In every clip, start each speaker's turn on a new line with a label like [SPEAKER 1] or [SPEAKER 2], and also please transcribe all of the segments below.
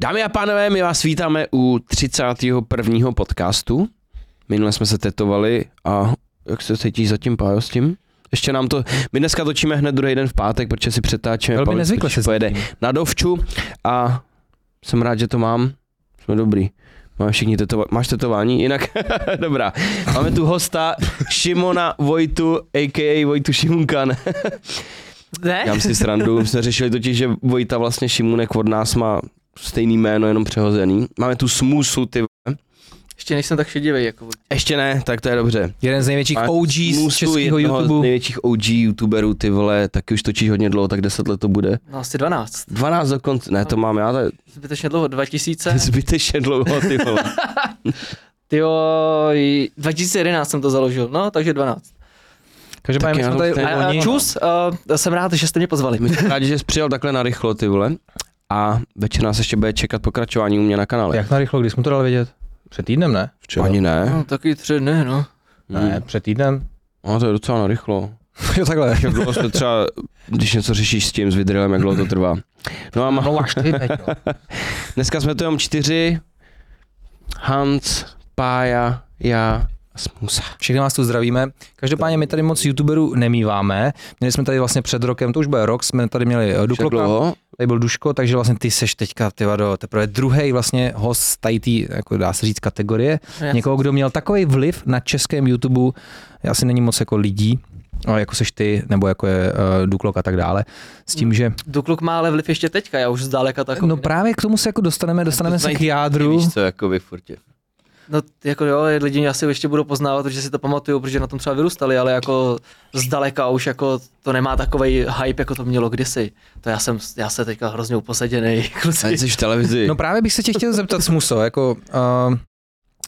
[SPEAKER 1] Dámy a pánové, my vás vítáme u 31. podcastu. Minule jsme se tetovali a jak se cítíš zatím, Pájo, s tím? Ještě nám to, my dneska točíme hned druhý den v pátek, protože si přetáčíme.
[SPEAKER 2] Velmi
[SPEAKER 1] Pavel
[SPEAKER 2] nezvykle
[SPEAKER 1] Spíš
[SPEAKER 2] se
[SPEAKER 1] pojede na dovču a jsem rád, že to mám. Jsme dobrý. Máme všichni tetova- Máš tetování? Jinak, dobrá. Máme tu hosta Šimona Vojtu, a.k.a. Vojtu Šimunkan.
[SPEAKER 2] Ne?
[SPEAKER 1] Já si srandu, my jsme řešili totiž, že Vojta vlastně Šimunek od nás má stejný jméno, jenom přehozený. Máme tu smůsu, ty vole.
[SPEAKER 3] Ještě nejsem tak šedivý jako vy.
[SPEAKER 1] Ještě ne, tak to je dobře.
[SPEAKER 2] Jeden z největších
[SPEAKER 1] Máš
[SPEAKER 2] OGs z
[SPEAKER 1] Smůsu
[SPEAKER 2] českého
[SPEAKER 1] jednoho z
[SPEAKER 2] YouTube.
[SPEAKER 1] největších OG youtuberů, ty vole, taky už točíš hodně dlouho, tak 10 let to bude.
[SPEAKER 3] No asi 12.
[SPEAKER 1] 12 dokonce, ne, to mám já, to je
[SPEAKER 3] Zbytečně dlouho, 2000.
[SPEAKER 1] zbytečně dlouho, ty vole.
[SPEAKER 3] Ty jo, 2011 jsem to založil, no takže 12.
[SPEAKER 1] Taky
[SPEAKER 2] Každopádně my
[SPEAKER 1] já
[SPEAKER 2] jsme
[SPEAKER 1] to
[SPEAKER 2] tady
[SPEAKER 1] chci-
[SPEAKER 3] A, a
[SPEAKER 2] loni.
[SPEAKER 3] čus, uh, jsem rád, že jste mě pozvali.
[SPEAKER 1] My jsme rádi, že jsi přijel takhle narychlo, ty vole. A večer nás ještě bude čekat pokračování u mě na kanále.
[SPEAKER 2] Jak narychlo, kdy jsi mu to dal vědět? Před týdnem, ne?
[SPEAKER 4] Včera.
[SPEAKER 1] Ani ne. Hmm.
[SPEAKER 3] No, taky tři dny, no.
[SPEAKER 2] Ne, před týdnem.
[SPEAKER 1] No, to je docela narychlo.
[SPEAKER 2] jo, takhle.
[SPEAKER 1] Jak dlouho jste třeba, když něco řešíš s tím, s vidrylem, jak dlouho to trvá. No a má,
[SPEAKER 2] No až ty, Peťo.
[SPEAKER 1] dneska jsme to jenom čtyři. Hans, Pája, já a Smusa.
[SPEAKER 2] Všechny vás tu zdravíme. Každopádně my tady moc youtuberů nemýváme. Měli jsme tady vlastně před rokem, to už bude rok, jsme tady měli eh,
[SPEAKER 1] Jak
[SPEAKER 2] Dukloka,
[SPEAKER 1] dlouho?
[SPEAKER 2] tady byl Duško, takže vlastně ty seš teďka tyva do teprve druhý vlastně host z tady tý, jako dá se říct, kategorie.
[SPEAKER 3] Já
[SPEAKER 2] Někoho, kdo měl takový vliv na českém YouTube, asi není moc jako lidí, ale jako seš ty, nebo jako je uh, Duklok a tak dále, s
[SPEAKER 1] Hmm.
[SPEAKER 2] tím, že...
[SPEAKER 3] Dukluk má ale vliv ještě teďka, já už zdaleka takový.
[SPEAKER 2] No
[SPEAKER 3] ne-
[SPEAKER 2] právě k tomu se jako dostaneme, dostaneme se k
[SPEAKER 1] znají-
[SPEAKER 2] jádru.
[SPEAKER 1] co, jako by furtě.
[SPEAKER 3] no jako jo, lidi mě asi ještě budou poznávat, protože si to pamatuju, protože na tom třeba vyrůstali, ale jako zdaleka už jako to nemá takový hype, jako to mělo kdysi. To já jsem, já se teďka hrozně uposeděný, kluci.
[SPEAKER 1] Jsi v televizi.
[SPEAKER 2] No právě bych se tě chtěl zeptat, Smuso, jako... Uh,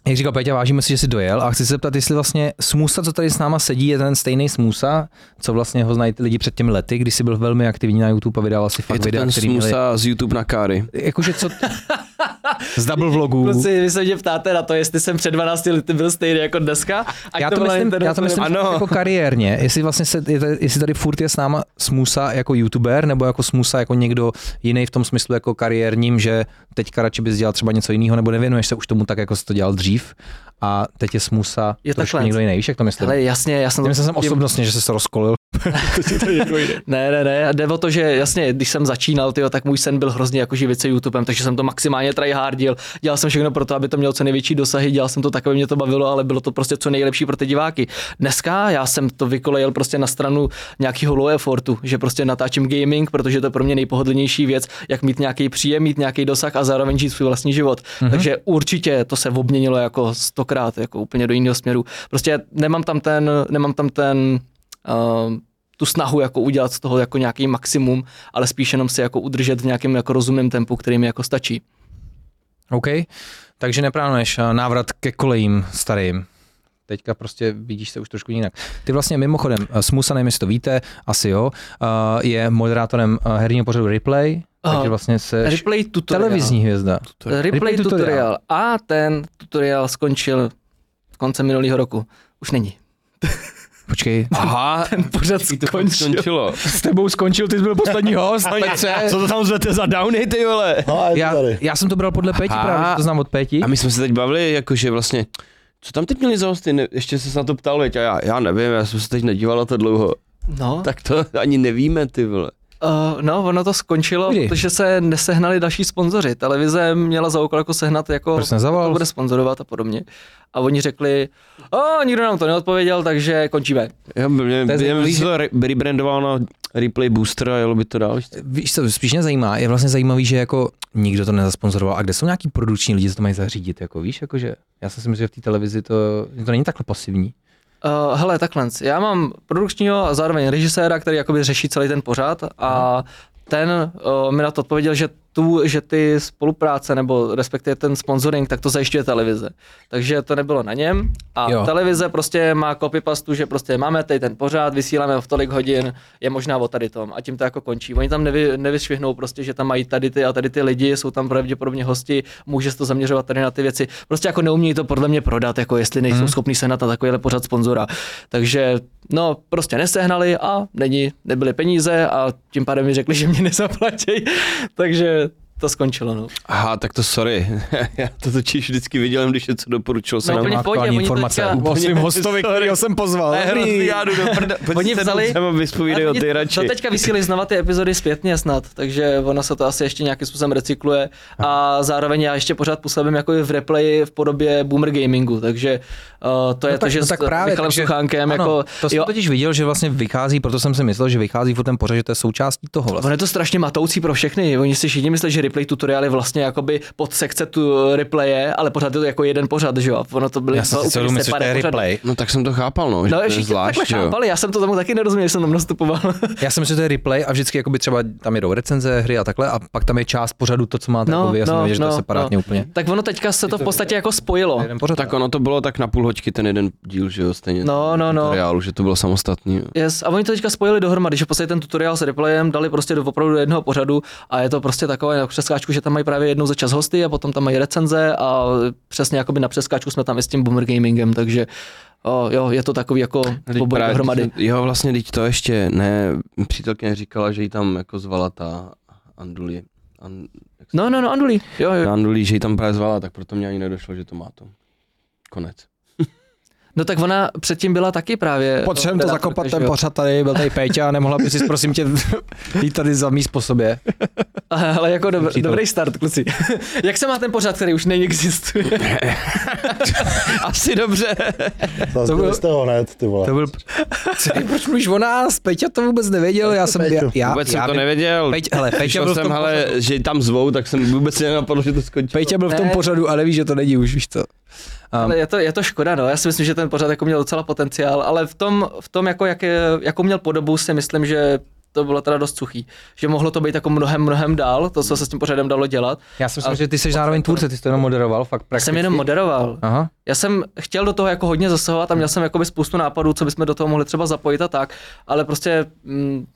[SPEAKER 2] jak říkal Peťa, vážíme si, že jsi dojel a chci se zeptat, jestli vlastně Smusa, co tady s náma sedí, je ten stejný Smusa, co vlastně ho znají ty lidi před těmi lety, kdy jsi byl velmi aktivní na YouTube a vydával si
[SPEAKER 1] je
[SPEAKER 2] fakt
[SPEAKER 1] to
[SPEAKER 2] videa,
[SPEAKER 1] ten
[SPEAKER 2] který měli...
[SPEAKER 1] Smusa z YouTube na káry.
[SPEAKER 2] Jakože co... Z double vlogů.
[SPEAKER 1] Prostě
[SPEAKER 3] Kluci, Prostě vy se mě ptáte na to, jestli jsem před 12 lety byl stejný jako dneska. Ať
[SPEAKER 2] já to,
[SPEAKER 3] byla
[SPEAKER 2] myslím, já to
[SPEAKER 3] internetová-
[SPEAKER 2] myslím
[SPEAKER 1] Ano.
[SPEAKER 2] jako kariérně, jestli vlastně se, je tady- jestli tady furt je s náma Smusa jako youtuber, nebo jako Smusa jako někdo jiný v tom smyslu jako kariérním, že teďka radši bys dělal třeba něco jiného, nebo nevěnuješ se už tomu tak, jako jsi to dělal dřív a teď je Smusa
[SPEAKER 3] Je
[SPEAKER 2] je trošku
[SPEAKER 3] takhle.
[SPEAKER 2] někdo jiný, víš, jak to myslím?
[SPEAKER 3] Ale jasně, já jsem...
[SPEAKER 2] Já myslím jsem
[SPEAKER 3] tím-
[SPEAKER 2] osobnostně, že jsi se rozkolil.
[SPEAKER 3] Ne, ne, ne, jde o to, že jasně, když jsem začínal, tyjo, tak můj sen byl hrozně jako živit se YouTubem, takže jsem to maximálně tryhardil. Dělal jsem všechno pro to, aby to mělo co největší dosahy, dělal jsem to tak, aby mě to bavilo, ale bylo to prostě co nejlepší pro ty diváky. Dneska já jsem to vykolejil prostě na stranu nějakého low effortu, že prostě natáčím gaming, protože to je pro mě nejpohodlnější věc, jak mít nějaký příjem, mít nějaký dosah a zároveň žít svůj vlastní život. Mm-hmm. Takže určitě to se obměnilo jako stokrát, jako úplně do jiného směru. Prostě nemám tam ten, nemám tam ten ehm, tu snahu jako udělat z toho jako nějaký maximum, ale spíš jenom se jako udržet v nějakém jako rozumném tempu, který mi jako stačí.
[SPEAKER 2] OK, takže neplánuješ eh, návrat ke kolejím starým. Teďka prostě vidíš se už trošku jinak. Ty vlastně mimochodem, eh, Smusa, nevím, jestli to víte, asi jo, eh, je moderátorem eh, herního pořadu Replay,
[SPEAKER 3] Aha.
[SPEAKER 2] takže vlastně se...
[SPEAKER 3] Replay tutorial.
[SPEAKER 2] Televizní hvězda.
[SPEAKER 3] Replay,
[SPEAKER 2] Replay
[SPEAKER 3] tutorial.
[SPEAKER 2] tutorial.
[SPEAKER 3] A ten tutorial skončil koncem minulého roku. Už není.
[SPEAKER 2] Počkej.
[SPEAKER 1] Aha,
[SPEAKER 3] Pořád skončil.
[SPEAKER 1] skončilo.
[SPEAKER 2] S tebou skončil, ty jsi byl poslední host, Petře.
[SPEAKER 1] Co to tam zvete za downy, ty vole?
[SPEAKER 4] No, je to
[SPEAKER 2] Já,
[SPEAKER 4] tady.
[SPEAKER 2] já jsem to bral podle Peti,
[SPEAKER 1] Aha.
[SPEAKER 2] právě že to znám od Peti.
[SPEAKER 1] A my jsme se teď bavili, jakože vlastně, co tam teď měli za hosty, ne, ještě se na to ptal, veď, a já, já nevím, já jsem se teď nedíval na to dlouho.
[SPEAKER 3] No, tak.
[SPEAKER 1] Tak to ani nevíme, ty vole.
[SPEAKER 3] Uh, no, ono to skončilo,
[SPEAKER 2] Kdy?
[SPEAKER 3] protože se nesehnali další sponzoři. Televize měla za úkol jako sehnat jako...
[SPEAKER 2] Proč jsi nezavolal?
[SPEAKER 3] To bude sponzorovat a podobně. A oni řekli, o, nikdo nám to neodpověděl, takže končíme.
[SPEAKER 1] Já by mě,
[SPEAKER 2] To je
[SPEAKER 1] mě,
[SPEAKER 2] zajímavý,
[SPEAKER 1] mě to re- rebrandoval na replay booster a jelo by to dál. ještě.
[SPEAKER 2] Víš, co spíš mě zajímá, je vlastně zajímavý, že jako nikdo to nezasponzoroval. A kde jsou nějaký produkční lidi, co to mají zařídit, jako víš, jakože já jsem si myslím, že v té televizi to, to není takhle pasivní.
[SPEAKER 3] Uh, hele, takhle. Já mám produkčního a zároveň režiséra, který jakoby řeší celý ten pořád a ten uh, mi na to odpověděl, že, tu, že ty spolupráce nebo respektive ten sponsoring, tak to zajišťuje televize. Takže to nebylo na něm a
[SPEAKER 2] Jo.
[SPEAKER 3] jo. televize prostě má copypastu, že prostě máme tady ten pořád, vysíláme ho v tolik hodin, je možná o tady tom a tím to jako končí. Oni tam nevy, nevyšvihnou prostě, že tam mají tady ty a tady ty lidi, jsou tam pravděpodobně hosti, může se to zaměřovat tady na ty věci. Prostě jako neumějí to podle mě prodat, jako jestli nejsou hmm. schopní sehnat na takovýhle pořád sponzora. Takže no, prostě nesehnali a není, nebyly peníze a tím pádem mi řekli, že mě nezaplatí. Takže to skončilo. No.
[SPEAKER 1] Aha, tak to sorry. Já to totiž vždycky viděl, jenom když něco doporučilo se
[SPEAKER 3] No,
[SPEAKER 1] nám.
[SPEAKER 3] úplně v pohodě,
[SPEAKER 2] aktuální
[SPEAKER 3] oni to
[SPEAKER 2] informace.
[SPEAKER 3] teďka-
[SPEAKER 2] O svým hostovi, kterýho jsem pozval.
[SPEAKER 1] Ne,
[SPEAKER 2] Dobrý.
[SPEAKER 1] hrozný, já jdu do prda. Pojď
[SPEAKER 3] Oni
[SPEAKER 1] se
[SPEAKER 3] vzali-
[SPEAKER 1] sem a vyspovídej
[SPEAKER 3] Ale no,
[SPEAKER 1] o
[SPEAKER 3] oni
[SPEAKER 1] ty
[SPEAKER 3] To
[SPEAKER 1] radši.
[SPEAKER 3] teďka vysílají znova ty epizody zpětně snad, takže ono se to asi ještě nějakým způsobem recykluje a zároveň já ještě pořád působím jako i v replay v podobě Boomer Gamingu, takže uh,
[SPEAKER 2] No
[SPEAKER 3] to je to, že s Michalem
[SPEAKER 2] takže-
[SPEAKER 3] Suchánkem
[SPEAKER 2] ano,
[SPEAKER 3] jako...
[SPEAKER 2] to jsem
[SPEAKER 3] jo,
[SPEAKER 2] totiž viděl, že vlastně vychází, proto jsem si myslel, že vychází v ten pořad, že to je součástí toho vlastně.
[SPEAKER 3] Ono je to strašně matoucí pro všechny. Oni si všichni myslí, že replay tutoriál je vlastně jakoby pod sekce tu replaye, ale pořád je to jako jeden pořad, že jo? A Ono to byly
[SPEAKER 2] Já jsem
[SPEAKER 3] dva
[SPEAKER 2] si celou
[SPEAKER 3] úplně
[SPEAKER 2] myslel, že to je
[SPEAKER 3] separé pořady.
[SPEAKER 2] replay.
[SPEAKER 1] No tak jsem to chápal, no. že
[SPEAKER 3] No,
[SPEAKER 1] to je
[SPEAKER 3] všichni to
[SPEAKER 1] zvlášť,
[SPEAKER 3] takhle
[SPEAKER 1] že jo.
[SPEAKER 3] chápali, já jsem to tomu taky nerozuměl, že jsem tam nastupoval.
[SPEAKER 2] Já jsem že to je replay a vždycky jakoby třeba tam jedou recenze, hry a takle a pak tam je část pořadu to, co máte no, jako já jsem no, že to je separátně no. úplně.
[SPEAKER 3] Tak ono teďka se to v podstatě jako spojilo.
[SPEAKER 2] Jeden pořad. no.
[SPEAKER 1] Tak ono to bylo tak na půl hoďky ten jeden díl, že jo, stejně.
[SPEAKER 3] No, no, no.
[SPEAKER 1] Reálu, že to bylo samostatný. jo.
[SPEAKER 3] Yes. A oni to teďka spojili dohromady, že v podstatě ten tutoriál s replayem dali prostě do, opravdu do jednoho pořadu a je to prostě takové na přeskáčku, že tam mají právě jednou za čas hosty a potom tam mají recenze a přesně jakoby na přeskáčku jsme tam i s tím Boomer Gamingem, takže o, jo, je to takový jako
[SPEAKER 1] Teď
[SPEAKER 3] boboj
[SPEAKER 1] právě-
[SPEAKER 3] dohromady.
[SPEAKER 1] Jo, vlastně teď to ještě ne, přítelkyně říkala, že ji tam jako zvala ta Anduli. An, jak se-
[SPEAKER 3] No, no, no, Andulí. Jo, jo.
[SPEAKER 1] ta Anduli, že ji tam právě zvala, tak proto mě ani nedošlo, že to má to. Konec.
[SPEAKER 3] No tak ona předtím byla taky právě.
[SPEAKER 2] Potřebujeme to
[SPEAKER 3] operátorka,
[SPEAKER 2] zakopat
[SPEAKER 3] že
[SPEAKER 2] ten
[SPEAKER 3] jo.
[SPEAKER 2] pořad tady, byl tady Péťa a nemohla by si prosím tě jít tady zamíst po sobě.
[SPEAKER 3] Ale jako dobr,
[SPEAKER 2] Přítel.
[SPEAKER 3] dobrý start, kluci. Jak se má ten pořad, který už neexistuje?
[SPEAKER 1] Asi dobře.
[SPEAKER 2] To byl-
[SPEAKER 4] To byl... No, jste ho hned, ty vole.
[SPEAKER 2] To byl... Ty, proč mluvíš o nás? Péťa to vůbec nevěděl, já jsem... Já, já,
[SPEAKER 1] Vůbec jsem
[SPEAKER 2] já
[SPEAKER 1] to
[SPEAKER 2] vím-
[SPEAKER 1] nevěděl.
[SPEAKER 2] Peť, hele, Peťa
[SPEAKER 1] Šel
[SPEAKER 2] byl, v
[SPEAKER 1] jsem,
[SPEAKER 2] tom
[SPEAKER 1] hele,
[SPEAKER 2] pořadu.
[SPEAKER 1] že tam zvou, tak jsem vůbec nenapadl, že to skončí.
[SPEAKER 2] Peťa byl v tom
[SPEAKER 3] Ne.
[SPEAKER 2] pořadu a neví, že to není už, víš co. Um,
[SPEAKER 3] Ale je to, je to škoda, no. Já si myslím, že ten pořád jako měl docela potenciál, ale v tom, v tom jako, jak je, jakou měl podobu, si myslím, že to bylo teda dost suchý. Že mohlo to být jako mnohem, mnohem dál, to, co se s tím pořadem dalo dělat.
[SPEAKER 2] já jsem si
[SPEAKER 3] a-
[SPEAKER 2] myslel, že ty jsi zároveň tvůrce, ty jsi to jenom moderoval, fakt
[SPEAKER 3] Já
[SPEAKER 2] prakticky.
[SPEAKER 3] jsem jenom moderoval.
[SPEAKER 2] Aha.
[SPEAKER 3] Já jsem chtěl do toho jako hodně zasahovat a měl jsem jakoby spoustu nápadů, co bychom do toho mohli třeba zapojit a tak, ale prostě mm,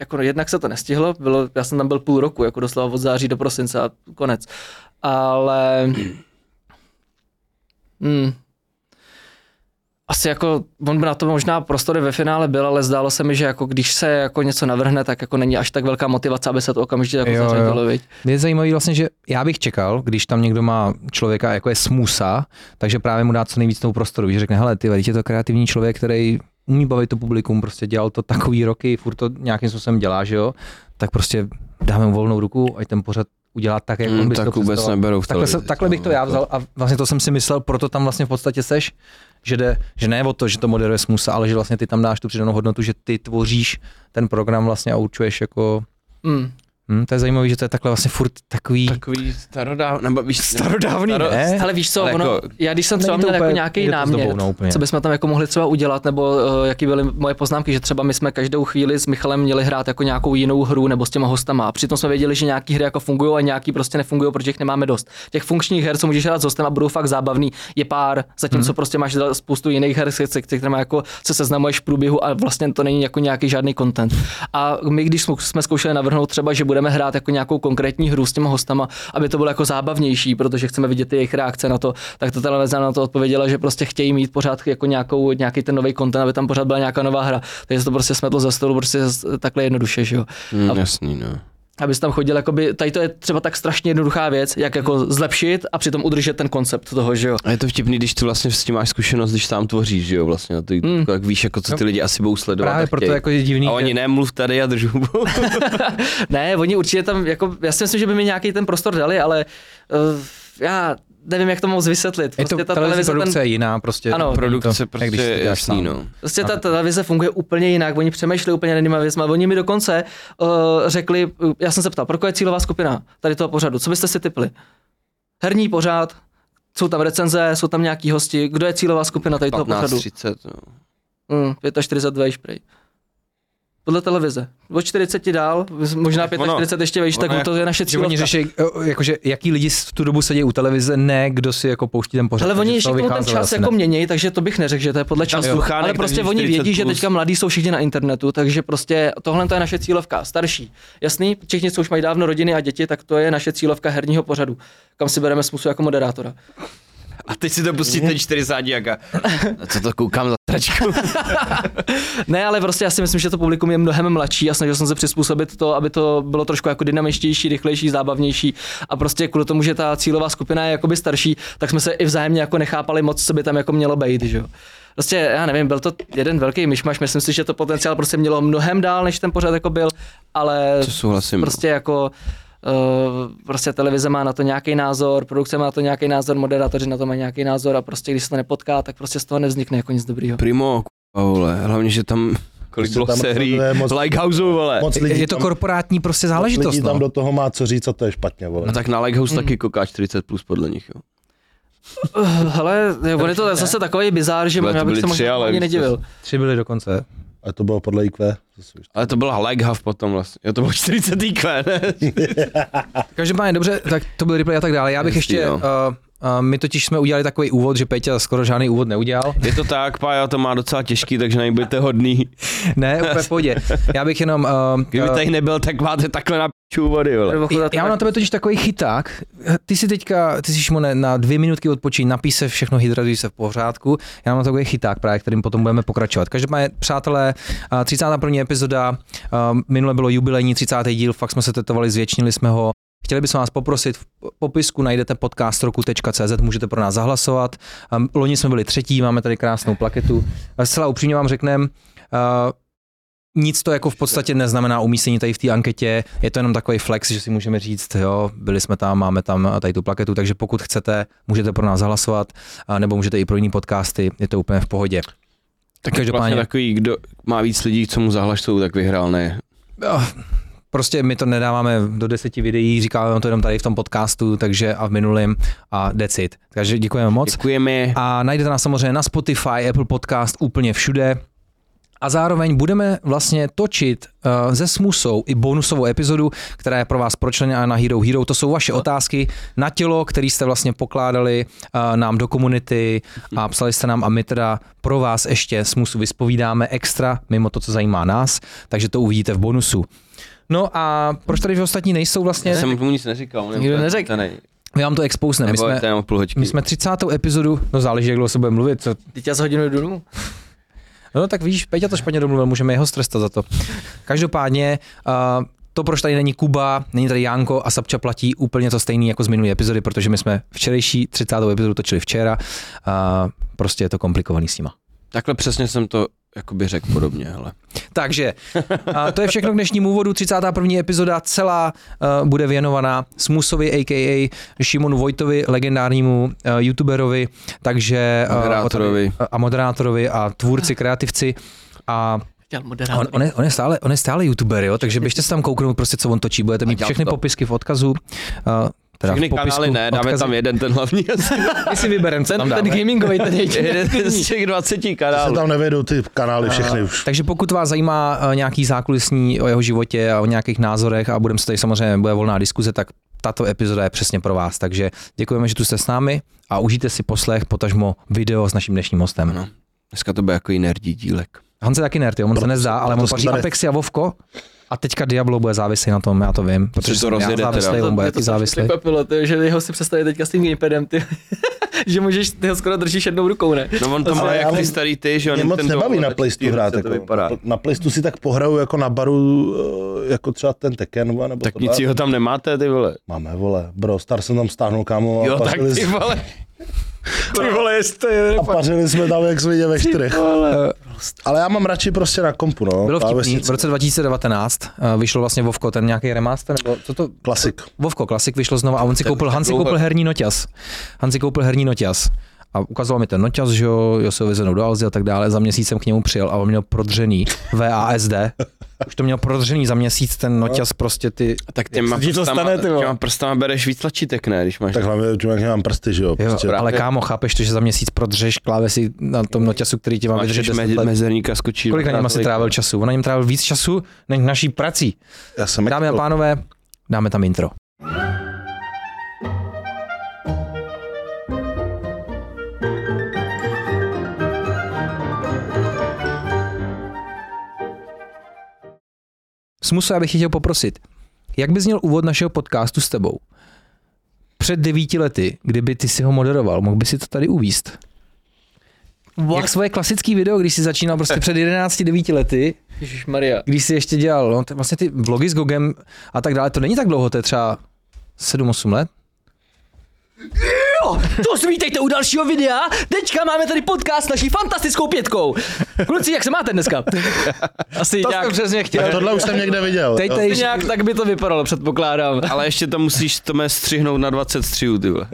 [SPEAKER 3] jako no, jednak se to nestihlo, bylo, já jsem tam byl půl roku, jako doslova od září do prosince a konec. Ale mm, asi jako, on by na to možná prostory ve finále byl, ale zdálo se mi, že jako když se jako něco navrhne, tak jako není až tak velká motivace, aby se to okamžitě jako
[SPEAKER 2] Jo, jo.
[SPEAKER 3] zařadilo, viď?
[SPEAKER 2] Je zajímavý vlastně, že já bych čekal, když tam někdo má člověka jako je smusa, takže právě mu dá co nejvíc tomu prostoru, že řekne, hele, ty vole, je to kreativní člověk, který umí bavit to publikum, prostě dělal to takový roky, furt to nějakým způsobem dělá, že jo, tak prostě dáme mu volnou ruku, ať ten pořad udělá tak,
[SPEAKER 3] Mm,
[SPEAKER 2] jak on by si to
[SPEAKER 1] mm, tak vůbec
[SPEAKER 2] představoval.
[SPEAKER 1] neberou v
[SPEAKER 2] Takhle, se,
[SPEAKER 1] televizi,
[SPEAKER 2] takhle bych to já vzal a vlastně to jsem si myslel, proto tam vlastně v podstatě seš, že, jde, že ne o to, že to moderuje smusa, ale že vlastně ty tam dáš tu přidanou hodnotu, že ty tvoříš ten program vlastně a určuješ jako,
[SPEAKER 3] Mm.
[SPEAKER 2] hm, to je zajímavé, že to je takhle vlastně furt takový,
[SPEAKER 1] Takový starodávný, nebo víš,
[SPEAKER 2] starodávný,
[SPEAKER 1] staro-
[SPEAKER 2] ne?
[SPEAKER 3] Ale víš co,
[SPEAKER 1] Ale
[SPEAKER 3] ono,
[SPEAKER 1] jako-
[SPEAKER 3] já když jsem
[SPEAKER 2] Eh, Není
[SPEAKER 3] no, třeba
[SPEAKER 2] to
[SPEAKER 3] měl jako
[SPEAKER 2] úplně-
[SPEAKER 3] nějaký
[SPEAKER 2] jde to s
[SPEAKER 3] námět,
[SPEAKER 2] dobou, no, úplně.
[SPEAKER 3] co bychom tam jako mohli třeba udělat, nebo uh, jaký byly moje poznámky, že třeba my jsme každou chvíli s Michalem měli hrát jako nějakou jinou hru nebo s těma hostama. A přitom jsme věděli, že nějaký hry jako fungují a nějaký prostě nefungují, protože jich nemáme dost. Těch funkčních her, co můžeš hrát s hostem a budou fakt zábavný, je pár, zatímco prostě máš dal- spoustu jiných her, se, se kterými jako se seznamuješ v průběhu a vlastně to není jako nějaký žádný content. A my, když jsme- jsme zkoušeli navrhnout třeba, že budeme hrát jako nějakou konkrétní hru s těma hostama, aby to bylo jako zábavnější, protože chceme vidět ty jejich reakce na to, tak to televize na to odpověděla, že prostě chtějí mít pořád jako nějakou, nějaký ten nový content, aby tam pořád byla nějaká nová hra. Takže to prostě smetlo ze stolu prostě z- takhle jednoduše, že jo.
[SPEAKER 1] Mm,
[SPEAKER 3] A-
[SPEAKER 1] jasný, no.
[SPEAKER 3] Aby jsi tam chodil, jakoby, tady to je třeba tak strašně jednoduchá věc, jak jako zlepšit a přitom udržet ten koncept toho, že jo.
[SPEAKER 1] A je to vtipný, když ty vlastně s tím máš zkušenost, když sám tvoříš, že jo, vlastně, a ty,
[SPEAKER 3] Mm.
[SPEAKER 1] tak víš, jako co ty lidi asi budou sledovat.
[SPEAKER 2] Právě
[SPEAKER 1] a
[SPEAKER 2] proto
[SPEAKER 1] chtějí.
[SPEAKER 2] jako je divný,
[SPEAKER 1] A
[SPEAKER 2] že-
[SPEAKER 1] oni ne, mluv tady, já držu. hubu.
[SPEAKER 3] Ne, oni určitě tam, jako, já si myslím, že by mi nějaký ten prostor dali, ale uh, já nevím, jak to moc vysvětlit. Prostě
[SPEAKER 2] je to televizní produkce je jiná, prostě
[SPEAKER 3] Ano.
[SPEAKER 2] není to,
[SPEAKER 1] Produkce
[SPEAKER 2] jak
[SPEAKER 1] prostě
[SPEAKER 2] když to děláš
[SPEAKER 1] jasný,
[SPEAKER 2] sám.
[SPEAKER 1] no.
[SPEAKER 3] Prostě ta televize funguje úplně jinak, oni přemýšleli úplně jinýma věcma. Oni mi dokonce uh, řekli, uh, já jsem se ptal, pro koho je cílová skupina tady toho pořadu, co byste si typli? Herní pořád, jsou tam recenze, jsou tam nějaký hosti, kdo je cílová skupina tady toho
[SPEAKER 1] 15,
[SPEAKER 3] pořadu?
[SPEAKER 1] 30, no.
[SPEAKER 3] Mm, 45 již prej. Podle televize. Od 40 dál, možná
[SPEAKER 1] Tak ono-
[SPEAKER 3] 45 ještě vejš, tak
[SPEAKER 1] ono jak-
[SPEAKER 3] to je naše
[SPEAKER 2] Že oni
[SPEAKER 3] cílovka.
[SPEAKER 2] řeší, eh, jakože, jaký lidi v tu dobu sedí u televize, ne kdo si jako pouští ten pořad.
[SPEAKER 3] Ale
[SPEAKER 2] takže
[SPEAKER 3] oni
[SPEAKER 2] z
[SPEAKER 3] ještě
[SPEAKER 2] toho
[SPEAKER 3] k tomu ten
[SPEAKER 2] vycházelo
[SPEAKER 3] čas
[SPEAKER 2] asi
[SPEAKER 3] jako
[SPEAKER 2] ne.
[SPEAKER 3] mění, takže to bych neřekl, že to je podle
[SPEAKER 1] Tam
[SPEAKER 3] času.
[SPEAKER 1] sluchánek,
[SPEAKER 3] Ale prostě
[SPEAKER 1] takže
[SPEAKER 3] oni
[SPEAKER 1] 40
[SPEAKER 3] vědí, že
[SPEAKER 1] plus.
[SPEAKER 3] teďka mladí jsou všichni na internetu, takže prostě tohle to je naše cílovka, starší. Jasný, všichni, co už mají dávno rodiny a děti, tak to je naše cílovka herního pořadu, kam si bereme smusu jako moderátora.
[SPEAKER 1] A teď si to pustí ten 40 jaka. A co to koukám za tračku?
[SPEAKER 3] Ne, ale prostě já si myslím, že to publikum je mnohem mladší a snažil jsem se přizpůsobit to, aby to bylo trošku jako dynamičtější, rychlejší, zábavnější a prostě kvůli tomu, že ta cílová skupina je jakoby starší, tak jsme se i vzájemně jako nechápali moc, co by tam jako mělo být, že jo. Prostě, já nevím, byl to jeden velký myšmaš, myslím si, že to potenciál prostě mělo mnohem dál, než ten pořád jako byl, ale
[SPEAKER 1] To souhlasím, no.
[SPEAKER 3] prostě jako Uh, prostě televize má na to nějaký názor, produkce má na to nějaký názor, moderátoři na to mají nějaký názor a prostě když se to nepotká, tak prostě z toho nevznikne jako nic dobrýho.
[SPEAKER 1] Primo, kurva, vole. Hlavně, že tam kolik
[SPEAKER 4] Prostě
[SPEAKER 1] bylo
[SPEAKER 4] tam
[SPEAKER 1] sérií
[SPEAKER 4] rozhoduje moc-
[SPEAKER 1] Lighthouse, vole.
[SPEAKER 4] Moc lidí
[SPEAKER 2] Je to
[SPEAKER 4] tam-
[SPEAKER 2] korporátní prostě
[SPEAKER 4] moc
[SPEAKER 2] záležitost,
[SPEAKER 4] lidí tam
[SPEAKER 2] no.
[SPEAKER 4] do toho má co říct a to je špatně, vole.
[SPEAKER 1] No tak na Lighthouse taky kouká 40 plus podle nich, jo.
[SPEAKER 3] Eh, Hele, on je to zase takový bizár, že
[SPEAKER 1] Byly to
[SPEAKER 3] já bych
[SPEAKER 1] byly
[SPEAKER 3] se
[SPEAKER 1] tři,
[SPEAKER 3] možná
[SPEAKER 1] ale
[SPEAKER 3] ani
[SPEAKER 1] už to-
[SPEAKER 3] nedivil.
[SPEAKER 2] Tři byly dokonce.
[SPEAKER 4] A to bylo podle IQ. To jsou už-
[SPEAKER 1] Ale to byla Lighthouse potom vlastně. Jo, to bylo 40 IQ, ne?
[SPEAKER 2] Každopádně dobře, tak to byl replay a tak dále. Já bych
[SPEAKER 1] Jasný,
[SPEAKER 2] ještě,
[SPEAKER 1] no.
[SPEAKER 2] uh, uh, my totiž jsme udělali takový úvod, že Peťa skoro žádný úvod neudělal.
[SPEAKER 1] Je to tak, Pája to má docela těžký, takže na něj budete hodný.
[SPEAKER 2] Ne, úplně v pohodě. Já bych jenom... Uh,
[SPEAKER 1] Kdyby
[SPEAKER 2] uh,
[SPEAKER 1] tady nebyl, tak máte takhle na piču vody, vole.
[SPEAKER 2] já mám na tebe totiž takový chyták. Ty si teďka, ty si Šimone, na dvě minutky odpočíň, napíš se všechno, hydratuj se v pořádku. Já mám takový chyták právě, kterým potom budeme pokračovat. Každopádně, přátelé, a 31. epizoda, a minule bylo jubilejní 30. díl, fakt jsme se tetovali, zvětšnili jsme ho. Chtěli bychom vás poprosit, v popisku najdete podcastroku.cz, můžete pro nás zahlasovat. Um, Loni jsme byli třetí, máme tady krásnou plaketu. A Zcela upřímně vám řekneme, uh, nic to jako v podstatě neznamená umístění tady v té anketě, je to jenom takový flex, že si můžeme říct, jo, byli jsme tam, máme tam tady tu plaketu, takže pokud chcete, můžete pro nás hlasovat, a nebo můžete i pro jiný podcasty, je to úplně v pohodě.
[SPEAKER 1] Tak
[SPEAKER 2] Každopádně-
[SPEAKER 1] Každopádně Vlastně takový, kdo má víc lidí, co mu zahlaštou, tak vyhrál, ne?
[SPEAKER 2] Ah, Prostě my to nedáváme do deseti videí, říkáme to jenom tady v tom podcastu, takže a v minulém a decit. Takže děkujeme moc.
[SPEAKER 1] Děkujeme.
[SPEAKER 2] A najdete nás samozřejmě na Spotify, Apple Podcast, úplně všude. A zároveň budeme vlastně točit uh, ze Smusou i bonusovou epizodu, která je pro vás pročleněna na Hero Hero. To jsou vaše otázky na tělo, které jste vlastně pokládali uh, nám do komunity
[SPEAKER 1] Mhm.
[SPEAKER 2] a psali jste nám a my teda pro vás ještě Smusu vyspovídáme extra, mimo to, co zajímá nás, takže to uvidíte v bonusu. No a proč tady že ostatní nejsou vlastně?
[SPEAKER 1] Já jsem mu nic neříkal. ne?
[SPEAKER 3] Nikdo
[SPEAKER 1] To-
[SPEAKER 3] neřekl.
[SPEAKER 1] to ne-
[SPEAKER 2] My vám to expousneme. My
[SPEAKER 1] Nebo je
[SPEAKER 2] jsme,
[SPEAKER 1] to jenom půl hoďky.
[SPEAKER 2] my jsme 30. epizodu, no záleží, jak dlouho se budeme mluvit, co,
[SPEAKER 3] Teď já z hodinu jdu domů.
[SPEAKER 2] No tak víš, Peťa to špatně domluvil, můžeme jeho strestat za to. Každopádně, uh, to, proč tady není Kuba, není tady Janko a Sapča platí úplně to stejný jako z minulé epizody, protože my jsme včerejší 30. epizodu točili včera. Uh, prostě je to komplikovaný s nima.
[SPEAKER 1] Takhle přesně jsem to jakoby řekl podobně, hele.
[SPEAKER 2] Takže a to je všechno k dnešnímu úvodu. 31. epizoda celá uh, bude věnovaná Smusovi, a.k.a. Šimonu Vojtovi, legendárnímu uh, youtuberovi, takže eh,
[SPEAKER 1] Moderátorovi.
[SPEAKER 2] o tady- a moderátorovi a tvůrci, kreativci a
[SPEAKER 3] Dělal
[SPEAKER 2] On,
[SPEAKER 3] moderátor.
[SPEAKER 2] on, je, on, je stále, on je stále youtuber, jo? takže běžte se tam kouknout, prostě, co on točí. Budete mít
[SPEAKER 1] dělám
[SPEAKER 2] všechny
[SPEAKER 1] to.
[SPEAKER 2] popisky v odkazu. Uh, teda
[SPEAKER 1] Všechny
[SPEAKER 2] v popisku,
[SPEAKER 1] kanály ne, dáme
[SPEAKER 2] odkazy.
[SPEAKER 1] tam jeden ten hlavní asi.
[SPEAKER 2] My si vybereme, co tam
[SPEAKER 3] Ten, ten
[SPEAKER 2] dáme.
[SPEAKER 3] gamingový, ten jediný.
[SPEAKER 1] jeden z těch 20
[SPEAKER 4] Se
[SPEAKER 1] kanálů.
[SPEAKER 4] tam nevejdou ty kanály všechny už.
[SPEAKER 2] Takže pokud vás zajímá eh, nějaký zákulisní o jeho životě a o nějakých názorech a budeme se tady samozřejmě, bude volná diskuze, tak tato epizoda je přesně pro vás. Takže děkujeme, že tu jste s námi a užijte si poslech, potažmo video s naším dnešním hostem.
[SPEAKER 1] Ano. Dneska to bude jako jiný nerdí dílek.
[SPEAKER 2] Hans je taky nerd, jo? on se nezdá, ale
[SPEAKER 4] proto
[SPEAKER 2] on
[SPEAKER 4] jsme
[SPEAKER 2] paří
[SPEAKER 4] tady-
[SPEAKER 2] Apexi a Vovko a teďka Diablo bude závislý na tom, já to vím. Protože
[SPEAKER 1] to
[SPEAKER 2] jsem já
[SPEAKER 1] rozjede teda.
[SPEAKER 2] závislej, on bude taky závislý.
[SPEAKER 3] překvapilo, ty, že jeho si představit teďka s tím gamepadem, ty. že můžeš, ty ho skoro držíš jednou rukou, ne?
[SPEAKER 1] No on to má
[SPEAKER 4] Ale
[SPEAKER 1] jak
[SPEAKER 4] ale
[SPEAKER 1] ty starý ty, že on
[SPEAKER 4] Mě moc
[SPEAKER 1] Nintendo,
[SPEAKER 4] nebaví
[SPEAKER 1] ale
[SPEAKER 4] na
[SPEAKER 1] ty
[SPEAKER 4] Playstu
[SPEAKER 1] hry,
[SPEAKER 4] hrát.
[SPEAKER 1] co to
[SPEAKER 4] Jako.
[SPEAKER 1] vypadá.
[SPEAKER 4] Na Playstu si tak pohraju jako na baru, eh, jako třeba ten Tekken, vole, nebo
[SPEAKER 1] Tak
[SPEAKER 4] to
[SPEAKER 1] nic jiho tam nemáte, ty vole.
[SPEAKER 4] Máme, vole, bro, star jsem tam stáhnul, kámo, a
[SPEAKER 1] Jo, tak
[SPEAKER 4] pařili
[SPEAKER 1] ty
[SPEAKER 4] jsme-
[SPEAKER 1] vole. Ty vole, jste...
[SPEAKER 4] a pařili jsme tam, jak jsme ve čtyřech. Eh,
[SPEAKER 1] Vole.
[SPEAKER 4] Ale já mám radši prostě na kompu, no.
[SPEAKER 2] Bylo vtipný,
[SPEAKER 4] klávesnici.
[SPEAKER 2] v roce 2019 eh, vyšlo vlastně Vovko, ten nějaký remaster, nebo co to?
[SPEAKER 4] Klasik.
[SPEAKER 2] Vovko Classic vyšlo znova a on si koupil, Hansi
[SPEAKER 1] dlouho.
[SPEAKER 2] koupil herní noťaz. Hansi koupil herní noťaz. A ukazoval mi ten noťaz, že jo, jo se vyzenou do Alzy a tak dále. Za měsíc jsem k němu přijel a on měl prodřený VASD. Už to měl prodřený za měsíc ten noťaz, prostě ty...
[SPEAKER 1] Tak těma
[SPEAKER 4] ti to stane,
[SPEAKER 1] prstama,
[SPEAKER 4] ty vole.
[SPEAKER 1] těma prstama bereš víc tlačítek, ne, když máš...
[SPEAKER 4] Tak hlavně, že jak mám prsty, že jo.
[SPEAKER 2] Jo,
[SPEAKER 4] prostě.
[SPEAKER 2] ale kámo, chápeš to, že za měsíc prodřeš klávesy na tom noťazu, který ti má
[SPEAKER 1] máš
[SPEAKER 2] vydržet
[SPEAKER 1] když
[SPEAKER 2] 10
[SPEAKER 1] me-
[SPEAKER 2] let.
[SPEAKER 1] mezerníka skočí.
[SPEAKER 2] Kolik na něm
[SPEAKER 1] dvakrát
[SPEAKER 2] asi
[SPEAKER 1] tolik.
[SPEAKER 2] trávil času? On na něm trávil víc času než naší prací.
[SPEAKER 4] Já jsem
[SPEAKER 2] Dámy a
[SPEAKER 4] jako-
[SPEAKER 2] pánové, dáme tam intro. Smuso, já bych tě chtěl poprosit, jak by zněl úvod našeho podcastu s tebou? před devíti lety, kdyby ty si ho moderoval, mohl by si to tady uvíst. What? Jak svoje klasické video, když jsi začínal prostě před 11, 9 lety,
[SPEAKER 3] Ježíš Maria.
[SPEAKER 2] když jsi ještě dělal no, to vlastně ty vlogy s Gogem a tak dále, to není tak dlouho, to je třeba 7-8 let.
[SPEAKER 3] Jo, to si vítejte u dalšího videa. Teďka máme tady podcast s naší fantastickou pětkou. Kluci, jak se máte dneska? Asi nějak,
[SPEAKER 2] přesně
[SPEAKER 4] Tak tohle už jsem někde viděl.
[SPEAKER 2] Teď
[SPEAKER 4] jo.
[SPEAKER 2] tady-
[SPEAKER 3] nějak tak by to vypadalo, předpokládám.
[SPEAKER 1] Ale ještě to musíš to mé střihnout na 20 střihů, ty vole.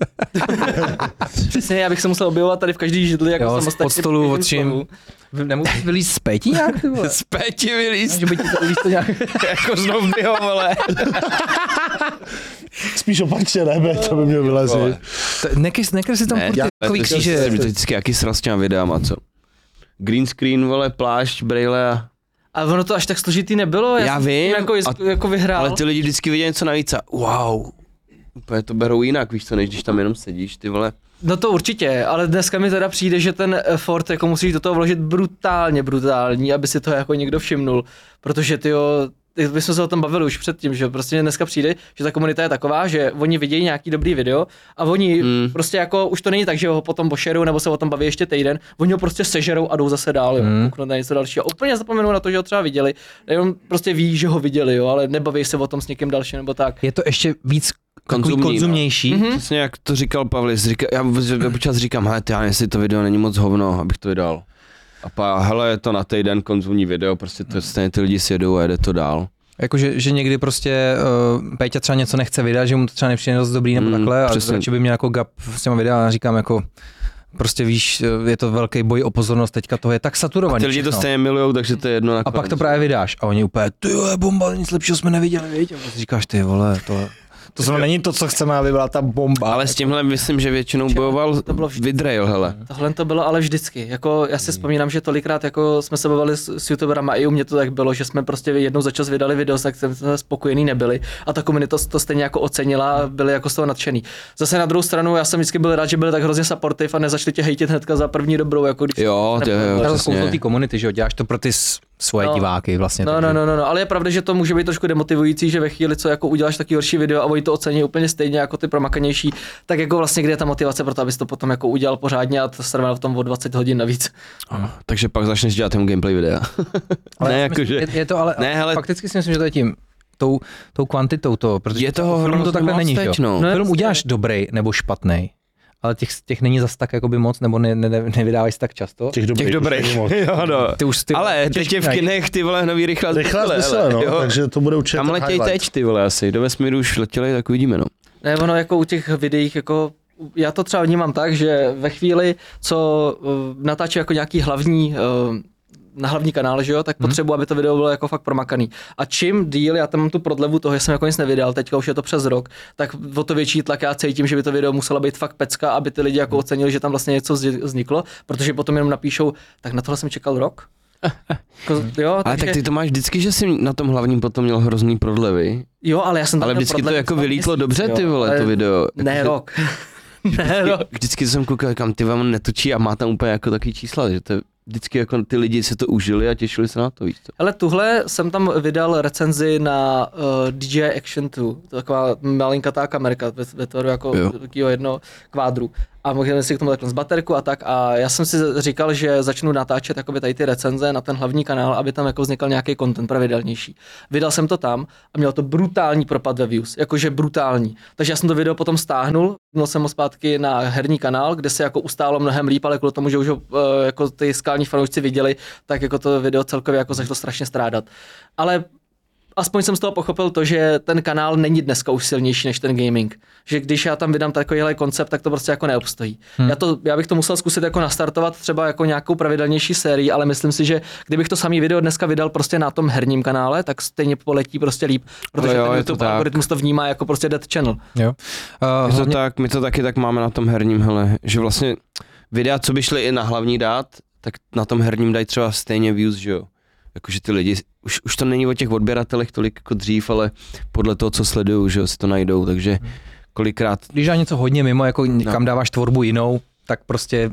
[SPEAKER 3] Přesně, já bych se musel objevovat tady v každý židli jako
[SPEAKER 2] Jo,
[SPEAKER 3] samostatně.
[SPEAKER 2] od stolu,
[SPEAKER 3] pěkným
[SPEAKER 2] od čím.
[SPEAKER 3] slovu.
[SPEAKER 2] Nemůžeš vylíst z péti nějak? ty vole?
[SPEAKER 1] Zpěti vylíst,
[SPEAKER 2] Že by ti to, víš to nějak...
[SPEAKER 1] jako znovu vole.
[SPEAKER 4] Spíš opačně ne, to by mě
[SPEAKER 1] Vole.
[SPEAKER 4] vylezli.
[SPEAKER 2] To- Nekres, nekres si tam
[SPEAKER 1] Ne,
[SPEAKER 2] furt
[SPEAKER 1] já-
[SPEAKER 2] ty takový
[SPEAKER 1] to- to- to-
[SPEAKER 2] kříže.
[SPEAKER 1] to- to- Vždycky jaký sraz s těma videama, co? Green screen, vole, plášť, brejle a...
[SPEAKER 3] A ono to až tak složitý nebylo. Já,
[SPEAKER 1] Já
[SPEAKER 3] jsem
[SPEAKER 1] vím,
[SPEAKER 3] Jako,
[SPEAKER 1] a-
[SPEAKER 3] jako vyhrál.
[SPEAKER 1] Ale ty lidi vždycky vidí něco navíc a wow. Úplně to berou jinak, víš co, než když tam jenom sedíš, ty vole.
[SPEAKER 3] No to určitě, ale dneska mi teda přijde, že ten effort jako musíš do toho vložit brutálně brutální, aby si to jako někdo všimnul, protože ty jo, my jsme se o tom bavili už předtím, že prostě dneska přijde, že ta komunita je taková, že oni vidějí nějaký dobrý video a oni
[SPEAKER 1] Mm.
[SPEAKER 3] mm. prostě jako, už to není tak, že ho potom bošerou nebo se o tom baví ještě týden, oni ho prostě sežerou a jdou zase dál, mm.
[SPEAKER 1] Hmm.
[SPEAKER 3] jo, kouknout na něco dalšího. Úplně zapomenou na to, že ho třeba viděli, jenom prostě ví, že ho viděli, jo, ale nebaví se o tom s někým dalším nebo tak.
[SPEAKER 2] Je to ještě víc takový
[SPEAKER 1] Konzumní, no.
[SPEAKER 2] konzumnější.
[SPEAKER 1] Hm? Přesně jak to říkal Pavlis, říká, já v- občas říkám, hele, ty, já nevím, jestli to video není moc hovno, abych to vydal. A pa, hele, je to na týden konzumní video, prostě to stejně ty lidi sjedou a jede to dál.
[SPEAKER 2] Jakože že někdy prostě uh, Péťa třeba něco nechce vydat, že mu to třeba nepřijde dost dobrý nebo
[SPEAKER 1] Mm,
[SPEAKER 2] mm, takhle, a
[SPEAKER 1] přesně.
[SPEAKER 2] radši by měl jako gap s těma videa a říkám jako prostě víš, eh, je to velký boj o pozornost, teďka toho je tak saturovaný.
[SPEAKER 1] Ty lidi to
[SPEAKER 2] všechno.
[SPEAKER 1] stejně milujou, takže to je jedno
[SPEAKER 2] no. a
[SPEAKER 1] nakonec.
[SPEAKER 2] pak to právě vydáš a oni úplně, ty jo, je bomba, nic lepšího jsme neviděli, víš? A si říkáš, ty vole, to, to zrovna není to, co chceme, aby byla ta bomba.
[SPEAKER 1] Ale s tímhle myslím, že většinou bojoval
[SPEAKER 3] to bylo vždy-
[SPEAKER 1] Vidrejl, hele.
[SPEAKER 3] Tohle to bylo ale vždycky. Jako, já si vzpomínám, že tolikrát jako jsme se bavili s, s youtuberama, i u mě to tak bylo, že jsme prostě jednou za čas vydali video, tak jsme spokojený nebyli. A ta komunita to stejně jako ocenila a byli jako z toho nadšený. Zase na druhou stranu, já jsem vždycky byl rád, že byli tak hrozně supportive a nezačali tě hejtit hnedka za první dobrou. Jako když
[SPEAKER 1] Jo, ty, jo,
[SPEAKER 3] Nebylo.
[SPEAKER 1] jo,
[SPEAKER 2] to je kouzlo
[SPEAKER 1] přesně.
[SPEAKER 2] té komunity, že jo, děláš to pro ty s- svoje
[SPEAKER 3] No.
[SPEAKER 2] no. diváky vlastně.
[SPEAKER 3] No,
[SPEAKER 2] takže-
[SPEAKER 3] no, no, no, no, ale je pravda, že to může být trošku demotivující, že ve chvíli, co jako uděláš taky horší video a oni to ocení úplně stejně jako ty promakanější, tak jako vlastně kde je ta motivace pro to, abys to potom jako udělal pořádně a to strávil v tom o 20 hodin navíc.
[SPEAKER 1] Takže pak začneš dělat jenom gameplay videa.
[SPEAKER 2] Ale
[SPEAKER 1] ne,
[SPEAKER 2] já si myslím,
[SPEAKER 1] jakože...
[SPEAKER 2] je, je, to ale,
[SPEAKER 1] Ne,
[SPEAKER 2] ne,
[SPEAKER 1] hele-
[SPEAKER 2] hele, fakticky si myslím, že to je tím, tou, tou kvantitou to, protože
[SPEAKER 1] Je toho
[SPEAKER 2] filmu
[SPEAKER 1] hrozně
[SPEAKER 2] to takhle
[SPEAKER 1] moc
[SPEAKER 2] není, že jo?
[SPEAKER 1] teď, no.
[SPEAKER 3] No,
[SPEAKER 2] No, film
[SPEAKER 3] jasně.
[SPEAKER 2] uděláš dobrý nebo špatný, ale těch, těch není zas tak jakoby moc, nebo ne, ne, nevydávají se tak často.
[SPEAKER 4] Těch dobrých.
[SPEAKER 1] Těch dobrých. jo, no.
[SPEAKER 2] Ty už ty,
[SPEAKER 1] Ale teď je v
[SPEAKER 2] těžký najít.
[SPEAKER 1] kinech ty vole nový rychlá
[SPEAKER 4] Rychlá
[SPEAKER 1] zbysele,
[SPEAKER 4] zmysle,
[SPEAKER 1] hele,
[SPEAKER 4] no,
[SPEAKER 1] jo.
[SPEAKER 4] takže to bude určitě
[SPEAKER 1] Tam
[SPEAKER 4] ten
[SPEAKER 1] letěj
[SPEAKER 4] highlight.
[SPEAKER 1] teď ty vole asi, do vesmíru už letěli, tak uvidíme no.
[SPEAKER 3] Ne, ono jako u těch videích, jako já to třeba vnímám tak, že ve chvíli, co uh, natáčí jako nějaký hlavní uh, na hlavní kanál, že jo, tak
[SPEAKER 1] Mhm.
[SPEAKER 3] potřebuji, aby to video bylo jako fakt promakaný. A čím díl, já tam mám tu prodlevu toho, že jsem jako nic nevydal, teďka už je to přes rok, tak o to větší tlak já cítím, že by to video muselo být fakt pecka, aby ty lidi
[SPEAKER 1] Mhm.
[SPEAKER 3] jako ocenili, že tam vlastně něco vzdi- vzniklo, protože potom jenom napíšou, tak na tohle jsem čekal rok. Jako, jo,
[SPEAKER 1] Mhm. Ale
[SPEAKER 3] takže,
[SPEAKER 1] tak ty to máš vždycky, že jsi na tom hlavním potom měl hrozný prodlevy.
[SPEAKER 3] jo, ale já jsem tam
[SPEAKER 1] Ale
[SPEAKER 3] měl
[SPEAKER 1] vždycky to
[SPEAKER 3] prodlevu
[SPEAKER 1] jako
[SPEAKER 3] třeba
[SPEAKER 1] vylítlo
[SPEAKER 3] měsíc,
[SPEAKER 1] dobře
[SPEAKER 3] jo,
[SPEAKER 1] ty vole,
[SPEAKER 3] ale
[SPEAKER 1] to video.
[SPEAKER 3] Ne
[SPEAKER 1] Jakože
[SPEAKER 3] rok. ne rok.
[SPEAKER 1] Vždycky jsem koukal, kam ty vám netočí a má tam úplně jako taky čísla, že to je vždycky jako ty lidi se to užili a těšili se na to, víš co.
[SPEAKER 3] Ale tuhle jsem tam vydal recenzi na uh, DJI Action 2, To je taková malinkatá kamerka ve, ve tvaru jako
[SPEAKER 1] Jo.
[SPEAKER 3] takového jedno kvádru. A můžeme si k tomu takhle z baterku a tak. A já jsem si říkal, že začnu natáčet jakoby tady ty recenze na ten hlavní kanál, aby tam jako vznikal nějaký content pravidelnější. Vydal jsem to tam a měl to brutální propad ve views, jakože brutální. Takže já jsem to video potom stáhnul, měl jsem ho zpátky na herní kanál, kde se jako ustálo mnohem líp, ale kvůli tomu, že už ho eh, jako ty skální fanoušci viděli, tak jako to video celkově jako začalo strašně strádat. Ale aspoň jsem z toho pochopil to, že ten kanál není dneska už silnější než ten gaming. Že když já tam vydám takovýhle koncept, tak to prostě jako neobstojí. Hmm. Já, to, já bych to musel zkusit jako nastartovat třeba jako nějakou pravidelnější sérii, ale myslím si, že kdybych to samý video dneska vydal prostě na tom herním kanále, tak stejně poletí prostě líp, protože
[SPEAKER 1] jo,
[SPEAKER 3] jo, ten
[SPEAKER 1] je to
[SPEAKER 3] YouTube
[SPEAKER 1] tak.
[SPEAKER 3] algoritmus to vnímá jako prostě dead channel.
[SPEAKER 2] Jo. Uh,
[SPEAKER 1] My to,
[SPEAKER 2] hlavně,
[SPEAKER 1] tak, my to taky tak máme na tom herním, hele, že vlastně videa, co by šly i na hlavní dát, tak na tom herním dají třeba stejně views, že jo. Jakože ty lidi, už, už to není o těch odběratelech tolik jako dřív, ale podle toho, co
[SPEAKER 2] Hmm.
[SPEAKER 1] sledují, že jo, si to najdou, takže kolikrát
[SPEAKER 2] když dá něco hodně mimo, jako no. kam dáváš tvorbu jinou, tak prostě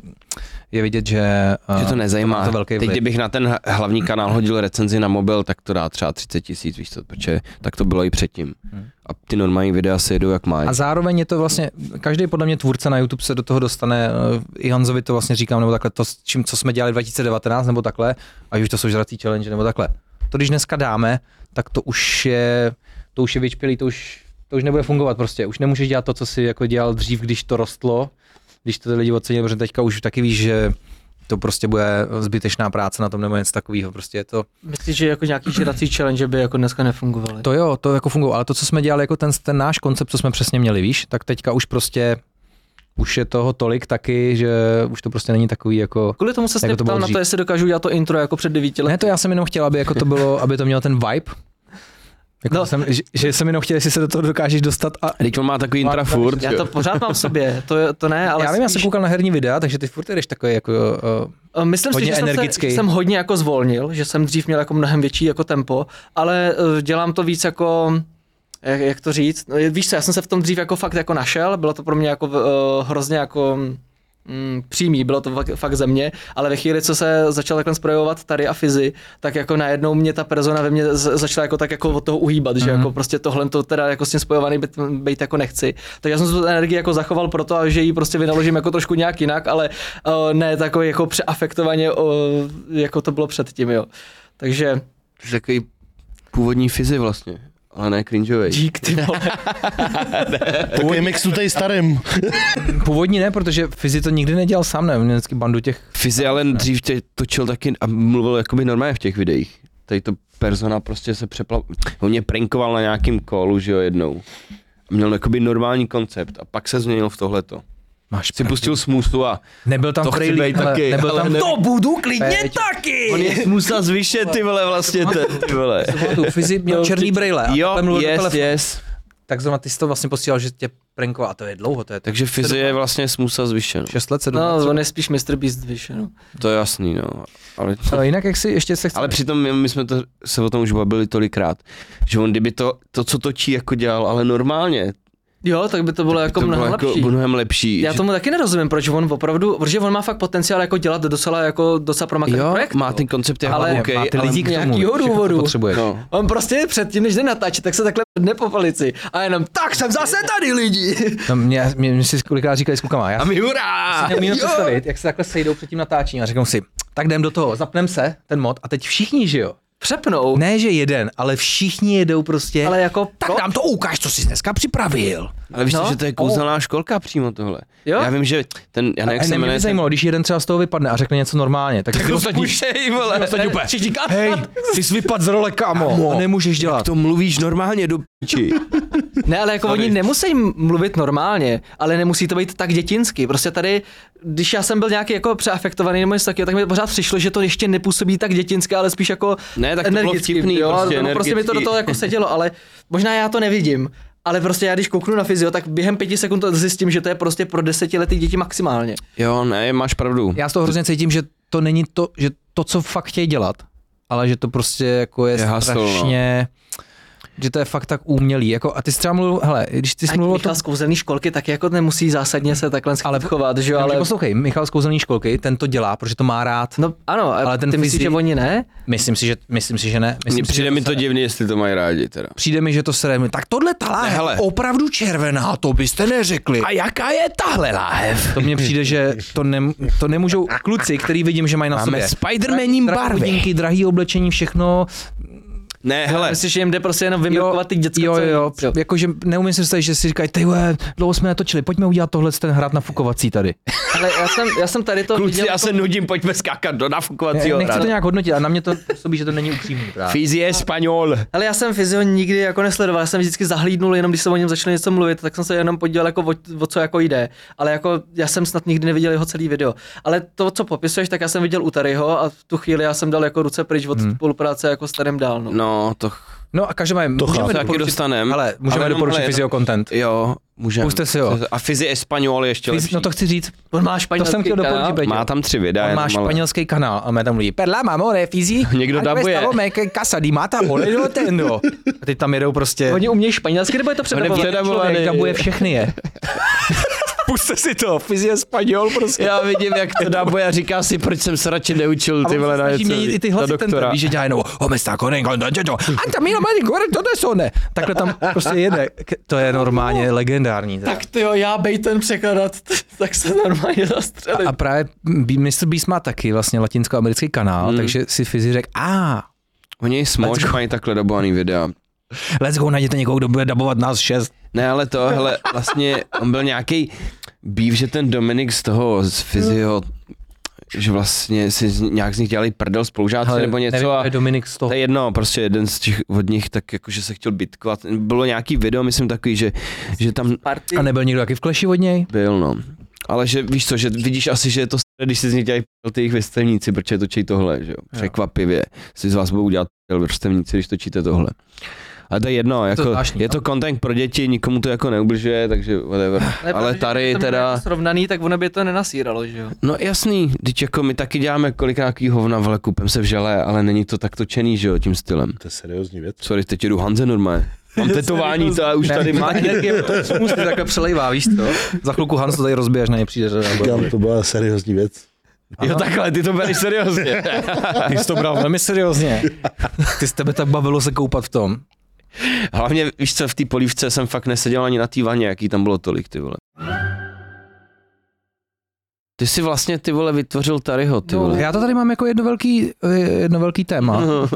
[SPEAKER 2] je vidět, že, eh,
[SPEAKER 1] Že to nezajímá.
[SPEAKER 2] má to velký
[SPEAKER 1] Teď,
[SPEAKER 2] vliv.
[SPEAKER 1] kdybych na ten h- hlavní kanál hodil recenzi na mobil, tak to dá třeba 30 tisíc, víš co, protože tak to bylo i předtím. A ty normální videa si jedou jak mají.
[SPEAKER 2] Hmm. A zároveň je to vlastně, každý podle mě tvůrce na YouTube se do toho dostane, eh, i Hanzovi to vlastně říkám, nebo takhle, to, s čím, co jsme dělali 2019, nebo takhle, ať už to jsou žrací challenge, nebo takhle. To, když dneska dáme, tak to už je, to už je vyčpělý, to už, to už nebude fungovat prostě. Už nemůžeš dělat to, co si jako dělal dřív, když to rostlo, když to ty lidi ocenili, protože teďka už taky víš, že to prostě bude zbytečná práce na tom nebo něco takového. Prostě je to,
[SPEAKER 3] Myslíš, že jako nějaký žrací challenge by jako dneska nefungovaly?
[SPEAKER 2] to jo, to jako fungovalo, ale to, co jsme dělali, jako ten, ten náš koncept, co jsme přesně měli, víš, tak teďka už prostě, už je toho tolik taky, že už to prostě není takový jako...
[SPEAKER 3] Kvůli tomu se
[SPEAKER 2] Jako
[SPEAKER 3] jako
[SPEAKER 2] to
[SPEAKER 3] ptám
[SPEAKER 2] bylo
[SPEAKER 3] na
[SPEAKER 2] dřív.
[SPEAKER 3] to, jestli dokážu dělat to intro jako před devíti
[SPEAKER 2] Ne,
[SPEAKER 3] lety.
[SPEAKER 2] to já jsem jenom chtěl, aby jako to bylo, aby to mělo ten vibe. Jako
[SPEAKER 3] No.
[SPEAKER 2] no. jsem, že, že, jsem jenom chtěl, jestli se do toho dokážeš dostat a
[SPEAKER 1] Teď on má takový
[SPEAKER 2] Má-
[SPEAKER 1] intra furt.
[SPEAKER 3] Já to pořád mám v sobě, to, je- to ne, ale
[SPEAKER 2] já vím, já jsem
[SPEAKER 3] spíš-
[SPEAKER 2] koukal na herní videa, takže ty furt jdeš takový jako... Uh,
[SPEAKER 3] Eh, Myslím si,
[SPEAKER 2] hodně
[SPEAKER 3] že jsem, se,
[SPEAKER 2] energický.
[SPEAKER 3] že jsem hodně jako zvolnil, že jsem dřív měl jako mnohem větší jako tempo, ale eh, dělám to víc jako jak, jak to říct, No, je- víš co, já jsem se v tom dřív jako fakt jako našel, bylo to pro mě jako uh, hrozně jako mm, přímý, bylo to fakt, fakt ze mě, ale ve chvíli, co se začal takhle projevovat tady a fyzi, tak jako najednou mě ta persona ve mně z- začala jako tak jako od toho uhýbat, že jako prostě tohle to teda jako s tím spojovaný být, být jako nechci. Takže já jsem tu energii jako zachoval proto, že ji prostě vynaložím jako trošku nějak jinak, ale uh, ne takový jako přeafektovaně, uh, jako to bylo předtím, jo. Takže
[SPEAKER 1] To je takový původní fizi vlastně, ale ne cringeovej.
[SPEAKER 3] dík ty vole.
[SPEAKER 4] Takový mix tu tady starým.
[SPEAKER 2] původní ne, protože Fizi to nikdy nedělal sám, ne, měl vždycky bandu těch...
[SPEAKER 1] Fizi ale dřív tě točil taky a mluvil jakoby normálně v těch videích. Tady to persona prostě se přepla... On mě prankoval na nějakým kolu, že jo, jednou. Měl jakoby normální koncept a pak se změnil v tohleto.
[SPEAKER 2] Máš
[SPEAKER 1] Si pustil smůstu a
[SPEAKER 2] Nebyl tam
[SPEAKER 1] To chci
[SPEAKER 2] Frejlík,
[SPEAKER 1] být
[SPEAKER 2] hele,
[SPEAKER 1] taky,
[SPEAKER 2] nebyl
[SPEAKER 1] ale
[SPEAKER 2] tam
[SPEAKER 1] ne-
[SPEAKER 2] to budu klidně
[SPEAKER 1] On je musel zvyšet ty vole vlastně ten, ty vole.
[SPEAKER 2] pamatuju, Fizi měl černý brejle a takhle
[SPEAKER 1] No, Jo,
[SPEAKER 2] mluvil do
[SPEAKER 1] yes,
[SPEAKER 2] telefonu.
[SPEAKER 1] yes.
[SPEAKER 2] Tak zrovna ty jsi to vlastně posílal, že tě prankoval a to je dlouho, to je tak
[SPEAKER 1] Takže fyzi je vlastně smusa zvyšen.
[SPEAKER 2] 6 let, 7
[SPEAKER 3] No,
[SPEAKER 2] let.
[SPEAKER 3] on je spíš Mr. Beast, víš, no.
[SPEAKER 1] To je jasný, no. Ale,
[SPEAKER 2] Ale jinak jak si ještě se chci...
[SPEAKER 1] ale přitom my, my jsme to, se o tom už bavili tolikrát, že on kdyby to, to co točí, jako dělal, ale normálně,
[SPEAKER 3] Jo, tak by to bylo jako
[SPEAKER 1] to
[SPEAKER 3] mnohem
[SPEAKER 1] bylo
[SPEAKER 3] lepší.
[SPEAKER 1] jako mnohem lepší.
[SPEAKER 3] Já
[SPEAKER 1] že-
[SPEAKER 3] tomu taky nerozumím, proč on opravdu, protože on má fakt potenciál jako dělat docela jako docela promakaný
[SPEAKER 1] jo,
[SPEAKER 3] projekt.
[SPEAKER 1] má ten koncept jako
[SPEAKER 3] Ale-
[SPEAKER 1] ale,
[SPEAKER 2] okay, má ty lidi k tomu,
[SPEAKER 3] nějakýho
[SPEAKER 2] všechno, co
[SPEAKER 3] důvodu.
[SPEAKER 2] potřebuješ. No.
[SPEAKER 1] No.
[SPEAKER 3] On prostě předtím, než jde natáčet, tak se takhle dne po palici a jenom tak jsem zase tady lidi.
[SPEAKER 2] No, mě, mě, mě, si kolikrát říkali s klukama, já
[SPEAKER 1] A
[SPEAKER 2] si
[SPEAKER 1] my hurá!
[SPEAKER 2] neumím představit, jak se takhle sejdou před tím natáčením a řeknou si, tak jdem do toho, zapnem se ten mod a teď všichni, že jo?
[SPEAKER 3] Přepnou.
[SPEAKER 2] Ne, že jeden, ale všichni jedou prostě.
[SPEAKER 3] Ale jako
[SPEAKER 2] tak
[SPEAKER 3] pro-
[SPEAKER 2] nám to ukáž, co jsi dneska připravil.
[SPEAKER 1] Ale víš,
[SPEAKER 3] No.
[SPEAKER 1] no, že to je kouzelná školka přímo tohle.
[SPEAKER 3] Jo.
[SPEAKER 1] Já vím, že ten, já nevím, jak se
[SPEAKER 2] ne, mě
[SPEAKER 1] jmenuje.
[SPEAKER 2] by zajímalo, když jeden třeba z toho vypadne a řekne něco normálně, tak, tak
[SPEAKER 1] Pušej, vole.
[SPEAKER 3] Všichni kat,
[SPEAKER 2] Hej, ty jsi vypad z role, kamo. A nemůžeš dělat.
[SPEAKER 1] To mluvíš normálně do piči.
[SPEAKER 3] Ne, ale jako
[SPEAKER 1] Sorry.
[SPEAKER 3] oni nemusí mluvit normálně, ale nemusí to být tak dětinský. Prostě tady, když já jsem byl nějaký jako přeafektovaný nebo něco takového, tak mi pořád přišlo, že to ještě nepůsobí tak dětinsky, ale spíš jako
[SPEAKER 1] Ne, tak to bylo
[SPEAKER 3] energicky,
[SPEAKER 1] vtipný,
[SPEAKER 3] jo,
[SPEAKER 1] prostě
[SPEAKER 3] nebo prostě mi to do
[SPEAKER 1] energický.
[SPEAKER 3] toho jako sedělo, ale možná já to nevidím. Ale prostě já když kouknu na fyzio, tak během pěti sekund to zjistím, že to je prostě pro desetiletý děti maximálně.
[SPEAKER 1] Jo, ne, máš pravdu.
[SPEAKER 2] Já z toho hrozně cítím, že to není to, že to, co fakt chtějí dělat, ale že to prostě jako je,
[SPEAKER 1] Je hustle, no.
[SPEAKER 2] strašně, že to je fakt tak umělý. Jako, a ty jsi třeba mluvil, hele, když ty jsi
[SPEAKER 3] Ať
[SPEAKER 2] mluvil o tom,
[SPEAKER 3] Michal z kouzelný školky tak jako nemusí zásadně se takhle ale, chovat, že jo,
[SPEAKER 2] ale...
[SPEAKER 3] ale...
[SPEAKER 2] poslouchej, Michal z kouzelní školky, ten to dělá, protože to má rád.
[SPEAKER 3] No ano, ale
[SPEAKER 2] Ale
[SPEAKER 3] ten
[SPEAKER 2] ten
[SPEAKER 3] ty myslíš,
[SPEAKER 2] fyzi-
[SPEAKER 3] že oni ne?
[SPEAKER 2] Myslím si, že, myslím si, že ne. Myslím
[SPEAKER 1] Mně
[SPEAKER 2] si,
[SPEAKER 1] přijde
[SPEAKER 2] že
[SPEAKER 1] mi to
[SPEAKER 2] sere.
[SPEAKER 1] divný, jestli to mají rádi teda.
[SPEAKER 2] Přijde mi, že to sere. Tak tohle ta láhev
[SPEAKER 1] Hele.
[SPEAKER 2] je opravdu červená, to byste neřekli.
[SPEAKER 1] A jaká je tahle láhev?
[SPEAKER 2] To mně přijde, že to, ne, to nemůžou kluci, který vidím, že mají na
[SPEAKER 1] Máme
[SPEAKER 2] sobě.
[SPEAKER 1] Spidermaní
[SPEAKER 2] drahý
[SPEAKER 1] barvy.
[SPEAKER 2] hodinky, drahý oblečení, všechno,
[SPEAKER 1] Ne, hele,
[SPEAKER 3] Myslíš, že jim jde prostě jenom vymilkovat ty děcka?
[SPEAKER 2] Jo,
[SPEAKER 3] co-
[SPEAKER 2] jo, jo.
[SPEAKER 3] co-
[SPEAKER 2] Jakože neumím si představit, že si říkají, ty vole, dlouho jsme natočili, pojďme udělat tohle ten hrad na fukovací tady.
[SPEAKER 3] Ale já jsem, já jsem tady to
[SPEAKER 1] kluci,
[SPEAKER 3] viděl,
[SPEAKER 1] já
[SPEAKER 3] to-
[SPEAKER 1] se nudím, pojďme skákat do nafukovacího
[SPEAKER 2] Nechci to
[SPEAKER 1] hradu.
[SPEAKER 2] nějak hodnotit a na mě to působí, že to není upřímný právě.
[SPEAKER 1] Fizie Spanol.
[SPEAKER 3] Ale já jsem Fizio nikdy jako nesledoval, já jsem vždycky zahlídnul, jenom když jsem o něm začal něco mluvit, tak jsem se jenom podíval, jako o, o, co jako jde. Ale jako já jsem snad nikdy neviděl jeho celý video. Ale to, co popisuješ, tak já jsem viděl u Taryho a v tu chvíli já jsem dal jako ruce pryč od hmm. spolupráce jako s Tarem dál. No.
[SPEAKER 1] No, to ch-
[SPEAKER 2] No a každopádně,
[SPEAKER 4] To chápu.
[SPEAKER 2] můžeme
[SPEAKER 1] to taky
[SPEAKER 2] doporučit,
[SPEAKER 1] dostanem.
[SPEAKER 2] ale můžeme
[SPEAKER 1] jenom,
[SPEAKER 2] doporučit
[SPEAKER 1] hele,
[SPEAKER 2] physio content.
[SPEAKER 1] Jo, můžeme.
[SPEAKER 2] Pusťte si ho.
[SPEAKER 1] A Fizi Espanol je ještě
[SPEAKER 2] Fyz-
[SPEAKER 1] lepší.
[SPEAKER 2] No to chci říct,
[SPEAKER 3] On má španělský
[SPEAKER 2] jsem chtěl
[SPEAKER 3] kanál.
[SPEAKER 2] doporučit, Peť.
[SPEAKER 1] Má tam tři videa.
[SPEAKER 2] on má
[SPEAKER 1] jenom, ale-
[SPEAKER 2] španělský kanál a má tam lidi, perla, mamore, fizí,
[SPEAKER 1] Někdo dabuje.
[SPEAKER 2] casa di mata, ole, do tendo. A teď tam jedou prostě,
[SPEAKER 3] Oni umějí španělsky, nebo je to
[SPEAKER 2] Člověk
[SPEAKER 3] předabované?
[SPEAKER 2] dabuje všechny je.
[SPEAKER 3] jste si to, fyzie spadil prostě.
[SPEAKER 1] Já vidím, jak to dá boja, říká si, proč jsem se radši neučil, ty vole, na
[SPEAKER 2] snaží
[SPEAKER 1] něco,
[SPEAKER 2] měnit i ty
[SPEAKER 1] na
[SPEAKER 2] hlasy ten,
[SPEAKER 1] doktora.
[SPEAKER 2] víš, že dělá jenom "O, me sta con el contento, anta mira, madre, corre, todo eso, ne." Takhle tam prostě jede. K- To je normálně legendární. teda.
[SPEAKER 3] Tak ty jo, já bej ten překladat, tak se normálně zastřelím.
[SPEAKER 2] A právě B- Mr. Beast má taky vlastně latinskoamerický kanál,
[SPEAKER 1] Mm.
[SPEAKER 2] takže si Fizi řekl, a
[SPEAKER 1] Oni smož mají takhle dobovaný videa.
[SPEAKER 2] let's go, najděte někoho, kdo bude dabovat nás šest.
[SPEAKER 1] Ne, ale to, hele, vlastně on byl nějaký býv, že ten Dominik z toho, z fyzio, že vlastně si z- nějak z nich dělali prdel spolužáci
[SPEAKER 2] Hele,
[SPEAKER 1] nebo něco
[SPEAKER 2] nevím,
[SPEAKER 1] a
[SPEAKER 2] to je Dominik z toho.
[SPEAKER 1] to je jedno, prostě jeden z těch od nich tak jakože se chtěl bitkovat. Bylo nějaký video, myslím takový, že, že tam
[SPEAKER 3] Party.
[SPEAKER 2] A nebyl někdo taky v kleši od něj?
[SPEAKER 1] byl, no. Ale že víš co, že vidíš asi, že je to s***, když si z nich dělají prdel ty jejich vrstevníci, protože točí tohle, že jo. Překvapivě si z vás budou dělat prdel vrstevníci, když točíte tohle. Ale to je jedno, jako,
[SPEAKER 2] zvláštní,
[SPEAKER 1] je to content pro děti, nikomu to jako neubližuje, takže whatever. ale tady teda-
[SPEAKER 3] jako Srovnaný, tak ono by to nenasíralo, že jo.
[SPEAKER 1] No jasný, teď jako my taky děláme kolikrát jaký hovna, vole, kupem se v žele, ale není to tak točený, že jo, tím stylem.
[SPEAKER 4] To je seriózní věc.
[SPEAKER 1] Sorry, teď jedu Hanze normálně. Mám tetování, to a už tady má
[SPEAKER 2] energie, to se musí takhle přelejvá, víš co? Za chvilku Hans to tady rozbije, až na ně přijde řada.
[SPEAKER 4] Říkám, to byla seriózní věc.
[SPEAKER 1] Jo takhle, ty to bereš seriózně.
[SPEAKER 2] Ty jsi to bral velmi seriózně. Ty z tebe tak bavilo se koupat v tom.
[SPEAKER 1] Hlavně, víš co, v té polívce jsem fakt neseděl ani na té vaně, jaký tam bylo tolik, ty vole. Ty jsi vlastně, ty vole, vytvořil Taryho, ty vole.
[SPEAKER 2] No, Já to tady mám jako jedno velký, eh, jedno velký téma.
[SPEAKER 1] No.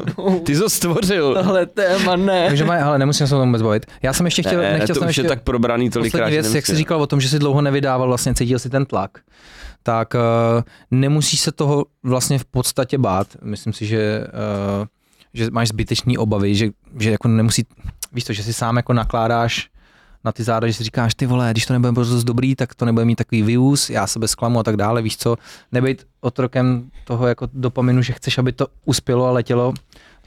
[SPEAKER 1] Ty jsi to stvořil.
[SPEAKER 2] No,
[SPEAKER 3] Tohle téma ne.
[SPEAKER 2] Takže Maja, ale nemusím se o tom vůbec bavit. Já jsem ještě chtěl,
[SPEAKER 1] Ne,
[SPEAKER 2] nechtěl
[SPEAKER 1] to
[SPEAKER 2] jsem
[SPEAKER 1] už
[SPEAKER 2] ještě,
[SPEAKER 1] je tak probraný tolikrát.
[SPEAKER 2] poslední
[SPEAKER 1] že
[SPEAKER 2] věc, jak jsi
[SPEAKER 1] nemusíme.
[SPEAKER 2] říkal o tom, že si dlouho nevydával, vlastně cítil si ten tlak, tak uh, nemusí se toho vlastně v podstatě bát. Myslím si, že, uh, že máš zbytečný obavy, že, že jako nemusí, víš to, že si sám jako nakládáš na ty záda, že si říkáš, ty vole, když to nebude dost dobrý, tak to nebude mít takový views, já sebe zklamu a tak dále, víš co, nebejt otrokem toho jako dopaminu, že chceš, aby to uspělo a letělo,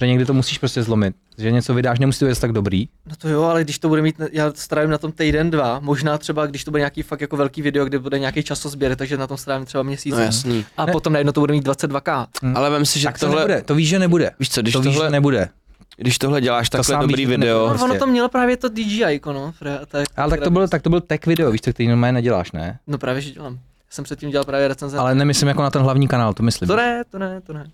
[SPEAKER 2] že někdy to musíš prostě zlomit, že něco vydáš, nemusí to být tak dobrý,
[SPEAKER 3] No to jo, ale když to bude mít, já strávím na tom týden, dva, možná třeba, když to bude nějaký fakt jako velký video, kde bude nějaký časozběr, takže na tom strávím třeba měsíc.
[SPEAKER 1] No jasný.
[SPEAKER 3] a potom najednou to bude mít 22k.
[SPEAKER 1] Ale vem si, že
[SPEAKER 2] Hm. tak to
[SPEAKER 1] tohle,
[SPEAKER 2] nebude, to víš, že nebude.
[SPEAKER 1] víš co, když
[SPEAKER 2] to víš,
[SPEAKER 1] tohle,
[SPEAKER 2] že nebude.
[SPEAKER 1] Když tohle děláš takhle
[SPEAKER 2] sám víš,
[SPEAKER 1] dobrý
[SPEAKER 2] že to
[SPEAKER 1] video,
[SPEAKER 2] nebude.
[SPEAKER 3] No, ono
[SPEAKER 2] prostě.
[SPEAKER 3] to mělo právě to DJI, no. fra- ta-
[SPEAKER 2] Ale tak to, bylo, tak to byl tech video, víš, co, který normálně neděláš, ne?
[SPEAKER 3] No právě, že dělám. Já jsem předtím dělal právě recenze.
[SPEAKER 2] Ale nemyslím jako na ten hlavní kanál, to myslím.
[SPEAKER 3] To ne, to ne, to ne.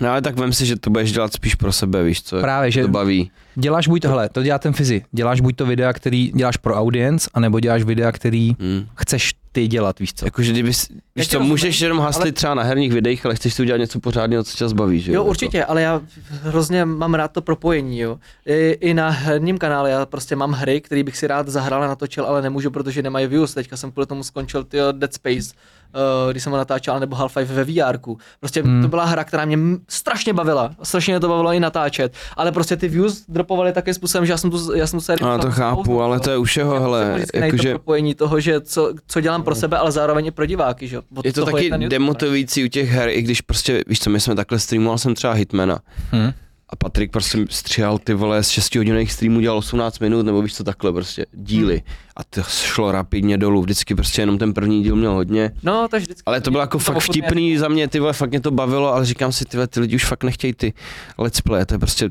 [SPEAKER 1] no ale tak vem si, že to budeš dělat spíš pro sebe, víš co,
[SPEAKER 2] Právě, že
[SPEAKER 1] to baví.
[SPEAKER 2] děláš buď tohle, to dělá ten fyzi, děláš buď to videa, který děláš pro audience, anebo děláš videa, který
[SPEAKER 1] Hmm.
[SPEAKER 2] chceš ty dělat, víš co.
[SPEAKER 3] Jako-
[SPEAKER 1] Jakože kdyby,
[SPEAKER 3] Já
[SPEAKER 1] víš
[SPEAKER 3] ti
[SPEAKER 1] co,
[SPEAKER 3] rozumím,
[SPEAKER 1] můžeš jenom haslit
[SPEAKER 3] ale-
[SPEAKER 1] třeba na herních videích, ale chceš si udělat něco pořádného, co tě baví, že
[SPEAKER 3] Jo,
[SPEAKER 1] jo? jako.
[SPEAKER 3] určitě, ale já hrozně mám rád to propojení, jo. I, I na herním kanále já prostě mám hry, které bych si rád zahrál a natočil, ale nemůžu, protože nemají views. Teďka jsem kvůli tomu skončil ty Dead Space, eh, když jsem ho natáčel, nebo Half-Life ve VR. Prostě
[SPEAKER 2] Hmm.
[SPEAKER 3] hmm. to byla hra, která mě m- strašně bavila, strašně mě to bavilo i natáčet, ale prostě ty views dropovaly takovým způsobem, že já jsem, tu, já jsem se...
[SPEAKER 1] To. Ale to chápu,
[SPEAKER 3] no.
[SPEAKER 1] ale to je u všeho, hele,
[SPEAKER 3] jakože...
[SPEAKER 1] jakože No.
[SPEAKER 3] to propojení toho, že co, co dělám pro sebe, ale zároveň i pro diváky, že? jo. Od
[SPEAKER 1] je to
[SPEAKER 3] toho
[SPEAKER 1] taky
[SPEAKER 3] ten YouTube, ne?
[SPEAKER 1] demotivující u těch her, i když prostě, víš co, my jsme takhle streamoval jsem třeba Hitmana
[SPEAKER 2] Hm.
[SPEAKER 1] a Patrik prostě stříhal ty vole z 6 hodinových streamů, dělal 18 minut, nebo víš co, takhle prostě, díly
[SPEAKER 3] Hm.
[SPEAKER 1] a to šlo rapidně dolů, vždycky prostě jenom ten první díl měl hodně
[SPEAKER 3] No, to vždycky.
[SPEAKER 1] Ale to bylo jako fakt
[SPEAKER 3] ochutné.
[SPEAKER 1] vtipný za mě, ty vole, fakt mě to bavilo, ale říkám si, ty vole, ty lidi už fakt nechtějí ty let's play, to je prostě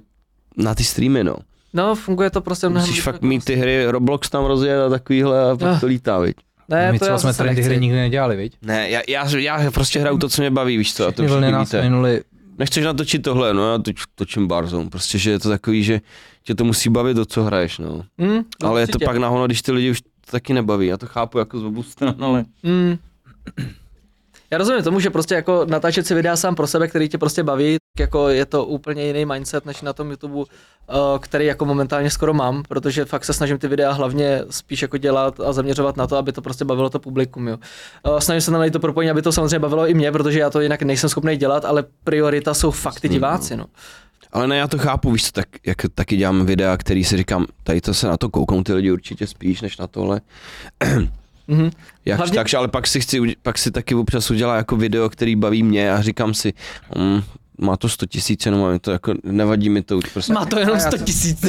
[SPEAKER 1] na ty streamy, no.
[SPEAKER 3] No, funguje to prostě mnohem.
[SPEAKER 1] Musíš
[SPEAKER 3] líp
[SPEAKER 1] fakt
[SPEAKER 3] jako
[SPEAKER 1] mít ty hry Roblox tam rozjet a takovýhle a pak
[SPEAKER 3] Ah.
[SPEAKER 1] to lítá, viď.
[SPEAKER 3] Ne,
[SPEAKER 2] My
[SPEAKER 3] to
[SPEAKER 2] třeba
[SPEAKER 3] já
[SPEAKER 2] jsme
[SPEAKER 3] zase
[SPEAKER 2] tady ty
[SPEAKER 3] nechci.
[SPEAKER 2] hry nikdy nedělali, viď?
[SPEAKER 1] Ne, já, já, já prostě hraju to, co mě baví, víš co, a to
[SPEAKER 2] Ty
[SPEAKER 1] už
[SPEAKER 2] vlny nás
[SPEAKER 1] víte.
[SPEAKER 2] minuli.
[SPEAKER 1] Nechceš natočit tohle, no já teď točím Barzone, prostě, že je to takový, že tě to musí bavit, do co hraješ, no.
[SPEAKER 3] Hm,
[SPEAKER 1] no ale je to
[SPEAKER 3] určitě.
[SPEAKER 1] pak nahono, když ty lidi už to taky nebaví, já to chápu jako z obou stran, ale...
[SPEAKER 3] Hm. Já rozumím tomu, že prostě jako natáčet si videa sám pro sebe, který tě prostě baví, tak jako je to úplně jiný mindset než na tom YouTube, eh, který jako momentálně skoro mám, protože fakt se snažím ty videa hlavně spíš jako dělat a zaměřovat na to, aby to prostě bavilo to publikum. Jo. Eh, Snažím se tam najít to propojení, aby to samozřejmě bavilo i mě, protože já to jinak nejsem schopný dělat, ale priorita jsou fakt
[SPEAKER 1] Mm.
[SPEAKER 3] ty diváci. No.
[SPEAKER 1] Ale ne, já to chápu, víš co, tak, jak taky dělám videa, který si říkám, tady to se na to kouknou ty lidi určitě spíš, než na tohle.
[SPEAKER 3] Mhm.
[SPEAKER 1] Jak, Hlavně...
[SPEAKER 3] Hlavně-
[SPEAKER 1] Takže, ale pak si, chci, udě- pak si taky občas udělá jako video, který baví mě a říkám si, mm, má to 100 tisíc, jenom a mi to jako, nevadí mi to už prostě.
[SPEAKER 3] Má to jenom 100 tisíc.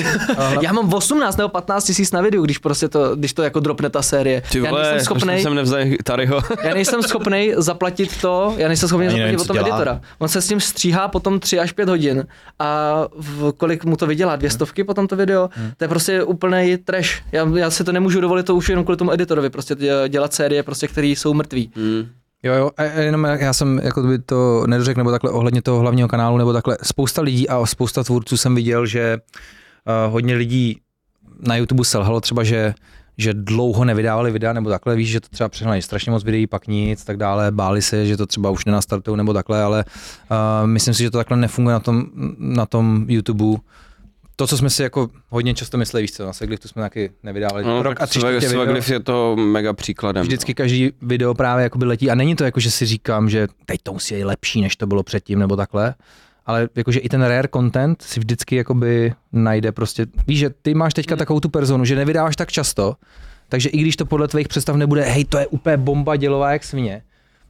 [SPEAKER 3] já mám 18 nebo 15 tisíc na videu, když prostě to, když to jako dropne ta série.
[SPEAKER 1] Ty
[SPEAKER 3] já
[SPEAKER 1] vole,
[SPEAKER 3] nejsem
[SPEAKER 1] možná
[SPEAKER 3] schopnej,
[SPEAKER 1] jsem nevzal Taryho.
[SPEAKER 3] já nejsem schopnej zaplatit to, já nejsem schopný
[SPEAKER 2] Ani nevím,
[SPEAKER 3] zaplatit
[SPEAKER 2] co
[SPEAKER 3] potom
[SPEAKER 2] dělá.
[SPEAKER 3] editora. On se s tím stříhá potom 3 až 5 hodin a v kolik mu to vydělá,
[SPEAKER 2] Mhm.
[SPEAKER 3] dvě stovky potom to video, to je prostě úplný trash. Já, já si to nemůžu dovolit, to už jenom kvůli tomu editorovi, prostě dě- dělat série, prostě, které jsou mrtví.
[SPEAKER 1] Mm.
[SPEAKER 2] Jo, jo, a a jenom já jsem jako by to nedořekl, nebo takhle ohledně toho hlavního kanálu, nebo takhle spousta lidí a spousta tvůrců jsem viděl, že uh, hodně lidí na YouTube selhalo třeba, že že dlouho nevydávali videa, nebo takhle, víš, že to třeba přehnají strašně moc videí, pak nic, tak dále, báli se, že to třeba už nenastartují, nebo takhle, ale uh, myslím si, že to takhle nefunguje na tom, na tom YouTube. To, co jsme si jako hodně často mysleli, víš co, na Segliftu jsme taky nevydávali
[SPEAKER 1] No,
[SPEAKER 2] rok a
[SPEAKER 1] tak
[SPEAKER 2] tři čtvrtě video
[SPEAKER 1] Svagriff je to mega příkladem. no.
[SPEAKER 2] vždycky každý video právě jakoby letí a není to jako, že si říkám, že teď to musí být lepší, než to bylo předtím nebo takhle, ale jakože i ten rare content si vždycky jakoby najde prostě, víš, že ty máš teďka takovou tu personu, že nevydáváš tak často, takže i když to podle tvých představ nebude, hej, to je úplně bomba dělová jak svině,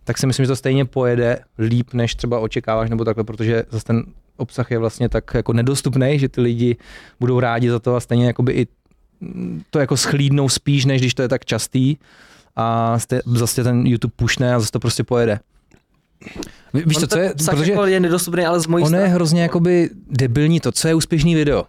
[SPEAKER 2] tak si myslím, že to stejně pojede líp, než třeba očekáváš nebo takhle, protože zase ten obsah je vlastně tak jako nedostupný, že ty lidi budou rádi za to a stejně jakoby i mm, to jako schlídnou spíš, než když to je tak častý a ste, zase ten YouTube pušne a zase to prostě pojede. Ví- Víš
[SPEAKER 3] On
[SPEAKER 2] to, co
[SPEAKER 3] ten
[SPEAKER 2] je?
[SPEAKER 3] Psach
[SPEAKER 2] Protože
[SPEAKER 3] jako je nedostupný, ale z mojí
[SPEAKER 2] ono je
[SPEAKER 3] strany.
[SPEAKER 2] hrozně jako- jakoby debilní to, co je úspěšný video.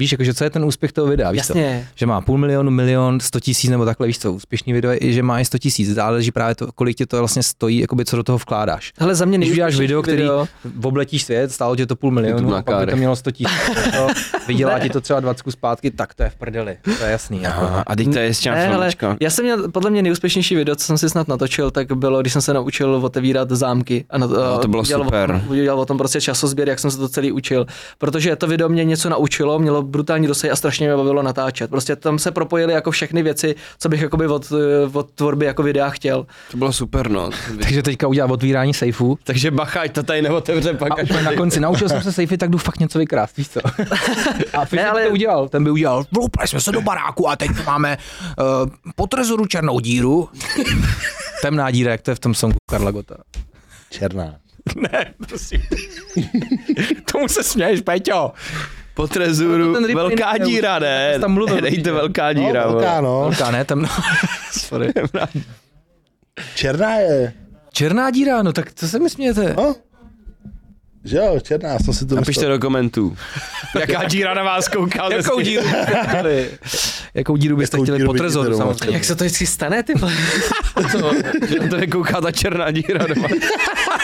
[SPEAKER 2] Víš, jakože co je ten úspěch toho videa, víš to?
[SPEAKER 3] Jasně.
[SPEAKER 2] Že má půl milionu, milion, sto tisíc nebo takhle, víš co, úspěšný video je, i že má i sto tisíc, záleží právě to, kolik ti to vlastně stojí, jakoby co do toho vkládáš.
[SPEAKER 3] Hele, za mě
[SPEAKER 2] Když uděláš
[SPEAKER 3] nejúspěšnější
[SPEAKER 2] video, který obletíš svět, stálo tě to půl milionu,
[SPEAKER 1] YouTube na
[SPEAKER 2] a pak by to
[SPEAKER 1] kárech.
[SPEAKER 2] mělo 100 tisíc, to vydělá ti to třeba 20 zpátky, tak to je v prdeli, to je jasný. Jako.
[SPEAKER 1] Aha, a teď to je s
[SPEAKER 3] Ne, hele,
[SPEAKER 1] čámčka.
[SPEAKER 3] já jsem měl podle mě nejúspěšnější video, co jsem si snad natočil, tak bylo, když jsem se naučil otevírat zámky. A na,
[SPEAKER 1] No, to bylo
[SPEAKER 3] udělal O
[SPEAKER 1] super.
[SPEAKER 3] tom, udělal o tom prostě časozběr, jak jsem se to celý učil. Protože to video mě něco naučilo, mělo brutální dosah a strašně mě bavilo natáčet. Prostě tam se propojily jako všechny věci, co bych jakoby od, eh, od tvorby jako videa chtěl.
[SPEAKER 1] To bylo super, no.
[SPEAKER 2] Takže teďka udělá otvírání sejfu.
[SPEAKER 1] Takže bachaj, to tady neotevře pak.
[SPEAKER 2] A
[SPEAKER 1] až
[SPEAKER 2] úplně na konci naučil jsem se sejfy, tak jdu fakt něco vykrást, víš co? A Filip
[SPEAKER 3] Ne, ale-
[SPEAKER 2] ale... to udělal, ten by udělal.
[SPEAKER 5] Vloupali jsme se do baráku a teď máme uh, po trezoru černou díru.
[SPEAKER 2] Temná díra, jak to je v tom songu Karla Gota.
[SPEAKER 4] Černá.
[SPEAKER 2] Tomu se směješ, Peťo.
[SPEAKER 1] Po trezuru,
[SPEAKER 2] No, ten replay
[SPEAKER 1] velká
[SPEAKER 2] neudělal.
[SPEAKER 1] díra, ne?
[SPEAKER 2] jsi tam mluvil,
[SPEAKER 1] Dejte
[SPEAKER 2] určitě.
[SPEAKER 1] velká
[SPEAKER 4] No,
[SPEAKER 1] díra.
[SPEAKER 4] velká,
[SPEAKER 1] vole.
[SPEAKER 4] no.
[SPEAKER 2] Velká, ne, temná. Sorry.
[SPEAKER 4] Černá je,
[SPEAKER 2] Černá díra, no tak co se mi smějete?
[SPEAKER 4] no. Že jo, černá, jsem si to
[SPEAKER 1] Napište
[SPEAKER 4] myslel.
[SPEAKER 1] do komentů. Jako- Jaká díra na vás kouká?
[SPEAKER 2] Jakou díru? Jakou díru byste
[SPEAKER 4] Jakou
[SPEAKER 2] chtěli
[SPEAKER 4] díru
[SPEAKER 2] po
[SPEAKER 4] byste
[SPEAKER 2] trezoru,
[SPEAKER 4] doma
[SPEAKER 2] samozřejmě.
[SPEAKER 3] Jak se to vždycky stane, ty vole?
[SPEAKER 1] Že na to je kouká ta černá díra doma.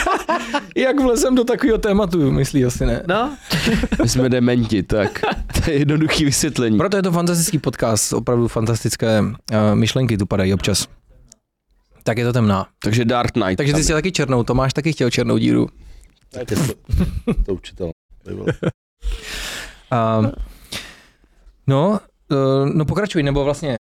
[SPEAKER 2] Jak vlezem do takového tématu, myslí asi ne.
[SPEAKER 3] No,
[SPEAKER 1] My jsme dementi, tak. To je jednoduchý vysvětlení.
[SPEAKER 2] Proto je to fantastický podcast, opravdu fantastické uh, myšlenky tu padají občas. Tak je to temná.
[SPEAKER 1] Takže Dark Knight.
[SPEAKER 2] Takže ty jsi taky černou, Tomáš taky chtěl černou díru.
[SPEAKER 4] Tak je To, to učitel. Ty vole.
[SPEAKER 2] Um, no, uh, no pokračuj, nebo vlastně,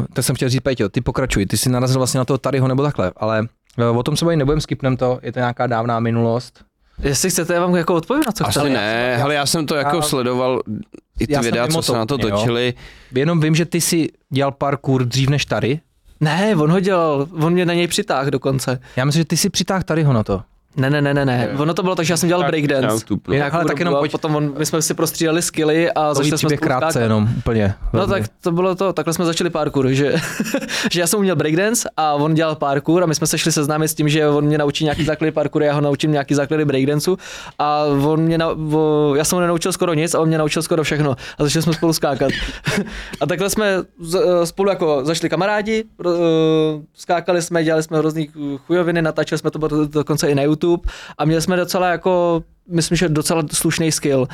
[SPEAKER 2] uh, to jsem chtěl říct, Peťo, ty pokračuj, ty jsi narazil vlastně na toho Tadyho nebo takhle, ale uh, o tom se bavit nebudem, skipnem to, je to nějaká dávná minulost.
[SPEAKER 3] jestli chcete, já vám jako odpovím na co
[SPEAKER 1] Asi
[SPEAKER 3] chcete.
[SPEAKER 1] ne, hele, já jsem to jako
[SPEAKER 2] já-
[SPEAKER 1] sledoval i ty
[SPEAKER 2] já jsem
[SPEAKER 1] videa,
[SPEAKER 2] mimo
[SPEAKER 1] co se
[SPEAKER 2] to
[SPEAKER 1] na to
[SPEAKER 2] úplně, jo.
[SPEAKER 1] točili.
[SPEAKER 2] Jenom vím, že ty jsi dělal parkour dřív než Tady.
[SPEAKER 3] Ne, on ho dělal, on mě na něj přitáhl dokonce.
[SPEAKER 2] Já myslím, že ty jsi přitáhl Tadyho na to.
[SPEAKER 3] Ne, ne, ne, ne, ne. Ono to bylo tak, že já jsem dělal
[SPEAKER 1] Tak,
[SPEAKER 3] breakdance.
[SPEAKER 1] na YouTube, no.
[SPEAKER 2] Jinak, ale
[SPEAKER 3] Nějakou
[SPEAKER 2] tak jenom
[SPEAKER 3] dobu a
[SPEAKER 2] pojď-
[SPEAKER 3] Potom on, my jsme si prostřídali skilly a
[SPEAKER 2] Takový
[SPEAKER 3] začali jsme
[SPEAKER 2] příběh
[SPEAKER 3] spolu
[SPEAKER 2] krátce
[SPEAKER 3] skákat.
[SPEAKER 2] jenom, úplně.
[SPEAKER 3] No
[SPEAKER 2] velmi.
[SPEAKER 3] tak to bylo to, takhle jsme začali parkour, že, že já jsem uměl breakdance a on dělal parkour a my jsme se šli seznámit s tím, že on mě naučí nějaký základy parkouru, já ho naučím nějaký základy breakdanceu a on mě na, o, já jsem ho nenaučil skoro nic a on mě naučil skoro všechno a začali jsme spolu skákat. a takhle jsme z, spolu jako zašli kamarádi, pro- eh, skákali jsme, dělali jsme hrozný chujoviny, natáčeli jsme to do- dokonce i na YouTube a měli jsme docela jako, myslím, že docela slušný skill.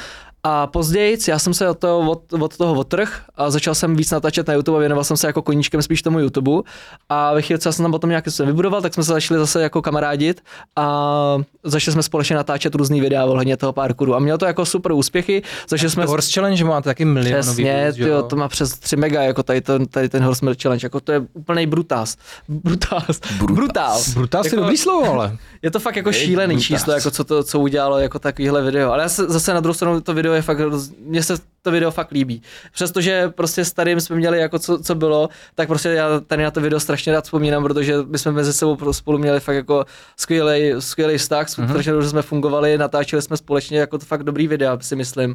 [SPEAKER 3] A později já jsem se od toho, od, od toho otrh a začal jsem víc natáčet na YouTube a věnoval jsem se jako koníčkem spíš tomu YouTube. A ve chvíli, co já jsem tam potom nějaký jsem vybudoval, tak jsme se začali zase jako kamarádit a začali jsme společně natáčet různý videa ohledně toho parkouru. A mělo to jako super úspěchy. Začali jsme
[SPEAKER 2] To Horse Challenge máte taky milionový.
[SPEAKER 3] Přesně,
[SPEAKER 2] views, že
[SPEAKER 3] tyjo, to má přes 3 mega, jako tady, ten, tady ten Horsemer Challenge, jako to je úplný brutás. Brutás. Brutál.
[SPEAKER 2] Brutál si
[SPEAKER 3] jako,
[SPEAKER 2] dobrý slovo, ale.
[SPEAKER 3] Je to fakt jako šílený číslo, jako co, to, co udělalo jako takovýhle video. Ale já se, zase na druhou stranu to video video je fakt, roz- mně se to video fakt líbí. Přestože prostě starým jsme měli jako co, co bylo, tak prostě já tady na to video strašně rád vzpomínám, protože my jsme mezi sebou pro- spolu měli fakt jako skvělý, skvělý vztah, mm-hmm. strašně dobře jsme fungovali, natáčeli jsme společně jako to fakt dobrý videa, si myslím.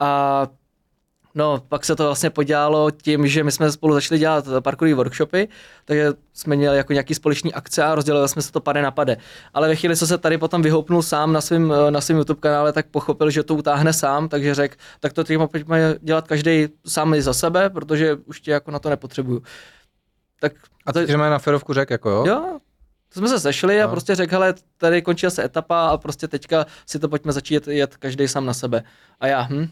[SPEAKER 3] A No, pak se to vlastně podělalo tím, že my jsme spolu začali dělat parkourové workshopy, takže jsme měli jako nějaký společní akce a rozdělili jsme se to pade na pade. Ale ve chvíli, co se tady potom vyhoupnul sám na svém na svým YouTube kanále, tak pochopil, že to utáhne sám, takže řekl, tak to teď má pojďme dělat každý sám za sebe, protože už tě jako na to nepotřebuju. Tak
[SPEAKER 2] A teď jsme na ferovku řek, jako jo?
[SPEAKER 3] Jo, to jsme se sešli a
[SPEAKER 2] No.
[SPEAKER 3] prostě řekl, hele, tady končila se etapa a prostě teďka si to pojďme začít jet, jet každý sám na sebe. A já, hm,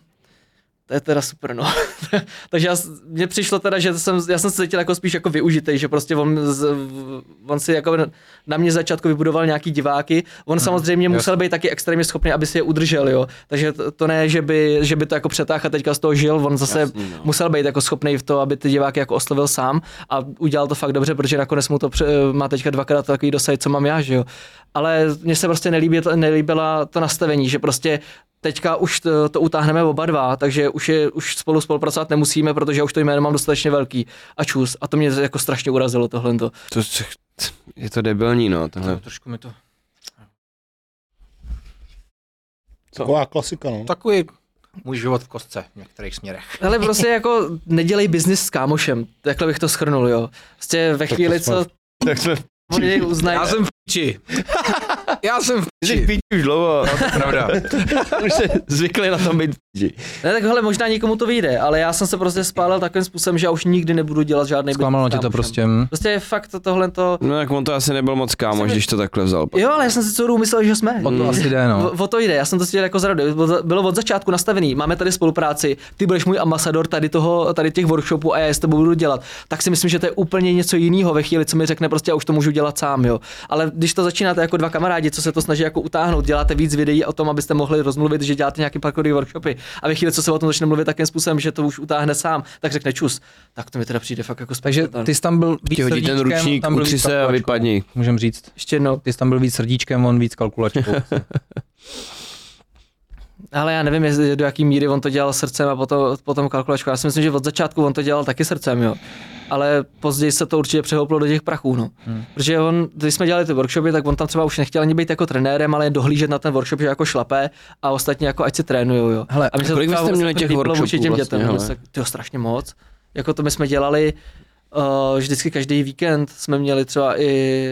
[SPEAKER 3] to je teda super, no. Takže já, s- mně přišlo teda, že jsem, já jsem se cítil jako spíš jako využitej, že prostě on, z, v- on si jako na mě začátku vybudoval nějaký diváky. On samozřejmě
[SPEAKER 2] Mhm, jasně.
[SPEAKER 3] musel být taky extrémně schopný, aby si je udržel, jo. Takže to, to ne, že by, že by to jako přetáhl a teďka z toho žil, on zase
[SPEAKER 1] Jasný, no.
[SPEAKER 3] musel být jako schopný v to, aby ty diváky jako oslovil sám a udělal to fakt dobře, protože nakonec mu to pře- má teďka dvakrát takový dosah, co mám já, že jo. Ale mně se prostě nelíbí, nelíbila to nastavení, že prostě teďka už to, to utáhneme oba dva, takže už, je, už spolu spolupracovat nemusíme, protože já už to jméno mám dostatečně velký a čus. A to mě jako strašně urazilo tohle.
[SPEAKER 1] To, se- je to debilní, no, tohle.
[SPEAKER 2] Trošku mi to...
[SPEAKER 4] Taková klasika, no.
[SPEAKER 5] Takový můj život v kostce v některých směrech.
[SPEAKER 3] Ale prostě jako nedělej biznis s kámošem, takhle bych to schrnul, jo. Prostě ve chvíli,
[SPEAKER 4] jsme-
[SPEAKER 3] co
[SPEAKER 1] Tak jsme
[SPEAKER 3] oni uznají,
[SPEAKER 5] Já jsem v piči. Já jsem v
[SPEAKER 1] jsi
[SPEAKER 5] piči.
[SPEAKER 1] pít už dlouho,
[SPEAKER 5] Pravda.
[SPEAKER 1] už se zvykli na tom být v píči.
[SPEAKER 3] Ne, tak hele, možná někomu to vyjde, ale já jsem se prostě spálil takovým způsobem, že já už nikdy nebudu dělat žádný
[SPEAKER 2] Zklamalo
[SPEAKER 3] biznis
[SPEAKER 2] tě
[SPEAKER 3] s
[SPEAKER 2] to
[SPEAKER 3] kámošem.
[SPEAKER 2] prostě. hm.
[SPEAKER 3] Prostě fakt to, tohle to...
[SPEAKER 1] No tak on to asi nebyl moc kámoš, když to takhle vzal. pak.
[SPEAKER 3] Jo, ale já jsem si celou dobu myslel, že jsme.
[SPEAKER 2] O to asi jde, no.
[SPEAKER 3] O, o to jde, já jsem to chtěl jako zradu. Bylo od začátku nastavený, máme tady spolupráci, ty budeš můj ambasador tady, toho, tady těch workshopů a já je s tebou budu dělat. Tak si myslím, že to je úplně něco jiného ve chvíli, co mi řekne, prostě já už to můžu dělat sám, jo. Ale když to začínáte jako dva kamarádi, co se to snaží jako utáhnout, děláte víc videí o tom, abyste mohli rozmluvit, že děláte nějaký parkourové workshopy a ve chvíli, co se o tom začne mluvit takým způsobem, že to už utáhne sám, tak řekne čus. Tak to mi teda přijde fakt jako
[SPEAKER 2] Takže
[SPEAKER 3] spektakulární.
[SPEAKER 2] ty jsi tam byl víc
[SPEAKER 1] Ti hodí ten
[SPEAKER 2] srdíčkem,
[SPEAKER 1] ručník,
[SPEAKER 2] tam byl
[SPEAKER 1] utři
[SPEAKER 2] víc
[SPEAKER 1] se a
[SPEAKER 2] kalkulačkou,
[SPEAKER 1] vypadni.
[SPEAKER 2] Můžem říct.
[SPEAKER 3] ještě jednou.
[SPEAKER 2] Ty jsi tam byl víc srdíčkem, on víc kalkulačkou.
[SPEAKER 3] Ale já nevím, jestli, do jaký míry on to dělal srdcem a potom, potom kalkulačkou. Já si myslím, že od začátku on to dělal taky srdcem, jo. Ale později se to určitě přehouplo do těch prachů, no. Hmm. Protože on, když jsme dělali ty workshopy, tak on tam třeba už nechtěl ani být jako trenérem, ale jen dohlížet na ten workshop, že jako šlapé a ostatní jako ať si trénujou, jo.
[SPEAKER 2] Hele,
[SPEAKER 3] a mně
[SPEAKER 1] a kolik vy
[SPEAKER 3] třeba
[SPEAKER 1] jste měli těch
[SPEAKER 3] líbilo vůči
[SPEAKER 1] workshopů
[SPEAKER 3] těm
[SPEAKER 1] vlastně,
[SPEAKER 3] dětem,
[SPEAKER 1] hele?
[SPEAKER 3] to strašně moc. Jako to my jsme dělali uh, vždycky každý víkend jsme měli třeba i,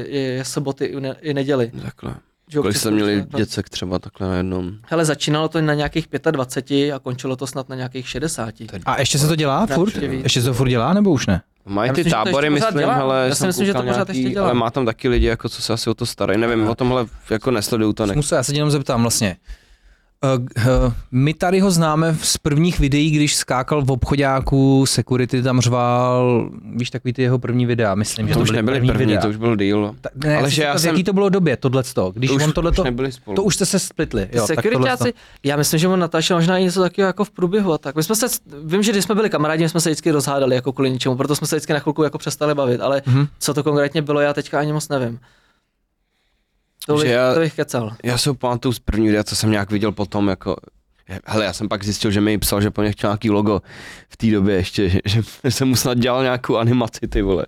[SPEAKER 3] i soboty, i, ne, i neděli.
[SPEAKER 1] Takhle.
[SPEAKER 3] Že
[SPEAKER 1] Kolik
[SPEAKER 3] občas
[SPEAKER 1] jste měli
[SPEAKER 3] jsme-
[SPEAKER 1] děcek třeba takhle na jednom?
[SPEAKER 3] Hele, začínalo to na nějakých 25 a končilo to snad na nějakých 60.
[SPEAKER 2] A ještě se to dělá furt?
[SPEAKER 3] Určitě víc.
[SPEAKER 2] Ještě se to furt dělá, nebo už ne?
[SPEAKER 1] Mají
[SPEAKER 3] Já
[SPEAKER 1] ty
[SPEAKER 3] myslím, že to ještě
[SPEAKER 1] tábory,
[SPEAKER 3] pořád
[SPEAKER 1] myslím,
[SPEAKER 3] dělá.
[SPEAKER 1] ale
[SPEAKER 3] Já si
[SPEAKER 1] jsem
[SPEAKER 3] myslím, že to
[SPEAKER 1] koukal
[SPEAKER 3] pořád
[SPEAKER 1] nějaký,
[SPEAKER 3] ještě dělá.
[SPEAKER 1] Ale má tam taky lidi, jako co se asi o to starají. Nevím, o tomhle jako nesleduju to. Ne.
[SPEAKER 2] Musel, já se tě jenom zeptám vlastně. Eh, eh, My tady ho známe z prvních videí, když skákal v obchodáku, security tam řval, víš, takový ty jeho první videa, myslím, že
[SPEAKER 1] To
[SPEAKER 2] to
[SPEAKER 1] už
[SPEAKER 2] byly
[SPEAKER 1] nebyly první,
[SPEAKER 2] videa.
[SPEAKER 1] to už byl deal.
[SPEAKER 2] Ta, ne, ale že já jsem... Jaký to bylo době, tohleto? Když
[SPEAKER 1] To už-
[SPEAKER 2] on
[SPEAKER 1] už
[SPEAKER 2] tohleto...
[SPEAKER 1] nebyli spolu.
[SPEAKER 2] To už jste se splitli. Jo,
[SPEAKER 3] Jo,
[SPEAKER 2] tak
[SPEAKER 3] Sekuritáci,
[SPEAKER 2] tohleto.
[SPEAKER 3] já myslím, že on natáčel možná i něco takového jako v průběhu a tak. My jsme se, vím, že když jsme byli kamarádi, my jsme se vždycky rozhádali jako kvůli ničemu, proto jsme se vždycky na chvilku jako přestali bavit, ale
[SPEAKER 2] Mhm.
[SPEAKER 3] mm-hmm. co to konkrétně bylo, já teďka ani moc nevím. To
[SPEAKER 1] Že
[SPEAKER 3] bych,
[SPEAKER 1] já-
[SPEAKER 3] já... to bych kecal.
[SPEAKER 1] Já si ho pamatuju z první videa, co jsem nějak viděl potom, jako... Hele, já jsem pak zjistil, že mi psal, že po něm chtěl nějaký logo v té době ještě, že, že jsem mu snad dělal nějakou animaci, ty vole.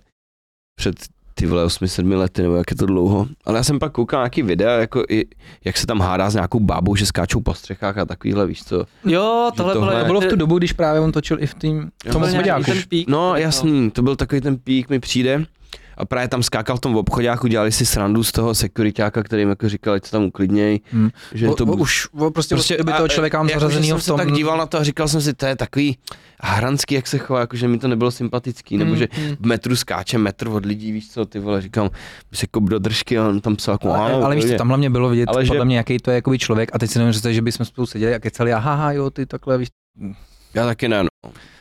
[SPEAKER 1] Před ty vole 8-7 lety, nebo jak je to dlouho. Ale já jsem pak koukal nějaký videa, jako i, jak se tam hádá s nějakou bábou, že skáčou po střechách a takovýhle, víš co.
[SPEAKER 3] Jo, tohle,
[SPEAKER 1] tohle- To
[SPEAKER 3] bylo,
[SPEAKER 2] To bylo v tu dobu, když právě on točil i v tým, v tom
[SPEAKER 1] byl nějaký
[SPEAKER 2] obchodáku.
[SPEAKER 3] ten pík.
[SPEAKER 1] No jasný, to byl takový ten pík, mi přijde. A právě tam skákal v tom obchodáku, dělali si srandu z toho sekuritáka, který jim jako říkal, ať se tam uklidněj.
[SPEAKER 2] Hmm.
[SPEAKER 1] Že
[SPEAKER 2] O-
[SPEAKER 1] to
[SPEAKER 2] o- Už o, prostě, prostě by
[SPEAKER 1] a-
[SPEAKER 2] toho člověka mám
[SPEAKER 1] jako, že
[SPEAKER 2] zařazenýho
[SPEAKER 1] jsem
[SPEAKER 2] v tom...
[SPEAKER 1] se tak díval na to a říkal jsem si, to je takový hranský, jak se chová, jako že mi to nebylo sympatický,
[SPEAKER 2] Hmm.
[SPEAKER 1] nebo že
[SPEAKER 3] mm.
[SPEAKER 1] v metru skáče metr od lidí, víš co, ty vole, říkám, by se kop do držky a on tam psal jako,
[SPEAKER 2] Ale,
[SPEAKER 1] "Ano,
[SPEAKER 2] ale víš, co,
[SPEAKER 1] pojďme."
[SPEAKER 2] tam hlavně bylo vidět,
[SPEAKER 1] Ale
[SPEAKER 2] ale
[SPEAKER 1] že-
[SPEAKER 2] podle mě, jaký to je jakoby člověk a teď si nevím, že bychom spolu seděli a kecali a haha, jo, ty takhle, víš,
[SPEAKER 1] Já taky ne, no.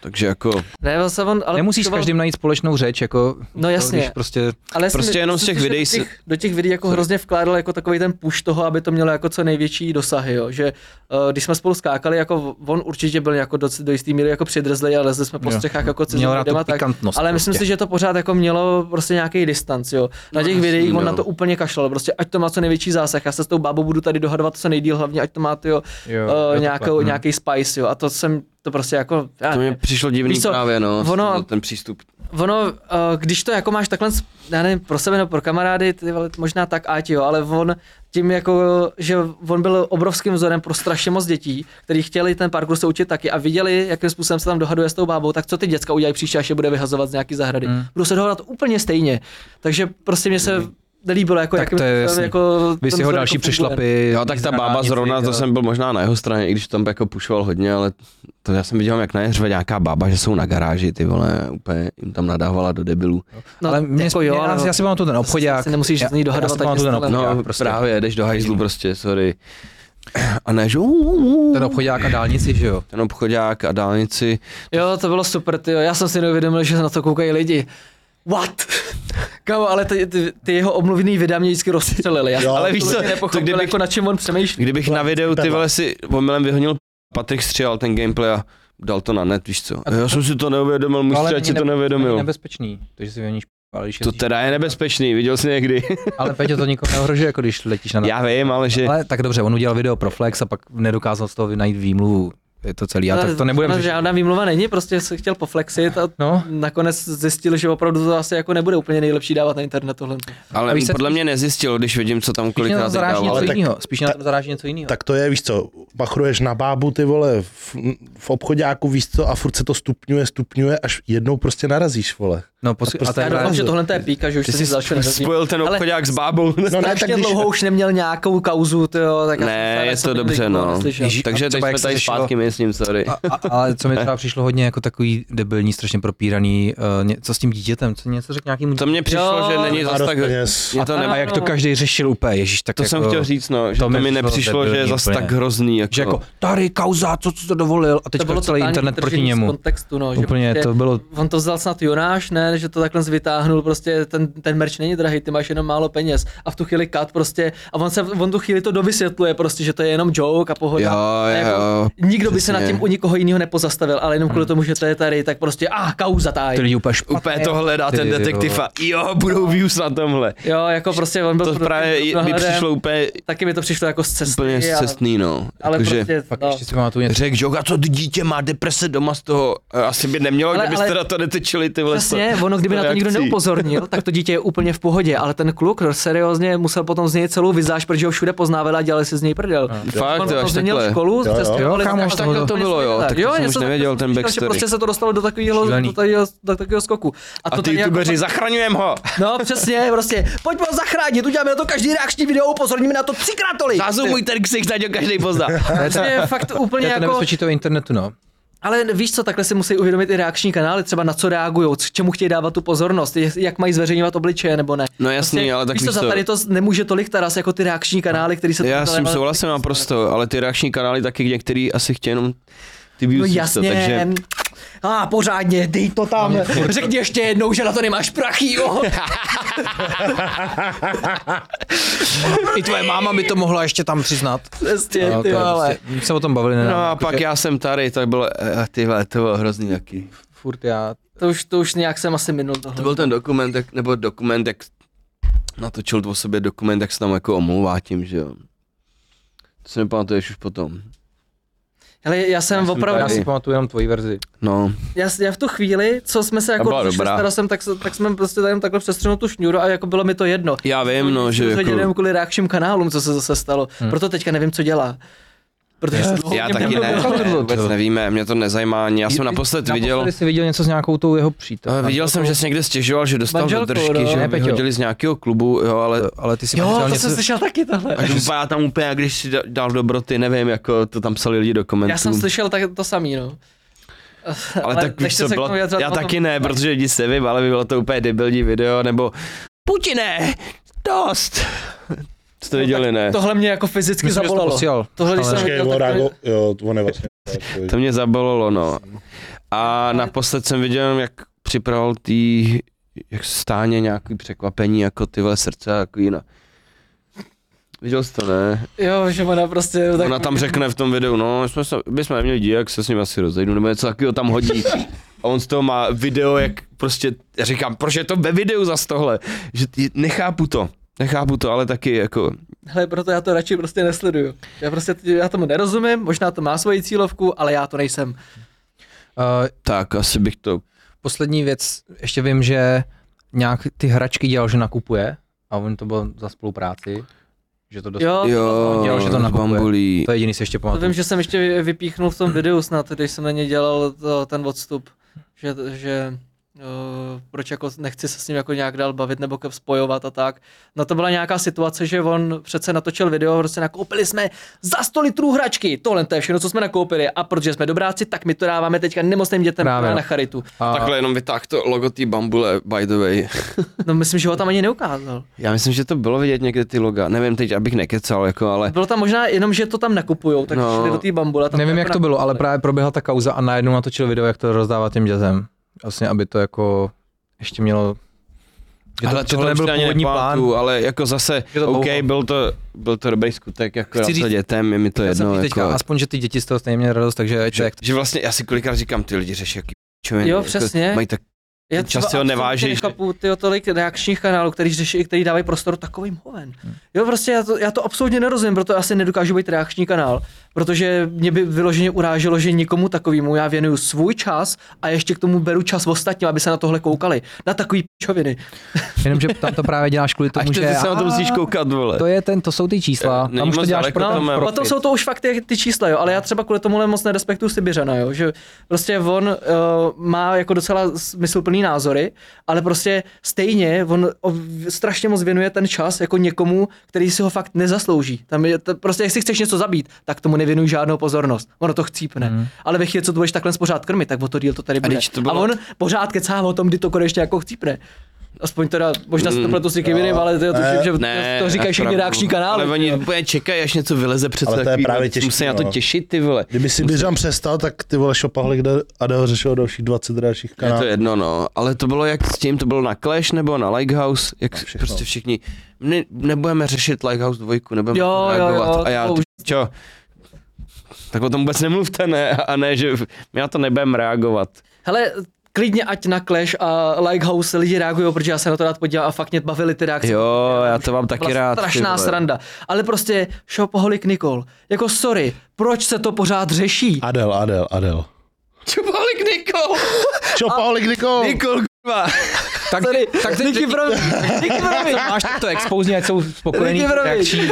[SPEAKER 1] Takže jako,
[SPEAKER 3] Ne, vlastně on, ale
[SPEAKER 2] Nemusíš s
[SPEAKER 3] potřeboval-
[SPEAKER 2] každým najít společnou řeč, jako
[SPEAKER 3] No jasně.
[SPEAKER 2] když prostě
[SPEAKER 3] Ale
[SPEAKER 1] Prostě
[SPEAKER 3] jsem-
[SPEAKER 1] jenom z
[SPEAKER 3] jsem
[SPEAKER 1] těch
[SPEAKER 3] si
[SPEAKER 1] videí
[SPEAKER 3] do
[SPEAKER 1] se-
[SPEAKER 3] těch, do těch videí jako hrozně vkládal jako takový ten push toho, aby to mělo jako co největší dosahy, jo. že uh, když jsme spolu skákali, jako on určitě byl jako do, do jistý míry jako přidrzlej a lezli jsme po
[SPEAKER 2] Jo.
[SPEAKER 3] střechách jako cizím
[SPEAKER 2] Měl rád tu
[SPEAKER 3] lidem a tak,
[SPEAKER 2] pikantnost
[SPEAKER 3] ale myslím
[SPEAKER 2] prostě.
[SPEAKER 3] si, že to pořád jako mělo prostě nějaký distanc, jo.
[SPEAKER 1] No,
[SPEAKER 3] Na těch videích on na to úplně kašlal, prostě ať to má co největší zásah, já se s tou bábou budu tady dohadovat co nejdíl, hlavně ať to má tyjo,
[SPEAKER 2] Jo,
[SPEAKER 3] jo,
[SPEAKER 2] jo,
[SPEAKER 3] uh,
[SPEAKER 2] takhle,
[SPEAKER 3] nějakou,
[SPEAKER 2] hm.
[SPEAKER 3] nějaký spice, jo, a to jsem, to prostě jako, já,
[SPEAKER 1] to mi přišlo divný
[SPEAKER 3] Víš co,
[SPEAKER 1] právě, no,
[SPEAKER 3] ono-
[SPEAKER 1] ten přístup.
[SPEAKER 3] Ono, uh, když to jako máš takhle, já nevím, pro sebe nebo pro kamarády, ty vole, možná tak ať jo, ale on tím jako, že on byl obrovským vzorem pro strašně moc dětí, kteří chtěli ten parkour se učit taky a viděli, jakým způsobem se tam dohaduje s tou bábou, tak co ty děcka udělají příště, až je bude vyhazovat z nějaký zahrady. Mm. Budou se dohadovat úplně stejně. Takže prostě mě se nelíbilo, jako
[SPEAKER 2] Tak
[SPEAKER 3] jakým
[SPEAKER 2] to je
[SPEAKER 3] způsobem
[SPEAKER 2] jasný.
[SPEAKER 3] jako ten
[SPEAKER 2] vy si ho
[SPEAKER 3] vzor
[SPEAKER 2] další
[SPEAKER 3] jako funguje.
[SPEAKER 2] přešlapy.
[SPEAKER 1] Jo, tak ta bába zrovna, to jsem byl možná na jeho straně, i když tam jako pušoval hodně, ale to já jsem viděl, jak na ně řve nějaká bába, že jsou na garáži, ty vole, úplně jim tam nadávala do debilů.
[SPEAKER 3] No,
[SPEAKER 2] ale mě,
[SPEAKER 3] jako jo, ale
[SPEAKER 2] já si pamatuju ten obchodák.
[SPEAKER 3] si nemusíš
[SPEAKER 2] já,
[SPEAKER 3] s ní dohadovat,
[SPEAKER 2] já si
[SPEAKER 3] tak
[SPEAKER 2] pamatuju ten
[SPEAKER 3] jestli-
[SPEAKER 2] obchodák,
[SPEAKER 1] No,
[SPEAKER 2] prostě.
[SPEAKER 1] právě, jdeš do hajzlu prostě, sorry. A ne, že
[SPEAKER 2] Ten obchodák a dálnici, že jo.
[SPEAKER 1] ten obchodák a dálnici,
[SPEAKER 3] Jo, to bylo super, ty Já jsem si neuvědomil, že na to koukají lidi. What? Kámo, ale ty, ty, ty jeho omluvený videa mě vždycky rozstřelili. Já
[SPEAKER 4] Jo.
[SPEAKER 1] Ale víš co,
[SPEAKER 3] absolutně
[SPEAKER 1] to
[SPEAKER 3] nepochopil,
[SPEAKER 1] kdybych-
[SPEAKER 3] jako na čem on přemýšlí.
[SPEAKER 1] Kdybych na videu ty
[SPEAKER 4] Pepla.
[SPEAKER 1] vole si omylem vyhonil Patrik Střial ten gameplay a dal to na net, víš co? Já jsem si to neuvědomil,
[SPEAKER 2] No,
[SPEAKER 1] můj střiač si to neuvědomil.
[SPEAKER 2] nebezpečný, to, že si vyhoníš ale když
[SPEAKER 1] To teda je nebezpečný, viděl jsi někdy.
[SPEAKER 2] Ale Peťo to nikoho neohrožuje, jako když letíš na
[SPEAKER 1] Já vím, ale že...
[SPEAKER 2] Ale tak dobře, on udělal video pro Flex a pak nedokázal z toho najít výmluvu. Je to celý, ale tak to nebudeme
[SPEAKER 3] Ale
[SPEAKER 2] řešit.
[SPEAKER 3] No, žádná výmluva není, prostě se chtěl poflexit a
[SPEAKER 2] No,
[SPEAKER 3] nakonec zjistil, že opravdu to asi jako nebude úplně nejlepší dávat na internet tohle.
[SPEAKER 1] Ale
[SPEAKER 2] A víš, co-
[SPEAKER 1] podle mě nezjistil, když vidím, co tam
[SPEAKER 2] spíš mě na
[SPEAKER 1] kolikrát
[SPEAKER 2] to zaráží
[SPEAKER 1] dával.
[SPEAKER 2] něco
[SPEAKER 1] Ale tak
[SPEAKER 2] jiného. Spíš mě na to zaráží něco jiného.
[SPEAKER 4] Tak to je, víš co, bachruješ na bábu ty vole v, v obchodáku, víš co, a furt se to stupňuje, stupňuje, až jednou prostě narazíš, vole.
[SPEAKER 2] No, posl-
[SPEAKER 4] prostě
[SPEAKER 2] a to je
[SPEAKER 3] Já
[SPEAKER 2] právě-
[SPEAKER 3] doufám, že tohle to je píka, že už
[SPEAKER 1] ty
[SPEAKER 3] se
[SPEAKER 1] jsi
[SPEAKER 3] začal nezazní.
[SPEAKER 1] spojil ten
[SPEAKER 3] Ale-
[SPEAKER 1] obchodák s bábou.
[SPEAKER 4] No ne, tak
[SPEAKER 3] Strašně
[SPEAKER 4] když,
[SPEAKER 3] dlouho už neměl nějakou kauzu, tyjo, tak já jsem
[SPEAKER 1] Ne,
[SPEAKER 3] rád,
[SPEAKER 1] je
[SPEAKER 3] že
[SPEAKER 1] to
[SPEAKER 3] jsem
[SPEAKER 1] dobře,
[SPEAKER 3] nikoho
[SPEAKER 1] no.
[SPEAKER 3] neslyšel.
[SPEAKER 2] Ježí-
[SPEAKER 1] Takže
[SPEAKER 2] A
[SPEAKER 1] teď
[SPEAKER 2] třeba
[SPEAKER 1] jsme
[SPEAKER 2] jak se
[SPEAKER 1] tady
[SPEAKER 2] řešilo-
[SPEAKER 1] zpátky, my s ním, sorry.
[SPEAKER 2] A, a, ale co mi třeba přišlo hodně jako takový debilní, strašně propíraný, uh, ně, co s tím dítětem, co něco řekl nějakým
[SPEAKER 1] To mě přišlo,
[SPEAKER 3] Jo,
[SPEAKER 1] že není
[SPEAKER 4] Má
[SPEAKER 1] zas
[SPEAKER 4] dost
[SPEAKER 1] tak...
[SPEAKER 4] peněz.
[SPEAKER 1] Mě to
[SPEAKER 2] a
[SPEAKER 1] ne...
[SPEAKER 2] jak to každý řešil úplně, ježíš, tak
[SPEAKER 1] To
[SPEAKER 2] jako,
[SPEAKER 1] jsem chtěl říct, no, že
[SPEAKER 2] to
[SPEAKER 1] to
[SPEAKER 2] mi
[SPEAKER 1] mi
[SPEAKER 2] přišlo
[SPEAKER 1] nepřišlo, že je
[SPEAKER 2] debilní
[SPEAKER 1] zas
[SPEAKER 2] úplně.
[SPEAKER 1] tak hrozný,
[SPEAKER 2] Že jako,
[SPEAKER 1] jako...
[SPEAKER 2] tady kauza, co, co to dovolil, a teď celý
[SPEAKER 3] totální
[SPEAKER 2] internet proti
[SPEAKER 3] vytržení z
[SPEAKER 2] němu.
[SPEAKER 3] Kontextu, no, že
[SPEAKER 2] Úplně
[SPEAKER 3] prostě
[SPEAKER 2] to bylo-
[SPEAKER 3] On to vzal snad Jonáš, ne, že to takhle vytáhnul, prostě ten, ten merch není drahý, ty máš jenom málo peněz. A v tu chvíli kat prostě, a on, se, on tu chvíli to dovysvětluje prostě, že to je jenom joke a pohoda.
[SPEAKER 1] Jo,
[SPEAKER 3] A jako,
[SPEAKER 1] jo,
[SPEAKER 3] nikdo by se nad
[SPEAKER 1] přesně. Hmm.
[SPEAKER 3] tím u nikoho jiného nepozastavil, ale jenom kvůli tomu, že to je tady, tak prostě, a ah, kauza taj.
[SPEAKER 2] Ty lidi úplně špatně.
[SPEAKER 1] Úplně to hledá ten
[SPEAKER 2] Ty
[SPEAKER 1] detektiv
[SPEAKER 2] vole.
[SPEAKER 1] a jo, budou views na tomhle.
[SPEAKER 3] Jo, jako prostě on byl
[SPEAKER 1] To
[SPEAKER 3] pod-
[SPEAKER 1] právě je-
[SPEAKER 3] pod
[SPEAKER 1] mi
[SPEAKER 3] dohledem,
[SPEAKER 1] přišlo úplně,
[SPEAKER 3] Taky mi to přišlo jako z cesty.
[SPEAKER 1] úplně
[SPEAKER 3] a-
[SPEAKER 1] cestný, no.
[SPEAKER 3] Ale
[SPEAKER 1] Jakože
[SPEAKER 3] prostě,
[SPEAKER 2] Pak
[SPEAKER 3] no.
[SPEAKER 2] ještě si pamatuju něco.
[SPEAKER 1] Řekl Joga, co ty dítě má deprese doma z toho, eh, asi by nemělo,
[SPEAKER 3] Ale-
[SPEAKER 1] kdybyste
[SPEAKER 3] ale-
[SPEAKER 1] na to netečili tyhle
[SPEAKER 3] Přesně,
[SPEAKER 4] Vlastně
[SPEAKER 3] ono kdyby na to nikdo neupozornil, tak to dítě je úplně v pohodě, ale ten kluk seriózně musel potom z něj celou vizáž, protože ho všude poznávali a dělali si z něj prdel.
[SPEAKER 1] Fakt,
[SPEAKER 3] On
[SPEAKER 1] jo,
[SPEAKER 3] potom
[SPEAKER 1] až
[SPEAKER 3] změnil
[SPEAKER 1] takhle.
[SPEAKER 3] školu,
[SPEAKER 4] Jo, jo.
[SPEAKER 3] cestovali-
[SPEAKER 2] Jo, kámo,
[SPEAKER 3] a
[SPEAKER 2] až
[SPEAKER 3] tak
[SPEAKER 2] takhle
[SPEAKER 1] to bylo, jo, tak to jsem
[SPEAKER 3] něco
[SPEAKER 1] už
[SPEAKER 3] tak-
[SPEAKER 1] nevěděl, ten
[SPEAKER 3] říkal, že
[SPEAKER 1] backstory.
[SPEAKER 3] Prostě se to dostalo do takového,
[SPEAKER 2] Šílený.
[SPEAKER 3] do takového, do takového skoku.
[SPEAKER 1] A
[SPEAKER 3] to
[SPEAKER 1] ty
[SPEAKER 3] tady jako-
[SPEAKER 1] youtubeři, zachraňujem ho!
[SPEAKER 3] No přesně, prostě, pojďme ho zachránit, uděláme na to každý reakční video, upozorníme na to třikrát tolik.
[SPEAKER 1] Zazumuj ten ksik, ať ho každý pozná.
[SPEAKER 3] To je fakt
[SPEAKER 2] To
[SPEAKER 3] úplně
[SPEAKER 2] je to
[SPEAKER 3] jako...
[SPEAKER 2] nebezpečí toho internetu, no.
[SPEAKER 3] Ale víš co, takhle si musí uvědomit i reakční kanály, třeba na co reagují, čemu chtějí dávat tu pozornost, je- jak mají zveřejňovat obličeje nebo ne. Prostě,
[SPEAKER 1] No jasný, ale tak
[SPEAKER 3] víš
[SPEAKER 1] víš
[SPEAKER 3] co, za
[SPEAKER 1] to-
[SPEAKER 3] tady to nemůže tolik taras jako ty reakční kanály, který se...
[SPEAKER 1] Já
[SPEAKER 3] tohle-
[SPEAKER 1] s tím souhlasím naprosto, ale ty reakční kanály taky některý asi chtějí jenom ty
[SPEAKER 3] No
[SPEAKER 1] views, víš co,
[SPEAKER 3] jasně,
[SPEAKER 1] takže...
[SPEAKER 3] a pořádně, dej to tam, řekni ještě jednou, že na to nemáš prachy, jo.
[SPEAKER 2] I tvoje máma by to mohla ještě tam přiznat.
[SPEAKER 3] Přesně,
[SPEAKER 2] No, to
[SPEAKER 3] ty
[SPEAKER 2] je
[SPEAKER 3] vole.
[SPEAKER 2] prostě- My se o tom bavili, ne?
[SPEAKER 1] No a pak já jsem tady, tak bylo, eh, tyhle, to bylo hrozný taky.
[SPEAKER 2] Furt já.
[SPEAKER 3] To už, to už nějak jsem asi minul tohle.
[SPEAKER 1] To byl ten dokument, jak, nebo dokument, jak natočil o sobě dokument, jak se tam jako omlouvá tím, že jo. To si nepamatuješ už potom.
[SPEAKER 3] Hele, já jsem
[SPEAKER 1] jsem
[SPEAKER 3] opravdu,
[SPEAKER 2] Já
[SPEAKER 1] tady.
[SPEAKER 2] si pamatuju jenom tvoji verzi.
[SPEAKER 1] No,
[SPEAKER 3] já, já, v tu chvíli, co jsme se jako
[SPEAKER 1] byla
[SPEAKER 3] rozešli
[SPEAKER 1] dobrá.
[SPEAKER 3] s Tarasem, tak, se- tak jsme prostě tady takhle přestřenul tu šňůru a jako bylo mi to jedno.
[SPEAKER 1] já vím, no, že
[SPEAKER 3] jako... jenom
[SPEAKER 1] jako,
[SPEAKER 3] kvůli reakčním kanálům, co se zase stalo. Hmm. Proto teďka nevím, co dělá. Protože se dlouho
[SPEAKER 1] já
[SPEAKER 3] o něm
[SPEAKER 1] taky ne,
[SPEAKER 3] nemluvilo.
[SPEAKER 1] vůbec nevíme, mě to nezajímá ani, já jsem naposled viděl,
[SPEAKER 2] Naposledy jsi viděl něco s nějakou tou jeho
[SPEAKER 1] eh,
[SPEAKER 2] přítelem.
[SPEAKER 1] viděl jsem, že jsi někde stěžoval, že dostal
[SPEAKER 3] Manželkou,
[SPEAKER 1] zadržky,
[SPEAKER 3] no.
[SPEAKER 1] že
[SPEAKER 2] Ne,
[SPEAKER 1] ho
[SPEAKER 2] Peťo.
[SPEAKER 1] vyhodili z nějakého klubu, jo, ale
[SPEAKER 2] Ale ty si
[SPEAKER 3] Jo, to
[SPEAKER 2] pořád
[SPEAKER 3] jsem slyšel taky tohle.
[SPEAKER 1] a že vypadá tam úplně, jak když si da- dal dobroty, nevím, jako to tam psali lidi do komentů.
[SPEAKER 3] Já jsem slyšel tak to samý, no.
[SPEAKER 1] Ale,
[SPEAKER 3] Ale
[SPEAKER 1] tak
[SPEAKER 3] nechci
[SPEAKER 1] víš, co
[SPEAKER 3] se k
[SPEAKER 1] bylo,
[SPEAKER 3] tomu vyjadřovat,
[SPEAKER 1] já
[SPEAKER 3] no to-
[SPEAKER 1] taky ne, protože lidi se vím, ale by bylo to úplně debilní video, nebo Putine, dost, Jste viděli, ne?
[SPEAKER 3] Tohle mě jako fyzicky
[SPEAKER 2] Myslím, že jsi to
[SPEAKER 3] zabolalo.
[SPEAKER 2] posílal.
[SPEAKER 3] Tohle, když
[SPEAKER 2] Ale-
[SPEAKER 3] jsem
[SPEAKER 4] Počkej,
[SPEAKER 3] viděl,
[SPEAKER 4] on
[SPEAKER 3] tak to-
[SPEAKER 4] reago, jo, on je vlastně.
[SPEAKER 1] To mě zabolilo, no. A naposled jsem viděl, jak připravoval tý, jak stáně nějaký překvapení, jako ty vole srdce a jako jiná. Viděl jsi to, ne?
[SPEAKER 3] Jo, že ona prostě... Tak,
[SPEAKER 1] Ona tam řekne v tom videu, no, jsme se, bychom neměli dít, jak se s ním asi rozejdu, nebo něco takového tam hodí. A on z toho má video, jak prostě, já říkám, proč je to ve videu zas tohle? Že ty- nechápu to, nechápu to, ale taky jako,
[SPEAKER 3] Hele, proto já to radši prostě nesleduju. Já prostě já tomu nerozumím, možná to má svoji cílovku, ale já to nejsem.
[SPEAKER 2] Uh,
[SPEAKER 1] tak asi bych to,
[SPEAKER 2] poslední věc, ještě vím, že nějak ty hračky dělal, že nakupuje a on to byl za spolupráci, že to dostal.
[SPEAKER 3] Jo,
[SPEAKER 1] jo,
[SPEAKER 2] dělal, že to
[SPEAKER 1] z
[SPEAKER 2] nakupuje.
[SPEAKER 1] bambulí.
[SPEAKER 2] No, To je jediný, co ještě
[SPEAKER 3] to
[SPEAKER 2] pamatuju.
[SPEAKER 3] vím, že jsem ještě vypíchnul v tom videu snad, když jsem na ně dělal to, ten odstup, že, že Uh, proč jako nechci se s ním jako nějak dál bavit nebo ke- spojovat a tak. No to byla nějaká situace, že on přece natočil video, prostě nakoupili jsme za 100 litrů hračky, tohle to je všechno, co jsme nakoupili a protože jsme dobráci, tak my to dáváme teďka nemocným dětem
[SPEAKER 2] Právě,
[SPEAKER 3] Právě.
[SPEAKER 2] no.
[SPEAKER 3] na charitu.
[SPEAKER 2] a,
[SPEAKER 1] Takhle jenom vytáh to logo té bambule, by the way.
[SPEAKER 3] No myslím, že ho tam ani neukázal.
[SPEAKER 1] Já myslím, že to bylo vidět někde ty loga. Nevím teď, abych nekecal, jako, ale
[SPEAKER 3] Bylo tam možná jenom, že to tam nakupujou, tak
[SPEAKER 1] No.
[SPEAKER 3] no, šli do té bambule. a Tam jako
[SPEAKER 2] nevím, jak
[SPEAKER 1] jako
[SPEAKER 2] to bylo, ale
[SPEAKER 3] nakupovali.
[SPEAKER 2] právě proběhla ta kauza a najednou natočil video, jak to rozdává těm dětem. Vlastně, aby to jako ještě mělo... Že to,
[SPEAKER 1] ale
[SPEAKER 2] ale že to nebyl
[SPEAKER 1] už ani
[SPEAKER 2] původní plán.
[SPEAKER 1] nepamatuju, Ale jako zase,
[SPEAKER 2] Je to
[SPEAKER 1] OK,
[SPEAKER 2] dlouho.
[SPEAKER 1] byl to, byl to dobrý skutek, jako
[SPEAKER 2] Chci
[SPEAKER 1] na to
[SPEAKER 2] říct-
[SPEAKER 1] dětem, je mi to
[SPEAKER 2] Já jsem
[SPEAKER 1] jedno.
[SPEAKER 2] říct
[SPEAKER 1] Jako,
[SPEAKER 2] teďka, aspoň, že ty děti z toho stejně měly radost, takže ať to
[SPEAKER 1] že,
[SPEAKER 2] jak
[SPEAKER 1] že, vlastně, já si kolikrát říkám, ty lidi řeší, jaký pičoviny,
[SPEAKER 3] Jo, přesně.
[SPEAKER 1] Jako, mají tak,
[SPEAKER 3] Já
[SPEAKER 1] Čas
[SPEAKER 3] třeba
[SPEAKER 1] si ho
[SPEAKER 3] absolutně
[SPEAKER 1] nevážíš.
[SPEAKER 3] Nechápu tyjo, tolik reakčních kanálů, který řeší, který dávají prostor takovým hoven.
[SPEAKER 1] Hm.
[SPEAKER 3] Jo, prostě já to, já to absolutně nerozumím, proto asi nedokážu být reakční kanál, protože mě by vyloženě uráželo, že nikomu takovému já věnuju svůj čas a ještě k tomu beru čas ostatním, aby se na tohle koukali. Na takový pičoviny.
[SPEAKER 2] Jenomže tam to právě děláš kvůli
[SPEAKER 1] až
[SPEAKER 2] tomu,
[SPEAKER 1] ty
[SPEAKER 2] že
[SPEAKER 1] se na to
[SPEAKER 2] a,
[SPEAKER 1] musíš koukat, vole.
[SPEAKER 2] to je ten, to jsou ty
[SPEAKER 1] Eh,
[SPEAKER 2] čísla,
[SPEAKER 1] není
[SPEAKER 2] tam už to
[SPEAKER 1] moc
[SPEAKER 2] děláš
[SPEAKER 1] daleko
[SPEAKER 2] pro
[SPEAKER 1] k
[SPEAKER 2] ten
[SPEAKER 1] tomu, ale
[SPEAKER 2] profit.
[SPEAKER 3] Potom jsou to už fakt ty, ty čísla, jo, ale já třeba kvůli tomuhle moc nerespektuju Sibiřana, jo, že prostě on uh, má jako docela smysluplný názory, ale prostě stejně on o, strašně moc věnuje ten čas jako někomu, který si ho fakt nezaslouží. Tam je, to, prostě jestli chceš něco zabít, tak tomu nevěnuj žádnou pozornost. Ono to chcípne. Mm. Ale ve chvíli, co to budeš takhle pořád krmit, tak o to díl to tady bude.
[SPEAKER 1] Hmm. když to
[SPEAKER 3] A,
[SPEAKER 1] bylo-
[SPEAKER 3] on pořád kecá o tom, kdy to konečně jako chcípne. Aspoň teda, možná
[SPEAKER 1] Hmm.
[SPEAKER 3] se to pletu s někým jiným, ale to, tuším, že to říkají
[SPEAKER 1] máš
[SPEAKER 3] všichni
[SPEAKER 1] pravdu.
[SPEAKER 3] reakční kanály.
[SPEAKER 1] Ale oni úplně čekají, až něco vyleze přece.
[SPEAKER 4] Ale to je
[SPEAKER 1] takový,
[SPEAKER 4] právě
[SPEAKER 1] no,
[SPEAKER 4] těžký,
[SPEAKER 1] Musí na to
[SPEAKER 4] no.
[SPEAKER 1] těšit, ty vole.
[SPEAKER 4] Kdyby si Biřan přestal, tak ty vole šopahli, kde Adel řešil dalších 20 dalších
[SPEAKER 1] Je
[SPEAKER 4] kanálů.
[SPEAKER 1] to jedno, no. Ale to bylo jak s tím, to bylo na Clash nebo na Lighthouse, jak všechno. prostě všichni, ne, nebudeme řešit Lighthouse dvojku, nebudeme
[SPEAKER 3] Jo,
[SPEAKER 1] jo,
[SPEAKER 3] jo,
[SPEAKER 1] reagovat. Jo,
[SPEAKER 3] jo,
[SPEAKER 1] jo, a já,
[SPEAKER 3] to
[SPEAKER 1] ty,
[SPEAKER 3] už-
[SPEAKER 1] čo? Tak o tom vůbec nemluvte, ne? A ne, že v- my na to nebudeme reagovat.
[SPEAKER 3] Hele, klidně ať na Clash a Lighthouse lidi reagují, protože já se na to rád podívám a fakt mě bavily ty reakce.
[SPEAKER 1] Jo, já to mám taky
[SPEAKER 3] Byla
[SPEAKER 1] rád. ty
[SPEAKER 3] Strašná
[SPEAKER 1] vole.
[SPEAKER 3] sranda. Ale prostě šopoholik Nikol. Jako sorry, proč se to pořád řeší?
[SPEAKER 4] Adel, Adel, Adel.
[SPEAKER 1] Čupolik Nikol!
[SPEAKER 4] Šopahli, Nikol!
[SPEAKER 1] Nikol, kurva!
[SPEAKER 2] Tak,
[SPEAKER 3] Sorry,
[SPEAKER 2] tak ty,
[SPEAKER 3] Díky pro Díky pro mě.
[SPEAKER 2] máš to expouzní, ať jsou spokojený.
[SPEAKER 3] Díky pro mě.
[SPEAKER 2] reakční.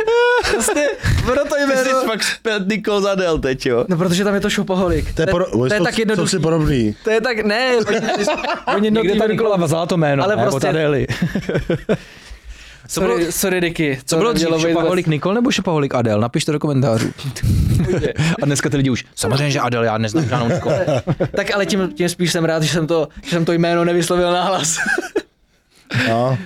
[SPEAKER 3] Prostě, proto
[SPEAKER 1] Ty
[SPEAKER 3] jméno.
[SPEAKER 1] jsi fakt zpět Nikol zadel teď, jo?
[SPEAKER 3] No, protože tam je to šopoholik.
[SPEAKER 4] To je, poro-
[SPEAKER 3] to je
[SPEAKER 4] jsou-
[SPEAKER 3] tak
[SPEAKER 4] Jsou
[SPEAKER 3] jednoduchý.
[SPEAKER 4] si podobný.
[SPEAKER 3] To je tak, ne. oni- Oni
[SPEAKER 2] Někde
[SPEAKER 3] jednotliví
[SPEAKER 2] ta Nikola
[SPEAKER 3] Nikola-
[SPEAKER 2] vzala to jméno,
[SPEAKER 3] No, Ale
[SPEAKER 2] ne,
[SPEAKER 3] prostě-
[SPEAKER 2] od Adély.
[SPEAKER 3] Sorry, sorry, Dicky.
[SPEAKER 2] Co bylo dřív, šopaholik Nikol nebo šopaholik Adel? Napište do komentářů. A dneska ty lidi už, samozřejmě, že Adel, já neznám žádnou Nikol.
[SPEAKER 3] Tak ale tím, tím spíš jsem rád, že jsem to, že jsem to jméno nevyslovil nahlas.
[SPEAKER 4] No.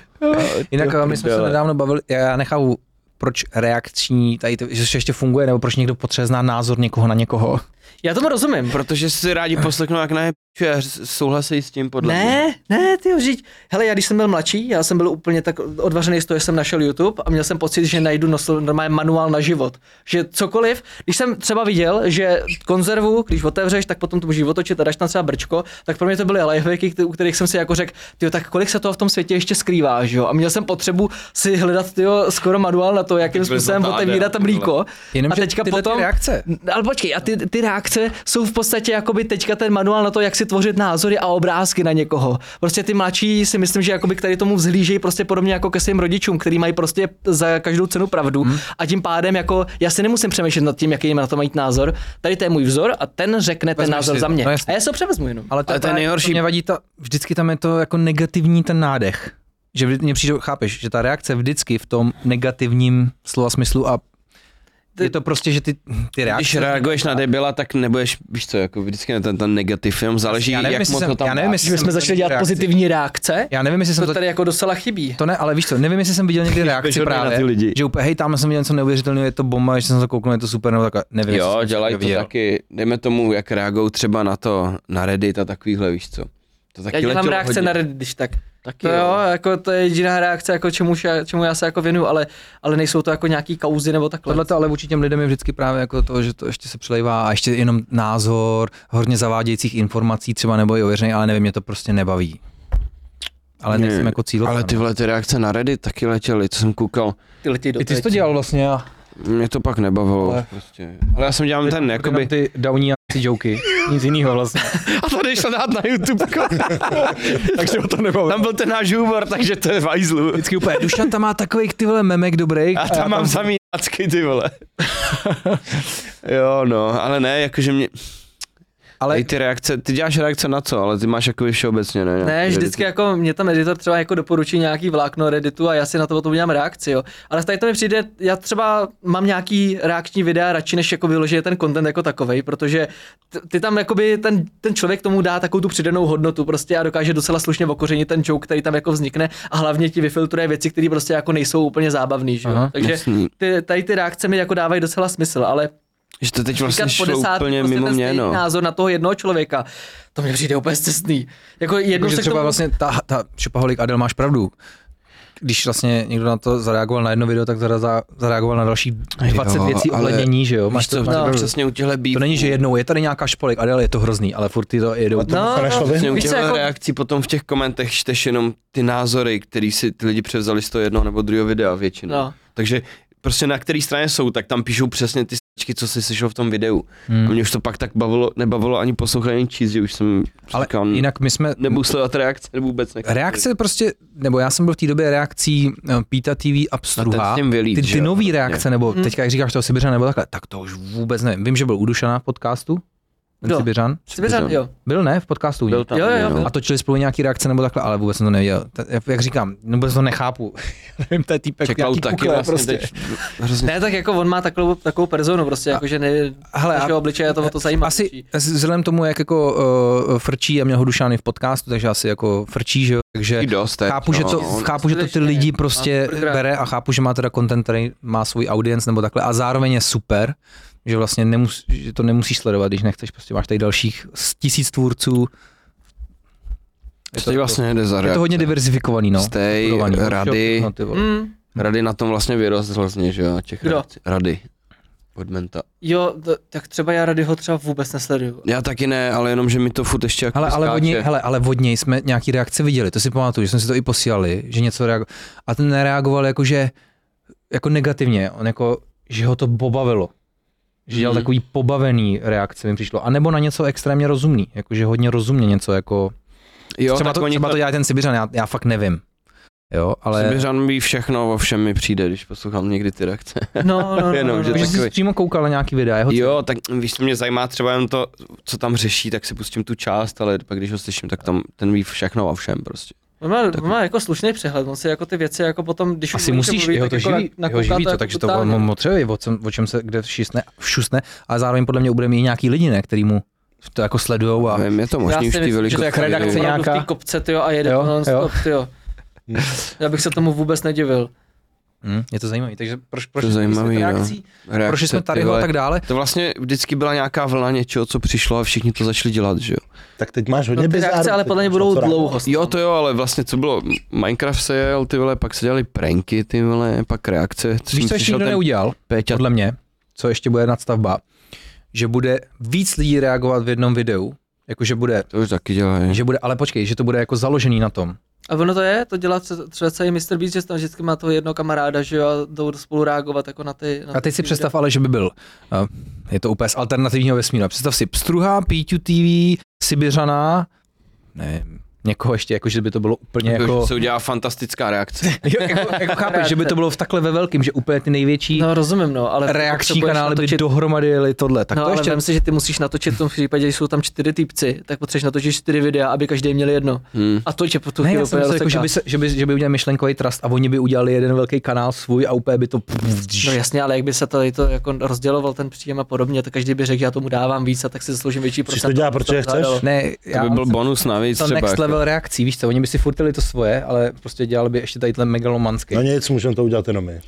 [SPEAKER 2] Jinak eh, my jsme se nedávno bavili, já nechápu, proč reakční, tady to, že ještě funguje, nebo proč někdo potřebuje znát názor někoho na někoho.
[SPEAKER 3] Já tomu rozumím.
[SPEAKER 1] Protože si rádi poslechnou, jak na a souhlasí s tím podle mě.
[SPEAKER 3] Ne, ne, ty žiť. Hele, já když jsem byl mladší, já jsem byl úplně tak odvařený z toho, že jsem našel YouTube a měl jsem pocit, že najdu nosl, normálně manuál na život. Že cokoliv, když jsem třeba viděl, že konzervu, když otevřeš, tak potom to můžeš otočit a dáš tam třeba brčko, tak pro mě to byly lifehacky, kte- u kterých jsem si jako řekl, ty tak kolik se toho v tom světě ještě skrývá, že jo? A měl jsem potřebu si hledat tyjo, skoro manuál na to, jakým
[SPEAKER 1] byly
[SPEAKER 3] způsobem
[SPEAKER 1] zlatá,
[SPEAKER 3] otevírat
[SPEAKER 1] jo,
[SPEAKER 3] to mlíko.
[SPEAKER 2] Jenomže
[SPEAKER 3] a teďka
[SPEAKER 2] tyhle ty
[SPEAKER 3] potom,
[SPEAKER 2] reakce.
[SPEAKER 3] ale počkej, a ty, ty reakce jsou v podstatě jakoby teďka ten manuál na to, jak si tvořit názory a obrázky na někoho. Prostě ty mladší si myslím, že jakoby k tady tomu vzhlížejí prostě podobně jako ke svým rodičům, který mají prostě za každou cenu pravdu hmm. a tím pádem jako já si nemusím přemýšlet nad tím, jaký jim na to mít názor. Tady to je můj vzor a ten řekne ten
[SPEAKER 2] Vezmeš
[SPEAKER 3] názor
[SPEAKER 2] si
[SPEAKER 3] za
[SPEAKER 2] to,
[SPEAKER 3] mě.
[SPEAKER 2] no jasně.
[SPEAKER 3] a já se ho převezmu jenom.
[SPEAKER 2] Ale to,
[SPEAKER 1] Ale
[SPEAKER 2] je
[SPEAKER 1] to je
[SPEAKER 2] právě-
[SPEAKER 1] nejhorší.
[SPEAKER 2] to Mě vadí ta, vždycky tam je to jako negativní ten nádech. Že vždy- mně přijde, chápeš, že ta reakce vždycky v tom negativním slova smyslu a je to prostě, že ty, ty
[SPEAKER 1] Když
[SPEAKER 2] reakce...
[SPEAKER 1] reaguješ na debila, tak nebudeš, víš co, jako vždycky na ten, ten negativ, jenom záleží,
[SPEAKER 2] Já nevím,
[SPEAKER 1] jak
[SPEAKER 2] jestli
[SPEAKER 1] moc
[SPEAKER 2] jsem-
[SPEAKER 1] to tam
[SPEAKER 2] já nevím,
[SPEAKER 1] dáš.
[SPEAKER 2] jestli
[SPEAKER 3] Že
[SPEAKER 2] jsem
[SPEAKER 3] jsme
[SPEAKER 2] to
[SPEAKER 3] začali
[SPEAKER 2] viděl
[SPEAKER 3] dělat
[SPEAKER 2] reakci.
[SPEAKER 3] pozitivní reakce,
[SPEAKER 2] Já nevím, jestli jsem
[SPEAKER 3] to
[SPEAKER 2] to
[SPEAKER 3] tady jako docela chybí.
[SPEAKER 2] To ne, ale víš co, nevím, jestli jsem viděl někdy reakci
[SPEAKER 1] hodnej na
[SPEAKER 2] právě,
[SPEAKER 1] ty lidi.
[SPEAKER 2] že úplně, hej, tam jsem viděl něco neuvěřitelného, je to bomba, že jsem to kouknul, je to super, nebo takhle, nevím. jestli
[SPEAKER 1] Jo,
[SPEAKER 2] jsem
[SPEAKER 1] dělají to
[SPEAKER 2] viděl.
[SPEAKER 1] taky, dejme tomu, jak reagují třeba na to, na Reddit a takovýhle, víš co. To taky
[SPEAKER 3] Já dělám
[SPEAKER 1] letělo
[SPEAKER 3] reakce
[SPEAKER 1] hodně.
[SPEAKER 3] na Reddit, když tak.
[SPEAKER 1] Taky,
[SPEAKER 3] To jo, jako to je jediná reakce, jako čemu, já, čemu já se jako věnuju, ale, ale nejsou to jako nějaký kauzy nebo takhle.
[SPEAKER 2] Tohle to ale vůči těm lidem je vždycky právě jako to, že to ještě se přelejvá a ještě jenom názor hodně zavádějících informací třeba nebo i ověřený, ale nevím, mě to prostě nebaví. Ale
[SPEAKER 1] Ne,
[SPEAKER 2] nejsem jako cílovka.
[SPEAKER 1] Ale
[SPEAKER 2] no.
[SPEAKER 1] tyhle ty reakce na Reddit taky letěly, co jsem koukal,
[SPEAKER 3] ty lidi do
[SPEAKER 2] I ty jsi to dělal vlastně a
[SPEAKER 1] mě to pak nebavilo
[SPEAKER 2] Ale-
[SPEAKER 1] ale... prostě. Ale já jsem dělal ten, jakoby...
[SPEAKER 2] jakoby... jako ty downí a ty joky, nic jiného vlastně.
[SPEAKER 1] A to nešlo dát na YouTube. takže o to nebavilo. Tam byl ten náš humor, takže to je v hajzlu.
[SPEAKER 2] Vždycky úplně, Dušan tam má takových ty vole memek dobrých.
[SPEAKER 1] A tam mám samý nácky, ty vole. jo, no, ale ne, jakože mě... Ale...
[SPEAKER 2] Ale
[SPEAKER 1] Ej, ty reakce, ty děláš reakce na co, ale ty máš jako všeobecně, ne?
[SPEAKER 3] Ne, vždycky jako mě tam editor třeba jako doporučí nějaký vlákno Redditu a já si na to potom udělám reakci, jo. Ale tady to mi přijde, já třeba mám nějaký reakční videa radši, než jako vyložit ten content jako takovej, protože t- ty tam jakoby ten, ten člověk tomu dá takovou tu přidanou hodnotu prostě a dokáže docela slušně okořenit ten joke, který tam jako vznikne a hlavně ti vyfiltruje věci, které prostě jako nejsou úplně zábavný, že jo.
[SPEAKER 2] Aha,
[SPEAKER 3] Takže
[SPEAKER 1] jasný.
[SPEAKER 3] ty, tady ty reakce mi jako dávají docela smysl, ale
[SPEAKER 1] Že to teď
[SPEAKER 3] říkat
[SPEAKER 1] vlastně
[SPEAKER 3] po
[SPEAKER 1] šlo
[SPEAKER 3] desátý
[SPEAKER 1] úplně
[SPEAKER 3] prostě
[SPEAKER 1] mimo
[SPEAKER 3] ten
[SPEAKER 1] mě,
[SPEAKER 3] stejný
[SPEAKER 1] no.
[SPEAKER 3] názor na toho jednoho člověka, to mě přijde úplně cestný. Jako jednou
[SPEAKER 2] Jakože
[SPEAKER 3] se k
[SPEAKER 2] třeba
[SPEAKER 3] tomu...
[SPEAKER 2] vlastně ta, ta šopaholik Adel máš pravdu. Když vlastně někdo na to zareagoval na jedno video, tak zara- za- zareagoval na další 20
[SPEAKER 1] jo,
[SPEAKER 2] věcí
[SPEAKER 1] ale
[SPEAKER 2] ohlednění, že jo?
[SPEAKER 1] Máš
[SPEAKER 2] Máš
[SPEAKER 1] to,
[SPEAKER 2] to, prostě
[SPEAKER 1] no,
[SPEAKER 2] máš
[SPEAKER 1] přesně u těchto
[SPEAKER 2] to
[SPEAKER 1] bývů.
[SPEAKER 2] není, že jednou je tady nějaká špolik Adel, je to hrozný, ale furt ty to jedou.
[SPEAKER 4] to
[SPEAKER 3] No,
[SPEAKER 4] no,
[SPEAKER 3] no,
[SPEAKER 4] nešlo
[SPEAKER 1] Přesně
[SPEAKER 4] vyhnout.
[SPEAKER 1] u
[SPEAKER 3] Víš co,
[SPEAKER 1] těchto
[SPEAKER 3] jako-
[SPEAKER 1] reakcí potom v těch komentech čteš jenom ty názory, který si ty lidi převzali z toho jednoho nebo druhého videa většinou.
[SPEAKER 3] No.
[SPEAKER 1] Takže prostě na které straně jsou, tak tam píšou přesně ty sračky, co jsi slyšel v tom videu.
[SPEAKER 2] Hmm.
[SPEAKER 1] A mě už to pak tak bavilo, nebavilo ani poslouchat, ani číst, že už jsem
[SPEAKER 2] Ale
[SPEAKER 1] říkal,
[SPEAKER 2] jinak my jsme...
[SPEAKER 1] nebudu sledovat reakce, nebo vůbec nechci.
[SPEAKER 2] Reakce prostě, nebo já jsem byl v té době reakcí eh, Píta TV a
[SPEAKER 1] A No, ten
[SPEAKER 2] Pstruha,
[SPEAKER 1] s tím vylít,
[SPEAKER 2] ty,
[SPEAKER 1] že
[SPEAKER 2] ty
[SPEAKER 1] jo, vlastně.
[SPEAKER 2] nový
[SPEAKER 1] hodně.
[SPEAKER 2] reakce, nebo
[SPEAKER 3] Hmm.
[SPEAKER 2] teďka jak říkáš toho Sibiřana, nebo takhle, tak to už vůbec nevím. Vím, že byl u Dušana v podcastu, ten
[SPEAKER 3] Kdo?
[SPEAKER 2] Sibiřan.
[SPEAKER 3] Sibiřan, jo.
[SPEAKER 2] Byl ne, v podcastu. u něj.
[SPEAKER 1] Byl tam,
[SPEAKER 3] Jo, jo,
[SPEAKER 1] no.
[SPEAKER 3] jo, byl
[SPEAKER 2] A točili spolu nějaký reakce nebo takhle, ale vůbec jsem to nevěděl. Ta- jak- Jak říkám, no vůbec to nechápu. Nevím, to je týpek,
[SPEAKER 1] Čekal
[SPEAKER 2] nějaký
[SPEAKER 1] taky
[SPEAKER 2] kukle,
[SPEAKER 1] vlastně
[SPEAKER 2] prostě.
[SPEAKER 1] teď. Hrozně
[SPEAKER 3] Ne, tak jako on má takovou, takovou personu prostě, jako že ne,
[SPEAKER 2] hele,
[SPEAKER 3] hele,
[SPEAKER 2] a-
[SPEAKER 3] našeho obličeje to o to zajímá.
[SPEAKER 2] Asi z- vzhledem tomu, jak jako uh, frčí a měl ho Dušány v podcastu, takže asi jako frčí, že jo, takže
[SPEAKER 1] i dost teď,
[SPEAKER 2] chápu, že to,
[SPEAKER 1] no.
[SPEAKER 2] chápu, že to ty
[SPEAKER 3] skutečně,
[SPEAKER 2] lidi
[SPEAKER 3] no,
[SPEAKER 2] prostě
[SPEAKER 3] superkrát.
[SPEAKER 2] bere a chápu, že má teda content, který má svůj audience nebo takhle a zároveň je super, že vlastně nemus, že to nemusíš sledovat, když nechceš, prostě máš tady dalších s- tisíc tvůrců.
[SPEAKER 1] To teď vlastně jede za
[SPEAKER 2] Je to
[SPEAKER 1] reakce.
[SPEAKER 2] hodně diverzifikovaný, no.
[SPEAKER 1] Stej,
[SPEAKER 2] budovaný.
[SPEAKER 1] rady.
[SPEAKER 2] No, ty vole.
[SPEAKER 3] Mm,
[SPEAKER 1] Rady na tom vlastně vyrostl hrozně, že jo, těch
[SPEAKER 3] Kdo?
[SPEAKER 1] reakcí. Rady. Od menta.
[SPEAKER 3] jo, to, tak třeba já Radyho třeba vůbec nesleduju.
[SPEAKER 1] Já taky ne, ale jenom, že mi to furt ještě jako
[SPEAKER 2] Hele, ale,
[SPEAKER 1] skáče.
[SPEAKER 2] od něj, hele, ale od něj jsme nějaký reakce viděli, to si pamatuju, že jsme si to i posílali, že něco reagoval. A ten nereagoval jakože, jako negativně, on jako, že ho to pobavilo. Že dělal
[SPEAKER 1] Mhm.
[SPEAKER 2] takový pobavený reakce, mi přišlo. A nebo na něco extrémně rozumný, jakože hodně rozumně něco, jako...
[SPEAKER 1] jo,
[SPEAKER 2] třeba,
[SPEAKER 1] tak
[SPEAKER 2] to,
[SPEAKER 1] oni
[SPEAKER 2] třeba to dělá ten Sibiřan, já, já fakt nevím. Jo, ale...
[SPEAKER 1] Sibiřan ví všechno, o všem mi přijde, když poslouchám někdy ty reakce.
[SPEAKER 3] No, no, no,
[SPEAKER 1] Jenom,
[SPEAKER 3] no,
[SPEAKER 1] že
[SPEAKER 3] no.
[SPEAKER 2] Takže Jako, jsi
[SPEAKER 1] takový-
[SPEAKER 2] přímo koukal na nějaký videa, jeho
[SPEAKER 1] Jo, tak víš, co mě zajímá třeba jen to, co tam řeší, tak si pustím tu část, ale pak když ho slyším, tak tam ten ví všechno o všem prostě.
[SPEAKER 3] On má, on má jako slušný přehled, on si jako ty věci jako potom, když
[SPEAKER 2] Asi
[SPEAKER 3] o něčem
[SPEAKER 2] musíš,
[SPEAKER 3] mluví,
[SPEAKER 2] jeho
[SPEAKER 3] tak
[SPEAKER 2] to
[SPEAKER 3] jako
[SPEAKER 2] živí,
[SPEAKER 3] na-
[SPEAKER 2] jeho
[SPEAKER 3] nakouká
[SPEAKER 2] živí to,
[SPEAKER 3] jako
[SPEAKER 2] takže to
[SPEAKER 3] totálně.
[SPEAKER 2] on motřebuje, o čem, o čem se kde šisne, všusne, ale zároveň podle mě bude mít nějaký lidi, ne, který mu to jako sledujou a...
[SPEAKER 1] Nevím, je to
[SPEAKER 3] Já si
[SPEAKER 1] možný už ty
[SPEAKER 3] myslím, že
[SPEAKER 1] velikosti.
[SPEAKER 3] to je jako
[SPEAKER 2] jak redakce
[SPEAKER 1] videu.
[SPEAKER 2] nějak-
[SPEAKER 3] opravdu v
[SPEAKER 2] nějaká-
[SPEAKER 3] té kopce, tyjo, a jede
[SPEAKER 2] Jo,
[SPEAKER 3] to non stop,
[SPEAKER 2] jo.
[SPEAKER 3] tyjo. Já bych se tomu vůbec nedivil. No,
[SPEAKER 2] Hm, je to zajímavé, takže proč, proč
[SPEAKER 1] To je zajímavý, no. Reakce,
[SPEAKER 2] proč jsme
[SPEAKER 1] ty
[SPEAKER 2] tady a
[SPEAKER 1] vole.
[SPEAKER 2] tak dále.
[SPEAKER 1] To vlastně vždycky byla nějaká vlna něčeho, co přišlo a všichni to začali dělat, že jo?
[SPEAKER 4] Tak teď máš hodně
[SPEAKER 3] No, ty
[SPEAKER 4] bizár,
[SPEAKER 3] reakce ale
[SPEAKER 4] teď
[SPEAKER 3] podle mě
[SPEAKER 4] máš na
[SPEAKER 3] budou
[SPEAKER 4] co reagovat.
[SPEAKER 3] dlouho.
[SPEAKER 1] Jo, to jo, ale vlastně co bylo, Minecraft se jel, ty vole, pak se dělali pranky, ty vole, pak reakce.
[SPEAKER 2] Víš, co ještě nikdo neudělal,
[SPEAKER 1] Péťa,
[SPEAKER 2] podle mě, co ještě bude nadstavba, že bude víc lidí reagovat v jednom videu, jakože bude,
[SPEAKER 1] to už taky dělají.
[SPEAKER 2] že bude, ale počkej, že to bude jako založený na tom.
[SPEAKER 3] A ono to je, to dělá tře- třeba celý Mr. Beast, že tam vždycky má toho jednoho kamaráda, že jo, a jdou spolu reagovat jako na ty... Na
[SPEAKER 2] A
[SPEAKER 3] ty
[SPEAKER 2] teď si
[SPEAKER 3] videa.
[SPEAKER 2] představ ale, že by byl, eh, je to úplně z alternativního vesmíru, představ si Pstruha, Píťu TV, Sibiřana, ne, někoho ještě, jako že by to bylo úplně
[SPEAKER 1] Jako...
[SPEAKER 2] jako...
[SPEAKER 1] Se udělá fantastická reakce.
[SPEAKER 2] Jo, jako, jako chápeš, že by to bylo v takhle ve velkým, že úplně ty největší no,
[SPEAKER 3] No rozumím, no, ale
[SPEAKER 2] reakční
[SPEAKER 3] potřebuješ
[SPEAKER 2] kanály by
[SPEAKER 3] natočit-
[SPEAKER 2] dohromady jeli tohle. Tak
[SPEAKER 3] no,
[SPEAKER 2] to
[SPEAKER 3] ale
[SPEAKER 2] ještě...
[SPEAKER 3] vem si, že ty musíš natočit v tom případě, že jsou tam čtyři týpci, tak potřebuješ natočit čtyři videa, aby každý měl jedno.
[SPEAKER 1] Hmm.
[SPEAKER 3] A to tě po tu
[SPEAKER 2] Ne,
[SPEAKER 3] chvíli
[SPEAKER 2] já jsem
[SPEAKER 3] úplně
[SPEAKER 2] myslel, jako, že,
[SPEAKER 3] rozseká.
[SPEAKER 2] by se, že, by, že by udělali myšlenkový trust a oni by udělali jeden velký kanál svůj a úplně by to...
[SPEAKER 3] No jasně, ale jak by se tady to jako rozděloval ten příjem a podobně, tak každý by řekl, já tomu dávám víc a tak si zasloužím větší
[SPEAKER 4] Chceš
[SPEAKER 3] procent.
[SPEAKER 4] to dělat, protože
[SPEAKER 3] to
[SPEAKER 4] chceš?
[SPEAKER 3] dalo.
[SPEAKER 2] ne,
[SPEAKER 1] To
[SPEAKER 2] já,
[SPEAKER 1] by byl bonus navíc
[SPEAKER 2] to
[SPEAKER 1] třeba.
[SPEAKER 2] next
[SPEAKER 1] jako.
[SPEAKER 2] level reakcí, víš co, oni by si furtili to svoje, ale prostě dělali by ještě tadyhle megalomanský.
[SPEAKER 4] No nic, můžeme to udělat jenom my.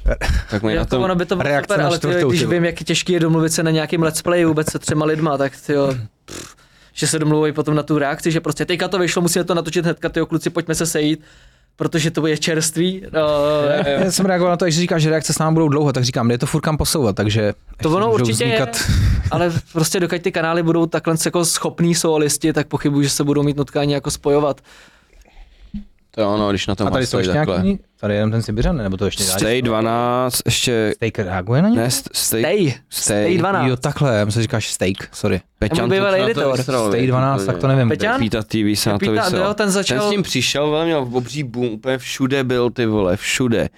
[SPEAKER 1] Tak my na
[SPEAKER 3] Jako
[SPEAKER 1] tom...
[SPEAKER 3] ono by to bylo
[SPEAKER 2] reakce
[SPEAKER 3] super,
[SPEAKER 2] na
[SPEAKER 3] ale ty,
[SPEAKER 2] čtvrtou,
[SPEAKER 3] když
[SPEAKER 2] ty vole.
[SPEAKER 3] vím, jak je těžký je domluvit se na nějakým let's playu vůbec se třema lidma, tak ty jo, pff, že se domluví potom na tu reakci, že prostě teďka to vyšlo, musíme to natočit hnedka, ty kluci, pojďme se sejít, protože to je čerství. No,
[SPEAKER 2] Já jsem reagoval na to, že říkáš, že reakce s námi budou dlouho, tak říkám, jde to furt kam posouvat, takže ještě
[SPEAKER 3] ono
[SPEAKER 2] můžou
[SPEAKER 3] určitě je.
[SPEAKER 2] vznikat
[SPEAKER 3] ale prostě dokud ty kanály budou takhle jako schopný solisti, tak pochybuji, že se budou mít nutkání jako spojovat.
[SPEAKER 1] To je ono, když na tom
[SPEAKER 2] A tady jsou
[SPEAKER 1] stojí
[SPEAKER 2] ještě
[SPEAKER 1] takhle.
[SPEAKER 2] nějaký, tady je jenom ten Sibiřan, nebo to ještě
[SPEAKER 1] Stay 12, ještě...
[SPEAKER 2] Steak reaguje na ně?
[SPEAKER 1] Ne, st- stay,
[SPEAKER 3] Stay, stay 12.
[SPEAKER 2] Jo, takhle, já myslím, že říkáš steak, sorry.
[SPEAKER 1] Peťan,
[SPEAKER 3] Nebo
[SPEAKER 1] to-
[SPEAKER 3] bývalý
[SPEAKER 1] to na to
[SPEAKER 3] editor.
[SPEAKER 1] vysral,
[SPEAKER 2] Steak
[SPEAKER 1] je,
[SPEAKER 2] 12,
[SPEAKER 1] úplně.
[SPEAKER 2] tak to nevím. kde.
[SPEAKER 3] Peťan?
[SPEAKER 1] Píta TV se na to
[SPEAKER 3] Píta,
[SPEAKER 1] vysel.
[SPEAKER 3] jo, ten začal-
[SPEAKER 1] ten s tím přišel, ale měl obří boom, úplně všude byl ty vole, všude.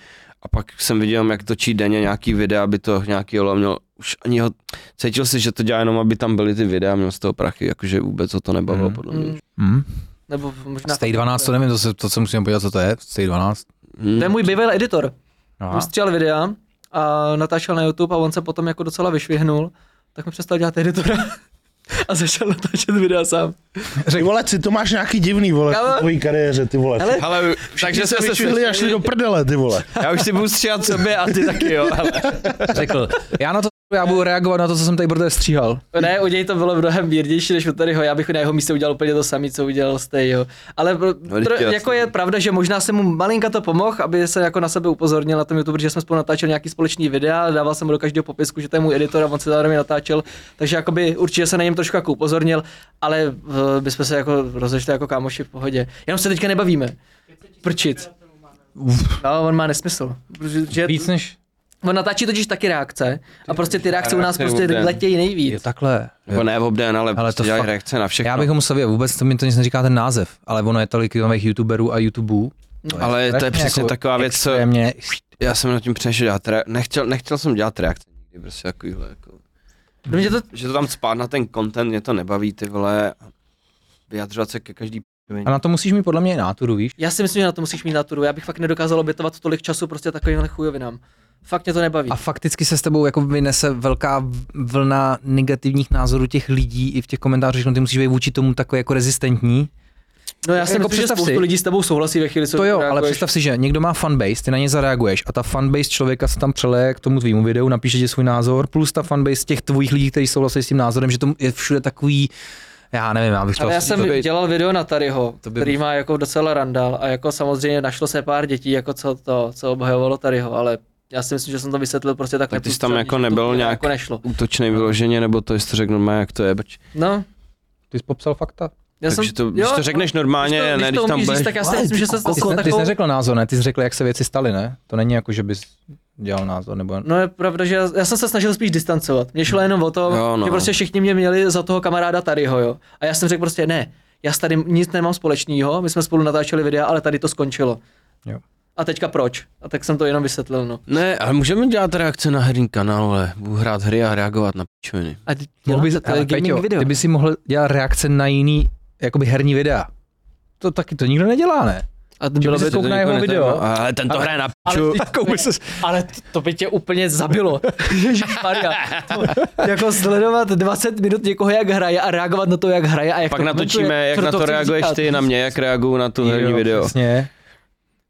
[SPEAKER 1] A pak jsem viděl, jak točí denně nějaký videa, aby to nějaký ole měl, už ani ho, cítil si, že to dělá jenom, aby tam byly ty videa, měl z toho prachy, jakože vůbec ho to nebavilo,
[SPEAKER 2] Mhm.
[SPEAKER 1] podle mě.
[SPEAKER 2] Hm?
[SPEAKER 3] Nebo možná...
[SPEAKER 2] Stay 12, to nevím, to se, to se musím podívat, co to je. No Stay 12.
[SPEAKER 1] Hmm.
[SPEAKER 3] To je můj bývalý editor.
[SPEAKER 2] Aha.
[SPEAKER 3] Aha. stříhal videa a natáčel na YouTube a on se potom jako docela vyšvihnul, tak mi přestal dělat editora a začal natáčet videa sám.
[SPEAKER 4] Ty vole, ty to máš nějaký divný, vole,
[SPEAKER 3] Kámo.
[SPEAKER 4] v tvojí kariéře, ty vole.
[SPEAKER 3] Hele,
[SPEAKER 1] Hele, takže
[SPEAKER 4] Takže se
[SPEAKER 1] jsme se
[SPEAKER 4] vyšvihli a šli do prdele, ty vole.
[SPEAKER 1] Já už si budu stříhat sobě a ty taky, jo. hele.
[SPEAKER 2] Řekl, já na to já budu reagovat na to, co jsem tady protože stříhal.
[SPEAKER 3] Ne, u něj to bylo mnohem mírnější než u tadyho, já bych na jeho místě udělal úplně to samé, co udělal z tejho. Ale no,
[SPEAKER 1] teď
[SPEAKER 3] tr-
[SPEAKER 1] jasný.
[SPEAKER 3] jako je pravda, že možná jsem mu malinka to pomohl, aby se jako na sebe upozornil na tom YouTube, protože jsme spolu natáčeli nějaký společný videa, dával jsem mu do každého popisku, že to je můj editor a on se zároveň natáčel, takže jakoby určitě se na něm trošku jako upozornil, ale uh, bychom se jako rozešli jako kámoši v pohodě. Jenom se teďka nebavíme. Prčit. No, on má nesmysl. Že
[SPEAKER 2] Víc než...
[SPEAKER 3] on natáčí totiž taky reakce a prostě ty reakce u nás
[SPEAKER 1] reakce
[SPEAKER 3] prostě
[SPEAKER 1] vůbec.
[SPEAKER 3] letějí nejvíc.
[SPEAKER 2] Jo, takhle.
[SPEAKER 1] Jako ne v obden, ale, ale
[SPEAKER 2] to
[SPEAKER 1] to dělají
[SPEAKER 2] fakt-
[SPEAKER 1] reakce na všechno.
[SPEAKER 2] Já bych ho musel vědět, vůbec to mi to nic neříká ten název, ale ono je tolik nových youtuberů a youtubů.
[SPEAKER 1] No. Ale to je
[SPEAKER 2] strašně jako
[SPEAKER 1] přesně taková věc, co-
[SPEAKER 2] extrémně-
[SPEAKER 1] Já jsem na tím přešel dělat, re... nechtěl, nechtěl jsem dělat reakce nikdy, prostě takovýhle, jako.
[SPEAKER 3] No, mě to
[SPEAKER 1] Že to tam spát na ten content, mě to nebaví, ty vole, vyjadřovat se ke každý p***vině.
[SPEAKER 2] A na to musíš mít podle mě i náturu, víš?
[SPEAKER 3] Já si myslím, že na to musíš mít naturu. Já bych fakt nedokázal obětovat tolik času prostě takovýmhle chujovinám. Fakt mě to nebaví.
[SPEAKER 2] A fakticky se s tebou jako vynese velká vlna negativních názorů těch lidí i v těch komentářích, no ty musíš být vůči tomu takový jako rezistentní.
[SPEAKER 3] no já si
[SPEAKER 2] jako
[SPEAKER 3] jako myslím, že
[SPEAKER 2] představ
[SPEAKER 3] spoustu
[SPEAKER 2] si-
[SPEAKER 3] lidí s tebou souhlasí ve chvíli, co
[SPEAKER 2] To jo, ale
[SPEAKER 3] reaguješ.
[SPEAKER 2] představ si, že někdo má fanbase, ty na ně zareaguješ a ta fanbase člověka se tam přeleje k tomu tvýmu videu, napíše ti svůj názor, plus ta fanbase těch tvých lidí, kteří souhlasí s tím názorem, že to je všude takový, já nevím, já bych to
[SPEAKER 3] Ale já
[SPEAKER 2] asi-
[SPEAKER 3] jsem
[SPEAKER 2] to by-
[SPEAKER 3] dělal video na Taryho,
[SPEAKER 2] by-
[SPEAKER 3] který má jako docela randál a jako samozřejmě našlo se pár dětí, jako co to, co obhajovalo Taryho, ale já si myslím, že jsem to vysvětlil prostě tak.
[SPEAKER 1] Tak ty jsi tam jako nebyl nějak-
[SPEAKER 3] Jako nešlo.
[SPEAKER 1] Útočnej vyloženě, nebo to, jestli to řeknu normálně, jak to je, brč.
[SPEAKER 3] No,
[SPEAKER 2] Ty jsi popsal fakta.
[SPEAKER 3] já
[SPEAKER 1] Takže
[SPEAKER 3] jsem, no,
[SPEAKER 1] to, když to řekneš normálně,
[SPEAKER 3] když
[SPEAKER 1] ne,
[SPEAKER 3] to, když
[SPEAKER 1] když
[SPEAKER 3] to
[SPEAKER 1] tam
[SPEAKER 3] umíš
[SPEAKER 1] budeš...
[SPEAKER 3] říct, tak já si myslím, že se
[SPEAKER 2] Ty jsi,
[SPEAKER 3] takovou...
[SPEAKER 2] ne, ty jsi neřekl názor, ne? Ty jsi řekl, jak se věci staly, ne? To není jako, že bys dělal názor, nebo...
[SPEAKER 3] No je pravda, že já, já jsem se snažil spíš distancovat. Mně šlo jenom o to,
[SPEAKER 1] Jo,
[SPEAKER 3] no.
[SPEAKER 1] no.
[SPEAKER 3] že prostě všichni mě měli za toho kamaráda Tadyho, jo. A já jsem řekl prostě ne, já s tady nic nemám společného, my jsme spolu natáčeli videa, ale tady to skončilo.
[SPEAKER 2] Jo.
[SPEAKER 3] A teďka proč? A tak jsem to jenom vysvětlil, no.
[SPEAKER 1] Ne, ale můžeme dělat reakce na herní kanál, ale budu hrát hry a reagovat na pičoviny.
[SPEAKER 3] A d-
[SPEAKER 2] Mohl
[SPEAKER 3] dělám
[SPEAKER 2] bys,
[SPEAKER 3] to, to je gaming
[SPEAKER 2] Peťo,
[SPEAKER 3] video.
[SPEAKER 2] ty by si mohl dělat reakce na jiný jakoby herní videa. To taky to nikdo nedělá, ne?
[SPEAKER 3] A Jako bylo
[SPEAKER 2] bys to-
[SPEAKER 3] by to,
[SPEAKER 2] no, koukne jeho video.
[SPEAKER 1] jako Ale ten to hraje na piču.
[SPEAKER 3] ale t- to by tě úplně zabilo. Ježišmarja. To, jako sledovat 20 minut někoho, jak hraje a reagovat na to, jak hraje a jak
[SPEAKER 1] Pak
[SPEAKER 3] to
[SPEAKER 1] natočíme,
[SPEAKER 3] komentuje.
[SPEAKER 1] jak
[SPEAKER 3] Proto
[SPEAKER 1] na to
[SPEAKER 3] chci
[SPEAKER 1] reaguješ
[SPEAKER 3] říkat.
[SPEAKER 1] ty, na mě, jak reaguju na tu herní
[SPEAKER 2] Jo,
[SPEAKER 1] video.
[SPEAKER 2] Přesně.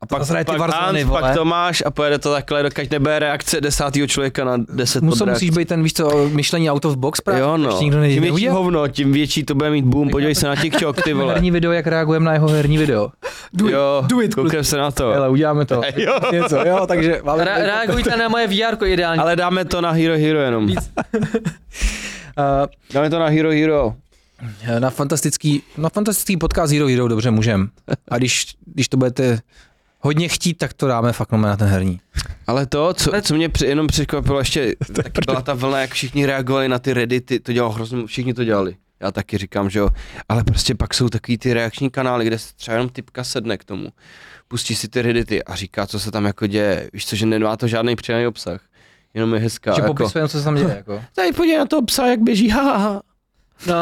[SPEAKER 1] A
[SPEAKER 2] To zraje
[SPEAKER 1] pak,
[SPEAKER 2] ty
[SPEAKER 1] pak,
[SPEAKER 2] Warzony,
[SPEAKER 1] Hans,
[SPEAKER 2] vole.
[SPEAKER 1] pak to máš a pojede to takhle, dokud nebude reakce desátého člověka na deset
[SPEAKER 2] Musel,
[SPEAKER 1] pod
[SPEAKER 2] musíš
[SPEAKER 1] reakcí.
[SPEAKER 2] být ten, víš co, myšlení out of box právě,
[SPEAKER 1] Jo no,
[SPEAKER 2] ještě nikdo ne,
[SPEAKER 1] tím větší
[SPEAKER 2] neudělal.
[SPEAKER 1] hovno, tím větší to bude mít boom, podívej se na TikTok, ty vole.
[SPEAKER 2] Herní video, jak reagujeme na jeho herní video.
[SPEAKER 1] Jo, koukám se na to.
[SPEAKER 2] prostě. Hele, uděláme to. Prostě
[SPEAKER 1] Jo.
[SPEAKER 2] Něco, jo, takže máme...
[SPEAKER 3] Re- reagujte na moje VR ideálně.
[SPEAKER 1] Ale dáme to na Hero Hero jenom.
[SPEAKER 2] Uh,
[SPEAKER 1] Dáme to na Hero Hero.
[SPEAKER 2] eh, Na fantastický, na fantastický podcast Hero Hero dobře můžem. A když, když to budete hodně chtít, tak to dáme fakt nome na ten herní.
[SPEAKER 1] Ale to, co, co mě při, jenom překvapilo ještě, tak byla ta vlna, jak všichni reagovali na ty reddity, to dělalo hrozně, všichni to dělali. Já taky říkám, že jo. Ale prostě pak jsou takový ty reakční kanály, kde se třeba jenom typka sedne k tomu, pustí si ty redity a říká, co se tam jako děje. Víš co, že nemá to žádný přidaný obsah. Jenom je hezká.
[SPEAKER 2] Že
[SPEAKER 1] jako,
[SPEAKER 2] popisujeme, co se tam děje. Jako.
[SPEAKER 1] Tady podívej na toho psa, jak běží, ha, ha, ha.
[SPEAKER 3] No,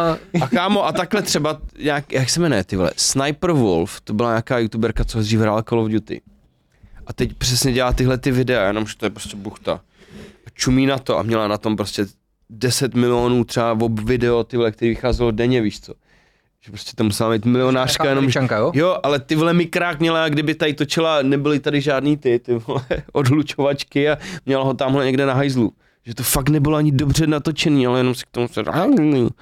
[SPEAKER 1] A kámo, a takhle třeba, jak, jak se jmenuje ty vole, Sniper Wolf, to byla nějaká youtuberka, co dřív hrála Call of Duty. A teď přesně dělá tyhle ty videa, jenomže to je prostě buchta. A čumí na to a měla na tom prostě 10 milionů třeba ob video, ty vole, který vycházelo denně, víš co. Že prostě to musela být milionářka, jenom,
[SPEAKER 2] Američanka, jo?
[SPEAKER 1] Jo, ale ty vole mikrák měla, jak kdyby tady točila, nebyly tady žádný ty, ty vole, odlučovačky a měla ho tamhle někde na hajzlu. Že to fakt nebylo ani dobře natočený, ale jenom si k tomu se...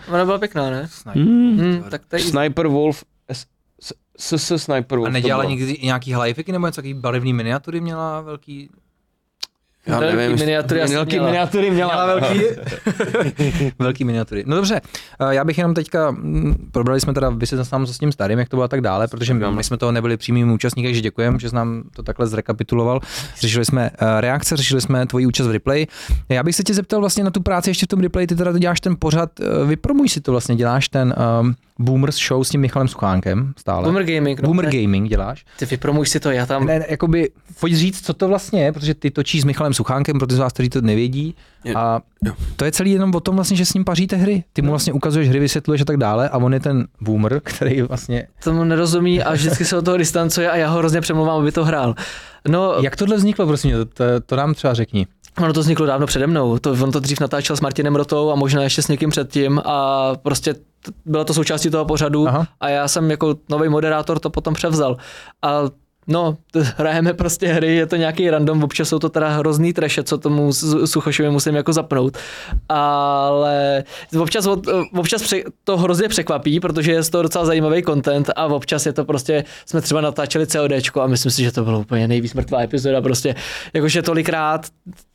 [SPEAKER 3] ona byla pěkná, ne?
[SPEAKER 1] Hmm.
[SPEAKER 2] Hm.
[SPEAKER 3] Hmm, tak to je
[SPEAKER 1] Sniper Wolf, S- S- SS Sniper Wolf.
[SPEAKER 2] A
[SPEAKER 1] to
[SPEAKER 2] nedělala
[SPEAKER 1] bylo.
[SPEAKER 2] nikdy nějaký hlifiky nebo něco, takový barevný miniatury měla velký...
[SPEAKER 1] Já
[SPEAKER 3] Velký
[SPEAKER 1] nevím, jestli-
[SPEAKER 3] miniatury asi
[SPEAKER 1] velký
[SPEAKER 3] měla.
[SPEAKER 1] miniatury měla.
[SPEAKER 2] Měla velký... velký miniatury. No dobře, eh, já bych jenom teďka, mm, probrali jsme teda vysvětlil nám co s tím starým, jak to bylo a tak dále, protože my, my jsme toho nebyli přímým účastníky, takže děkujeme, že jsi nám to takhle zrekapituloval. Řešili jsme eh, reakce, řešili jsme tvoji účast v replay. Já bych se tě zeptal vlastně na tu práci ještě v tom replay, ty teda děláš ten pořad, eh, vypromuj si to vlastně, děláš ten um, Boomers show s tím Michalem Suchánkem stále.
[SPEAKER 3] Boomer Gaming. No.
[SPEAKER 2] Boomer
[SPEAKER 3] Ne,
[SPEAKER 2] Gaming děláš.
[SPEAKER 3] Ty vypromuj si to, já tam...
[SPEAKER 2] Ne, ne, jakoby, pojď říct, co to vlastně je, protože ty točíš s Michalem Suchánkem, pro ty z vás, kteří to nevědí. A to je celý jenom o tom vlastně, že s ním paříte hry. Ty mu vlastně ukazuješ hry, vysvětluješ a tak dále a on je ten boomer, který vlastně...
[SPEAKER 3] tomu nerozumí a vždycky se od toho distancuje a já ho hrozně přemluvám, aby to hrál. No,
[SPEAKER 2] Jak tohle vzniklo, prosím tě, to, to, to nám třeba řekni.
[SPEAKER 3] Ono to vzniklo dávno přede mnou. To, on to dřív natáčel s Martinem Rotou a možná ještě s někým předtím a prostě t- byla to součástí toho pořadu
[SPEAKER 2] Aha.
[SPEAKER 3] Aha. a já jsem jako nový moderátor to potom převzal. A No, t- hrajeme prostě hry, je to nějaký random, občas jsou to teda hrozný treše, co tomu Su- Suchošovi musím jako zapnout. Ale občas, od- občas pře- to hrozně překvapí, protože je z toho docela zajímavý content a občas je to prostě, jsme třeba natáčeli CODčko a myslím si, že to bylo úplně nejvíc mrtvá epizoda, prostě jakože tolikrát,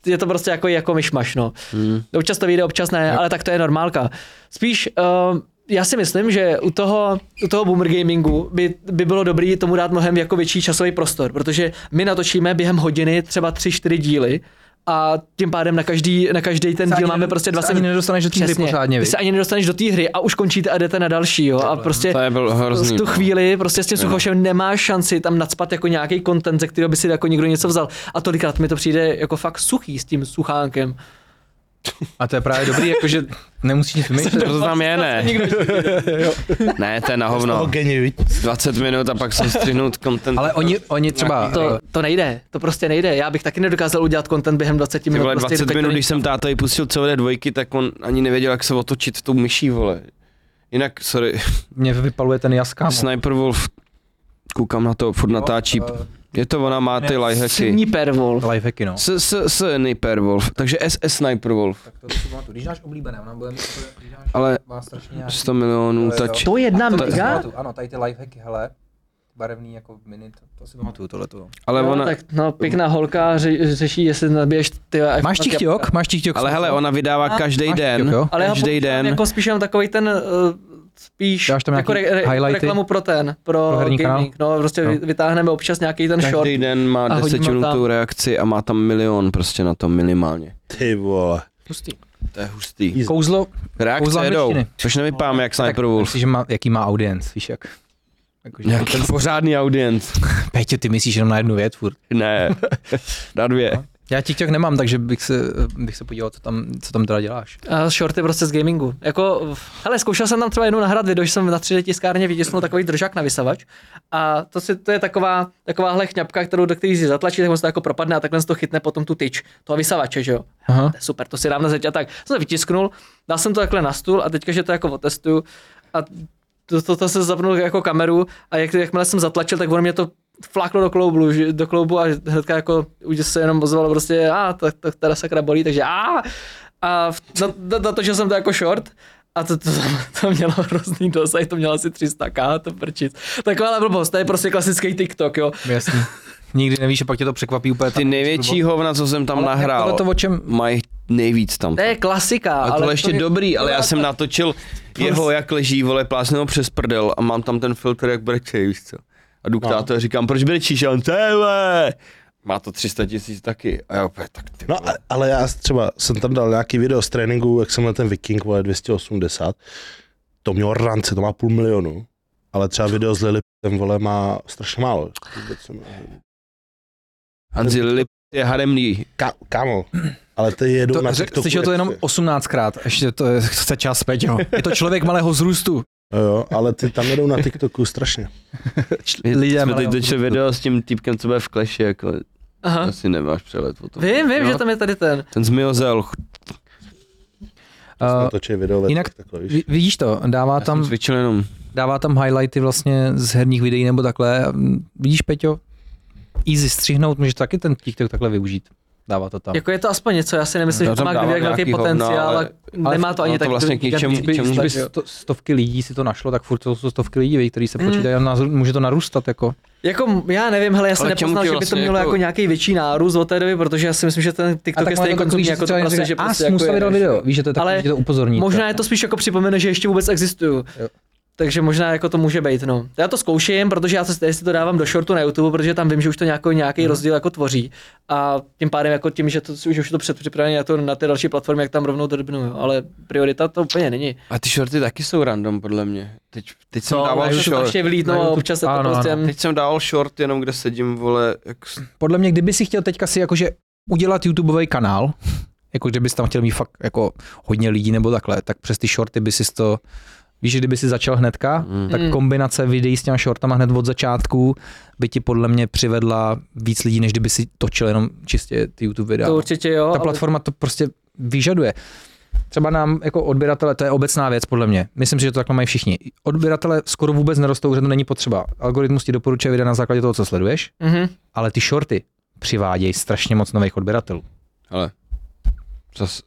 [SPEAKER 3] je to prostě jako, jako myšmaš, no. Hmm. Občas to vyjde, občas ne, ale tak to je normálka. Spíš uh, já si myslím, že u toho, u toho boomer gamingu by, by bylo dobré tomu dát mnohem jako větší časový prostor, protože my natočíme během hodiny třeba 3-4 díly a tím pádem na každý, na každý ten
[SPEAKER 2] Se
[SPEAKER 3] díl
[SPEAKER 2] ani
[SPEAKER 3] máme
[SPEAKER 2] ne-
[SPEAKER 3] prostě
[SPEAKER 2] se
[SPEAKER 3] 20
[SPEAKER 2] ani nedostaneš do té hry pořádně,
[SPEAKER 3] Ty
[SPEAKER 2] viď? no,
[SPEAKER 3] se ani nedostaneš do té hry a už končíte a jdete na další, jo. A prostě
[SPEAKER 1] To je byl hrozný.
[SPEAKER 3] v tu
[SPEAKER 1] no.
[SPEAKER 3] chvíli prostě s tím suchošem nemáš šanci tam nadspat jako nějaký content, ze kterého by si jako někdo něco vzal. A tolikrát mi to přijde jako fakt suchý s tím suchánkem.
[SPEAKER 2] A to je právě dobrý, jakože nemusíš nic vymýšlet.
[SPEAKER 1] To tam je, ne? ne, to je na
[SPEAKER 4] No.
[SPEAKER 1] hovno.
[SPEAKER 4] Geni, viď?
[SPEAKER 1] 20 minut a pak se střihnout content.
[SPEAKER 2] Ale oni, oni třeba...
[SPEAKER 3] To, to nejde, to prostě nejde. Já bych taky nedokázal udělat content během 20
[SPEAKER 1] Ty
[SPEAKER 3] minut.
[SPEAKER 1] vole,
[SPEAKER 3] prostě
[SPEAKER 1] 20
[SPEAKER 3] dokud to
[SPEAKER 1] minut,
[SPEAKER 3] není-
[SPEAKER 1] když jsem táta pustil celé dvojky, tak on ani nevěděl, jak se otočit tou myší, vole. Jinak, sorry,
[SPEAKER 2] Mě vypaluje ten jaskám.
[SPEAKER 1] Sniper Wolf, koukám na to, furt natáčí.
[SPEAKER 2] eh,
[SPEAKER 1] Je to ona, má ty lifehacky.
[SPEAKER 3] Sniper Wolf.
[SPEAKER 2] Lifehacky, no.
[SPEAKER 1] S, s, s Sniper Wolf, takže SS Sniper Wolf,
[SPEAKER 2] Tak to si pamatuju. Když dáš oblíbené, ona bude mít, když dáš,
[SPEAKER 1] ale
[SPEAKER 2] má strašně
[SPEAKER 1] 100 milionů tač.
[SPEAKER 3] To je jedna mega?
[SPEAKER 2] Ano, tady ty lifehacky, hele, barevný jako mini, to, to si pamatuju tohleto.
[SPEAKER 1] Ale
[SPEAKER 3] No,
[SPEAKER 1] ona,
[SPEAKER 3] tak no, pěkná holka ře, řeší, jestli nabiješ ty...
[SPEAKER 2] Máš tichťok? Máš tichťok?
[SPEAKER 1] ale hele, ona vydává každý
[SPEAKER 2] máš
[SPEAKER 1] den,
[SPEAKER 2] TikTok, jo?
[SPEAKER 3] Ale já
[SPEAKER 1] každý
[SPEAKER 3] používám
[SPEAKER 1] den.
[SPEAKER 3] Jako spíš jenom takový ten uh, spíš
[SPEAKER 2] Dáš tam
[SPEAKER 3] jako
[SPEAKER 2] nějaký highlighty?
[SPEAKER 3] reklamu pro ten, pro,
[SPEAKER 2] Pro herní
[SPEAKER 3] gaming. No, prostě
[SPEAKER 2] No.
[SPEAKER 3] no. vytáhneme občas nějaký ten short.
[SPEAKER 1] Každý den má
[SPEAKER 3] a hodíme
[SPEAKER 1] 10 minutovou
[SPEAKER 3] tam.
[SPEAKER 1] reakci a má tam milion prostě na tom minimálně.
[SPEAKER 4] Ty vole.
[SPEAKER 1] To je hustý.
[SPEAKER 2] Kouzlo, kouzla
[SPEAKER 1] Reakce jedou,
[SPEAKER 2] angličtiny.
[SPEAKER 1] což nevypám jak Sniper Wolf.
[SPEAKER 2] myslíš, že má, jaký má audience, víš jak? Jakože,
[SPEAKER 1] Nějaký pořádný audience.
[SPEAKER 2] Pétě, ty myslíš jenom na jednu věc furt.
[SPEAKER 1] Ne, na dvě.
[SPEAKER 2] Já TikTok nemám, takže bych se, bych se podíval, co tam, co tam teda děláš.
[SPEAKER 3] A shorty prostě z gamingu. Jako, hele, zkoušel jsem tam třeba jednou nahrát video, že jsem na 3D tiskárně vytisknul takový držák na vysavač. A to, si, to je taková, takováhle chňapka, kterou do který si zatlačí, tak on se to jako propadne a takhle se to chytne potom tu tyč toho vysavače, že jo.
[SPEAKER 2] Aha.
[SPEAKER 3] To je super, to si dám na zeď a tak. Jsem to vytisknul, dal jsem to takhle na stůl a teďka, že to jako otestuju a to, to, to se zapnul jako kameru a jak, jakmile jsem zatlačil, tak on mě to fláklo do kloubu, že, do kloubu a hnedka jako už se jenom ozvalo prostě, a tak to, teda sakra bolí, takže a a v- na, na, na to, že jsem to jako short, a to, to, to mělo hrozný dosah, to mělo asi 300k, to prčit. Taková blbost, to je prostě klasický TikTok, jo.
[SPEAKER 2] Jasný. Nikdy nevíš, a pak tě to překvapí úplně.
[SPEAKER 1] Ty největší hovna, co jsem tam nahrál,
[SPEAKER 2] to o čem...
[SPEAKER 1] mají nejvíc tam.
[SPEAKER 3] jako To je klasika,
[SPEAKER 1] A tohle
[SPEAKER 3] ale
[SPEAKER 1] ještě
[SPEAKER 3] to je,
[SPEAKER 1] dobrý, ale já jsem natočil jeho, jak leží, vole, plásnil ho přes prdel a mám tam ten filtr, jak brečej, víš co. A jdu k tátovi a říkám, proč brečíš? A on, tele! Má to 300 tisíc taky. A já opět, tak ty
[SPEAKER 4] No, a- ale já třeba jsem tam dal nějaký video z tréninku, jak jsem na ten Viking, vole, 280. to mělo rance, to má půl milionu. Ale třeba video s Lily ten vole má strašně málo. Vůbec jsem-
[SPEAKER 1] Hanzi Lili je haremný.
[SPEAKER 4] Ka- kámo, ale ty jedou
[SPEAKER 2] To,
[SPEAKER 4] na
[SPEAKER 2] řek-
[SPEAKER 4] TikToku.
[SPEAKER 2] slyšel to
[SPEAKER 4] jak
[SPEAKER 2] jenom
[SPEAKER 4] chci.
[SPEAKER 2] 18krát, ještě to je, chce čas, Peťo. Je to člověk malého vzrůstu.
[SPEAKER 4] Jo, Jo, ale ty tam jedou na TikToku strašně.
[SPEAKER 2] Lidé
[SPEAKER 1] jsme teď
[SPEAKER 2] malého
[SPEAKER 1] dočeli video s tím týpkem, co bude v kleši, jako
[SPEAKER 3] Aha.
[SPEAKER 1] asi nemáš přelet o tom.
[SPEAKER 3] No. Vím, vím,
[SPEAKER 1] No.
[SPEAKER 3] že tam je tady ten.
[SPEAKER 1] Ten zmiozel,
[SPEAKER 4] Uh,
[SPEAKER 2] Uh,
[SPEAKER 4] Natočí video ve
[SPEAKER 2] jinak-
[SPEAKER 4] jinak, takhle, víš.
[SPEAKER 2] vi- vidíš to, dává
[SPEAKER 1] já tam... jsem
[SPEAKER 2] tam,
[SPEAKER 1] cvičil jenom.
[SPEAKER 2] dává tam highlighty vlastně z herních videí nebo takhle. Vidíš, Peťo? Easy střihnout, můžeš taky ten TikTok takhle využít. Dává to tam.
[SPEAKER 3] Jako je to aspoň něco, já si nemyslím,
[SPEAKER 1] Já
[SPEAKER 3] že to
[SPEAKER 1] tam
[SPEAKER 3] má
[SPEAKER 1] dávám
[SPEAKER 3] kdo jak velký
[SPEAKER 1] nějaký hovno,
[SPEAKER 3] potenciál,
[SPEAKER 1] ale-
[SPEAKER 3] ale, nemá to
[SPEAKER 1] ono to
[SPEAKER 3] ani tak
[SPEAKER 1] vlastně k ničemu-
[SPEAKER 3] gigantický
[SPEAKER 1] čemu
[SPEAKER 2] Kdyby
[SPEAKER 3] výsledek, jo. Mm.
[SPEAKER 2] sto, stovky lidí si to našlo, tak furt to jsou stovky lidí, vej, který se počítají a názor- může to narůstat. Jako.
[SPEAKER 3] Jako já nevím, hele, já jsem
[SPEAKER 1] Ale čemu
[SPEAKER 3] nepoznal,
[SPEAKER 1] ti
[SPEAKER 3] že by to
[SPEAKER 1] vlastně
[SPEAKER 3] mělo
[SPEAKER 1] jako-
[SPEAKER 3] jako nějaký větší nárůst od té doby, protože já si myslím, že ten
[SPEAKER 2] A
[SPEAKER 3] TikTok
[SPEAKER 2] tak
[SPEAKER 3] je
[SPEAKER 2] má to
[SPEAKER 3] stejně
[SPEAKER 2] takový,
[SPEAKER 3] konzumní
[SPEAKER 2] že
[SPEAKER 3] jako to
[SPEAKER 2] třeba
[SPEAKER 3] prostě,
[SPEAKER 2] řekne,
[SPEAKER 3] že
[SPEAKER 2] a
[SPEAKER 3] prostě jako
[SPEAKER 2] Smusa
[SPEAKER 3] je,
[SPEAKER 2] vydal
[SPEAKER 3] že jo.
[SPEAKER 2] video, víš, že to je takový,
[SPEAKER 3] Ale
[SPEAKER 2] že tě to upozorní.
[SPEAKER 3] Možná je to spíš jako připomene, že ještě vůbec existuju.
[SPEAKER 2] Jo.
[SPEAKER 3] Takže možná jako to může být, no. Já to zkouším, protože já se jestli to dávám do shortu na YouTube, protože tam vím, že už to nějaký, nějaký
[SPEAKER 2] Mhm.
[SPEAKER 3] rozdíl jako tvoří. A tím pádem jako tím, že to, už, už je to předpřipravené na, to, na ty další platformy, jak tam rovnou drbnu, jo. ale priorita to úplně není.
[SPEAKER 1] A ty shorty taky jsou random, podle mě. Teď, teď jsem
[SPEAKER 3] Co,
[SPEAKER 1] dával
[SPEAKER 3] na to
[SPEAKER 1] short.
[SPEAKER 3] ještě
[SPEAKER 2] Na
[SPEAKER 3] vlítnou a
[SPEAKER 2] YouTube-
[SPEAKER 3] občas se to
[SPEAKER 2] ano,
[SPEAKER 3] prostě...
[SPEAKER 2] ano.
[SPEAKER 1] Teď jsem dával short, jenom kde sedím, vole, jak s-
[SPEAKER 2] Podle mě, kdyby si chtěl teďka si jakože udělat YouTubeový kanál, jako kdybys tam chtěl mít fakt jako hodně lidí nebo takhle, tak přes ty shorty by si to, víš, že kdyby si začal hnedka,
[SPEAKER 1] Mm.
[SPEAKER 3] Hmm,
[SPEAKER 2] mm. tak kombinace videí s těma shortama hned od začátku by ti podle mě přivedla víc lidí, než kdyby si točil jenom čistě ty YouTube videa.
[SPEAKER 3] To určitě jo.
[SPEAKER 2] Ta
[SPEAKER 3] ale-
[SPEAKER 2] platforma to prostě vyžaduje. Třeba nám jako odběratele, to je obecná věc podle mě. Myslím si, že to takhle mají všichni. Odběratele skoro vůbec nerostou, že to není potřeba. Algoritmus ti doporučuje videa na základě toho, co sleduješ,
[SPEAKER 3] Mhm.
[SPEAKER 2] ale ty shorty přivádějí strašně moc nových odběratelů.
[SPEAKER 1] Ale zas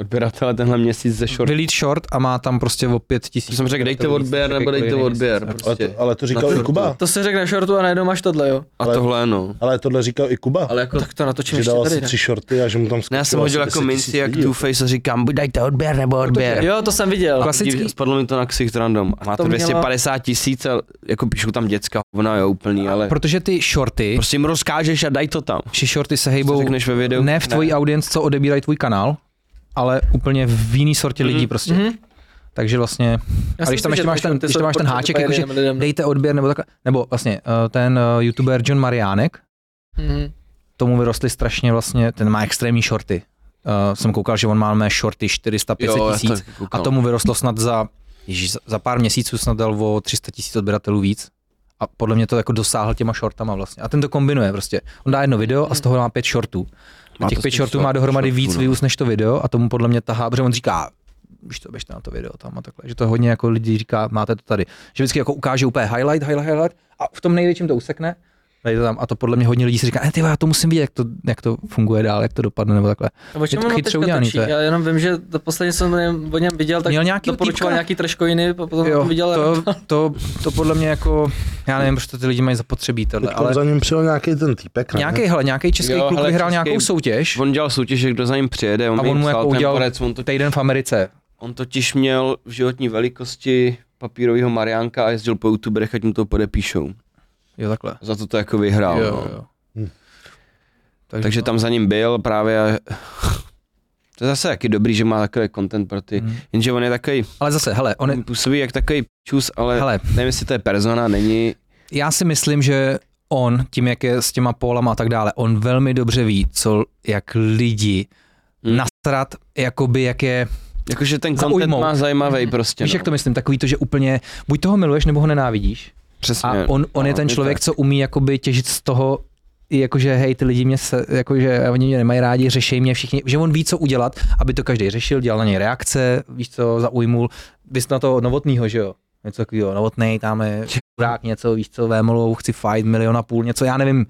[SPEAKER 1] odběratele tenhle měsíc ze short.
[SPEAKER 2] Delete short a má tam prostě o pět tisíc.
[SPEAKER 1] To jsem řekl, dejte
[SPEAKER 2] odběratelů víc,
[SPEAKER 1] odběr,
[SPEAKER 2] než
[SPEAKER 1] nebo dejte
[SPEAKER 2] jakýkoliv jiný
[SPEAKER 1] odběr.
[SPEAKER 2] měsíc.
[SPEAKER 4] Ale
[SPEAKER 1] Prostě.
[SPEAKER 4] to, ale to
[SPEAKER 1] Na
[SPEAKER 4] říkal i
[SPEAKER 1] shortu.
[SPEAKER 4] Kuba.
[SPEAKER 3] To se řekne shortu a najednou máš tohle, jo.
[SPEAKER 1] A
[SPEAKER 4] ale-
[SPEAKER 1] tohle no.
[SPEAKER 4] Ale tohle říkal i Kuba. Ale
[SPEAKER 3] Ale jako tak to natočím
[SPEAKER 4] že
[SPEAKER 3] ještě
[SPEAKER 4] dal
[SPEAKER 3] tady.
[SPEAKER 4] asi
[SPEAKER 3] ne?
[SPEAKER 4] tři shorty a že mu tam
[SPEAKER 1] Ne, já jsem hodil jako minci jak Two Face a říkám, buď dejte odběr nebo odběr.
[SPEAKER 3] Jo, to jsem viděl.
[SPEAKER 2] Klasický.
[SPEAKER 1] Dí- Spadlo mi to na ksicht random. A má to
[SPEAKER 3] To mělo-
[SPEAKER 1] 250 tisíc a jako píšou tam děcka hovna, jo, úplný, ale
[SPEAKER 2] Protože ty shorty,
[SPEAKER 1] prostě jim rozkážeš a daj to tam.
[SPEAKER 2] ty shorty se
[SPEAKER 1] Co
[SPEAKER 2] hejbou
[SPEAKER 1] řekneš ve videu?
[SPEAKER 2] ne v tvojí audience, co odebírají tvůj kanál, ale úplně v jiný sortě lidí prostě.
[SPEAKER 3] Mhm.
[SPEAKER 2] Takže vlastně, a
[SPEAKER 3] jsem
[SPEAKER 2] když tam
[SPEAKER 3] si
[SPEAKER 2] ještě
[SPEAKER 3] četl,
[SPEAKER 2] máš
[SPEAKER 3] že
[SPEAKER 2] ten,
[SPEAKER 3] ty
[SPEAKER 2] když
[SPEAKER 3] jsou
[SPEAKER 2] tam máš ten
[SPEAKER 3] proti
[SPEAKER 2] háček,
[SPEAKER 3] úplně
[SPEAKER 2] jakože
[SPEAKER 3] jiným
[SPEAKER 1] Mhm.
[SPEAKER 3] lidem.
[SPEAKER 2] dejte odběr nebo takhle, nebo vlastně eh, ten eh, youtuber John Mariánek,
[SPEAKER 3] Mhm.
[SPEAKER 2] tomu vyrostly strašně vlastně, ten má extrémní shorty. Eh, jsem koukal, že on má mé shorty 400-500
[SPEAKER 1] já jsem
[SPEAKER 2] tisíc
[SPEAKER 1] taky koukal.
[SPEAKER 2] a tomu vyrostlo snad za, ježiš, za- za pár měsíců snad dal o 300 tisíc odběratelů víc. A podle mě to jako dosáhl těma shortama vlastně. A ten to kombinuje prostě. On dá jedno video a z toho má pět shortů.
[SPEAKER 1] Má
[SPEAKER 2] A těch
[SPEAKER 1] to
[SPEAKER 2] pět
[SPEAKER 1] spíš
[SPEAKER 2] shortů
[SPEAKER 1] short-
[SPEAKER 2] má dohromady
[SPEAKER 1] shortů,
[SPEAKER 2] víc
[SPEAKER 1] no.
[SPEAKER 2] views než to video a tomu podle mě tahá, protože on říká, už to běžte na to video tam a takhle, že to hodně jako lidí říká, máte to tady. Že vždycky jako ukáže úplně highlight, highlight, highlight a v tom největším to usekne, dají to tam a to podle mě hodně lidí si říká, ne, ty, vole, já to musím vidět, jak to, jak to funguje dál, jak to dopadne nebo takhle.
[SPEAKER 3] A o čem
[SPEAKER 2] to
[SPEAKER 3] ono
[SPEAKER 2] chytře
[SPEAKER 3] teďka
[SPEAKER 2] udělaný,
[SPEAKER 3] točí?
[SPEAKER 2] to je.
[SPEAKER 3] Já jenom vím, že to poslední jsem o něm- o něm viděl, tak
[SPEAKER 2] Měl nějakýho
[SPEAKER 3] doporučoval
[SPEAKER 2] týpka?
[SPEAKER 3] nějaký troškojiny, potom
[SPEAKER 2] Jo,
[SPEAKER 3] viděl
[SPEAKER 2] to, to, to, podle mě jako, já nevím, proč to ty lidi mají zapotřebí tohle,
[SPEAKER 4] Ale
[SPEAKER 2] ale
[SPEAKER 4] za ním přijel nějaký ten týpek, ne?
[SPEAKER 2] nějaký, hele, nějaký český
[SPEAKER 1] Jo,
[SPEAKER 2] jo, kluk
[SPEAKER 1] hele,
[SPEAKER 2] vyhrál
[SPEAKER 1] český-
[SPEAKER 2] nějakou soutěž,
[SPEAKER 1] On dělal soutěž, že kdo za ním přijede, on,
[SPEAKER 2] A
[SPEAKER 1] mi
[SPEAKER 2] on mu
[SPEAKER 1] psal
[SPEAKER 2] jako
[SPEAKER 1] ten
[SPEAKER 2] udělal-
[SPEAKER 1] porec, on, to,
[SPEAKER 2] týden v Americe.
[SPEAKER 1] on totiž měl v životní velikosti papírového Mariánka a jezdil po youtuberech, ať mu to podepíšou.
[SPEAKER 2] Jo, takhle.
[SPEAKER 1] Za to to jako vyhrál. no.
[SPEAKER 4] Hm.
[SPEAKER 2] Takže,
[SPEAKER 1] Takže tam za ním byl právě a... To je zase taky dobrý, že má takový content pro ty.
[SPEAKER 2] Hmm.
[SPEAKER 1] Jenže on je takový,
[SPEAKER 2] Ale zase, hele, on je,
[SPEAKER 1] on působí jak takový čus, ale
[SPEAKER 2] hele,
[SPEAKER 1] nevím, jestli to je persona, není.
[SPEAKER 2] já si myslím, že on, tím jak je s těma polama a tak dále, on velmi dobře ví, co, jak lidi
[SPEAKER 1] Hmm.
[SPEAKER 2] hmm. nasrat, jakoby jak je,
[SPEAKER 1] Jakože ten content
[SPEAKER 2] Zaujmou.
[SPEAKER 1] má zajímavý prostě.
[SPEAKER 2] Hmm. víš
[SPEAKER 1] no.
[SPEAKER 2] jak to myslím, takový to, že úplně, buď toho miluješ, nebo ho nenávidíš.
[SPEAKER 1] Přesně.
[SPEAKER 2] A on, on je
[SPEAKER 1] No,
[SPEAKER 2] ten
[SPEAKER 1] je
[SPEAKER 2] člověk,
[SPEAKER 1] tak.
[SPEAKER 2] co umí jakoby těžit z toho, i jakože hej, ty lidi mě se, jakože oni mě nemají rádi, řešej mě všichni, že on ví, co udělat, aby to každý řešil, dělal na něj reakce, víš co, zaujmul, vy jste na toho novotnýho, že jo, něco takového, novotnej, tam je kurák něco, víš co, vémolou, chci fight, milion a půl, něco, já nevím,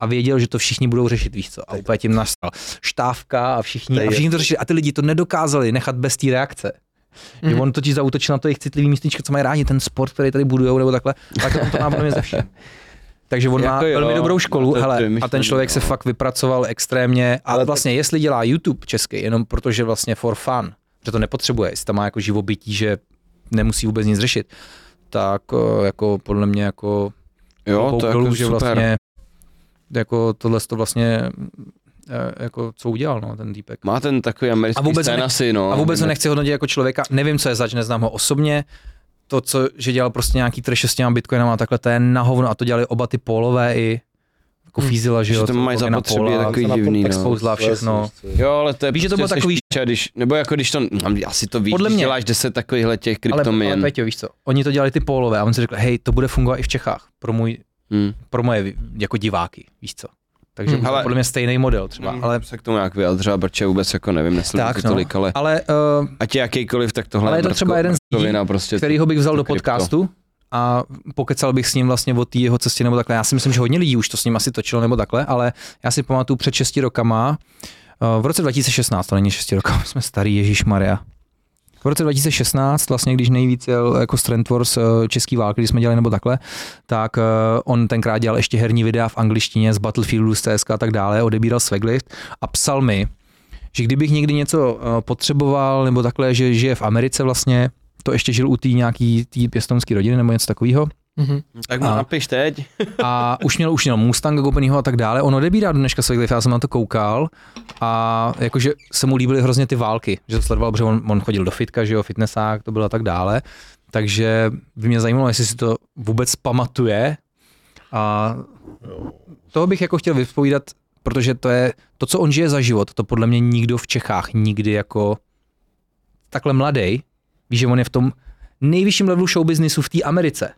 [SPEAKER 2] a věděl, že to všichni budou řešit, víš co, a úplně tím nastal štávka a všichni, a všichni to řešili, a ty lidi to nedokázali nechat bez té reakce.
[SPEAKER 1] Mhm.
[SPEAKER 2] Že on totiž zautočil na to jejich citlivý místečko, co mají rádi, ten sport, který tady budujou, nebo takhle, tak on to má podle mě ze všem. Takže on má
[SPEAKER 1] Jako jo,
[SPEAKER 2] velmi dobrou
[SPEAKER 1] má
[SPEAKER 2] školu,
[SPEAKER 1] to
[SPEAKER 2] hele, a ten
[SPEAKER 1] vymyšlený,
[SPEAKER 2] člověk se
[SPEAKER 1] no.
[SPEAKER 2] fakt vypracoval extrémně. A
[SPEAKER 4] Ale
[SPEAKER 2] vlastně, jestli dělá YouTube český, jenom protože vlastně for fun, že to nepotřebuje, jestli tam má jako živobytí, že nemusí vůbec nic řešit, tak eh, jako podle mě jako
[SPEAKER 1] jo,
[SPEAKER 2] klobouk
[SPEAKER 1] to je jako
[SPEAKER 2] dolů, že
[SPEAKER 1] super.
[SPEAKER 2] vlastně jako tohle to vlastně eh, jako, co udělal, no, ten týpek.
[SPEAKER 1] Má ten takový americký
[SPEAKER 2] A vůbec ho
[SPEAKER 1] scén
[SPEAKER 2] ne-
[SPEAKER 1] asi, no.
[SPEAKER 2] A vůbec ho
[SPEAKER 1] Nevím,
[SPEAKER 2] nechci hodnotit jako člověka, nevím, co je zač, neznám ho osobně. To, co, že dělal prostě nějaký trše s těma bitcoinama a takhle, to je na hovno a to dělali oba ty polové i jako fízila, že
[SPEAKER 1] Hmm. Že
[SPEAKER 2] jo.
[SPEAKER 1] to
[SPEAKER 2] co
[SPEAKER 1] mají
[SPEAKER 2] bylo na
[SPEAKER 1] zapotřebí
[SPEAKER 2] Pola,
[SPEAKER 1] takový
[SPEAKER 4] Co na tom
[SPEAKER 1] divný,
[SPEAKER 4] tak
[SPEAKER 1] no.
[SPEAKER 2] Expouzla všechno.
[SPEAKER 1] Jo, ale to je
[SPEAKER 2] Víš, že to
[SPEAKER 1] prostě
[SPEAKER 2] bylo takový-
[SPEAKER 1] seš piča, když, nebo jako když to, asi to víš,
[SPEAKER 2] Podle
[SPEAKER 1] Podle mě.
[SPEAKER 2] mě.
[SPEAKER 1] děláš 10 takovýchhle těch
[SPEAKER 2] Ale, ale
[SPEAKER 1] kryptoměn.
[SPEAKER 2] Peťo, víš co, oni to dělali ty polové a on si řekl, hej, to bude fungovat i v Čechách pro, můj,
[SPEAKER 1] Hmm.
[SPEAKER 2] pro moje vy- jako diváky, víš co. Takže
[SPEAKER 1] Hmm,
[SPEAKER 2] hmm,
[SPEAKER 1] ale-
[SPEAKER 2] podle mě stejný model třeba,
[SPEAKER 1] Ale
[SPEAKER 2] ale
[SPEAKER 1] se k tomu nějak vyjadřila, protože vůbec jako nevím, nesleduji
[SPEAKER 2] Tak,
[SPEAKER 1] tak, to
[SPEAKER 2] no.
[SPEAKER 1] tolik, ale
[SPEAKER 2] ale uh,
[SPEAKER 1] ať je jakýkoliv, tak tohle
[SPEAKER 2] Ale je to
[SPEAKER 1] mrtko-
[SPEAKER 2] třeba jeden z
[SPEAKER 1] mrtkovina prostě.
[SPEAKER 2] kterýho bych vzal
[SPEAKER 1] to
[SPEAKER 2] do
[SPEAKER 1] krypto.
[SPEAKER 2] podcastu a pokecal bych s ním vlastně o té jeho cestě nebo takhle. Já si myslím, že hodně lidí už to s ním asi točilo nebo takhle, ale já si pamatuju před 6 rokama, eh, v roce 2016, to není 6 roků, jsme starý, Ježíš Maria. V roce 2016, vlastně když nejvíc jel jako Strand Wars eh, český války, když jsme dělali nebo takhle, tak eh, on tenkrát dělal ještě herní videa v angličtině z Battlefieldu, z CSK a tak dále, odebíral Sveglift a psal mi, že kdybych někdy něco eh, potřeboval nebo takhle, že žije v Americe vlastně, to ještě žil u té nějaký tý pěstonský rodiny nebo něco takového.
[SPEAKER 3] Mhm.
[SPEAKER 1] Tak mu
[SPEAKER 2] A-
[SPEAKER 1] napiš teď.
[SPEAKER 2] A už měl, už měl Mustang koupenýho a tak dále. On odebírá do dneška Swigliff, já jsem na to koukal a jakože se mu líbily hrozně ty války, že to sledoval, protože on, on chodil do fitka, že jo, fitnessák, to bylo a tak dále. Takže by mě zajímalo, jestli si to vůbec pamatuje a toho bych jako chtěl vypovídat, protože to je, to, co on žije za život, to podle mě nikdo v Čechách nikdy jako takhle mladý, víš, že on je v tom nejvyšším levelu showbiznisu v té Americe.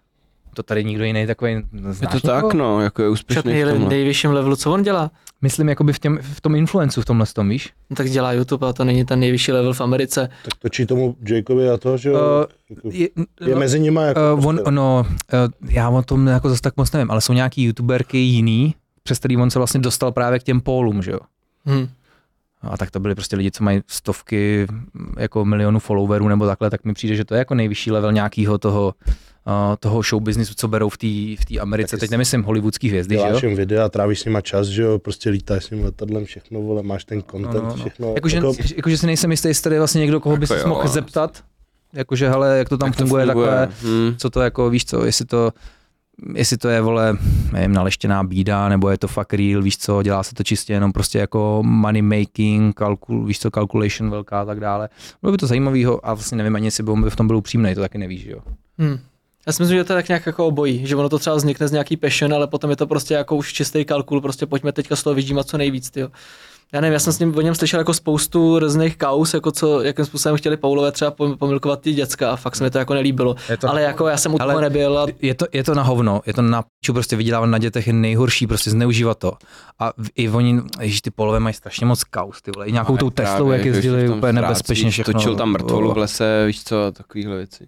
[SPEAKER 2] To tady nikdo jiný takový
[SPEAKER 1] Je
[SPEAKER 2] znáš
[SPEAKER 1] to tak,
[SPEAKER 2] někoho?
[SPEAKER 1] no, jako je úspěšný
[SPEAKER 3] Šatný
[SPEAKER 1] v tomhle.
[SPEAKER 3] nejvyšším levelu, co on dělá?
[SPEAKER 2] Myslím, jakoby v, těm, v tom influencu, v tomhle tom, víš?
[SPEAKER 3] No, tak dělá YouTube a to není ten nejvyšší level v Americe.
[SPEAKER 4] Tak točí tomu Jacobi a to, že jo,
[SPEAKER 2] Uh,
[SPEAKER 4] jako, je mezi nima jako
[SPEAKER 2] Uh, on,
[SPEAKER 4] prostě-
[SPEAKER 2] no, uh, já o tom jako zase tak moc nevím, ale jsou nějaký youtuberky jiný, přes který on se vlastně dostal právě k těm pólům, že jo?
[SPEAKER 3] Hm.
[SPEAKER 2] A tak to byli prostě lidi, co mají stovky mm, jako milionů followerů nebo takhle, tak mi přijde, že to je jako nejvyšší level nějakého toho, uh, toho show businessu, co berou v té v té Americe.
[SPEAKER 4] Tak
[SPEAKER 2] Teď
[SPEAKER 4] jestli-
[SPEAKER 2] nemyslím hollywoodský hvězdy, že jo?
[SPEAKER 4] děláš jim videa, trávíš s nima čas, že jo, prostě lítáš s ním letadlem, všechno, vole, máš ten content,
[SPEAKER 2] No,
[SPEAKER 4] no,
[SPEAKER 2] no, no.
[SPEAKER 4] všechno.
[SPEAKER 2] Jakože
[SPEAKER 4] jako,
[SPEAKER 2] jako, že si nejsem jistý, jestli tady je vlastně někdo, koho bys
[SPEAKER 1] Jako jo.
[SPEAKER 2] mohl zeptat, jakože hele, jak to tam
[SPEAKER 1] Jak to
[SPEAKER 2] funguje, takhle,
[SPEAKER 1] Hmm.
[SPEAKER 2] co to jako, víš co, jestli to, jestli to je, vole, nevím, naleštěná bída, nebo je to fakt real, víš co, dělá se to čistě jenom prostě jako money making, kalkul, víš co, calculation velká a tak dále. Bylo by to zajímavého a vlastně nevím ani, jestli by on by v tom byl upřímný, to taky nevíš, že jo.
[SPEAKER 3] Hm. Já si myslím, že to je tak nějak jako obojí, že ono to třeba vznikne z nějaký passion, ale potom je to prostě jako už čistý kalkul, prostě pojďme teďka z toho vyždímat co nejvíc, jo. Já nevím, já jsem s ním, o něm slyšel jako spoustu různých kaus, jako co, jakým způsobem chtěli Paulové třeba pom- pomilkovat ty děcka a fakt se mi to jako nelíbilo.
[SPEAKER 2] Je to-
[SPEAKER 3] ale jako já jsem u
[SPEAKER 2] Ale-
[SPEAKER 3] toho nebyl a
[SPEAKER 2] Je to, je to na hovno, je to na piču, prostě vydělávat na dětech je nejhorší, prostě zneužívat to. A v- i oni, ježíš, ty polové mají strašně moc kaus, ty vole, i nějakou tou
[SPEAKER 1] Právě,
[SPEAKER 2] Teslou, jak
[SPEAKER 1] jako, že
[SPEAKER 2] jezdili
[SPEAKER 1] v tom
[SPEAKER 2] úplně
[SPEAKER 1] ztrácíš,
[SPEAKER 2] nebezpečně všechno.
[SPEAKER 1] Točil tam mrtvolu
[SPEAKER 2] Jo.
[SPEAKER 1] v lese, víš co, a takovýhle věci.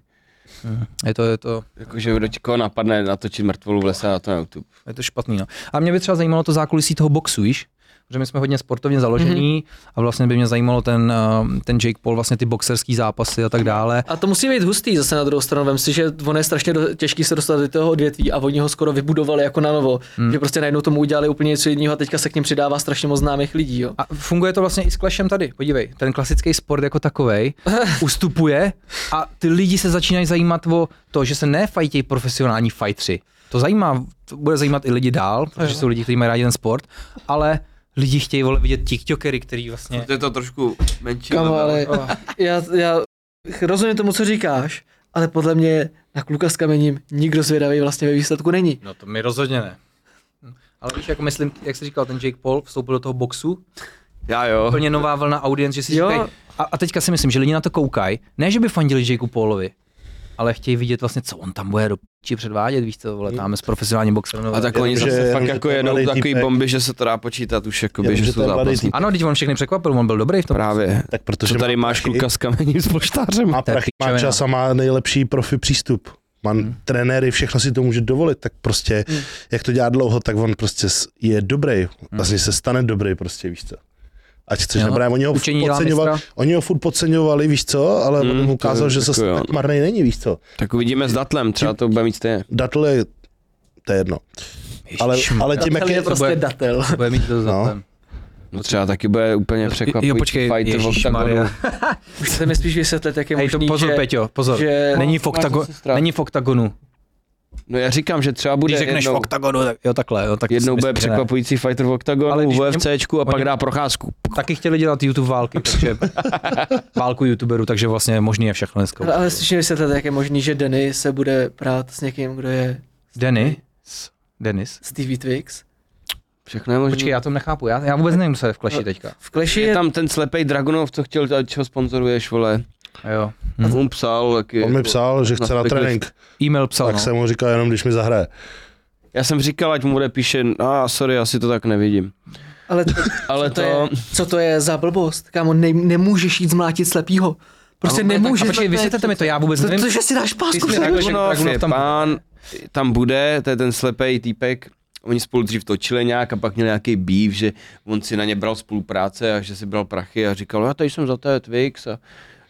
[SPEAKER 2] Je to, je to,
[SPEAKER 1] Jakože kdo ti- koho napadne natočit mrtvolu v lese na to na YouTube.
[SPEAKER 2] je to špatný. No. A mě by třeba zajímalo to zákulisí toho boxu, víš? Protože my jsme hodně sportovně založení mm-hmm. a vlastně by mě zajímalo ten, eh, ten Jake Paul, vlastně ty boxerský zápasy a tak dále.
[SPEAKER 3] A to musí být hustý zase na druhou stranu. Vem si, že ono je strašně do, těžký se dostat do toho odvětví a oni ho skoro vybudovali jako na novo. Hmm. Že prostě najednou tomu udělali úplně něco jiného a teďka se k ním přidává strašně moc známých lidí. Jo.
[SPEAKER 2] A funguje to vlastně i s Clashem tady, podívej. Ten klasický sport jako takovej ustupuje a ty lidi se začínají zajímat o to, že se nefajtějí profesionální fightři. To zajímá, to bude zajímat i lidi dál, protože jsou lidi, kteří mají rádi ten sport, ale lidi chtějí vole vidět tiktokery, který vlastně...
[SPEAKER 1] To je to trošku menší.
[SPEAKER 3] Kamo, ale já, já rozumím tomu, co říkáš, ale podle mě na kluka s kamením nikdo zvědavý vlastně ve výsledku není.
[SPEAKER 2] No to mi rozhodně ne. Ale víš, jako myslím, jak jsi říkal, ten Jake Paul vstoupil do toho boxu,
[SPEAKER 1] Já jo.
[SPEAKER 2] úplně nová vlna audience, že si
[SPEAKER 3] Jo.
[SPEAKER 2] říkají, a, a teďka si myslím, že lidi na to koukají, ne, že by fandili Jakeu Paulovi, ale chtějí vidět vlastně, co on tam bude do piči předvádět, víš co, vole, tam s profesionálním boxerem.
[SPEAKER 1] A tak oni
[SPEAKER 4] Jenomže-
[SPEAKER 1] zase fakt
[SPEAKER 4] jenomže
[SPEAKER 1] jako
[SPEAKER 4] to je
[SPEAKER 1] jedou
[SPEAKER 4] mladý
[SPEAKER 1] takový
[SPEAKER 4] týpek.
[SPEAKER 1] bomby, že se to dá počítat už jakoby,
[SPEAKER 4] Jenomže
[SPEAKER 1] že
[SPEAKER 4] to je
[SPEAKER 1] jsou
[SPEAKER 4] mladý
[SPEAKER 1] zápasní.
[SPEAKER 4] týpek.
[SPEAKER 2] Ano, teď on všechny překvapil, on byl dobrý v tom.
[SPEAKER 1] Právě.
[SPEAKER 4] tak protože
[SPEAKER 1] Co tady
[SPEAKER 4] má
[SPEAKER 1] máš
[SPEAKER 4] prachy,
[SPEAKER 1] kluka s kamením s poštářem?
[SPEAKER 4] Má
[SPEAKER 2] To je
[SPEAKER 4] prachy, má
[SPEAKER 2] pičovina.
[SPEAKER 4] čas a má nejlepší profi přístup. Má hmm. trenéry, všechno si to může dovolit, tak prostě, hmm. jak to dělá dlouho, tak on prostě s- je dobrý. Vlastně se stane dobrý prostě, víš co. Ať chceš,
[SPEAKER 2] Hmm. Jo.
[SPEAKER 4] nebo ne, oni ho, furt
[SPEAKER 2] Učení dělá
[SPEAKER 4] podceňovali,
[SPEAKER 2] mistra.
[SPEAKER 4] oni ho furt podceňovali, víš co, ale
[SPEAKER 1] Hmm,
[SPEAKER 4] on
[SPEAKER 1] to
[SPEAKER 4] mu
[SPEAKER 1] je
[SPEAKER 4] ukázal, že
[SPEAKER 1] jako
[SPEAKER 4] se
[SPEAKER 1] jo.
[SPEAKER 4] tak marný není, víš co.
[SPEAKER 1] Tak uvidíme s Datlem, třeba to bude mít stejně.
[SPEAKER 4] Datl je, to je jedno. Ale, ale tím, jak
[SPEAKER 3] Datel
[SPEAKER 4] je,
[SPEAKER 3] je prostě
[SPEAKER 2] bude-
[SPEAKER 3] datel.
[SPEAKER 2] Bude mít to za ten.
[SPEAKER 1] No třeba taky bude úplně překvapující
[SPEAKER 2] Jo, počkej,
[SPEAKER 1] fight v
[SPEAKER 2] ježišmarja.
[SPEAKER 1] oktagonu.
[SPEAKER 3] Už se mi spíš vysvětlit, jak je
[SPEAKER 2] Hej, to
[SPEAKER 3] možný,
[SPEAKER 2] pozor,
[SPEAKER 3] že...
[SPEAKER 2] Peťo, pozor.
[SPEAKER 3] že-
[SPEAKER 2] Není, v
[SPEAKER 1] Máš
[SPEAKER 2] oktago-
[SPEAKER 1] zase strach.
[SPEAKER 2] není v oktagonu.
[SPEAKER 1] No já říkám, že třeba bude
[SPEAKER 5] Když řekneš v
[SPEAKER 1] jednou,
[SPEAKER 5] oktagonu, tak
[SPEAKER 2] Jo, takhle. Jo, tak
[SPEAKER 1] jednou
[SPEAKER 2] si
[SPEAKER 1] bude
[SPEAKER 2] myslím, že ne.
[SPEAKER 1] překvapující fighter v
[SPEAKER 2] Ale
[SPEAKER 1] oktagonu,
[SPEAKER 2] když
[SPEAKER 1] v
[SPEAKER 2] něm-
[SPEAKER 1] UFCčku a pak
[SPEAKER 2] oni-
[SPEAKER 1] dá procházku.
[SPEAKER 2] Taky chtěli dělat YouTube války, takže válku YouTuberů, takže vlastně možný je všechno dneska.
[SPEAKER 3] Ale, ale slyším vysvětlit, jak je možný, že Denny se bude prát s někým, kdo je
[SPEAKER 2] Denny? Denis?
[SPEAKER 3] Stevie Twix.
[SPEAKER 1] Všechno je možné.
[SPEAKER 2] Počkej, já to nechápu, já, já vůbec nevím, co je v Clashi teďka.
[SPEAKER 3] V Clashi
[SPEAKER 1] Je
[SPEAKER 3] je...
[SPEAKER 1] tam ten slepej Dragunov, co chtěl, ať ho sponzoruješ, vole.
[SPEAKER 2] A Jo.
[SPEAKER 1] Hmm. On psal, taky.
[SPEAKER 4] On mi psal, že chce na
[SPEAKER 1] Naspekli-
[SPEAKER 4] trénink,
[SPEAKER 2] E-mail psal,
[SPEAKER 4] tak
[SPEAKER 2] no.
[SPEAKER 4] jsem mu říkal jenom, když mi zahraje.
[SPEAKER 1] Já jsem říkal, ať mu odepíše, a ah, sorry, asi to tak nevidím.
[SPEAKER 3] Ale to,
[SPEAKER 1] Ale
[SPEAKER 3] co, to je,
[SPEAKER 1] to-
[SPEAKER 3] co to je za blbost? Kámo, ne, nemůžeš jít zmlátit slepýho. Prostě
[SPEAKER 2] A-
[SPEAKER 3] nemůžeš.
[SPEAKER 2] A počkej,
[SPEAKER 3] to je-
[SPEAKER 2] vysvětlete mi to, já vůbec nevím.
[SPEAKER 3] Protože si dáš pásku.
[SPEAKER 2] Ty jsi řekl,
[SPEAKER 3] co-
[SPEAKER 2] že
[SPEAKER 1] Dragunov
[SPEAKER 2] Dragunov
[SPEAKER 1] je tam
[SPEAKER 2] tam bude.
[SPEAKER 1] pán, tam bude, to je ten slepej týpek, oni spolu dřív točili nějak a pak měl nějaký býv, že on si na ně bral spolupráce a že si bral prachy a říkal, já tady jsem za té Twix a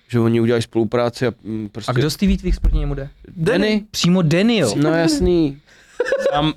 [SPEAKER 1] že oni udělají spolupráci a mm, prostě...
[SPEAKER 2] A kdo z TV Twix proti němu jde?
[SPEAKER 1] Danny.
[SPEAKER 2] Přímo Denny, jo.
[SPEAKER 1] No jasný. Tam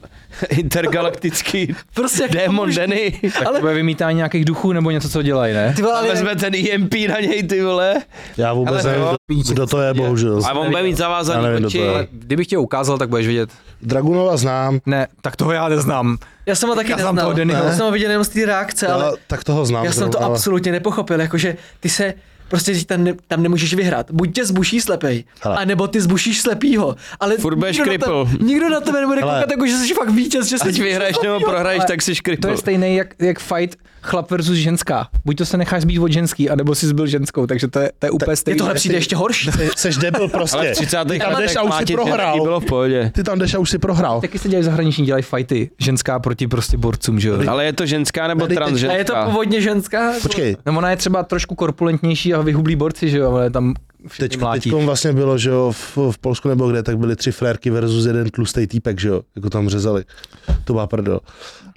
[SPEAKER 1] intergalaktický
[SPEAKER 3] Prostě jak to
[SPEAKER 1] démon
[SPEAKER 3] může-
[SPEAKER 1] Denny.
[SPEAKER 2] Tak ale... to bude vymítání nějakých duchů nebo něco, co dělají, ne?
[SPEAKER 3] Ty vole,
[SPEAKER 1] A
[SPEAKER 3] ale
[SPEAKER 1] vezme ten EMP na něj, ty vole.
[SPEAKER 4] Já vůbec
[SPEAKER 1] Ale
[SPEAKER 4] nevím,
[SPEAKER 1] jo.
[SPEAKER 4] kdo- kdo to je, bohužel.
[SPEAKER 1] A on bude mít
[SPEAKER 4] Já nevím,
[SPEAKER 1] zavázaný
[SPEAKER 4] kdo
[SPEAKER 1] oči.
[SPEAKER 4] to je.
[SPEAKER 2] Kdybych tě ukázal, tak budeš vidět.
[SPEAKER 4] Dragunova znám,
[SPEAKER 2] Ne, tak toho já neznám.
[SPEAKER 3] Já jsem ho taky
[SPEAKER 2] Já znám
[SPEAKER 3] neznal.
[SPEAKER 2] toho Dennyho.
[SPEAKER 3] Já jsem ho viděl jenom z té reakce, ale
[SPEAKER 4] ale tak toho znám.
[SPEAKER 3] já jsem to
[SPEAKER 4] zrovna, ale-
[SPEAKER 3] absolutně nepochopil, jakože ty se prostě ty tam, ne, tam nemůžeš vyhrát. Buď tě zbuší slepej,
[SPEAKER 4] Hele.
[SPEAKER 3] anebo ty zbušíš slepýho. Ale
[SPEAKER 1] Furt budeš
[SPEAKER 3] nikdo, na tebe,
[SPEAKER 1] cripple.
[SPEAKER 3] nikdo na tebe nebude
[SPEAKER 4] Hele.
[SPEAKER 3] koukat, jako že jsi fakt vítěz, že
[SPEAKER 1] Ať
[SPEAKER 3] jsi
[SPEAKER 1] vyhraješ nebo prohraješ, tak jsi
[SPEAKER 2] To
[SPEAKER 1] škripl.
[SPEAKER 2] je stejný jak, jak fight chlap versus ženská. Buď to se necháš být od ženský, anebo jsi zbil ženskou, takže to je, to je úplně
[SPEAKER 3] Je
[SPEAKER 2] stejný.
[SPEAKER 3] tohle přijde ještě horší.
[SPEAKER 4] Seš debil
[SPEAKER 1] Ale v
[SPEAKER 4] prostě.
[SPEAKER 1] 30.
[SPEAKER 4] tam jdeš
[SPEAKER 1] letech
[SPEAKER 4] a už si
[SPEAKER 1] mlátit mě
[SPEAKER 4] prohrál.
[SPEAKER 1] taky bylo v pohodě.
[SPEAKER 4] Ty tam jdeš a už si prohrál.
[SPEAKER 2] Taky se dělají v zahraničí, dělají fighty. Ženská proti prostě borcům, že jo?
[SPEAKER 1] Ale je to ženská nebo
[SPEAKER 4] Tady teď-
[SPEAKER 1] trans ženská?
[SPEAKER 3] A je to původně ženská?
[SPEAKER 4] Počkej,
[SPEAKER 2] No ona je třeba trošku korpulentnější a vyhublí borci, že jo, ale tam všechny
[SPEAKER 4] teď,
[SPEAKER 2] mlátí.
[SPEAKER 4] teďkom vlastně bylo, že jo, v, v, Polsku nebo kde, tak byly tři frérky versus jeden tlustý týpek, že jo, jako tam řezali. To byla prdel.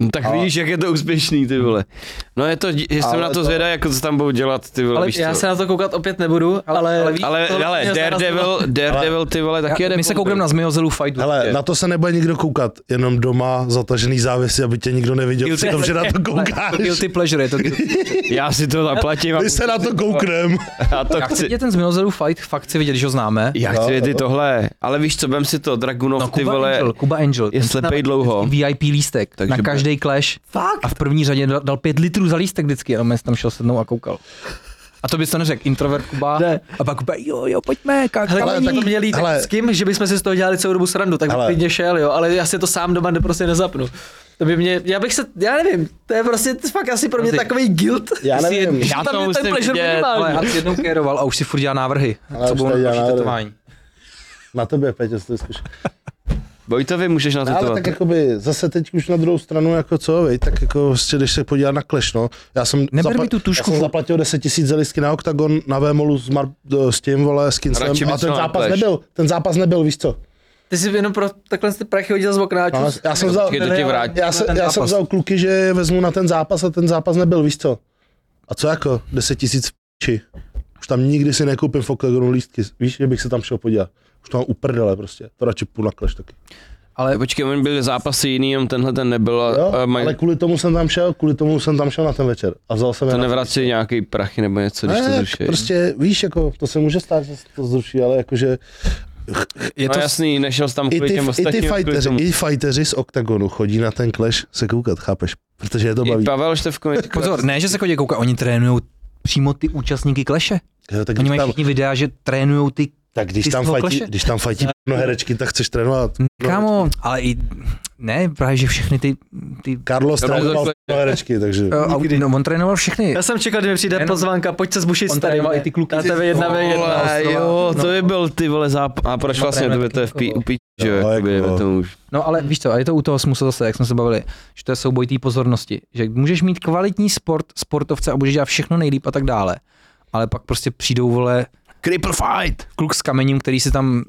[SPEAKER 1] No tak vidíš, jak je to úspěšný, ty vole. No je to, jsem
[SPEAKER 4] Ale
[SPEAKER 1] na to
[SPEAKER 4] to-
[SPEAKER 1] zvědavý, jako co tam budou dělat, ty vole,
[SPEAKER 3] Ale
[SPEAKER 1] víš
[SPEAKER 3] já
[SPEAKER 1] co.
[SPEAKER 3] se na to koukat opět nebudu, ale...
[SPEAKER 2] ale víš,
[SPEAKER 1] Ale,
[SPEAKER 3] tohle
[SPEAKER 1] ale
[SPEAKER 3] mě zarazilo.
[SPEAKER 1] Daredevil, Daredevil, ty vole, taky jede.
[SPEAKER 2] My se
[SPEAKER 1] bomby.
[SPEAKER 2] koukneme na Zmiozelu fight.
[SPEAKER 4] Hele, na to se nebude nikdo koukat, jenom doma zatažený závěsy, aby tě nikdo neviděl,
[SPEAKER 2] Guilty
[SPEAKER 4] přitom, že na to koukáš.
[SPEAKER 2] Guilty pleasure, je to guilty.
[SPEAKER 1] Já si to zaplatím a
[SPEAKER 4] My se na to kouknem.
[SPEAKER 1] já to
[SPEAKER 2] Já chci
[SPEAKER 1] chci.
[SPEAKER 2] vidět ten Zmiozelu fight, fakt chci vidět, že ho známe.
[SPEAKER 1] Já chci vědět i tohle, ale víš co, vem si to, Dragunov,
[SPEAKER 2] No,
[SPEAKER 1] ty
[SPEAKER 2] Kuba
[SPEAKER 1] vole,
[SPEAKER 2] Angel, Kuba Angel.
[SPEAKER 1] je
[SPEAKER 2] ten
[SPEAKER 1] slepej dlouho.
[SPEAKER 2] VIP lístek
[SPEAKER 1] Takže
[SPEAKER 2] Takže na
[SPEAKER 1] bude-
[SPEAKER 2] každý clash.
[SPEAKER 3] Fakt?
[SPEAKER 2] A v první řadě dal, dal pět litrů za lístek vždycky, jenom já jsem tam šel sednou a koukal. A to bys to neřekl, introvert Kuba.
[SPEAKER 3] Ne.
[SPEAKER 2] A pak Kuba, jo, jo, pojďme, ka,
[SPEAKER 3] Hele,
[SPEAKER 2] kamení.
[SPEAKER 3] ale tak měli jít
[SPEAKER 4] hele.
[SPEAKER 3] s kým, že bychom si z toho dělali celou dobu srandu, tak bych
[SPEAKER 4] Hele.
[SPEAKER 3] klidně šel, jo, ale já si to sám doma ne- prostě nezapnu. To by mě, já bych se, já nevím, to je prostě fakt asi pro mě
[SPEAKER 2] Prostě-
[SPEAKER 3] takový guilt.
[SPEAKER 4] Já nevím.
[SPEAKER 3] Že
[SPEAKER 1] Já
[SPEAKER 3] tam
[SPEAKER 1] to
[SPEAKER 3] je ten
[SPEAKER 1] musím
[SPEAKER 3] pleasure
[SPEAKER 1] vidět,
[SPEAKER 2] Ale
[SPEAKER 3] minimální.
[SPEAKER 2] já si jednou kéroval a už si furt dělá návrhy,
[SPEAKER 4] Ale
[SPEAKER 2] co
[SPEAKER 4] už
[SPEAKER 2] budou na
[SPEAKER 4] tady dělá
[SPEAKER 2] další
[SPEAKER 4] návrhy.
[SPEAKER 2] tetování.
[SPEAKER 4] Na tebe, Peťo, jsi to zkušel.
[SPEAKER 1] Vojtovi můžeš na
[SPEAKER 4] No, ale
[SPEAKER 1] to
[SPEAKER 4] tak jakoby zase teď už na druhou stranu, jako co, vej, tak jako vlastně, když se podívat na Clash, no, já jsem,
[SPEAKER 2] Neber mi tu tušku.
[SPEAKER 4] já jsem zaplatil 10 tisíc za listky na Octagon, na Vémolu s, Mar- eh, s tím, vole, s Kincem,
[SPEAKER 1] Radši
[SPEAKER 4] a
[SPEAKER 1] bys šel
[SPEAKER 4] ten
[SPEAKER 1] na
[SPEAKER 4] zápas
[SPEAKER 1] Clash.
[SPEAKER 4] nebyl, ten zápas nebyl, víš co.
[SPEAKER 3] Ty jsi jenom pro takhle ty prachy hodil z okna,
[SPEAKER 4] No,
[SPEAKER 3] čus.
[SPEAKER 4] já jsem vzal,
[SPEAKER 1] počkej, to ti vrátím.
[SPEAKER 4] já, se,
[SPEAKER 2] Ten
[SPEAKER 4] já jsem
[SPEAKER 2] zápas.
[SPEAKER 4] vzal kluky, že je vezmu na ten zápas a ten zápas nebyl, víš co. A co jako, 10 tisíc v piči. Už tam nikdy si nekoupím v Octagonu lístky, víš, že bych se tam šel podívat. Už to mám uprdele prostě, to radši půl na Clash taky.
[SPEAKER 1] Ale počkej, on byly zápasy jiný, jenom tenhle ten nebyl a,
[SPEAKER 4] Jo,
[SPEAKER 1] a maj,
[SPEAKER 4] ale kvůli tomu jsem tam šel, kvůli tomu jsem tam šel na ten večer. A vzal jsem je
[SPEAKER 1] to
[SPEAKER 4] na-
[SPEAKER 1] nevrací nějaký prachy nebo něco, když to
[SPEAKER 4] Ne,
[SPEAKER 1] zruší.
[SPEAKER 4] prostě víš, jako, to se může stát, že se to zruší, ale jakože
[SPEAKER 2] Je
[SPEAKER 1] No
[SPEAKER 2] to
[SPEAKER 1] jasný, nešel jsi tam
[SPEAKER 4] i
[SPEAKER 1] kvůli
[SPEAKER 4] ty,
[SPEAKER 1] těm
[SPEAKER 4] i ty
[SPEAKER 1] ostatním. kvůli
[SPEAKER 4] fighteři,
[SPEAKER 1] tomu.
[SPEAKER 4] i fighteři z OKTAGONu chodí na ten clash se koukat, chápeš? Protože je to
[SPEAKER 1] I
[SPEAKER 4] baví.
[SPEAKER 1] Pavel Števko mi říkal,
[SPEAKER 2] Pozor, ne, že se chodí koukat, oni trénují přímo ty účastníky kleše.
[SPEAKER 4] Jo, tak,
[SPEAKER 2] Oni
[SPEAKER 4] když
[SPEAKER 2] mají
[SPEAKER 4] tam,
[SPEAKER 2] všichni videa, že trénují ty
[SPEAKER 4] tak když
[SPEAKER 2] ty z
[SPEAKER 4] tam
[SPEAKER 2] toho
[SPEAKER 4] fajtí,
[SPEAKER 2] Clashe?
[SPEAKER 4] když tam fajtí no herečky, tak chceš trénovat.
[SPEAKER 2] Kámo, ale i ne, právě že všechny ty, ty
[SPEAKER 4] Carlos
[SPEAKER 1] Dobrý
[SPEAKER 4] trénoval
[SPEAKER 1] zaklep.
[SPEAKER 4] no herečky, takže
[SPEAKER 2] uh, no, on trénoval všechny.
[SPEAKER 3] Já jsem čekal, že mi přijde
[SPEAKER 2] Jenom-
[SPEAKER 3] pozvánka, pojď se zbušit
[SPEAKER 2] On
[SPEAKER 3] starý.
[SPEAKER 2] trénoval i
[SPEAKER 3] vole.
[SPEAKER 2] ty kluky.
[SPEAKER 3] Na tebe jedna ve jedna.
[SPEAKER 1] Vole, jo, to by byl ty vole záp... A proč
[SPEAKER 2] No,
[SPEAKER 1] vlastně, to
[SPEAKER 2] trénuje
[SPEAKER 1] by to je v
[SPEAKER 2] taky
[SPEAKER 1] pí-
[SPEAKER 2] někoho.
[SPEAKER 1] upí- že jo,
[SPEAKER 4] No,
[SPEAKER 1] jakoby,
[SPEAKER 4] jako-
[SPEAKER 1] dejme tomu už.
[SPEAKER 2] No ale víš co, a je to u toho smusu zase, jak jsme se bavili, že to je souboj té pozornosti, že můžeš mít kvalitní sport, sportovce a budeš dělat všechno nejlíp a tak dále, ale pak prostě přijdou vole
[SPEAKER 1] Cripple fight!
[SPEAKER 2] kluk s kamením, který si tam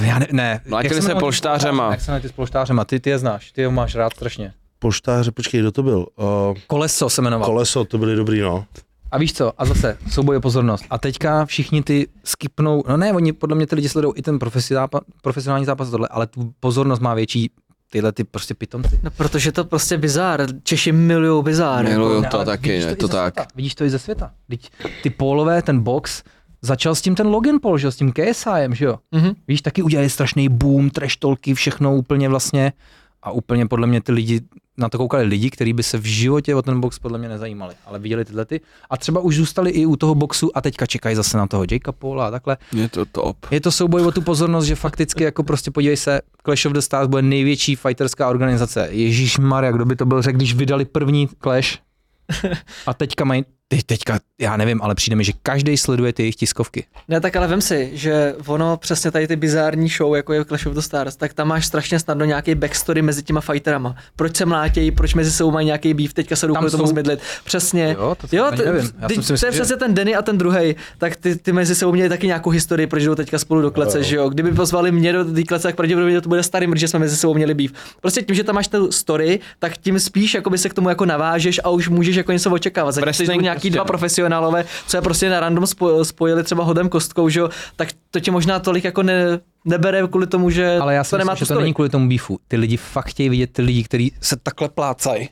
[SPEAKER 2] já ne, ne.
[SPEAKER 1] Mlátili
[SPEAKER 2] Jak se
[SPEAKER 1] se
[SPEAKER 2] jmenují ty
[SPEAKER 1] polštářema.
[SPEAKER 2] polštáře? Jak se jmenují ty s polštářema, ty, ty je znáš, ty ho máš rád strašně.
[SPEAKER 4] poštáře, počkej, kdo to byl? Uh,
[SPEAKER 2] Koleso se jmenoval.
[SPEAKER 4] koleso, to byly dobrý, no.
[SPEAKER 2] A víš co, a zase, souboj o pozornost. A teďka všichni ty skipnou, no ne, oni podle mě ty lidi sledují i ten profesi, zápa, profesionální zápas a tohle, ale tu pozornost má větší tyhle ty prostě pitomci.
[SPEAKER 3] No, protože to prostě bizár. Češi milujou bizár.
[SPEAKER 1] Miluju
[SPEAKER 2] Ne,
[SPEAKER 1] to
[SPEAKER 2] ale
[SPEAKER 1] taky,
[SPEAKER 2] jako vidíš
[SPEAKER 1] ne,
[SPEAKER 2] i
[SPEAKER 1] to
[SPEAKER 2] ze
[SPEAKER 1] tak.
[SPEAKER 2] Světa. Vidíš to i ze světa. Teď ty pólové, ten box, začal s tím ten Logan Paul, že jo, s tím KSIem, že jo.
[SPEAKER 3] Mhm.
[SPEAKER 2] Víš, taky udělali strašný boom, trash talky, všechno úplně vlastně. A úplně podle mě ty lidi, na to koukali lidi, kteří by se v životě o ten box podle mě nezajímali, ale viděli tyhle ty. A třeba už zůstali i u toho boxu a teďka čekají zase na toho Jake'a Paula a takhle.
[SPEAKER 1] Je to top.
[SPEAKER 2] Je to souboj o tu pozornost, že fakticky jako prostě podívej se, Clash of the Stars bude největší fighterská organizace. Ježíš Maria, kdo by to byl řekl, když vydali první Clash? A teďka mají, teď- teďka, já nevím, ale přijde mi, že každý sleduje ty jejich tiskovky.
[SPEAKER 3] Ne, tak ale vem si, že ono přesně tady ty bizární show, jako je Clash of the Stars, tak tam máš strašně snadno nějaký backstory mezi těma fighterama. Proč se mlátějí, proč mezi sebou mají nějaký býv, teďka se jdou
[SPEAKER 2] Tam
[SPEAKER 3] kvůli tomu
[SPEAKER 2] jsou-
[SPEAKER 3] zmydlit. Přesně.
[SPEAKER 2] Jo, to- to ani
[SPEAKER 3] t-
[SPEAKER 2] nevím. Já
[SPEAKER 3] ty-
[SPEAKER 2] jsem si
[SPEAKER 3] to je
[SPEAKER 2] myslel, že-
[SPEAKER 3] přesně ten Denny a ten druhý, tak ty, ty, mezi sebou měli taky nějakou historii, proč jdou teďka spolu do klece, že jo. Kdyby pozvali mě do té klece, tak pravděpodobně to bude starý, protože jsme mezi sebou měli býv. Prostě tím, že tam máš tu story, tak tím spíš jakoby se k tomu jako navážeš a už můžeš jako něco očekávat. Zatím, když jsou
[SPEAKER 1] Wrestling
[SPEAKER 3] nějaký
[SPEAKER 1] prostě,
[SPEAKER 3] dva
[SPEAKER 1] no.
[SPEAKER 3] profesionálové, co je prostě na random spo- spojili třeba hodem kostkou, že jo, tak to tě možná tolik jako ne, nebere kvůli tomu, že
[SPEAKER 2] Ale já si
[SPEAKER 3] to nemá
[SPEAKER 2] myslím, že
[SPEAKER 3] tu
[SPEAKER 2] to není
[SPEAKER 3] story.
[SPEAKER 2] kvůli tomu býfu. Ty lidi fakt chtějí vidět ty lidi, kteří se takhle plácají.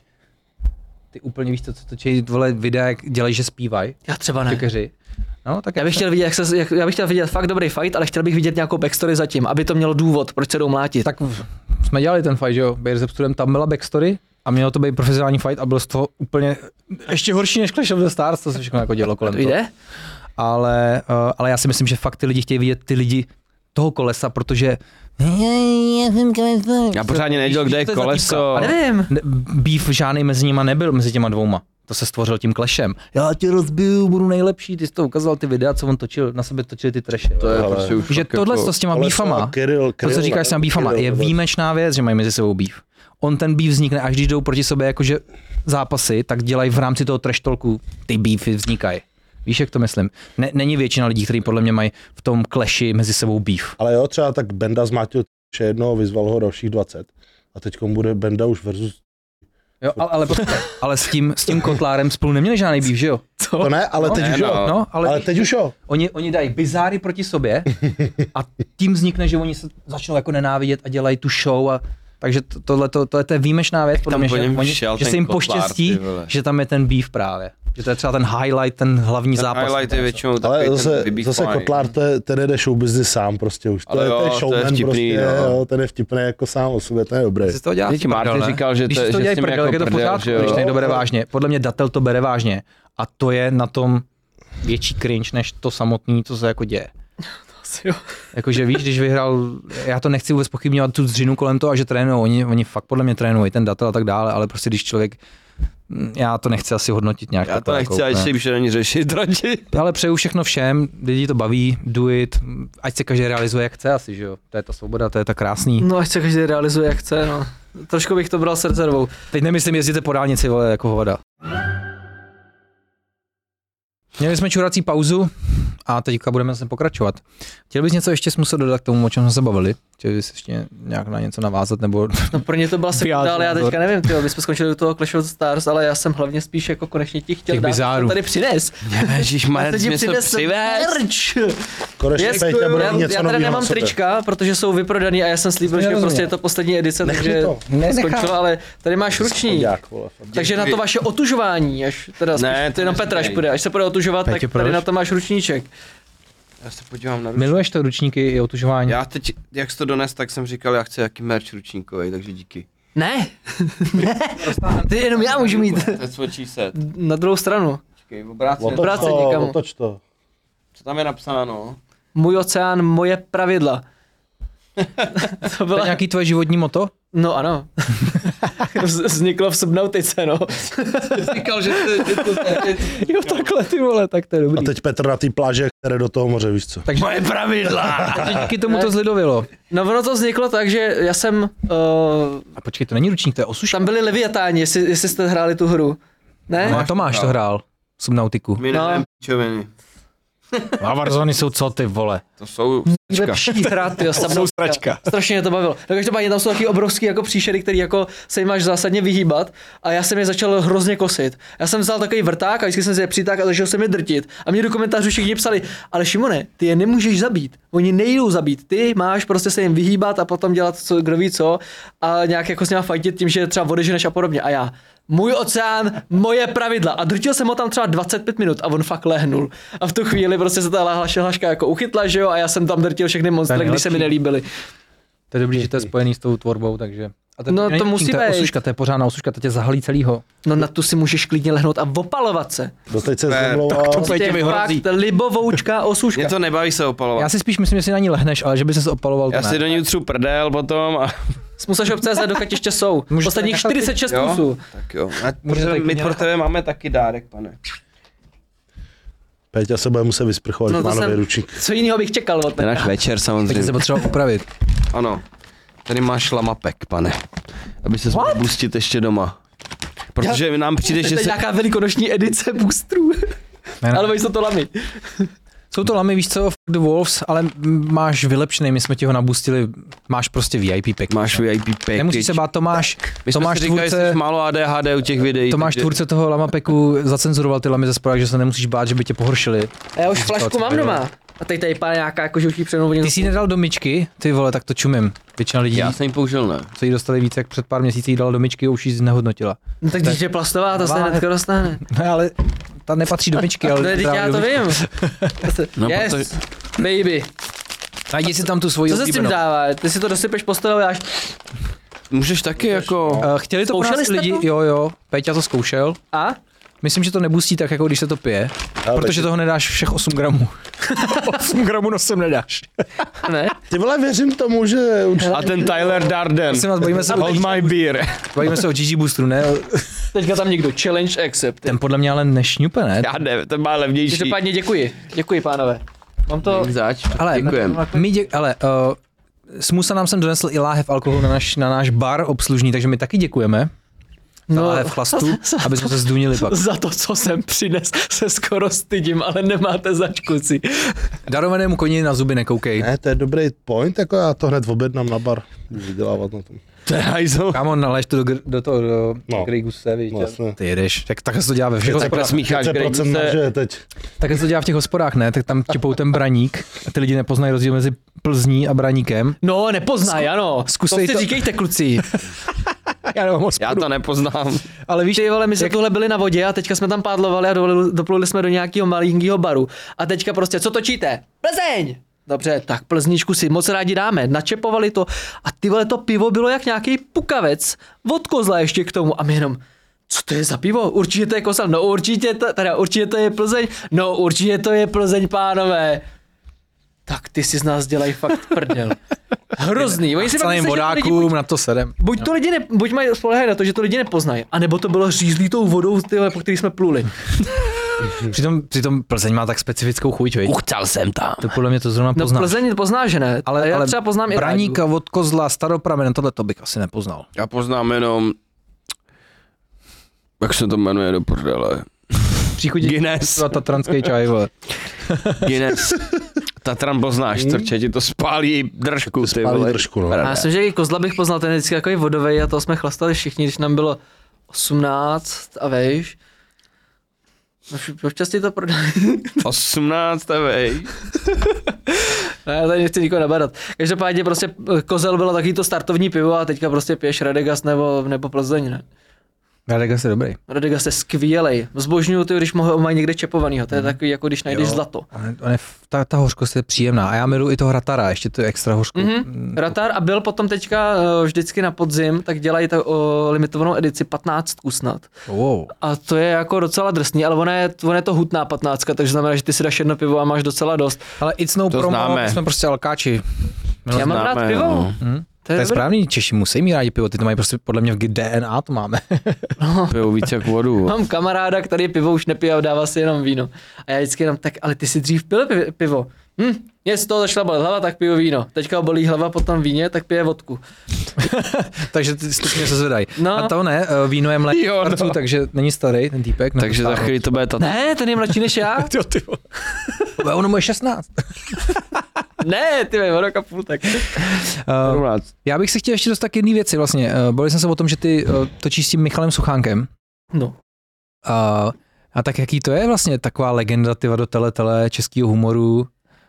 [SPEAKER 2] Ty úplně víš, to, co točí vole videa, jak dělají, že zpívají.
[SPEAKER 3] Já třeba ne.
[SPEAKER 2] Čekaři. No, tak
[SPEAKER 3] Já bych chtěl vidět, jak se, jak, já bych chtěl vidět fakt dobrý fight, ale chtěl bych vidět nějakou backstory zatím, aby to mělo důvod, proč se jdou mlátit.
[SPEAKER 2] tak v- jsme dělali ten fight, že jo? Bear se studem, tam byla backstory a mělo to být profesionální fight a bylo z toho úplně ještě horší než Clash of the Stars, to se všechno jako dělo kolem
[SPEAKER 3] to
[SPEAKER 2] toho.
[SPEAKER 3] jde?
[SPEAKER 2] ale, eh, ale já si myslím, že fakt ty lidi chtějí vidět ty lidi toho kolesa, protože
[SPEAKER 1] Já pořádně nevěděl, kde je
[SPEAKER 2] to je za
[SPEAKER 1] koleso.
[SPEAKER 2] týpka.
[SPEAKER 3] Já nevím.
[SPEAKER 2] ne- býv žádný mezi nima nebyl, mezi těma dvouma. To se stvořil tím klešem. Já tě rozbiju, budu nejlepší. Ty jsi to ukázal ty videa, co on točil, na sebe točili ty trashy.
[SPEAKER 1] To je
[SPEAKER 4] Ale-
[SPEAKER 1] prostě už
[SPEAKER 2] že
[SPEAKER 1] fakt
[SPEAKER 2] tohle
[SPEAKER 1] jako-
[SPEAKER 2] to s těma
[SPEAKER 4] Koleso a
[SPEAKER 2] býfama,
[SPEAKER 4] Kirill-
[SPEAKER 2] to, co
[SPEAKER 4] Kirill,
[SPEAKER 2] říkáš s těma
[SPEAKER 4] ne?
[SPEAKER 2] býfama,
[SPEAKER 4] Kirill,
[SPEAKER 2] je
[SPEAKER 4] tohle.
[SPEAKER 2] výjimečná věc, že mají mezi sebou býv. On ten býv vznikne, až když jdou proti sobě jakože zápasy, tak dělají v rámci toho trash talku, ty býfy vznikají. Víš, jak to myslím? Ne, není většina lidí, kteří podle mě mají v tom kleši mezi sebou býv.
[SPEAKER 4] Ale jo, třeba tak Benda zmátil že jednoho, vyzval ho dalších 20. A teď bude Benda už versus...
[SPEAKER 2] Jo, ale, ale, ale, s, tím, s tím kotlárem spolu neměli žádný býv, že jo?
[SPEAKER 4] To ne, ale teď
[SPEAKER 1] Ne,
[SPEAKER 4] už jo.
[SPEAKER 1] no.
[SPEAKER 2] No, ale,
[SPEAKER 4] Ale teď už jo.
[SPEAKER 2] Oni, oni dají bizáry proti sobě a tím vznikne, že oni se začnou jako nenávidět a dělají tu show a takže to- tohle to, to, je, to je výjimečná věc, podle
[SPEAKER 1] tam
[SPEAKER 2] mě,
[SPEAKER 1] po
[SPEAKER 2] že,
[SPEAKER 1] něm
[SPEAKER 2] oni,
[SPEAKER 1] šel
[SPEAKER 2] že
[SPEAKER 1] ten
[SPEAKER 2] se jim
[SPEAKER 1] kotlár, ty
[SPEAKER 2] poštěstí,
[SPEAKER 1] vole.
[SPEAKER 2] že tam je ten beef právě. Že to je třeba ten highlight, ten hlavní zápas.
[SPEAKER 1] Highlight je většinou
[SPEAKER 4] Ale
[SPEAKER 1] takový
[SPEAKER 4] zase,
[SPEAKER 1] ten
[SPEAKER 4] zase jako
[SPEAKER 1] vybíchaný.
[SPEAKER 4] Kotlár, to je- ten jede show business sám prostě už. To,
[SPEAKER 1] Ale
[SPEAKER 4] je,
[SPEAKER 1] jo,
[SPEAKER 4] to
[SPEAKER 1] to
[SPEAKER 4] je
[SPEAKER 1] je
[SPEAKER 4] showman
[SPEAKER 1] vtipný,
[SPEAKER 4] prostě,
[SPEAKER 1] no.
[SPEAKER 4] jo, ten je vtipný jako sám o sobě, to je dobrý.
[SPEAKER 2] si to dělá
[SPEAKER 1] Teď Martin říkal, že
[SPEAKER 2] když
[SPEAKER 1] to-
[SPEAKER 2] si to
[SPEAKER 1] že s
[SPEAKER 2] dělají
[SPEAKER 1] tím
[SPEAKER 2] prdel,
[SPEAKER 1] jako
[SPEAKER 2] tak je to v
[SPEAKER 1] prdel,
[SPEAKER 2] pořádku,
[SPEAKER 1] že jo.
[SPEAKER 2] když to někdo bere vážně. Podle mě Datel to bere vážně a to je na tom větší cringe, než to samotný, co se jako děje.
[SPEAKER 3] Asi jo.
[SPEAKER 2] Jakože víš, když vyhrál, já to nechci vůbec pochybňovat tu dřinu kolem toho, a že trénují, oni, oni fakt podle mě trénují, ten datel a tak dále, ale prostě když člověk, mm, já to nechci asi hodnotit nějak.
[SPEAKER 1] Já to
[SPEAKER 2] takhle jako
[SPEAKER 1] nechci,
[SPEAKER 4] jako-
[SPEAKER 1] ať
[SPEAKER 2] úplně.
[SPEAKER 1] si už ani řešit radši.
[SPEAKER 2] Ale přeju všechno všem, lidi to baví, do it, mm, ať se každý realizuje jak chce asi, že jo. To je ta svoboda, to je ta krásný.
[SPEAKER 3] No ať se každý realizuje, jak chce, no. Trošku bych to bral s rezervou.
[SPEAKER 2] Teď nemyslím, jezdíte po dálnici, vole, jako hovada. Měli jsme čurací pauzu a teďka budeme zase pokračovat. Chtěl bys něco ještě musel dodat k tomu, o čem jsme se bavili? Chtěl bys ještě nějak na něco navázat nebo
[SPEAKER 3] No pro ně to byla sekunda, ale já
[SPEAKER 2] názor.
[SPEAKER 3] teďka nevím, tyjo, my jsme skončili u toho Clash of the Stars, ale já jsem hlavně spíš jako konečně ti chtěl
[SPEAKER 2] Těch
[SPEAKER 3] dát,
[SPEAKER 2] bizárů.
[SPEAKER 3] co tady přines.
[SPEAKER 1] Ježíš,
[SPEAKER 3] Já jsem
[SPEAKER 1] Marec
[SPEAKER 3] ti
[SPEAKER 1] mě to
[SPEAKER 3] přinesl
[SPEAKER 1] přivez.
[SPEAKER 3] merch.
[SPEAKER 4] Konečně
[SPEAKER 3] Yes,
[SPEAKER 4] Pejťa bude
[SPEAKER 3] já,
[SPEAKER 4] mít něco
[SPEAKER 3] já teda
[SPEAKER 4] nového na
[SPEAKER 3] nemám
[SPEAKER 4] sobě.
[SPEAKER 3] trička, protože jsou vyprodaný a já jsem slíbil, že
[SPEAKER 2] Nerozumím.
[SPEAKER 3] prostě je to poslední edice,
[SPEAKER 4] Nech mi
[SPEAKER 3] takže
[SPEAKER 4] to.
[SPEAKER 3] skončilo, ale tady máš ruční.
[SPEAKER 4] Chodák, vole, fakt.
[SPEAKER 3] Takže na to vaše otužování, až teda spíš,
[SPEAKER 1] Ne,
[SPEAKER 3] ne,
[SPEAKER 1] to
[SPEAKER 3] to jenom
[SPEAKER 1] nesmí.
[SPEAKER 3] Petra, až půjde, až se půjde otužovat,
[SPEAKER 2] Petě,
[SPEAKER 3] tak tady
[SPEAKER 2] proč?
[SPEAKER 3] na to máš ručníček.
[SPEAKER 1] Já se podívám na ručník.
[SPEAKER 2] Miluješ to ručníky i otužování?
[SPEAKER 1] Já teď, jak jsi to dones, tak jsem říkal, já chci jaký merch ručníkový, takže díky.
[SPEAKER 3] Ne, ne, ty jenom já můžu mít
[SPEAKER 1] That's what she said.
[SPEAKER 3] na druhou stranu.
[SPEAKER 1] Počkej, obráceně.
[SPEAKER 4] Otoč
[SPEAKER 3] Obráceně,
[SPEAKER 4] to,
[SPEAKER 3] kámo.
[SPEAKER 4] otoč to.
[SPEAKER 1] Co tam je napsáno?
[SPEAKER 3] Můj oceán, moje pravidla. to
[SPEAKER 2] To je
[SPEAKER 3] byla...
[SPEAKER 2] nějaký tvoje životní moto?
[SPEAKER 3] No ano. Vz- Vzniklo v subnautice, no.
[SPEAKER 1] Říkal, že to, že to,
[SPEAKER 2] Jo, takhle ty vole, tak to je
[SPEAKER 4] A
[SPEAKER 2] dobrý.
[SPEAKER 4] teď Petr na té pláže, které do toho moře, víš co.
[SPEAKER 2] Takže, Moje pravidla! Takže díky tomu to zlidovilo.
[SPEAKER 3] No ono to vzniklo tak, že já jsem... Uh,
[SPEAKER 2] A počkej, to není ručník, to je osuška.
[SPEAKER 3] tam byli leviatáni, jestli, jestli jste hráli tu hru. Ne?
[SPEAKER 2] No, Tomáš to hrál. Subnautiku.
[SPEAKER 1] My
[SPEAKER 3] No.
[SPEAKER 1] no. pičoviny.
[SPEAKER 2] A Warzony jsou co ty vole?
[SPEAKER 1] To jsou
[SPEAKER 3] Lepší hrát, jo, jsou stračka. Strašně mě to bavilo. No každopádně tam jsou taky obrovský jako příšery, který jako se jim máš zásadně vyhýbat a já jsem je začal hrozně kosit. Já jsem vzal takový vrták a vždycky jsem si je přitáhl a začal jsem je drtit. A mě do komentářů všichni psali, ale Šimone, ty je nemůžeš zabít. Oni nejdou zabít. Ty máš prostě se jim vyhýbat a potom dělat co, kdo ví co a nějak jako s nimi fajtit tím, že třeba odeženeš a podobně. A já, můj oceán, moje pravidla. A drtil jsem ho tam třeba 25 minut a on fakt lehnul. A v tu chvíli prostě se ta hla- hlaška jako uchytla, že jo, a já jsem tam drtil všechny monstre, když se mi nelíbily.
[SPEAKER 2] To je dobrý, že to je spojený s tou tvorbou, takže... A
[SPEAKER 3] No,
[SPEAKER 2] není
[SPEAKER 3] to
[SPEAKER 2] tím,
[SPEAKER 3] musí
[SPEAKER 2] to je
[SPEAKER 3] být.
[SPEAKER 2] osuška, to je pořádná osuška, to tě zahalí celýho.
[SPEAKER 3] No na tu si můžeš klidně lehnout a opalovat se.
[SPEAKER 4] Doteď se zmlouval.
[SPEAKER 3] Prostě
[SPEAKER 5] tě vyhrozí.
[SPEAKER 3] fakt libovoučka osuška.
[SPEAKER 1] Mě to nebaví se opalovat.
[SPEAKER 2] Já si spíš myslím, že si na ní lehneš, ale že by se opaloval, to
[SPEAKER 1] Já si
[SPEAKER 2] ne.
[SPEAKER 1] do ní utřu prdel potom a
[SPEAKER 3] Smusaš obce za dokud ještě jsou.
[SPEAKER 2] Můžete
[SPEAKER 3] Posledních
[SPEAKER 2] nechat ty-
[SPEAKER 3] 46
[SPEAKER 1] jo.
[SPEAKER 3] kusů.
[SPEAKER 1] Tak jo. A
[SPEAKER 2] Můžete
[SPEAKER 1] my
[SPEAKER 2] klidně
[SPEAKER 1] pro tebe máme taky dárek, pane.
[SPEAKER 4] Péťa se bude muset vysprchovat,
[SPEAKER 3] No
[SPEAKER 4] no,
[SPEAKER 3] to
[SPEAKER 4] má nový
[SPEAKER 3] jsem-
[SPEAKER 4] ručník.
[SPEAKER 3] Co jiného bych čekal od tebe?
[SPEAKER 1] náš večer
[SPEAKER 2] Teď
[SPEAKER 1] samozřejmě.
[SPEAKER 2] se potřeba upravit.
[SPEAKER 1] Ano. Tady máš lamapek, pane. Aby se mohl pustit ještě doma. Protože nám přijde,
[SPEAKER 3] Teď
[SPEAKER 1] že
[SPEAKER 3] je
[SPEAKER 1] se...
[SPEAKER 3] nějaká velikonoční edice boostrů.
[SPEAKER 2] Ne, ne.
[SPEAKER 3] Ale oni jsou to lamy.
[SPEAKER 2] Jsou to lamy, víš co, The Wolves, ale m- máš vylepšený, my jsme ti ho nabustili, máš prostě VIP pack.
[SPEAKER 1] Máš VIP package.
[SPEAKER 2] Nemusíš se bát, to máš,
[SPEAKER 1] My
[SPEAKER 2] to
[SPEAKER 1] jsme
[SPEAKER 2] máš
[SPEAKER 1] si říkali, že
[SPEAKER 2] tvůrce,
[SPEAKER 1] jsi málo ADHD u těch videí.
[SPEAKER 2] to máš
[SPEAKER 1] takže-
[SPEAKER 2] tvůrce toho lamapeku zacenzuroval ty lamy ze spoda, že se nemusíš bát, že by tě pohoršili.
[SPEAKER 3] A já už
[SPEAKER 2] Získal
[SPEAKER 3] flašku
[SPEAKER 2] si
[SPEAKER 3] mám
[SPEAKER 2] pedo.
[SPEAKER 3] doma. A teď tady pá nějaká jako živší přenovení.
[SPEAKER 2] Ty jsi ji nedal do myčky, ty vole, tak to čumím. Většina lidí,
[SPEAKER 1] Já jsem ji použil, ne?
[SPEAKER 2] co jí dostali víc, jak před pár měsíci jí dal do myčky, už ji znehodnotila.
[SPEAKER 3] No, tak když je plastová, to se
[SPEAKER 2] Váhe.
[SPEAKER 3] hnedka dostane.
[SPEAKER 2] No ale ta nepatří do myčky, ale...
[SPEAKER 3] Ne, teď
[SPEAKER 2] právě
[SPEAKER 3] já
[SPEAKER 2] do
[SPEAKER 3] to
[SPEAKER 2] myčky.
[SPEAKER 3] vím.
[SPEAKER 1] No,
[SPEAKER 3] yes,
[SPEAKER 1] protože-
[SPEAKER 3] baby.
[SPEAKER 2] Najdi si tam tu svoji
[SPEAKER 3] Co se s tím
[SPEAKER 2] oblíbenou.
[SPEAKER 3] dává? Ty si to dosypeš postelou, já až...
[SPEAKER 1] Můžeš taky jako...
[SPEAKER 2] Eh, Chtěli to po
[SPEAKER 3] Zkoušeli
[SPEAKER 2] nás
[SPEAKER 3] jste
[SPEAKER 2] lidi,
[SPEAKER 3] to?
[SPEAKER 2] jo jo, Peťa to zkoušel.
[SPEAKER 3] A?
[SPEAKER 2] Myslím, že to nebustí tak, jako když se to pije,
[SPEAKER 4] Ale
[SPEAKER 2] protože
[SPEAKER 4] Peťa-
[SPEAKER 2] toho nedáš všech 8 gramů. 8 gramů
[SPEAKER 3] no,
[SPEAKER 2] nosem nedáš.
[SPEAKER 3] Ne?
[SPEAKER 4] Ty vole, věřím tomu, že určitě
[SPEAKER 1] A ten Tyler Darden.
[SPEAKER 2] Prosím vás, bojíme se, o,
[SPEAKER 1] Hold my beer.
[SPEAKER 2] bojíme se o GG Boosteru, ne?
[SPEAKER 3] Teďka tam někdo. Challenge accept.
[SPEAKER 2] Ten podle mě ale nešňupe, ne?
[SPEAKER 1] Já ne, ten má levnější.
[SPEAKER 3] Každopádně děkuji. Děkuji, pánové. Mám to...
[SPEAKER 1] Zač,
[SPEAKER 2] Ale,
[SPEAKER 1] děkujem.
[SPEAKER 2] My dě, ale uh, Smusa nám sem donesl i láhev alkoholu na náš, na náš bar obslužný, takže my taky děkujeme. No.
[SPEAKER 3] No.
[SPEAKER 2] Láhev chlastu, aby jsme se zdunili pak.
[SPEAKER 3] Za to, co jsem přines, se skoro stydím, ale nemáte zač, kluci.
[SPEAKER 2] Darovanému koni na zuby nekoukej.
[SPEAKER 4] Ne, to je dobrý point, jako já to hned objednám na bar. Budu vydělávat na tom.
[SPEAKER 1] To je hajzl.
[SPEAKER 2] Kámo, nalež to do, gr- do toho, do
[SPEAKER 4] No.
[SPEAKER 2] no. Greguse, víš.
[SPEAKER 4] No,
[SPEAKER 2] jo.
[SPEAKER 4] jasně.
[SPEAKER 2] Ty jedeš, tak takhle se to dělá ve všech
[SPEAKER 1] se
[SPEAKER 2] hospodách.
[SPEAKER 1] prosmícháš,
[SPEAKER 4] 30%
[SPEAKER 1] Greguse.
[SPEAKER 4] marže teď.
[SPEAKER 2] Takhle se to dělá v těch hospodách, ne? Tak tam čepou ten braník a ty lidi nepoznají rozdíl mezi Plzní a braníkem.
[SPEAKER 3] No, nepoznají, ano.
[SPEAKER 2] zkusej
[SPEAKER 3] to. si
[SPEAKER 2] to.
[SPEAKER 3] říkejte, kluci.
[SPEAKER 2] Já nemám hospodu.
[SPEAKER 1] Já to nepoznám.
[SPEAKER 3] Ale víš, ty vole, my jsme tuhle byli na vodě a teďka jsme tam pádlovali a dopluli, dopluli jsme do nějakého malinkého baru. A teďka prostě, co točíte? Plzeň! Dobře, tak plzničku si moc rádi dáme. Načepovali to a ty vole, to pivo bylo jak nějaký pukavec od kozla ještě k tomu. A my jenom, co to je za pivo? Určitě to je kozla, no určitě to, teda určitě to je Plzeň, no určitě to je Plzeň, pánové. Tak ty si z nás dělají fakt prdel. Hrozný. Oni si pak
[SPEAKER 2] Celým
[SPEAKER 3] myslí, že to lidi
[SPEAKER 2] vodákům na to sedem.
[SPEAKER 3] Buď to lidi ne, buď mají spolehají na to, že to lidi nepoznají, anebo to bylo řízlý tou vodou, ty vole, po který jsme pluli.
[SPEAKER 2] Přitom, přitom Plzeň má tak specifickou chuť, viď?
[SPEAKER 1] Uchcal jsem tam.
[SPEAKER 2] To podle mě to zrovna
[SPEAKER 3] No
[SPEAKER 2] poznáš.
[SPEAKER 3] Plzeň pozná, že ne, ale, já ale třeba poznám i
[SPEAKER 2] Braníka,
[SPEAKER 3] Rádu.
[SPEAKER 2] od Kozla, Staropramen, tohle to bych asi nepoznal.
[SPEAKER 1] Já poznám jenom... Jak se to jmenuje do prdele?
[SPEAKER 2] Příchodí
[SPEAKER 1] Guinness.
[SPEAKER 2] ta transký čaj, vole.
[SPEAKER 1] Guinness. Tatran poznáš, trče ti to spálí držku. Ty
[SPEAKER 4] Hmm? spálí
[SPEAKER 1] vole.
[SPEAKER 4] držku, no.
[SPEAKER 3] Já
[SPEAKER 1] Prde.
[SPEAKER 3] myslím, že i Kozla bych poznal, ten je vždycky takový vodovej a to jsme chlastali všichni, když nám bylo 18 a vejš. No, vš- Občas ti to prodají.
[SPEAKER 1] 18, vej.
[SPEAKER 3] Ne, já tady nechci nikoho nabadat. Každopádně prostě eh, kozel bylo taky to startovní pivo a teďka prostě piješ Radegast nebo, nebo Plzeň, ne?
[SPEAKER 2] Radek je dobrý.
[SPEAKER 3] Radegast je skvělej. Zbožňuju ty, když mohu, mají někde čepovanýho. To je takový, jako když najdeš
[SPEAKER 2] Jo.
[SPEAKER 3] zlato.
[SPEAKER 2] On, je- on je, f- ta, ta hořkost je příjemná. A já miluji i toho ratara, ještě to je extra hořkou.
[SPEAKER 3] Mm-hmm. Ratar a byl potom teďka eh, vždycky na podzim, tak dělají ta, o, limitovanou edici 15 snad.
[SPEAKER 2] Wow.
[SPEAKER 3] A to je jako docela drsný, ale ono je, ono je to hutná 15, takže znamená, že ty si dáš jedno pivo a máš docela dost.
[SPEAKER 2] Ale it's no
[SPEAKER 1] To
[SPEAKER 2] promo,
[SPEAKER 1] známe.
[SPEAKER 2] jsme prostě alkáči.
[SPEAKER 3] Já mám
[SPEAKER 1] Známe,
[SPEAKER 3] rád pivo.
[SPEAKER 1] no.
[SPEAKER 3] To
[SPEAKER 2] To
[SPEAKER 3] je,
[SPEAKER 2] je správný, Češi musí mít rádi pivo, ty to mají prostě podle mě v DNA, to máme.
[SPEAKER 1] No. Piju víc jak vodu.
[SPEAKER 3] Mám kamaráda, který pivo už nepije a dává si jenom víno. A já vždycky jenom tak, ale ty si dřív pil pi- pivo. Hm, mě z toho začala bolet hlava, tak piju víno. Teďka ho bolí hlava po tom víně, tak pije vodku.
[SPEAKER 2] takže ty stupně se zvedají.
[SPEAKER 3] No.
[SPEAKER 2] A to ne, eh, víno je mléko
[SPEAKER 1] Jo, no.
[SPEAKER 2] starců, takže není starý ten týpek. nebo
[SPEAKER 1] Takže za
[SPEAKER 2] stárnou.
[SPEAKER 1] chvíli to bude ta...
[SPEAKER 3] Ne, ten je mladší než já.
[SPEAKER 2] Jo, ty vole. Eh, Ono mu je 16.
[SPEAKER 3] ne, ty je rok a půl, tak.
[SPEAKER 2] Eh, já bych se chtěl ještě dostat k jedné věci vlastně. Eh, Bavili jsme se o tom, že ty eh, točíš s tím Michalem Suchánkem.
[SPEAKER 3] No.
[SPEAKER 2] A, a tak jaký to je vlastně taková legenda ty do teletele českého humoru?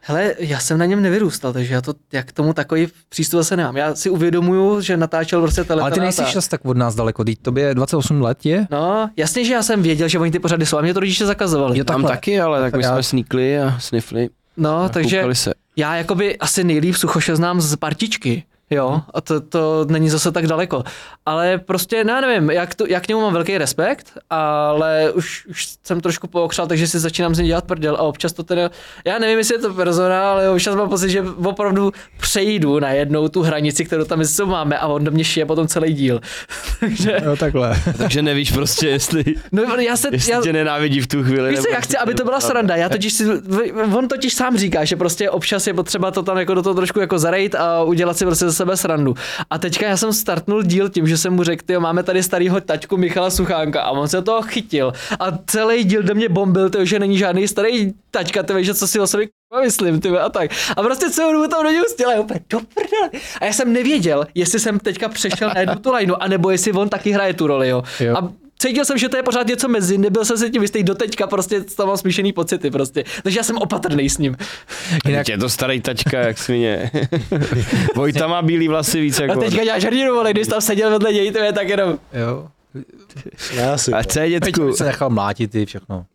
[SPEAKER 3] Hele, já jsem na něm nevyrůstal, takže já to, jak tomu takový přístup zase nemám. Já si uvědomuju, že natáčel prostě
[SPEAKER 2] Ale ty
[SPEAKER 3] telefonáta.
[SPEAKER 2] nejsi čas tak od nás daleko, teď tobě 28 let je?
[SPEAKER 3] No, jasně, že já jsem věděl, že oni ty pořady jsou a mě to rodiče zakazovali.
[SPEAKER 2] Jo,
[SPEAKER 1] Tam
[SPEAKER 2] takhle.
[SPEAKER 1] taky, ale tak my
[SPEAKER 2] Já-
[SPEAKER 1] jsme sníkli a snifli.
[SPEAKER 3] No, takže
[SPEAKER 1] Koukali se.
[SPEAKER 3] já jakoby asi nejlíp suchoše znám z partičky.
[SPEAKER 1] Mhm.
[SPEAKER 3] Jo, a to, to není zase tak daleko. Ale prostě, no já nevím, jak, to, jak k němu mám velký respekt, ale už, už jsem trošku pookřál, takže si začínám z něj dělat prdel a občas to teda, já nevím, jestli je to persona, ale občas mám pocit, že opravdu přejdu najednou tu hranici, kterou tam mezi sebou máme a on do mě šije potom celý díl. takže,
[SPEAKER 2] Jo, takhle.
[SPEAKER 1] Takže nevíš prostě, jestli,
[SPEAKER 3] no já se,
[SPEAKER 1] jestli
[SPEAKER 3] já,
[SPEAKER 1] tě nenávidí v tu chvíli.
[SPEAKER 3] Víš co,
[SPEAKER 1] nebo
[SPEAKER 3] já
[SPEAKER 1] jestli
[SPEAKER 3] chci,
[SPEAKER 1] tě
[SPEAKER 3] aby to byla
[SPEAKER 1] nebude.
[SPEAKER 3] sranda. Já totiž si, on totiž sám říká, že prostě občas je potřeba to tam jako do toho trošku jako zarejt a udělat si prostě ze sebe srandu. A teďka já jsem startnul díl tím, že jsem mu řekl, jo, máme tady starýho taťku Michala Suchánka a on se toho chytil. A celý díl do mě bombil, to že není žádný starý taťka, ty že co si o sobě k***a myslím, ty a tak. A prostě celou dobu tam do něj ustěla, já úplně do prdele. A já jsem nevěděl, jestli jsem teďka přešel na jednu tu lajnu, anebo jestli on taky hraje tu roli, jo.
[SPEAKER 2] Jo.
[SPEAKER 3] jo. A cítil jsem, že to je pořád něco mezi, nebyl jsem se tím jistý doteďka, prostě tam mám smíšený pocity prostě. Takže já jsem opatrný s ním.
[SPEAKER 1] Jinak... Je to starý tačka, jak svině. Vojta má bílý vlasy víc
[SPEAKER 3] A
[SPEAKER 1] jako
[SPEAKER 3] teďka děláš hrdinu, ale když tam seděl vedle něj, to je tak jenom.
[SPEAKER 2] Jo.
[SPEAKER 4] Ne, asi.
[SPEAKER 1] A co je dětku?
[SPEAKER 2] Se nechal mlátit ty všechno.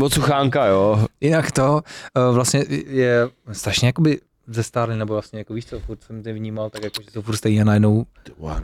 [SPEAKER 1] Od suchánka, jo.
[SPEAKER 2] Jinak to eh, vlastně je strašně jakoby zestárli, nebo vlastně jako víš co, furt jsem to vnímal, tak jako, že jsou furt stejně a najednou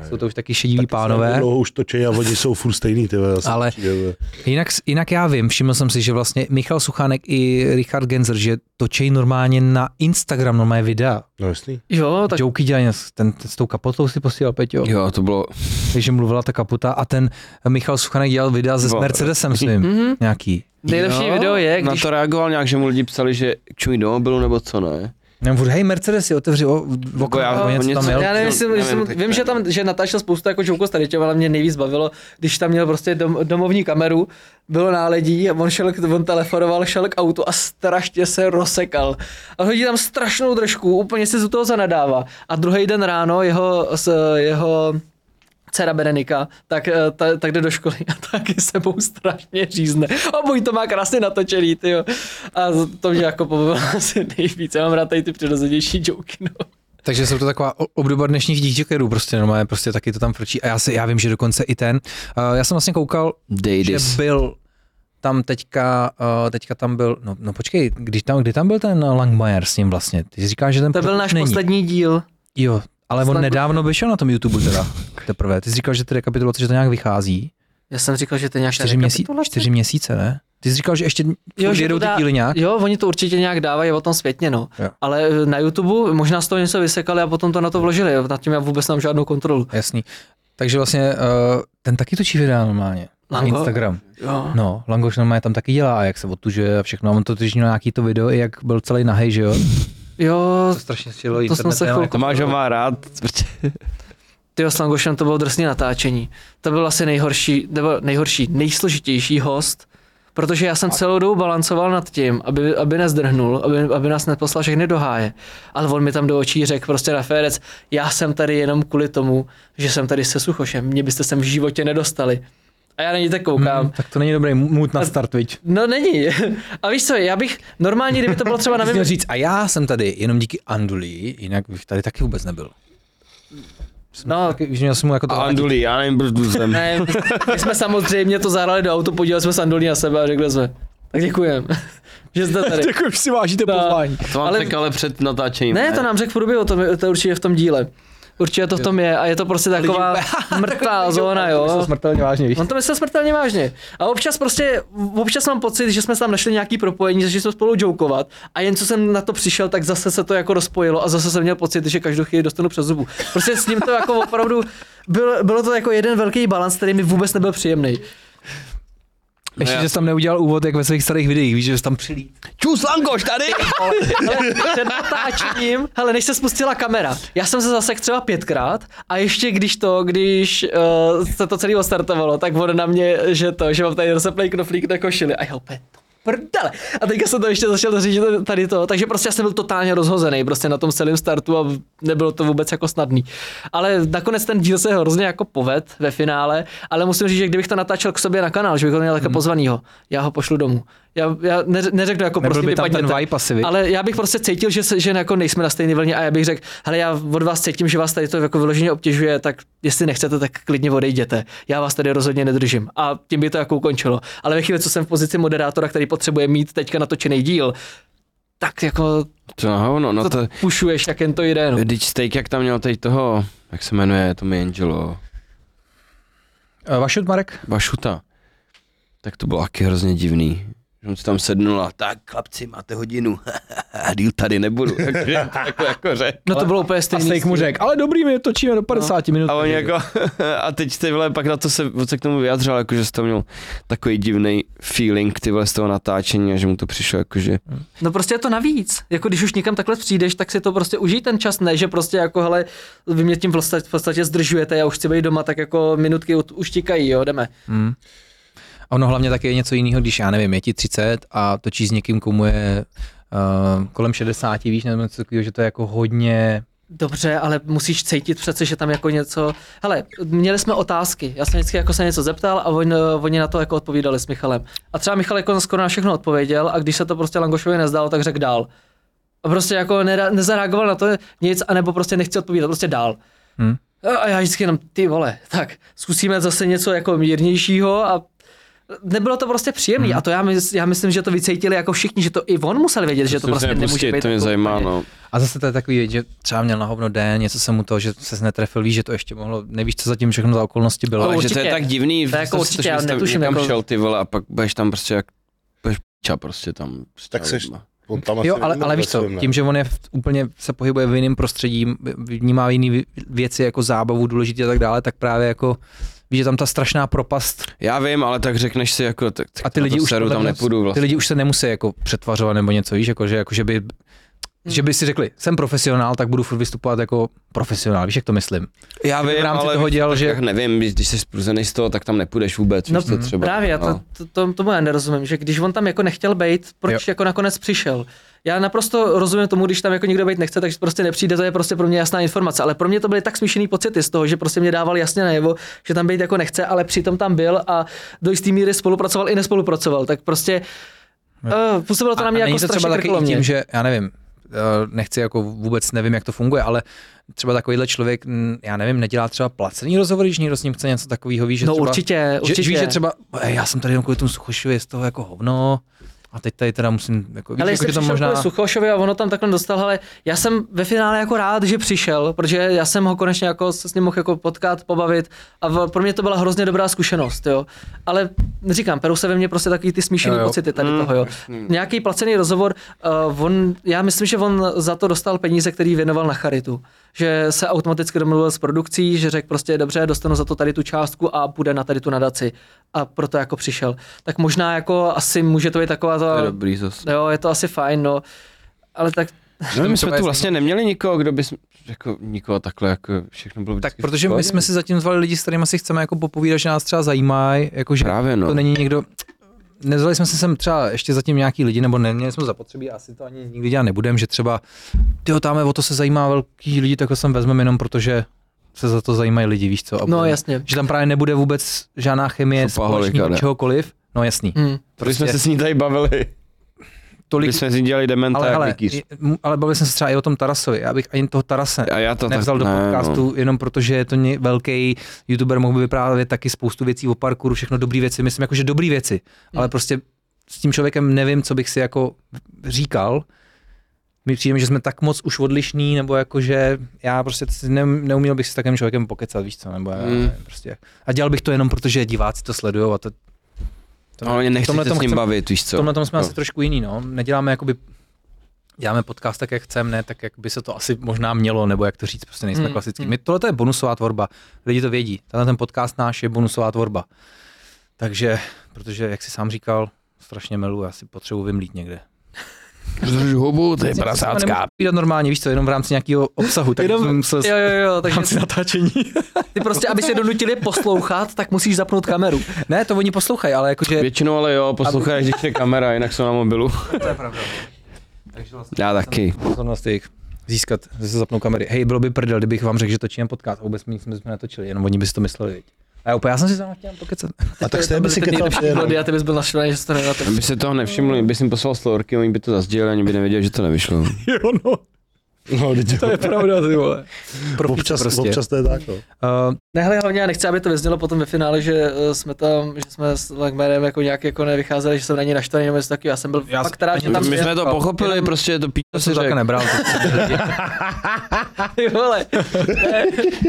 [SPEAKER 2] jsou to už taky šediví pánové.
[SPEAKER 4] Dlouho už točej a oni jsou furt stejný, ty vole, já si
[SPEAKER 2] Ale-
[SPEAKER 4] přijde, vole.
[SPEAKER 2] Jinak, jinak já vím, všiml jsem si, že vlastně Michal Suchánek i Richard Genzer, že točejí normálně na Instagram normálně videa.
[SPEAKER 4] No jasný.
[SPEAKER 3] Jo, tak
[SPEAKER 2] Tak. Joky dělají, ten, ten s tou kapotou si posílal, Peťo,
[SPEAKER 1] Jo, to bylo...
[SPEAKER 2] takže mluvila ta kapota a ten Michal Suchánek dělal videa se s
[SPEAKER 1] No.
[SPEAKER 2] Mercedesem svým,
[SPEAKER 3] Mhm.
[SPEAKER 2] nějaký.
[SPEAKER 3] nejlepší
[SPEAKER 1] jo,
[SPEAKER 3] video je,
[SPEAKER 1] Na
[SPEAKER 3] když
[SPEAKER 1] to reagoval nějak, že mu lidi psali, že čumí do mobilu nebo co, ne?
[SPEAKER 2] Nebo furt, hej, Mercedes si otevři o, v okno,
[SPEAKER 1] já-
[SPEAKER 2] o něco
[SPEAKER 1] něco-
[SPEAKER 2] tam jel.
[SPEAKER 3] Já nevím,
[SPEAKER 1] No,
[SPEAKER 3] jestli,
[SPEAKER 1] nevím,
[SPEAKER 3] nevím,
[SPEAKER 1] teď
[SPEAKER 3] vím,
[SPEAKER 1] ne.
[SPEAKER 3] že tam že natáčel spoustu jako Jouko Stadičeva, ale mě nejvíc bavilo, když tam měl prostě dom, domovní kameru, bylo náledí a on, šel, k- on telefonoval, šel k autu a strašně se rozsekal. A hodí tam strašnou držku, úplně se z toho zanadává. A druhý den ráno jeho, s, jeho dcera Berenika, tak, eh, ta, tak jde do školy a taky sebou strašně řízne. Obojí to má krásně natočený, tyjo. A to mě jako pobavilo asi nejvíc. Já mám rád tady ty přirozenější joky, no.
[SPEAKER 2] Takže jsou to taková o- obdoba dnešních dítěkerů, prostě normálně, prostě taky to tam frčí. A já, si, já vím, že dokonce i ten, uh, já jsem vlastně koukal, že
[SPEAKER 1] Dejdis.
[SPEAKER 2] byl tam teďka, uh, teďka tam byl, no, no počkej, když tam, kdy tam byl ten Langmajer s ním vlastně? Ty říkáš, že ten
[SPEAKER 3] To byl
[SPEAKER 2] pořád
[SPEAKER 3] náš
[SPEAKER 2] není.
[SPEAKER 3] poslední díl.
[SPEAKER 2] Jo, ale on
[SPEAKER 3] Snad-
[SPEAKER 2] nedávno vyšel na tom YouTube teda teprve. Ty jsi říkal, že ty rekapitulace, že to nějak vychází.
[SPEAKER 3] Já jsem říkal, že to je nějaká
[SPEAKER 2] Čtyři, měsí, čtyři měsíce, ne? Ty jsi říkal, že ještě jo,
[SPEAKER 3] že
[SPEAKER 2] že jedou
[SPEAKER 3] to
[SPEAKER 2] ty
[SPEAKER 3] dá-
[SPEAKER 2] díly nějak.
[SPEAKER 3] Jo, oni to určitě nějak dávají o tom světně, no.
[SPEAKER 2] Jo.
[SPEAKER 3] Ale eh, na YouTube možná z toho něco vysekali a potom to na to vložili. Nad tím já vůbec nemám žádnou kontrolu.
[SPEAKER 2] Jasný. Takže vlastně uh, ten taky točí videa normálně. Na
[SPEAKER 3] Lango?
[SPEAKER 2] Instagram.
[SPEAKER 3] Jo.
[SPEAKER 2] No, Langoš normálně tam taky dělá, a jak se otužuje a všechno. A on to totiž měl nějaký to video, i jak byl celý nahej, že jo?
[SPEAKER 3] Jo,
[SPEAKER 2] To strašně střelo
[SPEAKER 3] To jsem se chvilku-
[SPEAKER 1] To máš ho má rád. protože-
[SPEAKER 3] ty s Langošem to bylo drsně natáčení. To byl asi nejhorší, nebo nejhorší, nejsložitější host, protože já jsem celou dobu balancoval nad tím, aby, aby nezdrhnul, aby, aby nás neposlal všechny do háje. Ale on mi tam do očí řekl prostě na férec, já jsem tady jenom kvůli tomu, že jsem tady se suchošem, mě byste sem v životě nedostali. A já na něj tak koukám.
[SPEAKER 2] tak to není dobrý mut na start, viď?
[SPEAKER 3] No není. A víš co, já bych normálně, kdyby to bylo třeba na
[SPEAKER 2] Ty jsi
[SPEAKER 3] mém...
[SPEAKER 2] měl říct, a já jsem tady jenom díky Anduli, jinak bych tady taky vůbec nebyl.
[SPEAKER 3] No,
[SPEAKER 2] Tak, víš, měl jsem mu jako to...
[SPEAKER 1] A Andulí, já nevím, proč tu jsem.
[SPEAKER 3] ne, my jsme samozřejmě to zahrali do autu, podívali jsme se Andolí na sebe a řekli jsme, tak děkujem, že jste tady.
[SPEAKER 2] Jako už si vážíte
[SPEAKER 3] No.
[SPEAKER 2] pozvání.
[SPEAKER 1] To vám
[SPEAKER 3] ale-
[SPEAKER 1] ale... ale před natáčením.
[SPEAKER 3] Ne, to nám řekl v průběhu, to, je- to je určitě v tom díle. Určitě to v tom je a je to prostě taková mrtvá zóna, jo.
[SPEAKER 2] Smrtelně vážně, víš?
[SPEAKER 3] On to myslel smrtelně vážně. A občas prostě, občas mám pocit, že jsme tam našli nějaký propojení, začali jsme spolu jokovat a jen co jsem na to přišel, tak zase se to jako rozpojilo a zase jsem měl pocit, že každou chvíli dostanu přes zubu. Prostě s ním to jako opravdu, byl, bylo to jako jeden velký balans, který mi vůbec nebyl příjemný.
[SPEAKER 2] Ještě, že jsi tam neudělal úvod, jak ve svých starých videích, víš, že jsi tam přilít.
[SPEAKER 1] Čus Langoš tady!
[SPEAKER 3] Před natáčením, hele, než se spustila kamera, já jsem se zasek třeba pětkrát a ještě když to, když eh, uh, se to celé ostartovalo, tak on na mě, že to, že mám tady rozseplej knoflík na košili a já opět. prdele. A teďka jsem to ještě začal říct tady to. Takže prostě já jsem byl totálně rozhozený prostě na tom celém startu a nebylo to vůbec jako snadný. Ale nakonec ten díl se hrozně jako poved ve finále, ale musím říct, že kdybych to natáčel k sobě na kanál, že bych ho měl
[SPEAKER 2] Mhm.
[SPEAKER 3] takhle pozvanýho, já ho pošlu domů. Já, já neř- neřeknu jako
[SPEAKER 2] Nebyl
[SPEAKER 3] prostě
[SPEAKER 2] by tam ten
[SPEAKER 3] vypadněte.
[SPEAKER 2] vibe asi, viď?
[SPEAKER 3] Ale já bych prostě cítil, že, se, že jako nejsme na stejné vlně a já bych řekl, hele, já od vás cítím, že vás tady to jako vyloženě obtěžuje, tak jestli nechcete, tak klidně odejděte. Já vás tady rozhodně nedržím. A tím by to jako ukončilo. Ale ve chvíli, co jsem v pozici moderátora, který potřebuje mít teďka natočený díl, tak jako
[SPEAKER 1] To na hovno, no
[SPEAKER 3] to,
[SPEAKER 1] to...
[SPEAKER 3] to pušuješ, jak jen to jde. No.
[SPEAKER 1] Když Steak, jak tam měl teď toho, jak se jmenuje, to mi Angelo,
[SPEAKER 2] Eh, Vašut Marek?
[SPEAKER 1] Vašuta, tak to bylo taky hrozně divný. Že On si tam sednul a tak, chlapci, máte hodinu, a díl tady nebudu. Takže to jako, jako řek.
[SPEAKER 3] No to bylo úplně
[SPEAKER 2] A
[SPEAKER 3] stejný.
[SPEAKER 2] Steak mu řekl, ale dobrý, my točíme do 50 minut.
[SPEAKER 1] A on jako, a teď ty vole, pak na to se, on se k tomu vyjadřil, jako, že jsi to měl takový divný feeling ty vole z toho natáčení a že mu to přišlo jako, že
[SPEAKER 3] No prostě je to navíc. Jako když už někam takhle přijdeš, tak si to prostě užij ten čas, ne, že prostě jako hele, vy mě tím v podstatě, v podstatě zdržujete, já už chci být doma, tak jako minutky ut- už tikají, jo, jdeme.
[SPEAKER 2] A ono hlavně taky je něco jiného, když já nevím, je ti 30 a točí s někým, komu je uh, kolem 60, víš, nebo něco takového, že to je jako hodně...
[SPEAKER 3] Dobře, ale musíš cítit přece, že tam jako něco... Hele, měli jsme otázky, já jsem vždycky jako se něco zeptal a on, oni na to jako odpovídali s Michalem. A třeba Michal jako skoro na všechno odpověděl a když se to prostě Langošovi nezdálo, tak řekl dál. A prostě jako nera- nezareagoval na to nic, anebo prostě nechci odpovídat, prostě dál.
[SPEAKER 2] Hm.
[SPEAKER 3] A- A já vždycky jenom, ty vole, tak zkusíme zase něco jako mírnějšího a nebylo to prostě příjemný. A to já, mys- já myslím, že to vycítili jako všichni, že to i on musel vědět, že to prostě nemůže být.
[SPEAKER 1] to mě
[SPEAKER 3] jako
[SPEAKER 1] zajímá,
[SPEAKER 3] úplně-
[SPEAKER 1] no.
[SPEAKER 2] A zase to je takový, věc, že třeba měl na hovno den, něco se mu to, že se netrefil, víš, že to ještě mohlo, nevíš, co zatím všechno za okolnosti bylo.
[SPEAKER 3] To
[SPEAKER 1] Ale
[SPEAKER 2] ale že-
[SPEAKER 1] že to
[SPEAKER 3] No, určitě.
[SPEAKER 1] je tak divný,
[SPEAKER 3] To je jako
[SPEAKER 1] že
[SPEAKER 3] určitě,
[SPEAKER 1] jsi
[SPEAKER 3] já
[SPEAKER 1] tam
[SPEAKER 3] netuším,
[SPEAKER 1] někam
[SPEAKER 3] jako-
[SPEAKER 1] šel ty vole a pak budeš tam prostě jak, budeš p***a prostě tam. Prostě
[SPEAKER 4] Tak
[SPEAKER 1] já
[SPEAKER 4] seš-
[SPEAKER 1] nevím.
[SPEAKER 4] On tam asi
[SPEAKER 2] Jo, ale,
[SPEAKER 4] nebyl
[SPEAKER 2] ale víš
[SPEAKER 4] ve
[SPEAKER 2] co,
[SPEAKER 4] svém, ne?
[SPEAKER 2] tím, že on je v, úplně se pohybuje v jiném prostředí, vnímá jiné vě- věci jako zábavu, důležité a tak dále, tak právě jako víš, že tam ta strašná propast
[SPEAKER 1] Já vím, ale tak řekneš si jako, tak, tak
[SPEAKER 2] a ty
[SPEAKER 1] na
[SPEAKER 2] lidi
[SPEAKER 1] to
[SPEAKER 2] už
[SPEAKER 1] seru,
[SPEAKER 2] podle
[SPEAKER 1] tam
[SPEAKER 2] mě-
[SPEAKER 1] nepůjdu
[SPEAKER 2] Ty
[SPEAKER 1] vlastně.
[SPEAKER 2] lidi už se nemusí jako přetvařovat nebo něco, víš, jako že, jako, že by že by si řekli, jsem profesionál, tak budu furt vystupovat jako profesionál, víš, jak to myslím.
[SPEAKER 1] Já
[SPEAKER 2] v
[SPEAKER 1] vím,
[SPEAKER 2] rámci
[SPEAKER 1] ale
[SPEAKER 2] toho dělal,
[SPEAKER 1] tak
[SPEAKER 2] že-
[SPEAKER 1] jak nevím, když když jsi spruzený z toho, tak tam nepůjdeš vůbec,
[SPEAKER 3] No
[SPEAKER 1] víš co třeba.
[SPEAKER 3] Právě, já to,
[SPEAKER 1] no.
[SPEAKER 3] to, to, tomu já nerozumím, že když on tam jako nechtěl být, proč
[SPEAKER 2] Jo.
[SPEAKER 3] jo. jako nakonec přišel. Já naprosto rozumím tomu, když tam jako nikdo být nechce, takže prostě nepřijde, to je prostě pro mě jasná informace. Ale pro mě to byly tak smíšený pocity z toho, že prostě mě dával jasně najevo, že tam být jako nechce, ale přitom tam byl a do jisté míry spolupracoval i nespolupracoval. Tak prostě uh, působilo to na mě
[SPEAKER 2] a není
[SPEAKER 3] jako
[SPEAKER 2] to třeba
[SPEAKER 3] strašně
[SPEAKER 2] taky i
[SPEAKER 3] krkolomně.
[SPEAKER 2] tím, že já nevím, eh, nechci jako vůbec nevím, jak to funguje, ale třeba takovýhle člověk, mm, já nevím, nedělá třeba placený rozhovor, když někdo s ním chce něco takového, víš, že
[SPEAKER 3] No
[SPEAKER 2] třeba,
[SPEAKER 3] určitě, určitě.
[SPEAKER 2] Že, víš, že třeba, "Ej, já jsem tady jenom kvůli tomu suchošovi, je z toho jako hovno, a teď tady teda musím, jako, víš,
[SPEAKER 3] Ale
[SPEAKER 2] jako,
[SPEAKER 3] jestli
[SPEAKER 2] že to
[SPEAKER 3] přišel možná...
[SPEAKER 2] možná...
[SPEAKER 3] Suchošovi a ono tam takhle dostal, ale já jsem ve finále jako rád, že přišel, protože já jsem ho konečně jako se s ním mohl jako potkat, pobavit a v, pro mě to byla hrozně dobrá zkušenost, jo. Ale říkám, perou se ve mně prostě takový ty smíšený
[SPEAKER 2] Jo, Mm, jo.
[SPEAKER 3] pocity tady toho, jo. Nějaký placený rozhovor, uh, on, já myslím, že on za to dostal peníze, který věnoval na charitu. Že se automaticky domluvil s produkcí, že řekl prostě dobře, dostanu za to tady tu částku a půjde na tady tu nadaci. A proto jako přišel. Tak možná jako asi může to být taková ta...
[SPEAKER 1] To je dobrý zase.
[SPEAKER 3] Jo, je to asi fajn, no. Ale tak
[SPEAKER 1] No, my
[SPEAKER 2] to
[SPEAKER 1] jsme
[SPEAKER 2] bude
[SPEAKER 1] tu vlastně neměli nikoho, kdo by, jako nikoho takhle, jako všechno bylo
[SPEAKER 2] Tak
[SPEAKER 1] vždycky v
[SPEAKER 2] protože my
[SPEAKER 1] pohodě.
[SPEAKER 2] jsme si zatím zvali lidi, s kterými si chceme jako popovídat, že nás třeba zajímají, jako že
[SPEAKER 1] Právě
[SPEAKER 2] to
[SPEAKER 1] no.
[SPEAKER 2] není někdo, nezvali jsme si sem třeba ještě zatím nějaký lidi, nebo neměli jsme zapotřebí, asi to ani nikdy dělat nebudem, že třeba, tyjo, tam o to se zajímá velký lidi, tak ho sem vezmeme jenom protože se za to zajímají lidi, víš co? a
[SPEAKER 3] No
[SPEAKER 2] bude-
[SPEAKER 3] jasně.
[SPEAKER 2] Že tam právě nebude vůbec žádná chemie,
[SPEAKER 1] Šopaholika,
[SPEAKER 2] společníků,
[SPEAKER 1] ne.
[SPEAKER 2] čehokoliv, no jasný.
[SPEAKER 3] hm.
[SPEAKER 1] Protože jsme
[SPEAKER 2] prostě-
[SPEAKER 1] se s ní tady bavili.
[SPEAKER 2] Tolik,
[SPEAKER 1] Když jsme si dělali dementa
[SPEAKER 2] ale,
[SPEAKER 1] jak
[SPEAKER 2] ale,
[SPEAKER 1] vikíř.
[SPEAKER 2] je- mu- ale bavili jsme se třeba i o tom Tarasovi, já bych ani toho Tarase
[SPEAKER 1] A já to
[SPEAKER 2] nevzal do
[SPEAKER 1] ne, no.
[SPEAKER 2] podcastu, jenom protože je to ně, velký youtuber, mohl by vyprávět taky spoustu věcí o parkouru, všechno dobrý věci, myslím jako, že dobrý věci,
[SPEAKER 1] Hmm.
[SPEAKER 2] ale prostě s tím člověkem nevím, co bych si jako říkal. Mi přijde, že jsme tak moc už odlišní, nebo jako, že já prostě si ne, neuměl bych si s takovým člověkem pokecat, víš co, nebo já,
[SPEAKER 1] Hmm.
[SPEAKER 2] nevím, prostě. A dělal bych to jenom proto, že diváci to sledují a to... to
[SPEAKER 1] No, ale nechci se
[SPEAKER 2] tomhletom
[SPEAKER 1] s ním
[SPEAKER 2] chceme-
[SPEAKER 1] bavit, víš co.
[SPEAKER 2] v tomhle tom jsme
[SPEAKER 1] No.
[SPEAKER 2] asi trošku jiný, no. Neděláme jakoby, děláme podcast tak, jak chceme, ne, tak jak by se to asi možná mělo, nebo jak to říct, prostě nejsme
[SPEAKER 3] Mm,
[SPEAKER 2] klasický.
[SPEAKER 3] mm.
[SPEAKER 2] My, tohle to je bonusová tvorba, lidi to vědí. Tenhle ten podcast náš je bonusová tvorba. Takže, protože, jak si sám říkal, strašně miluji, asi potřebuji vymlít někde.
[SPEAKER 1] Drž hubu, ty prasácká.
[SPEAKER 2] Pídat normálně, víš co, jenom v rámci nějakého obsahu. Tak
[SPEAKER 3] Jenom-
[SPEAKER 2] jsem musel...
[SPEAKER 3] Jo, jo, jo, takže
[SPEAKER 2] rámci natáčení.
[SPEAKER 3] ty prostě, aby se donutili poslouchat, tak musíš zapnout kameru.
[SPEAKER 2] ne, to oni poslouchají, ale jakože...
[SPEAKER 1] Většinou ale jo, posloucháš, když je kamera, jinak jsou na mobilu.
[SPEAKER 2] To je pravda. Takže vlastně
[SPEAKER 1] Já taky.
[SPEAKER 2] pozornost jejich získat, že se zapnou kamery. Hej, bylo by prdel, kdybych vám řekl, že točíme podcast. A vůbec my nic jsme netočili, jenom oni by si to mysleli. viď. A já úplně, já jsem si tam chtěl jenom pokecat.
[SPEAKER 4] A tak jste by si kecal že jenom.
[SPEAKER 3] Lody, a ty bys byl naštvaný, že jsi to nenatočil.
[SPEAKER 1] Aby se toho nevšimli, by jim poslal storky, oni by to zazdělili, ani by nevěděli, že to nevyšlo.
[SPEAKER 2] Jo, no,
[SPEAKER 4] No, vždyť jo.
[SPEAKER 2] je pravda, ty vole. Pro občas,
[SPEAKER 4] občas,
[SPEAKER 2] prostě.
[SPEAKER 4] občas to je tak, no.
[SPEAKER 2] Uh,
[SPEAKER 3] Ne, hele, hlavně já nechci, aby to vyznělo potom ve finále, že eh, jsme tam, že jsme s Langmerem jako nějak jako nevycházeli, že jsem na něj naštvaný, nebo něco takového. Já jsem byl já
[SPEAKER 2] Já
[SPEAKER 3] fakt
[SPEAKER 2] jsem-
[SPEAKER 3] rád, že tam
[SPEAKER 1] My
[SPEAKER 3] je.
[SPEAKER 1] jsme to pochopili, prostě je to píčo
[SPEAKER 2] to
[SPEAKER 1] si
[SPEAKER 2] jsem také
[SPEAKER 1] řekl.
[SPEAKER 2] nebral.
[SPEAKER 3] Ty vole.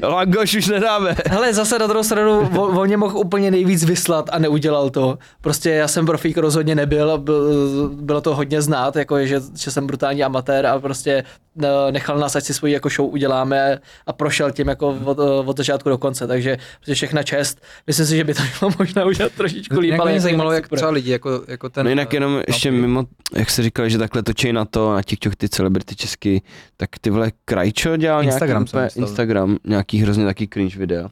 [SPEAKER 1] Lagoš už nedáme.
[SPEAKER 3] Hele, zase na druhou stranu, vo- on mě mohl úplně nejvíc vyslat a neudělal to. Prostě já jsem profík rozhodně nebyl, a byl- bylo to hodně znát, jako že, že jsem brutální amatér a prostě eh, nechal nás, ať si svoji jako show uděláme a prošel tím jako od, eh, od začátku do konce, takže prostě všechna čest. Myslím si, že by to mělo možná udělat trošičku líp,
[SPEAKER 2] Nějak
[SPEAKER 3] ale
[SPEAKER 2] mě
[SPEAKER 3] jako
[SPEAKER 2] zajímalo,
[SPEAKER 3] jinak
[SPEAKER 2] jak
[SPEAKER 3] super.
[SPEAKER 2] třeba lidi, jako, jako ten...
[SPEAKER 1] No jinak
[SPEAKER 2] eh,
[SPEAKER 1] jenom ještě mimo, jak jsi říkal, že takhle točí na to, na TikTok ty celebrity česky, tak ty vole Krajčo dělal
[SPEAKER 2] Instagram
[SPEAKER 1] nějaký,
[SPEAKER 2] jsem
[SPEAKER 1] úplně-
[SPEAKER 2] dostal.
[SPEAKER 1] Instagram, nějaký hrozně taky cringe videa.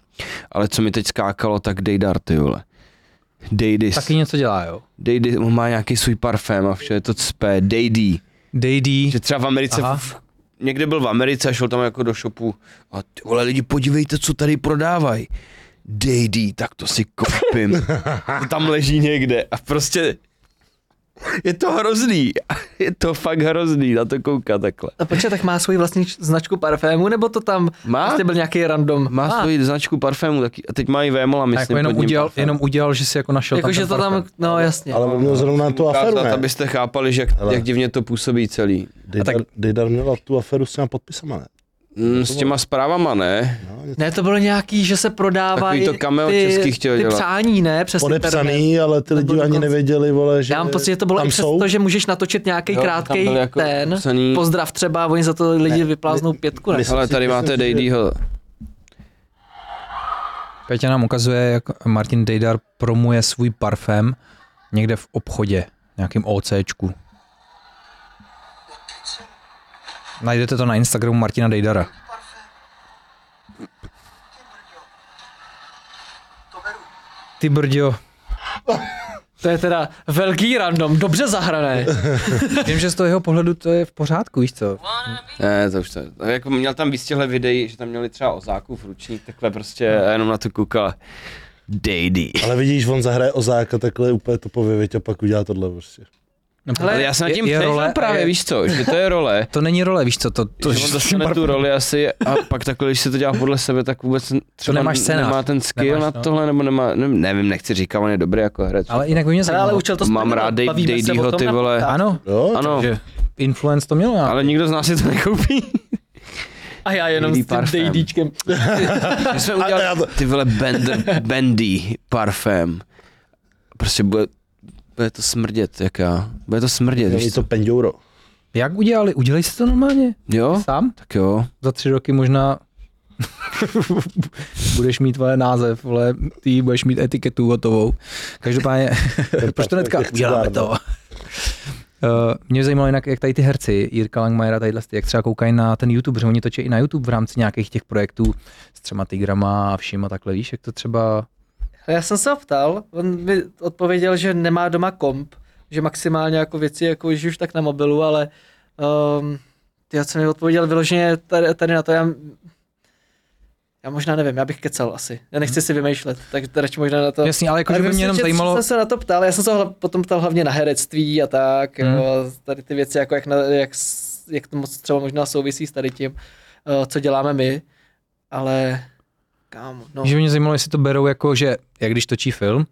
[SPEAKER 1] Ale co mi teď skákalo, tak Dejdar, ty vole. Dejdis.
[SPEAKER 2] Taky něco dělá, jo.
[SPEAKER 1] Dejdy, on má nějaký svůj parfém a vše to cpe. Dejdy.
[SPEAKER 2] Dejdy.
[SPEAKER 1] Že třeba v Americe,
[SPEAKER 2] Aha.
[SPEAKER 1] v, někde byl v Americe a šel tam jako do shopu a ty vole lidi, podívejte, co tady prodávají. Dejdy, tak to si koupím. to tam leží někde a prostě je to hrozný. Je to fakt hrozný na to koukat takhle.
[SPEAKER 3] A počkej, tak má svoji vlastní č- značku parfému, nebo to tam
[SPEAKER 1] Má?
[SPEAKER 3] prostě byl nějaký random?
[SPEAKER 1] Má svoji značku parfému taky a teď mají Vémola, myslím,
[SPEAKER 2] Jako Ah. jenom
[SPEAKER 1] pod ním
[SPEAKER 2] udělal,
[SPEAKER 1] parfém.
[SPEAKER 2] jenom udělal, že si jako našel
[SPEAKER 3] Jakože
[SPEAKER 2] ten
[SPEAKER 3] to tam,
[SPEAKER 2] parfém.
[SPEAKER 3] no jasně.
[SPEAKER 4] Ale on měl zrovna tu aferu,
[SPEAKER 1] Ukázat,
[SPEAKER 4] ne?
[SPEAKER 1] abyste chápali, že jak, jak divně to působí celý.
[SPEAKER 4] Dejdar,
[SPEAKER 2] tak-
[SPEAKER 4] Dejdar měl tu aferu s těma podpisama, ne?
[SPEAKER 1] Mm, s těma zprávama, ne?
[SPEAKER 4] No, něco
[SPEAKER 3] Ne, to bylo nějaký, že se prodává
[SPEAKER 1] Takový
[SPEAKER 3] i
[SPEAKER 1] to cameo
[SPEAKER 3] ty,
[SPEAKER 1] českých chtěl
[SPEAKER 3] ty
[SPEAKER 1] dělat.
[SPEAKER 3] přání, ne? Přes internet.
[SPEAKER 4] podepsaný, ale ty lidi
[SPEAKER 3] Nebo
[SPEAKER 4] ani
[SPEAKER 3] dokonce-
[SPEAKER 4] nevěděli, vole, že
[SPEAKER 3] Já mám pocit, že to bylo
[SPEAKER 4] tam
[SPEAKER 3] i přes
[SPEAKER 4] jsou.
[SPEAKER 3] to, že můžeš natočit nějaký
[SPEAKER 1] Jo, tam
[SPEAKER 3] krátký
[SPEAKER 1] byl jako
[SPEAKER 3] ten
[SPEAKER 1] psaný-
[SPEAKER 3] pozdrav třeba, oni za to lidi vypláznou pětku. Ne?
[SPEAKER 4] myslím
[SPEAKER 1] Ale
[SPEAKER 4] si-
[SPEAKER 1] tady
[SPEAKER 4] myslím
[SPEAKER 1] máte
[SPEAKER 4] si, že-
[SPEAKER 1] Dejdyho.
[SPEAKER 2] Peťa nám ukazuje, jak Martin Dejdar promuje svůj parfém někde v obchodě, nějakým OCčku. Najdete to na Instagramu Martina Dejdara. Ty brďo.
[SPEAKER 3] To je teda velký random, dobře zahrané.
[SPEAKER 2] Vím, že z toho jeho pohledu to je v pořádku, víš co?
[SPEAKER 1] Ne, to už to. to Jako měl tam víc těchto videí, že tam měli třeba o zákup ručník, takhle prostě a jenom na to koukal. Dejdy.
[SPEAKER 4] Ale vidíš, on zahraje o záka, takhle úplně to pověvět a pak udělá tohle prostě.
[SPEAKER 1] Ale já jsem nad tím je, je právě,
[SPEAKER 2] je-
[SPEAKER 1] víš co, že to je role.
[SPEAKER 2] To není role, víš co, to, to,
[SPEAKER 1] To, že on dostane tu roli asi a pak takhle, když se to dělá podle sebe, tak vůbec třeba
[SPEAKER 2] nemáš scénář.
[SPEAKER 1] nemá ten skill na
[SPEAKER 2] Nemáš, no.
[SPEAKER 1] tohle, nebo nemá, ne, nevím, nechci říkat, on je dobrý jako herec.
[SPEAKER 2] ale jinak by mě
[SPEAKER 3] Hele,
[SPEAKER 2] zajímalo.
[SPEAKER 3] ale účel to
[SPEAKER 1] Mám
[SPEAKER 3] splnil,
[SPEAKER 1] rád Dej-
[SPEAKER 3] bavíme se o
[SPEAKER 1] Dejdyho,
[SPEAKER 3] tom
[SPEAKER 1] ty
[SPEAKER 3] na
[SPEAKER 1] vole.
[SPEAKER 3] podcast.
[SPEAKER 2] Ano,
[SPEAKER 4] Jo,
[SPEAKER 1] Ano,
[SPEAKER 2] že influence to měl.
[SPEAKER 1] ale nikdo z nás si to nekoupí.
[SPEAKER 3] A já jenom
[SPEAKER 1] Dejdy
[SPEAKER 3] s tím
[SPEAKER 1] parfém.
[SPEAKER 3] dejdíčkem.
[SPEAKER 1] My jsme udělali
[SPEAKER 4] já to-
[SPEAKER 1] ty vole bender, bendy parfém. Prostě bude, bude to smrdět, jak já. Bude to smrdět,
[SPEAKER 4] Je
[SPEAKER 1] víš
[SPEAKER 4] to
[SPEAKER 1] co?
[SPEAKER 4] penďouro.
[SPEAKER 2] Jak udělali? Udělej si to normálně?
[SPEAKER 1] Jo?
[SPEAKER 2] Sám?
[SPEAKER 1] Tak jo.
[SPEAKER 2] Za tři roky možná budeš mít vole název, vole, ty budeš mít etiketu hotovou. Každopádně, proč to netka?
[SPEAKER 4] parfém je
[SPEAKER 2] Uděláme to. Uh, mě by zajímalo jinak, jak tady ty herci, Jirka Langmajera, tadyhle, jak třeba koukají na ten YouTube, že oni točí i na YouTube v rámci nějakých těch projektů s třema tygrama a vším a takhle, víš, jak to třeba...
[SPEAKER 3] A Já jsem se ho ptal, on mi odpověděl, že nemá doma komp, že maximálně jako věci, jako když už tak na mobilu, ale um, já jsem mi odpověděl vyloženě tady, tady na to, já, já možná nevím, já bych kecal asi, já nechci si vymýšlet, tak radši možná na to.
[SPEAKER 2] Hmm. Jasně, ale jakože
[SPEAKER 3] Ale
[SPEAKER 2] by mě
[SPEAKER 3] myslím,
[SPEAKER 2] jenom
[SPEAKER 3] že
[SPEAKER 2] zajímalo...
[SPEAKER 3] jsem se na to ptal, já jsem se ho hla- potom ptal hlavně na herectví a tak,
[SPEAKER 2] Hmm.
[SPEAKER 3] jo, tady ty věci, jako jak, na, jak, s- jak to moc třeba možná souvisí s tady tím, eh, co děláme my, ale kámo, no.
[SPEAKER 2] Že by mě zajímalo, jestli to berou jako, že jak když točí film,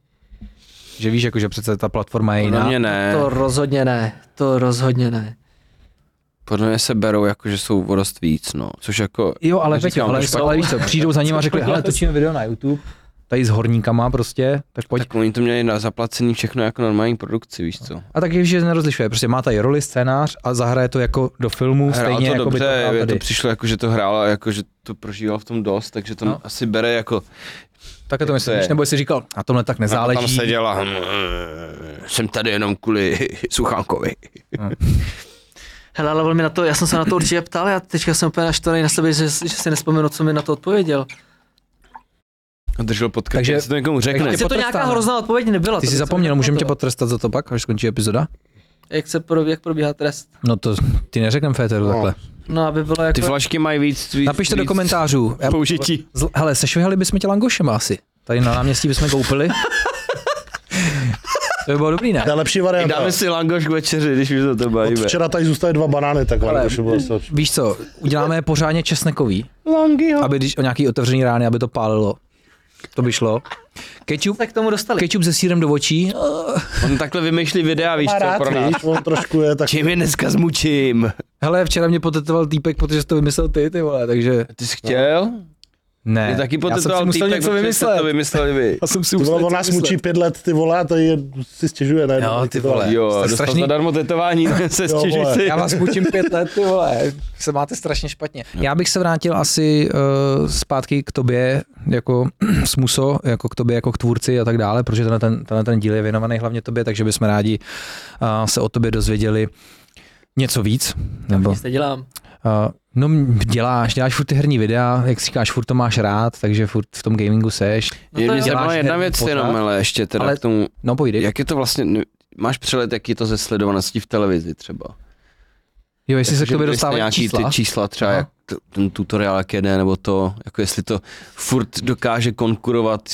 [SPEAKER 2] že víš, jako, že přece ta platforma je
[SPEAKER 1] Podle
[SPEAKER 2] jiná.
[SPEAKER 1] mě ne.
[SPEAKER 3] To rozhodně ne, to rozhodně ne.
[SPEAKER 1] Podle mě se berou jako, že jsou o dost víc, no. Což jako...
[SPEAKER 2] Jo, ale, Peťo,
[SPEAKER 1] Neříkám,
[SPEAKER 2] ale,
[SPEAKER 1] že jsou.
[SPEAKER 2] ale, víš co, přijdou za ním a řekli, hele, točíme video na YouTube, tady s horníkama prostě, tak pojď.
[SPEAKER 1] Tak oni to měli na zaplacený všechno jako normální produkci, víš co.
[SPEAKER 2] A tak je, že nerozlišuje, prostě má tady roli, scénář a zahraje to jako do filmu,
[SPEAKER 1] Hrál
[SPEAKER 2] stejně
[SPEAKER 1] to
[SPEAKER 2] jako by to
[SPEAKER 1] dobře,
[SPEAKER 2] hrál
[SPEAKER 1] to,
[SPEAKER 2] tady.
[SPEAKER 1] to přišlo jako, že to hrálo, jako, že to prožíval v tom dost, takže to
[SPEAKER 2] No.
[SPEAKER 1] asi bere jako...
[SPEAKER 2] Tak to
[SPEAKER 1] to
[SPEAKER 2] myslíš,
[SPEAKER 1] je.
[SPEAKER 2] nebo jsi říkal, a tomhle tak
[SPEAKER 1] Tam "Hmm,
[SPEAKER 2] nezáleží.
[SPEAKER 1] seděla, jsem tady jenom kvůli Suchánkovi.
[SPEAKER 3] Hele, ale on mi na to, já jsem se na to určitě ptal, já teďka jsem úplně naštvaný na sebe, že, že si nespomenu, co mi na to odpověděl.
[SPEAKER 1] Držel podcast,
[SPEAKER 2] Takže-
[SPEAKER 1] takže to někomu řekne.
[SPEAKER 2] takže-
[SPEAKER 3] Jestli to
[SPEAKER 2] potrestáme.
[SPEAKER 3] nějaká hrozná odpověď nebyla.
[SPEAKER 2] Ty
[SPEAKER 3] to
[SPEAKER 2] jsi
[SPEAKER 3] bych se
[SPEAKER 2] zapomněl, můžeme tě
[SPEAKER 3] nepamatoval.
[SPEAKER 2] potrestat za to pak, až skončí epizoda?
[SPEAKER 3] Jak, se probí, jak probíhá trest?
[SPEAKER 2] No to ty neřekneme Féteru
[SPEAKER 4] No.
[SPEAKER 2] takhle.
[SPEAKER 3] No, aby bylo jako...
[SPEAKER 1] Ty flašky mají víc, víc
[SPEAKER 2] Napište do
[SPEAKER 1] víc
[SPEAKER 2] komentářů. Já-
[SPEAKER 1] Použití.
[SPEAKER 2] Zl- Hele, sešvihali bychom tě langošema asi. Tady na náměstí bychom koupili. to by bylo dobrý, ne?
[SPEAKER 4] To je lepší varianta.
[SPEAKER 1] Dáme si langoš k večeři, když už to to
[SPEAKER 4] Od
[SPEAKER 1] bavíme.
[SPEAKER 4] včera tady zůstaly dva banány, tak vám už bylo asi lepší.
[SPEAKER 2] Víš co, uděláme je pořádně česnekový,
[SPEAKER 1] Langy,
[SPEAKER 2] aby když o nějaký otevřený rány, aby to pálilo. To by šlo. Ketchup,
[SPEAKER 3] Tak k tomu dostali.
[SPEAKER 2] ketchup se sírem do očí.
[SPEAKER 1] On takhle vymýšlí videa, víš
[SPEAKER 4] Má
[SPEAKER 1] co, pro nás.
[SPEAKER 4] víš, on trošku je tak...
[SPEAKER 1] Čím je dneska zmučím?
[SPEAKER 2] Hele, včera mě potetoval týpek, protože jsi to vymyslel ty, ty vole, takže
[SPEAKER 1] Ty jsi chtěl?
[SPEAKER 2] ne.
[SPEAKER 1] Mě taky
[SPEAKER 2] já jsem si
[SPEAKER 1] potetoval
[SPEAKER 2] musel
[SPEAKER 1] týpek,
[SPEAKER 2] něco
[SPEAKER 1] protože jste
[SPEAKER 2] vymyslet.
[SPEAKER 1] to vymysleli vy.
[SPEAKER 2] Já jsem si
[SPEAKER 4] Ty
[SPEAKER 2] musel
[SPEAKER 4] vole, on
[SPEAKER 2] něco
[SPEAKER 4] nás
[SPEAKER 2] vymyslet.
[SPEAKER 4] mučí pět let, ty vole, a tady je, si stěžuje, ne?
[SPEAKER 2] Jo, ty vole.
[SPEAKER 1] Jo,
[SPEAKER 2] Jste
[SPEAKER 1] dostal
[SPEAKER 2] strašný-
[SPEAKER 1] zadarmo tetování, se
[SPEAKER 4] Jo,
[SPEAKER 1] stěžuj
[SPEAKER 4] vole.
[SPEAKER 1] si.
[SPEAKER 2] Já vás učím pět let, ty vole, se máte strašně špatně. Já bych se vrátil asi uh, zpátky k tobě jako smuso, jako k tobě jako k tvůrci a tak dále, protože tenhle ten, tenhle ten díl je věnovaný hlavně tobě, takže bychom rádi uh, se o tobě dozvěděli něco víc. Nebo, uh,
[SPEAKER 3] Nic nedělám.
[SPEAKER 2] no m- děláš, děláš furt ty herní videa, jak říkáš, furt to máš rád, takže furt v tom gamingu seš.
[SPEAKER 3] No
[SPEAKER 1] Je
[SPEAKER 3] to
[SPEAKER 1] mě
[SPEAKER 3] jo.
[SPEAKER 1] zajímá
[SPEAKER 2] Děláš
[SPEAKER 1] jedna
[SPEAKER 2] herní
[SPEAKER 1] věc
[SPEAKER 2] pořad?
[SPEAKER 1] jenom, ale ještě teda
[SPEAKER 2] Ale-
[SPEAKER 1] k tomu,
[SPEAKER 2] No pojdi.
[SPEAKER 1] jak je to vlastně, ne- máš přelet, jak je to ze sledovanosti v televizi třeba?
[SPEAKER 2] Jo, jestli se k
[SPEAKER 1] Jakože
[SPEAKER 2] tobě
[SPEAKER 1] byli jste
[SPEAKER 2] dostávají
[SPEAKER 1] nějaký
[SPEAKER 2] čísla.
[SPEAKER 1] ty čísla třeba,
[SPEAKER 2] Aha.
[SPEAKER 1] jak t- ten tutoriál jak jede, nebo to, jako jestli to furt dokáže konkurovat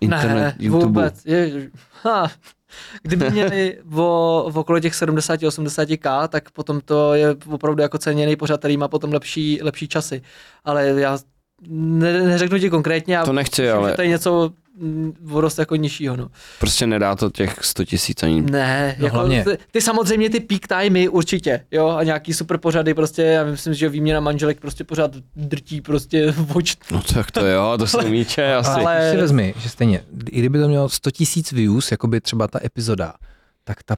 [SPEAKER 1] internet,
[SPEAKER 3] ne,
[SPEAKER 1] YouTube.
[SPEAKER 3] vůbec. Je, ha, kdyby měli o, okolo těch 70-80k, tak potom to je opravdu jako ceněný pořad, který má potom lepší, lepší časy. Ale já ne, neřeknu ti konkrétně, já
[SPEAKER 1] To nechci,
[SPEAKER 3] myslím,
[SPEAKER 1] ale
[SPEAKER 3] že to je něco mm, o dost jako nižšího. No.
[SPEAKER 1] prostě nedá to těch 100 tisíc ani.
[SPEAKER 3] Ne,
[SPEAKER 2] No
[SPEAKER 3] jako
[SPEAKER 2] hlavně-
[SPEAKER 3] ty, ty samozřejmě ty peak timey určitě, jo, a nějaký super pořady prostě, já myslím, že výměna manželek prostě pořád drtí prostě oč,
[SPEAKER 1] No tak to jo, to jsou míče asi.
[SPEAKER 3] Ale-
[SPEAKER 2] Ale když si vezmi, že stejně, i kdyby to mělo 100 tisíc views, jako by třeba ta epizoda, tak ta,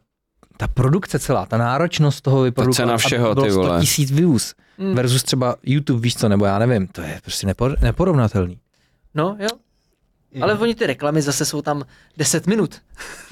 [SPEAKER 2] ta produkce celá, ta náročnost toho vyprodukovat,
[SPEAKER 1] cena všeho,
[SPEAKER 2] aby bylo
[SPEAKER 1] ty vole.
[SPEAKER 2] 100 tisíc views
[SPEAKER 3] Mm.
[SPEAKER 2] versus třeba YouTube, víš co, nebo já nevím, to je prostě nepor- neporovnatelný.
[SPEAKER 3] No, jo.
[SPEAKER 2] Mm.
[SPEAKER 3] Ale oni ty reklamy zase jsou tam 10 minut.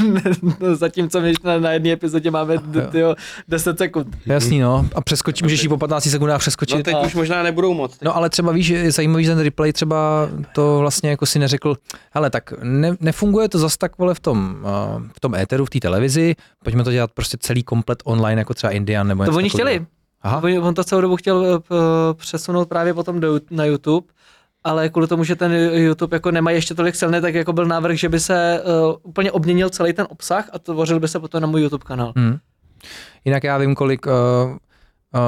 [SPEAKER 3] No, Zatímco my na, na jedné epizodě máme d-
[SPEAKER 2] jo.
[SPEAKER 3] tyjo, 10 sekund.
[SPEAKER 2] Jasný no, a přeskočím, můžeš ji po 15 sekundách přeskočit.
[SPEAKER 1] No, teď už možná nebudou moc.
[SPEAKER 2] No ale třeba víš, že je zajímavý že ten replay, třeba to vlastně jako si neřekl, hele tak ne, nefunguje to zas tak vole v tom, uh, v tom éteru, v té televizi, pojďme to dělat prostě celý komplet online, jako třeba Indian nebo
[SPEAKER 3] To
[SPEAKER 2] něco
[SPEAKER 3] oni
[SPEAKER 2] takového.
[SPEAKER 3] chtěli.
[SPEAKER 2] Aha.
[SPEAKER 3] On, on to celou dobu chtěl eh, p- přesunout právě potom do, na YouTube, ale kvůli tomu, že ten YouTube jako nemá ještě tolik silný, tak jako byl návrh, že by se uh, úplně obměnil celý ten obsah a tvořil by se potom na můj YouTube kanál.
[SPEAKER 2] Hmm. Jinak já vím, kolik uh,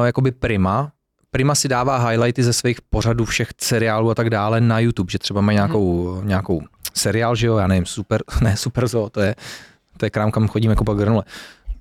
[SPEAKER 2] uh, jakoby Prima, Prima si dává highlighty ze svých pořadů všech seriálů a tak dále na YouTube, že třeba mají nějakou, nějakou seriál, že jo, já nevím, super, ne, super zoo, to je, to je krám, kam chodím jako po granule.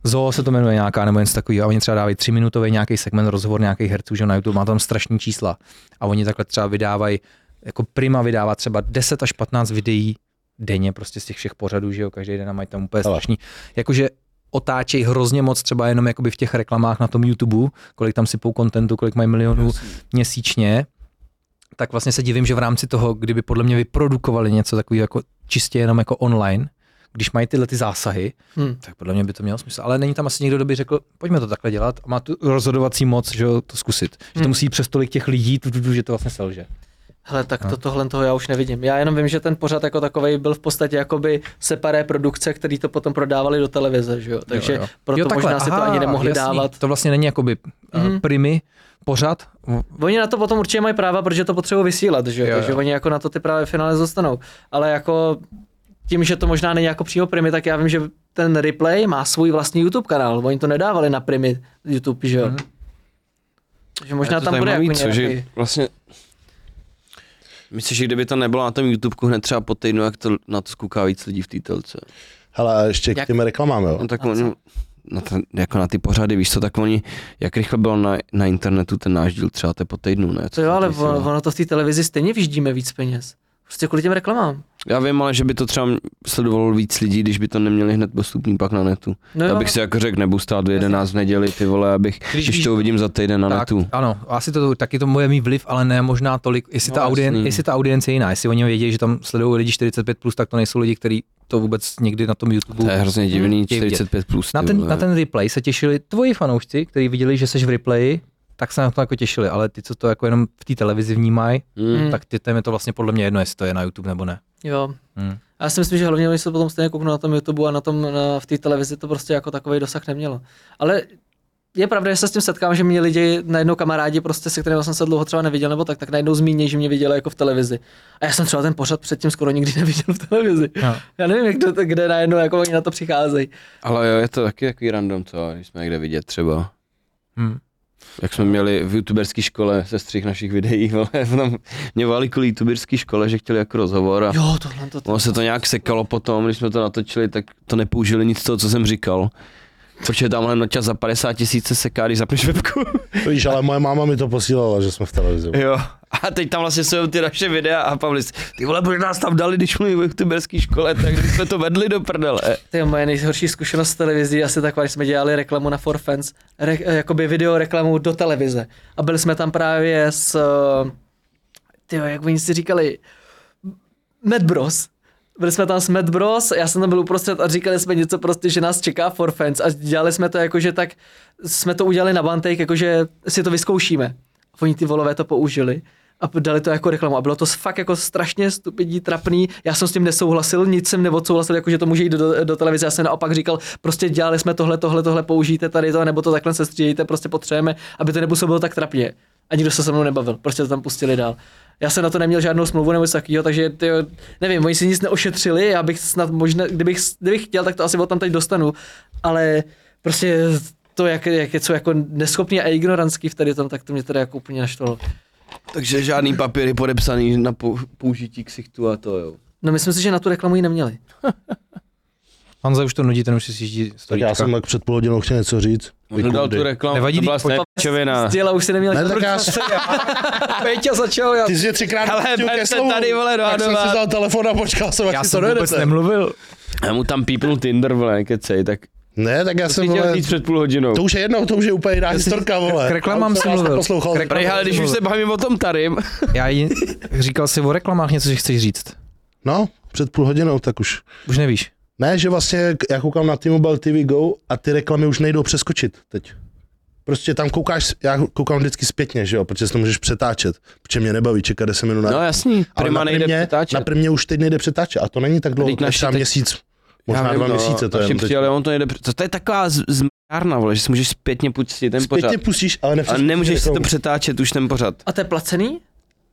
[SPEAKER 2] Zoo se to jmenuje nějaká, nebo něco takového. A oni třeba dávají třiminutový nějaký segment, rozhovor nějakých herců, že jo, na YouTube má tam strašní čísla. A oni takhle třeba vydávají, jako Prima vydává třeba 10 až 15 videí denně prostě z těch všech pořadů, že jo, každý den a mají tam úplně
[SPEAKER 4] Ale.
[SPEAKER 2] strašný. Jakože otáčejí hrozně moc třeba jenom jakoby v těch reklamách na tom YouTube, kolik tam sypou kontentu, kolik mají milionů měsíčně, tak vlastně se divím, že v rámci toho, kdyby podle mě vyprodukovali něco takového jako čistě jenom jako online, když mají tyhle ty zásahy,
[SPEAKER 3] Hmm.
[SPEAKER 2] tak podle mě by to mělo smysl. Ale není tam asi někdo, kdo by řekl, pojďme to takhle dělat a má tu rozhodovací moc, že jo, to zkusit. Že to
[SPEAKER 3] Hmm.
[SPEAKER 2] musí přes tolik těch lidí, tu, tu, tu, že to vlastně selže.
[SPEAKER 3] Hele, tak to, tohle toho já už nevidím. Já jenom vím, že ten pořad jako takový byl v podstatě jakoby separé produkce, který to potom prodávali do televize, že jo? Takže
[SPEAKER 2] jo.
[SPEAKER 3] proto
[SPEAKER 2] takhle,
[SPEAKER 3] možná si to
[SPEAKER 2] aha,
[SPEAKER 3] ani nemohli
[SPEAKER 2] jasný.
[SPEAKER 3] dávat.
[SPEAKER 2] To vlastně není jakoby mm
[SPEAKER 3] Mhm.
[SPEAKER 2] primy pořad.
[SPEAKER 3] Oni na to potom určitě mají práva, protože to potřebují vysílat, že jo?
[SPEAKER 2] Jo, jo.
[SPEAKER 3] Takže oni jako na to ty právě v finále dostanou. Ale jako tím, že to možná není jako přímo primy, tak já vím, že ten replay má svůj vlastní YouTube kanál. Oni to nedávali na primy YouTube, že jo?
[SPEAKER 2] Mhm.
[SPEAKER 3] Takže možná
[SPEAKER 1] to
[SPEAKER 3] tam bude jako
[SPEAKER 1] zajímavý, co,
[SPEAKER 3] nějaký...
[SPEAKER 1] že vlastně... Myslím, že kdyby to nebylo na tom YouTubeku hned třeba po týdnu, jak to na to zkouká víc lidí v té telce.
[SPEAKER 4] Hele, a ještě k
[SPEAKER 3] Jak-
[SPEAKER 4] těm reklamám, jo.
[SPEAKER 1] No tak
[SPEAKER 3] A
[SPEAKER 1] oni, na ten, jako na ty pořady, víš co, tak oni, jak rychle byl na, na internetu ten náš díl, třeba to je po týdnu, ne?
[SPEAKER 3] To
[SPEAKER 1] se
[SPEAKER 3] jo, ale
[SPEAKER 1] vysílá.
[SPEAKER 3] ono, ono to v té televizi stejně vyždíme víc peněz. Prostě kvůli těm reklamám.
[SPEAKER 1] Já vím, ale že by to třeba sledovalo víc lidí, když by to neměli hned postupný pak na netu.
[SPEAKER 3] No
[SPEAKER 1] Já
[SPEAKER 3] jo,
[SPEAKER 1] bych si jako řekl, nebudu stát do 11 v neděli, ty vole, abych, když,
[SPEAKER 2] víš-
[SPEAKER 1] to uvidím za týden na
[SPEAKER 2] Tak,
[SPEAKER 1] netu.
[SPEAKER 2] ano, asi to taky to bude mít vliv, ale ne možná tolik. Jestli,
[SPEAKER 1] No,
[SPEAKER 2] no, ta, audien,
[SPEAKER 1] jasný.
[SPEAKER 2] jestli ta audience je jiná, jestli oni vědí, že tam sledují lidi 45, plus, tak to nejsou lidi, kteří to vůbec někdy na tom YouTube.
[SPEAKER 1] To je hrozně divný,
[SPEAKER 2] chtějí Hmm, vidět.
[SPEAKER 1] 45 plus.
[SPEAKER 2] Na
[SPEAKER 1] ty
[SPEAKER 2] ten,
[SPEAKER 1] vole.
[SPEAKER 2] na ten replay se těšili tvoji fanoušci, kteří viděli, že jsi v replayi, tak se na to jako těšili, ale ty, co to jako jenom v té televizi vnímají,
[SPEAKER 1] Hmm.
[SPEAKER 3] Mm.
[SPEAKER 2] tak ty, tam je to vlastně podle mě jedno, jestli to je na YouTube nebo ne.
[SPEAKER 3] Jo.
[SPEAKER 2] Hmm.
[SPEAKER 3] A já si myslím, že hlavně oni se potom stejně kouknou na tom YouTube a na tom na, v té televizi to prostě jako takový dosah nemělo. Ale je pravda, že se s tím setkám, že mě lidi najednou kamarádi, prostě, se kterými jsem se dlouho třeba neviděl, nebo tak, tak najednou zmíní, že mě viděli jako v televizi. A já jsem třeba ten pořad předtím skoro nikdy neviděl v televizi.
[SPEAKER 2] No.
[SPEAKER 3] Já nevím, jak to, kde najednou jako oni na to přicházejí.
[SPEAKER 1] Ale jo, je to taky takový random, co, když jsme někde vidět třeba.
[SPEAKER 2] Hmm.
[SPEAKER 1] Jak jsme měli v youtuberské škole se střih našich videí, vole, tam mě volali kvůli youtuberské škole, že chtěli jako rozhovor a
[SPEAKER 3] Jo, tohle to.
[SPEAKER 1] ono se to nějak sekalo potom, když jsme to natočili, tak to nepoužili nic z toho, co jsem říkal. Protože tamhle na čas za 50 tisíc se seká, když zapneš webku.
[SPEAKER 4] To víš, ale moje máma mi to posílala, že jsme v televizi.
[SPEAKER 1] jo. A teď tam vlastně jsou ty naše videa a Pavlis, ty vole, proč nás tam dali, když mluví v youtuberské škole, tak my jsme to vedli do prdele. E.
[SPEAKER 3] To je moje nejhorší zkušenost s televizí, asi taková, když jsme dělali reklamu na For Fans, re, eh, jakoby video reklamu do televize. A byli jsme tam právě s, eh, ty jak oni si říkali, Mad Bros. Byli jsme tam s Mad Bros, já jsem tam byl uprostřed a říkali jsme něco prostě, že nás čeká For Fans a dělali jsme to jako, že tak jsme to udělali na Bantejk, jako že si to vyzkoušíme. Oni ty volové to použili a p- dali to jako reklamu. A bylo to s- fakt jako strašně stupidní, trapný. Já jsem s tím nesouhlasil, nic jsem neodsouhlasil, jako že to může jít do, do, do televize. Já jsem naopak říkal, prostě dělali jsme tohle, tohle, tohle, použijte tady to, nebo to takhle se střídejte, prostě potřebujeme, aby to nepůsobilo tak trapně. A nikdo se se mnou nebavil, prostě to tam pustili dál. Já jsem na to neměl žádnou smlouvu nebo něco takového, takže tyjo, nevím, oni si nic neošetřili, já bych snad možná, kdybych, kdybych chtěl, tak to asi od tam teď dostanu, ale prostě to, jak, jak je co jako neschopný a ignorantský v tady tom, tak to mě teda jako úplně naštvalo.
[SPEAKER 1] Takže žádný papíry podepsaný na pou- použití ksichtu a to jo.
[SPEAKER 3] No myslím si, že na tu reklamu ji neměli.
[SPEAKER 2] Hanza už to nudí, ten už si sjíždí
[SPEAKER 4] Tak já
[SPEAKER 2] stolíčka.
[SPEAKER 4] jsem tak před půl hodinou chtěl něco říct.
[SPEAKER 1] On dal tu reklamu,
[SPEAKER 2] Nevadí,
[SPEAKER 1] to byla
[SPEAKER 2] když-
[SPEAKER 1] snapčovina.
[SPEAKER 3] Stěla už si neměla.
[SPEAKER 4] Ne, tak
[SPEAKER 3] Proč
[SPEAKER 4] já,
[SPEAKER 3] zase-
[SPEAKER 2] Péťa začal, já,
[SPEAKER 4] ty jsi mě třikrát
[SPEAKER 1] Hele,
[SPEAKER 4] pustil
[SPEAKER 1] berte
[SPEAKER 4] ke slovu,
[SPEAKER 1] tady, vole, do
[SPEAKER 4] tak jsem si
[SPEAKER 1] Hadova.
[SPEAKER 4] vzal telefon a počkal jsem,
[SPEAKER 2] já
[SPEAKER 4] jak si to
[SPEAKER 2] jsem vůbec
[SPEAKER 4] dojedete.
[SPEAKER 2] nemluvil.
[SPEAKER 1] Já mu tam pípnul Tinder, vole, kecej, tak
[SPEAKER 4] Ne, tak já
[SPEAKER 1] jsem
[SPEAKER 4] jsem,
[SPEAKER 1] chtěl
[SPEAKER 4] vole,
[SPEAKER 1] říct před půl hodinou.
[SPEAKER 4] to už je jedno, to už je úplně jiná historka, vole.
[SPEAKER 2] k reklamám
[SPEAKER 4] Já už
[SPEAKER 2] jsem
[SPEAKER 4] vás
[SPEAKER 2] mluvil.
[SPEAKER 4] Poslouchal.
[SPEAKER 2] K reklamám.
[SPEAKER 1] Prej, ale když už se bavím o tom tady,
[SPEAKER 2] Já ji, říkal jsi o reklamách něco, že chceš říct.
[SPEAKER 4] No, před půl hodinou, tak už.
[SPEAKER 2] Už nevíš.
[SPEAKER 4] Ne, že vlastně k- já koukám na T-Mobile TV Go a ty reklamy už nejdou přeskočit teď. Prostě tam koukáš, já koukám vždycky zpětně, že jo, protože si to můžeš přetáčet, protože mě nebaví čekat 10 minut na...
[SPEAKER 1] no jasný,
[SPEAKER 4] ale
[SPEAKER 1] prima
[SPEAKER 4] na
[SPEAKER 1] nejde
[SPEAKER 4] primě, na
[SPEAKER 1] přetáčet.
[SPEAKER 4] primě už teď nejde přetáčet a to není tak dlouho,
[SPEAKER 1] Teď
[SPEAKER 4] to
[SPEAKER 1] naši
[SPEAKER 4] třeba
[SPEAKER 1] teď-
[SPEAKER 4] měsíc, možná dva měsíce to je. teď.
[SPEAKER 1] přijel, no, on to nejde, při- to, to je taková z- zmrárna, vole, že si můžeš zpětně pustit ten pořad.
[SPEAKER 4] Zpětně jako- pustíš, ale
[SPEAKER 1] A
[SPEAKER 4] nepřeskočíš
[SPEAKER 1] nemůžeš si to
[SPEAKER 4] reklamu.
[SPEAKER 1] přetáčet už ten pořad.
[SPEAKER 3] A to je placený?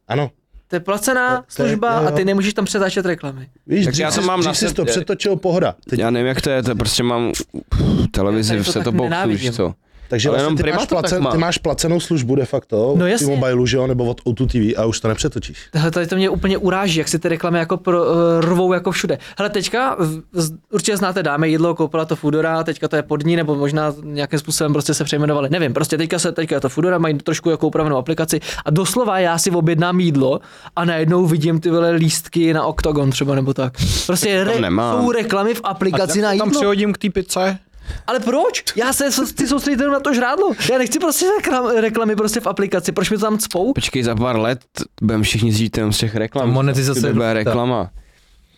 [SPEAKER 4] Ano,
[SPEAKER 3] To je placená
[SPEAKER 4] to je-
[SPEAKER 3] služba
[SPEAKER 4] jo, jo.
[SPEAKER 3] a ty nemůžeš tam přetáčet reklamy.
[SPEAKER 4] víš,
[SPEAKER 1] Takže
[SPEAKER 4] dřív
[SPEAKER 1] já to
[SPEAKER 4] jsi-
[SPEAKER 1] mám
[SPEAKER 4] dřív
[SPEAKER 1] na
[SPEAKER 4] jsi
[SPEAKER 1] set-
[SPEAKER 4] to přetočil pohoda. Teď,
[SPEAKER 1] Já nevím, jak to je, to prostě mám pff, televizi,
[SPEAKER 3] Já tady to
[SPEAKER 1] se to
[SPEAKER 3] tak
[SPEAKER 1] boxu,
[SPEAKER 3] nenávidím.
[SPEAKER 1] víš co.
[SPEAKER 4] takže
[SPEAKER 1] ale
[SPEAKER 4] vlastně
[SPEAKER 1] jenom
[SPEAKER 4] ty,
[SPEAKER 1] Prima
[SPEAKER 4] máš
[SPEAKER 1] to tak
[SPEAKER 4] placen,
[SPEAKER 1] má.
[SPEAKER 4] ty máš placenou službu de facto
[SPEAKER 3] No
[SPEAKER 4] od
[SPEAKER 3] jasně.
[SPEAKER 4] mobilu, že jo, nebo od O2 TV a už to nepřetočíš.
[SPEAKER 3] Hele, tady to mě úplně uráží, jak si ty reklamy jako pro, eh, rvou jako všude. Hele, teďka v- z- určitě znáte dáme jídlo, koupila to Foodora, teďka to je pod ní, nebo možná nějakým způsobem prostě se přejmenovali. Nevím, prostě teďka se teďka je to Foodora, mají trošku jako upravenou aplikaci a doslova já si objednám jídlo a najednou vidím ty vole lístky na Octagon třeba nebo tak. Prostě
[SPEAKER 1] tam
[SPEAKER 3] re-
[SPEAKER 1] nemám.
[SPEAKER 3] jsou reklamy v aplikaci na jídlo.
[SPEAKER 5] přihodím k té pice.
[SPEAKER 3] Ale proč? Já se so- chci soustředit jenom na to žrádlo. Já nechci prostě reklam- reklamy prostě v aplikaci. Proč mi to tam cpou?
[SPEAKER 1] Počkej, za pár let budeme všichni žít jenom z těch reklam.
[SPEAKER 2] Ta monetizace
[SPEAKER 1] To
[SPEAKER 2] je
[SPEAKER 1] bude
[SPEAKER 2] důležitá.
[SPEAKER 1] reklama.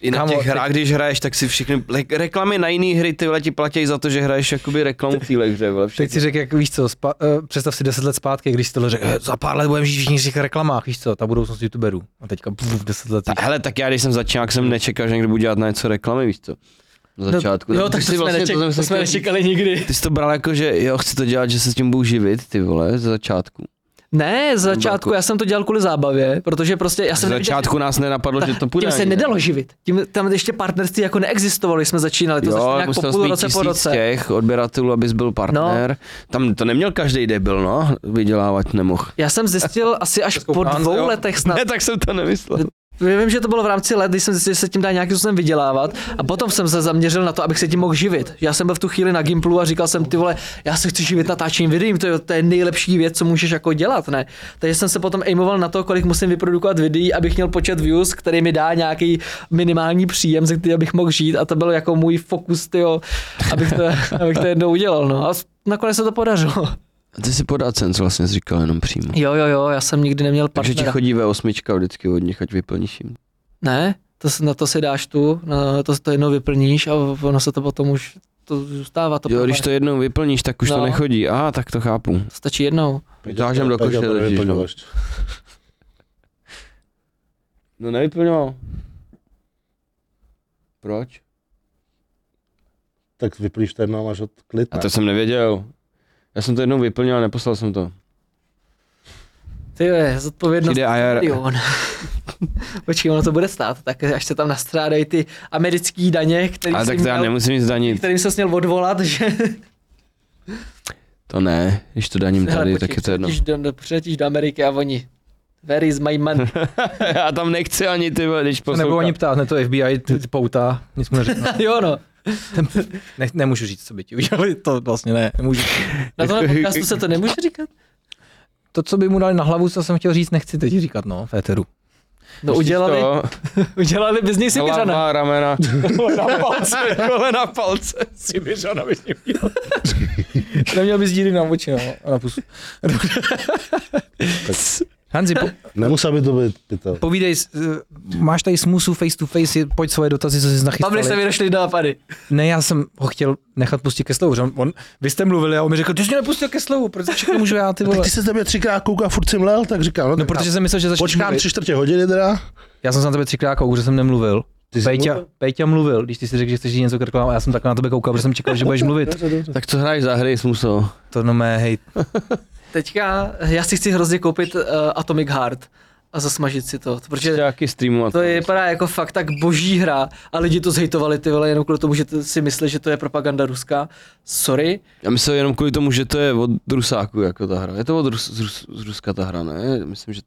[SPEAKER 1] I na
[SPEAKER 2] Kámo,
[SPEAKER 1] těch
[SPEAKER 2] teď-
[SPEAKER 1] hrách, když hraješ, tak si všechny le- reklamy na jiný hry, ty vole ti platí za to, že hraješ jakoby reklamu v téhle hře, vole,
[SPEAKER 2] Teď si řekl, jak víš co, spa, uh, představ si 10 let zpátky, když jsi tohle řekl, "Eh, za pár let budeme žít všichni v těch reklamách, víš co, ta budoucnost youtuberů. A teďka puf, 10 let.
[SPEAKER 1] Ta, hele, tak já když jsem začínal, tak jsem nečekal, že někdo bude dělat na něco reklamy, víš co? Na začátku.
[SPEAKER 3] No, jo,
[SPEAKER 1] Ty
[SPEAKER 3] tak
[SPEAKER 1] jsi
[SPEAKER 3] to jsme, vlastně, neček- to,
[SPEAKER 1] jsem
[SPEAKER 3] jsme
[SPEAKER 1] chtěl říct.
[SPEAKER 3] nečekali nikdy.
[SPEAKER 1] Ty jsi to bral jako, že jo, chci to dělat, že se s tím budu živit, ty vole, ze začátku.
[SPEAKER 3] Ne, z začátku
[SPEAKER 1] jako-
[SPEAKER 3] já jsem to dělal kvůli zábavě, protože prostě já
[SPEAKER 1] Ze
[SPEAKER 3] jsem nevěděl-
[SPEAKER 1] začátku nás nenapadlo, že to půjde.
[SPEAKER 3] tím se
[SPEAKER 1] ani, ne?
[SPEAKER 3] nedalo živit. Tím, tam ještě partnerství jako neexistovalo, když jsme začínali, to začalo
[SPEAKER 1] Jo,
[SPEAKER 3] nějak po
[SPEAKER 1] musel
[SPEAKER 3] půl
[SPEAKER 1] jsi mít
[SPEAKER 3] roce po
[SPEAKER 1] tisíc
[SPEAKER 3] roce.
[SPEAKER 1] těch odběratelů, abys byl partner. No. Tam to neměl každý debil, no, vydělávat nemohl.
[SPEAKER 3] Já jsem zjistil asi až po dvou letech snad,
[SPEAKER 1] No. Ne, tak jsem to nemyslel.
[SPEAKER 3] Vím, že to bylo v rámci let, když jsem zjistil, že se tím dá nějakým způsobem vydělávat a potom jsem se zaměřil na to, abych se tím mohl živit. Já jsem byl v tu chvíli na Gimplu a říkal jsem, ty vole, já se chci živit natáčením videím, to je, to je nejlepší věc, co můžeš jako dělat, ne? Takže jsem se potom aimoval na to, kolik musím vyprodukovat videí, abych měl počet views, který mi dá nějaký minimální příjem, ze kterého bych mohl žít a to byl jako můj fokus, tyjo, abych to, abych to jednou udělal, no. A nakonec se to podařilo.
[SPEAKER 1] Ty si pod AdSense vlastně jsi říkal jenom přímo.
[SPEAKER 3] Jo, jo, jo, já jsem nikdy neměl
[SPEAKER 1] Takže
[SPEAKER 3] partnera.
[SPEAKER 1] ti chodí V8 vždycky hodně, ať vyplníš jim.
[SPEAKER 3] Ne, to, si- na to si dáš tu, na to, to jednou vyplníš a ono se to potom už to zůstává. To
[SPEAKER 1] Jo,
[SPEAKER 3] prvé.
[SPEAKER 1] když to jednou vyplníš, tak už to
[SPEAKER 3] No.
[SPEAKER 1] nechodí. Aha, tak to chápu.
[SPEAKER 3] stačí jednou.
[SPEAKER 1] Vytážem do koše totiž, no. No nevyplňoval. Proč?
[SPEAKER 4] Tak vyplíš ten a máš od klid.
[SPEAKER 1] A
[SPEAKER 4] ne?
[SPEAKER 1] to jsem nevěděl. Já jsem to jednou vyplnil a neposlal jsem to.
[SPEAKER 3] Ty jo, je zodpovědnost.
[SPEAKER 1] Přijde IR.
[SPEAKER 3] milion. Počkej, ono to bude stát, tak až se tam nastrádají ty americké daně, který
[SPEAKER 1] Ale
[SPEAKER 3] jsi
[SPEAKER 1] tak to já
[SPEAKER 3] měl-
[SPEAKER 1] nemusím nic danit.
[SPEAKER 3] kterým se měl odvolat, že
[SPEAKER 1] To ne, když to daním
[SPEAKER 3] Hele,
[SPEAKER 1] tady,
[SPEAKER 3] počkej,
[SPEAKER 1] tak je to jedno.
[SPEAKER 3] přiletíš do, přiletíš do Ameriky a oni Where is my money?
[SPEAKER 1] Já tam nechci ani ty, vole, když
[SPEAKER 2] To nebudu
[SPEAKER 1] poslouchám.
[SPEAKER 2] ani ptát, ne to FBI ty- ty poutá, nic mu neřeknu.
[SPEAKER 3] jo no,
[SPEAKER 2] Ne, nemůžu říct, co by ti udělali, to vlastně ne, nemůžu.
[SPEAKER 3] na tomhle podcastu se to nemůže říkat?
[SPEAKER 2] To, co by mu dali na hlavu, co jsem chtěl říct, nechci teď říkat, no, v éteru.
[SPEAKER 3] No udělali,
[SPEAKER 1] To,
[SPEAKER 3] udělali by z něj Sibiřana.
[SPEAKER 1] hlava, ramena.
[SPEAKER 3] Na palce,
[SPEAKER 1] Kolena, palce.
[SPEAKER 2] Sibiřana bych neměl. neměl bys díry na oči, no, a na pusu. Hanzi, po,
[SPEAKER 4] Nemusel by to být pytel.
[SPEAKER 2] povídej, s- eh, máš tady smůsu face to face, je- pojď svoje dotazy, co jsi nachystali.
[SPEAKER 3] Pavli se mi došly nápady.
[SPEAKER 2] Ne, já jsem ho chtěl nechat pustit ke slovu, že on, on, vy jste mluvili a on mi řekl, ty jsi mě nepustil ke slovu, proč všechno můžu já, ty
[SPEAKER 4] No, Tak
[SPEAKER 2] vole.
[SPEAKER 4] ty jsi na mě třikrát koukal a furt si mlel, tak říkám, no,
[SPEAKER 2] No,
[SPEAKER 4] tak
[SPEAKER 2] protože jsem myslel, že začneš
[SPEAKER 4] počkám
[SPEAKER 2] mluvit.
[SPEAKER 4] tři čtvrtě hodiny teda.
[SPEAKER 2] Já jsem se na tebe třikrát koukal, že jsem nemluvil.
[SPEAKER 4] Ty jsi
[SPEAKER 2] Péťa,
[SPEAKER 4] mluvil?
[SPEAKER 2] Péťa mluvil, když ty si řekl, že chceš říct něco krklám, a já jsem tak na tebe koukal, protože jsem čekal, že budeš mluvit.
[SPEAKER 1] Tak co hraješ za hry, smusel?
[SPEAKER 2] To no mé, hej,
[SPEAKER 3] Teďka eh, já si chci hrozně koupit uh, Atomic Heart a zasmažit si to, protože
[SPEAKER 1] Prostě Nějaký streamovat.
[SPEAKER 3] to je, vypadá jako fakt tak boží hra a lidi to zhejtovali ty vole jenom kvůli tomu, že t- si myslí, že to je propaganda ruská. Sorry.
[SPEAKER 1] Já myslel jenom kvůli tomu, že to je od Rusáku jako ta hra. Je to od Rus, z, Rus, z Ruska ta hra, ne? Myslím, že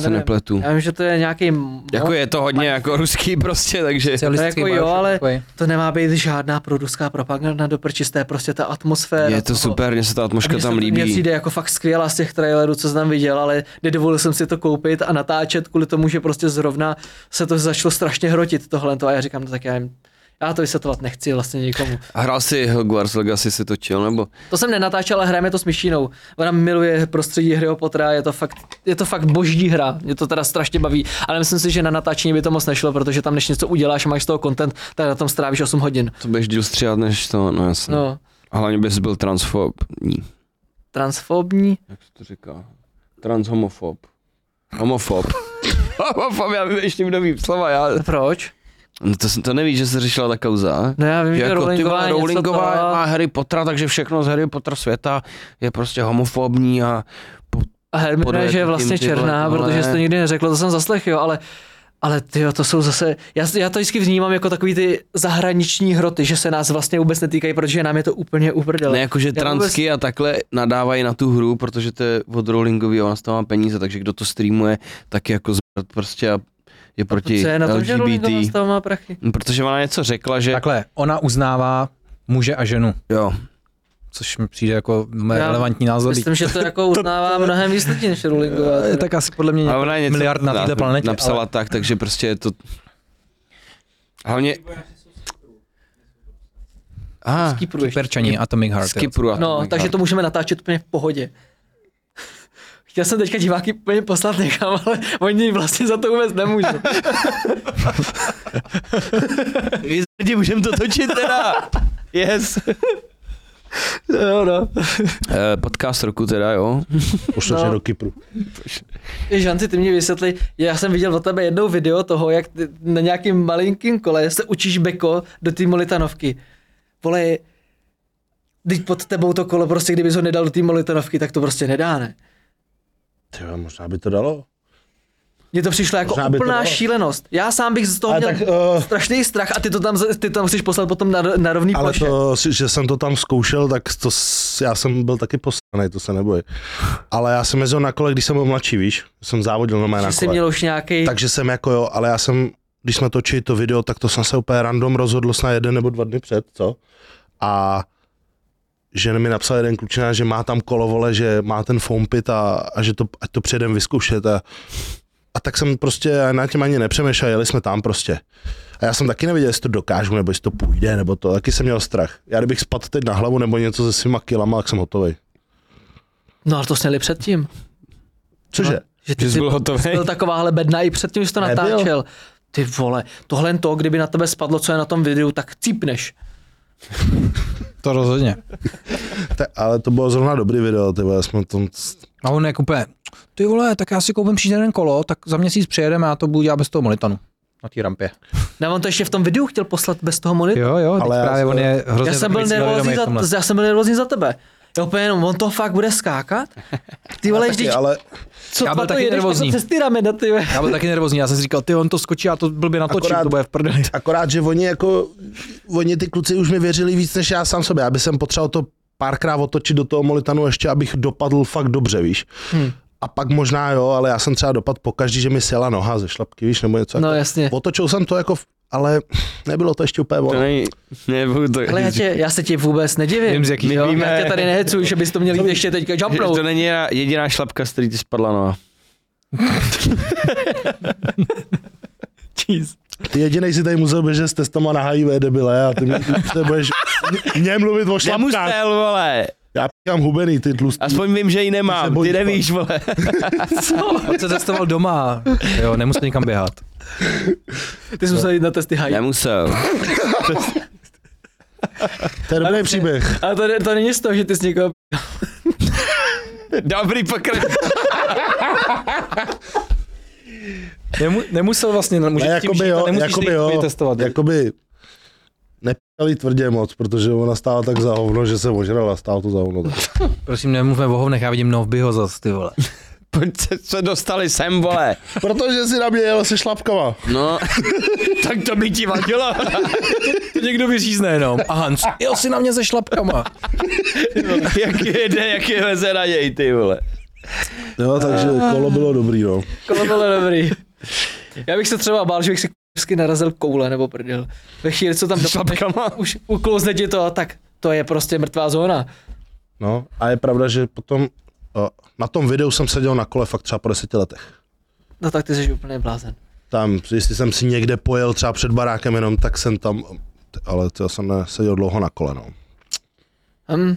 [SPEAKER 1] se
[SPEAKER 3] nevím.
[SPEAKER 1] nepletu.
[SPEAKER 3] já vím, že to je nějaký...
[SPEAKER 1] Jako je to hodně jako ruský prostě, takže...
[SPEAKER 2] socialistický
[SPEAKER 3] jako jo,
[SPEAKER 2] Bioshock
[SPEAKER 3] ale-
[SPEAKER 2] takovej.
[SPEAKER 3] To nemá být žádná proruská propaganda do prčisté, prostě ta atmosféra.
[SPEAKER 1] Je to
[SPEAKER 3] toho-
[SPEAKER 1] super, mně se ta
[SPEAKER 3] A
[SPEAKER 1] atmosféra
[SPEAKER 3] mně se-
[SPEAKER 1] tam
[SPEAKER 3] Mně
[SPEAKER 1] líbí.
[SPEAKER 3] přijde jako fakt skvělá z těch trailerů, co jsem tam viděl, ale nedovolil jsem si to koupit a natáčet kvůli tomu, že prostě zrovna se to začalo strašně hrotit tohle a já říkám, no tak já jim, já to vysvětlovat nechci vlastně nikomu.
[SPEAKER 1] A Hrál si Hogwarts Legacy, si točil, nebo?
[SPEAKER 3] To jsem nenatáčel, ale hrajeme to s Myšínou. Ona miluje prostředí hry o Pottera, je to fakt, je to fakt boží hra, mě to teda strašně baví, ale myslím si, že na natáčení by to moc nešlo, protože tam než něco uděláš a máš z toho content, tak na tom strávíš 8 hodin.
[SPEAKER 1] To budeš díl stříhat než to, no jasně. No.
[SPEAKER 3] No,
[SPEAKER 1] A hlavně bys byl transfobní.
[SPEAKER 3] transfobní.
[SPEAKER 1] Jak se to říká? Transhomofob. Homofob. Homofob, já nevím, ještě kdo ví slova, já...
[SPEAKER 3] Proč?
[SPEAKER 1] No to, jsem- to nevíš, že se řešila ta kauza?
[SPEAKER 3] No já vím,
[SPEAKER 1] Že
[SPEAKER 3] že,
[SPEAKER 1] jako ty
[SPEAKER 3] Rowlingová,
[SPEAKER 1] vole,
[SPEAKER 3] něco
[SPEAKER 1] Rowlingová
[SPEAKER 3] to-
[SPEAKER 1] má Harry Pottera, takže všechno z Harry Potter světa je prostě homofobní a
[SPEAKER 3] A Hermiona
[SPEAKER 1] Podle
[SPEAKER 3] je vlastně
[SPEAKER 1] tím, ty vole,
[SPEAKER 3] černá,
[SPEAKER 1] tohle.
[SPEAKER 3] protože jsi to nikdy neřekl, to jsem zaslech, jo, ale ale ty to jsou zase, já, já to vždycky vnímám jako takový ty zahraniční hroty, že se nás vlastně vůbec netýkají, protože nám je to úplně
[SPEAKER 1] ne
[SPEAKER 3] uprdele.
[SPEAKER 1] jakože
[SPEAKER 3] vůbec-
[SPEAKER 1] transky a takhle nadávají na tu hru, protože to je od Rowlingový a ona z toho má peníze, takže kdo to streamuje, tak je jako zbrat prostě a je proti
[SPEAKER 3] Co je na tom, že Rowlingová z
[SPEAKER 1] LGBT.
[SPEAKER 3] toho má prachy?
[SPEAKER 1] Hm, Protože ona něco řekla, že
[SPEAKER 2] Takhle, ona uznává muže a ženu,
[SPEAKER 1] jo,
[SPEAKER 2] což mi přijde jako mé
[SPEAKER 3] Já
[SPEAKER 2] relevantní názor.
[SPEAKER 3] Myslím, že to jako uznává mnohem víc lidí než Rowlingová.
[SPEAKER 2] Eh,
[SPEAKER 3] teda.
[SPEAKER 2] Tak asi podle mě
[SPEAKER 1] a
[SPEAKER 2] nějak
[SPEAKER 1] ona je něco
[SPEAKER 2] miliard na
[SPEAKER 1] na-
[SPEAKER 2] této planetě.
[SPEAKER 1] napsala
[SPEAKER 2] ale-
[SPEAKER 1] tak, takže prostě je to... Hlavně... Aha,
[SPEAKER 3] Z Kypru ještě.
[SPEAKER 2] Kyperčani, Atomic Heart.
[SPEAKER 1] z Kypru. a
[SPEAKER 3] No,
[SPEAKER 1] tak
[SPEAKER 3] takže
[SPEAKER 1] dále.
[SPEAKER 3] to můžeme natáčet úplně v pohodě. Chtěl jsem teďka diváky úplně poslat někam, ale oni vlastně za to vůbec nemůžou.
[SPEAKER 1] Vy zdi, můžem to točit teda. Yes.
[SPEAKER 3] jo, no.
[SPEAKER 1] Eh, Podcast roku teda, jo.
[SPEAKER 4] Pošleš
[SPEAKER 3] No.
[SPEAKER 4] mě do Kypru.
[SPEAKER 3] Ty, Žanci, ty mě vysvětli, já jsem viděl od tebe jednou video toho, jak ty na nějakým malinkým kole se učíš beko do té molitanovky. Vole, teď pod tebou to kolo, prostě kdybys ho nedal do té molitanovky, tak to prostě nedá, ne?
[SPEAKER 4] Ty, jo, možná by to dalo.
[SPEAKER 3] Mně to přišlo jako
[SPEAKER 4] Možná by to
[SPEAKER 3] úplná
[SPEAKER 4] dalo.
[SPEAKER 3] šílenost. Já sám bych z toho
[SPEAKER 4] Ale
[SPEAKER 3] měl oh.
[SPEAKER 4] tak, eh,
[SPEAKER 3] strašný strach a ty to tam, ty tam chceš poslat potom na, na rovný
[SPEAKER 4] Ale
[SPEAKER 3] ploše.
[SPEAKER 4] to, si- že jsem to tam zkoušel, tak to, s- já jsem byl taky poslaný, to se neboj. Ale já jsem jezdil na kole, když jsem byl mladší, víš, jsem závodil normálně na
[SPEAKER 3] Že jsi
[SPEAKER 4] kole.
[SPEAKER 3] měl už nějaký.
[SPEAKER 4] Takže jsem jako jo, ale já jsem, když jsme točili to video, tak to jsem se úplně random rozhodl snad jeden nebo dva dny před, co? A že mi napsal jeden klučina, že má tam kolovole, že má ten foam pit a, a že to, ať to předem vyzkoušet. A, a tak jsem prostě na tím ani nepřemýšlel, jeli jsme tam prostě. A já jsem taky nevěděl, jestli to dokážu, nebo jestli to půjde, nebo to. Taky jsem měl strach. Já kdybych spadl teď na hlavu nebo něco se svýma kilama, tak jsem hotový.
[SPEAKER 3] No ale to jsi měli předtím. No,
[SPEAKER 4] Cože?
[SPEAKER 3] Že ty
[SPEAKER 1] Že jsi byl hotový.
[SPEAKER 3] byl takováhle bedna i předtím, když jsi to
[SPEAKER 4] Nebyl.
[SPEAKER 3] natáčel. Ty vole, tohle jen to, kdyby na tebe spadlo, co je na tom videu, tak cípneš.
[SPEAKER 2] To rozhodně.
[SPEAKER 4] Te, ale to bylo zrovna dobrý video, ty vole, jsme tam
[SPEAKER 2] A on jako úplně, ty vole, tak já si koupím příští den kolo, tak za měsíc přijedeme a já to budu dělat bez toho molitanu. Na té rampě.
[SPEAKER 3] Ne, on to ještě v tom videu chtěl poslat bez toho monitoru.
[SPEAKER 2] Jo, jo,
[SPEAKER 4] Ale
[SPEAKER 2] ale
[SPEAKER 4] já
[SPEAKER 2] právě
[SPEAKER 4] jsem-
[SPEAKER 2] on je hrozně
[SPEAKER 3] Já jsem, byl nervózní za, já jsem byl nervózní za tebe. Já úplně jenom, on to fakt bude skákat? Ty vole, vždyť,
[SPEAKER 4] ale
[SPEAKER 3] co
[SPEAKER 2] Já
[SPEAKER 3] dva
[SPEAKER 2] byl
[SPEAKER 3] to
[SPEAKER 2] taky
[SPEAKER 3] jedeš
[SPEAKER 2] nervózní.
[SPEAKER 3] potom přes ty ramena, ty vole.
[SPEAKER 2] Já byl taky nervózní, já jsem si říkal, ty on to skočí, já to blbě natočím,
[SPEAKER 4] Akorát-
[SPEAKER 2] to bude v prdeli.
[SPEAKER 4] Akorát, že oni jako, oni ty kluci už mi věřili víc než já sám sobě. Já bych jsem potřeboval to párkrát otočit do toho molitanu ještě, abych dopadl fakt dobře, víš. Hmm. A pak možná jo, ale já jsem třeba dopadl po každý, že mi sjela noha ze šlapky, víš, nebo něco.
[SPEAKER 3] No
[SPEAKER 4] jako.
[SPEAKER 3] jasně.
[SPEAKER 4] Otočil jsem to jako, v- ale nebylo to ještě úplně
[SPEAKER 1] To
[SPEAKER 4] ono.
[SPEAKER 1] není, nebudu to
[SPEAKER 3] Ale já, tě, já se ti vůbec nedivím.
[SPEAKER 2] Vím, z jakých-
[SPEAKER 3] jo?
[SPEAKER 1] My víme.
[SPEAKER 3] Já tě tady nehecuju, že bys to měl jít ještě teďka
[SPEAKER 1] Že
[SPEAKER 3] jumpnout.
[SPEAKER 1] To není jediná- jediná šlapka, z který ti spadla no. noha.
[SPEAKER 4] Ty jedinej si tady musel běžet s testama na HIV, debile, a ty mě, ty budeš mě mluvit o šlapkách.
[SPEAKER 1] Nemusel, vole.
[SPEAKER 4] Já píkám hubený, ty tlustý.
[SPEAKER 1] Aspoň vím, že ji
[SPEAKER 4] Ty se
[SPEAKER 1] nemám.
[SPEAKER 4] bojíš,
[SPEAKER 1] Ty nevíš, vole.
[SPEAKER 2] On se testoval doma, jo, nemusel nikam běhat.
[SPEAKER 3] Ty jsi musel jít na testy high.
[SPEAKER 1] Nemusel.
[SPEAKER 4] To je dobrý příběh.
[SPEAKER 3] Ale to, ne- to není z toho, že ty jsi někoho...
[SPEAKER 1] Dobrý pokrač.
[SPEAKER 2] Nemu, nemusel vlastně, můžeš
[SPEAKER 4] Ne,
[SPEAKER 2] s tím
[SPEAKER 4] jakoby
[SPEAKER 2] žít a
[SPEAKER 4] jo,
[SPEAKER 2] nemusíš
[SPEAKER 4] jakoby
[SPEAKER 2] si
[SPEAKER 4] jo, Jako-
[SPEAKER 2] testovat.
[SPEAKER 4] jakoby nepíkali tvrdě moc, protože ona stála tak za hovno, že se ožrala, stála to za hovno.
[SPEAKER 2] Prosím, nemluvme o hovnech, já vidím novbyho zas, ty vole.
[SPEAKER 1] Pojď se, se dostali sem, vole.
[SPEAKER 4] Protože si na mě jel se šlapkama.
[SPEAKER 1] No, tak to by ti vadilo.
[SPEAKER 2] To někdo vyřízne jenom. A Hans, jo, si na mě se šlapkama.
[SPEAKER 1] jak jede, jak je veze na něj, ty vole.
[SPEAKER 4] Jo, takže kolo bylo dobrý, no.
[SPEAKER 3] Kolo bylo dobrý. Já bych se třeba bál, že bych si vždycky narazil koule nebo prdel. Ve chvíli, co tam dopadne,
[SPEAKER 1] Šlapkama.
[SPEAKER 3] už uklouzne ti to a tak to je prostě mrtvá zóna.
[SPEAKER 4] no. A je pravda, že potom o, na tom videu jsem seděl na kole fakt třeba po deseti letech.
[SPEAKER 3] No tak ty jsi úplně blázen.
[SPEAKER 4] Tam, jestli jsem si někde pojel třeba před barákem jenom, tak jsem tam, ale to já jsem seděl dlouho na kole, no.
[SPEAKER 3] Hm,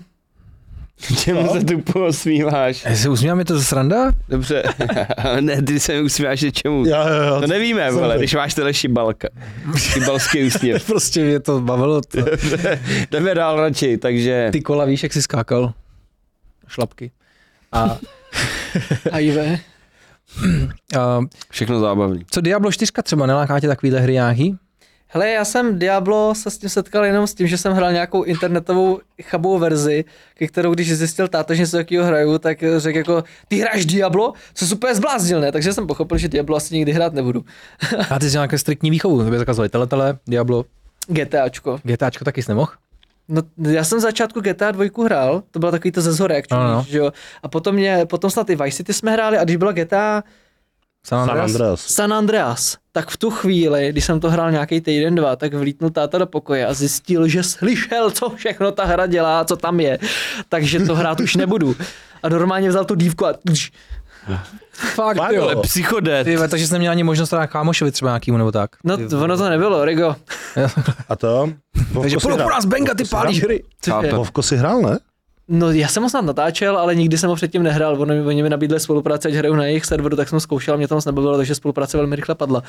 [SPEAKER 1] Čemu se tu posmíváš?
[SPEAKER 2] Já se usmívám, je to ze sranda?
[SPEAKER 1] Dobře. ne, ty se mi usmíváš, že čemu?
[SPEAKER 4] Jo, jo, jo.
[SPEAKER 1] To nevíme, vole,
[SPEAKER 4] byl.
[SPEAKER 1] když máš tenhle šibalka. Šibalský úsměv.
[SPEAKER 2] Prostě mě to bavilo. To.
[SPEAKER 1] Jdeme dál radši, takže...
[SPEAKER 2] Ty kola, víš, jak jsi skákal? Šlapky. A,
[SPEAKER 3] HIV.
[SPEAKER 2] a
[SPEAKER 1] Všechno zábavný.
[SPEAKER 2] co Diablo 4 třeba, neláká tě takovýhle hry nějaký?
[SPEAKER 3] Hele, já jsem Diablo se s tím setkal jenom s tím, že jsem hrál nějakou internetovou chabou verzi, ke kterou když zjistil táta, že něco takového hraju, tak eh, řekl jako, ty hráš Diablo? Co jsi úplně zbláznil, ne? Takže jsem pochopil, že Diablo asi nikdy hrát nebudu.
[SPEAKER 2] A ty jsi nějaké striktní výchovu, tebe zakazovali teletele, Diablo,
[SPEAKER 3] GTAčko.
[SPEAKER 2] GTAčko taky jsi nemohl?
[SPEAKER 3] No, já jsem v začátku GTA 2 hrál, to bylo takový to ze zhora, jak
[SPEAKER 2] No, no.
[SPEAKER 3] čumíš, že jo. A potom, mě, potom snad i Vice City jsme hráli a když byla GTA
[SPEAKER 2] San
[SPEAKER 4] San
[SPEAKER 2] Andreas?
[SPEAKER 4] Andreas.
[SPEAKER 3] San Andreas, tak v tu chvíli, když jsem to hrál nějaký týden, dva, tak vlítnul táta do pokoje a zjistil, že slyšel, co všechno ta hra dělá, co tam je, takže to hrát už nebudu. A normálně vzal tu dívku a tš,
[SPEAKER 2] Fakt,
[SPEAKER 4] Fakt,
[SPEAKER 2] jo.
[SPEAKER 4] ale p-
[SPEAKER 1] Psychodet.
[SPEAKER 2] Ty, vole, takže jsi neměl ani možnost dát kámošovi třeba nějakýmu nebo tak.
[SPEAKER 3] no
[SPEAKER 2] Ty-
[SPEAKER 3] t- ono to nebylo, Rigo.
[SPEAKER 4] A to? Vovko
[SPEAKER 2] Takže
[SPEAKER 4] si
[SPEAKER 2] půjdu
[SPEAKER 4] hrál-
[SPEAKER 2] pro nás Benga, ty
[SPEAKER 4] Vovko si hrál?
[SPEAKER 2] pálíš hry.
[SPEAKER 3] je?
[SPEAKER 1] Chápem.
[SPEAKER 4] Vovko si hrál, ne?
[SPEAKER 3] No já jsem ho snad natáčel, ale nikdy jsem ho předtím nehrál, ono, mi- oni mi nabídli spolupráci, ať hraju na jejich serveru, tak jsem zkoušel, mě to moc nebavilo, takže spolupráce velmi rychle padla.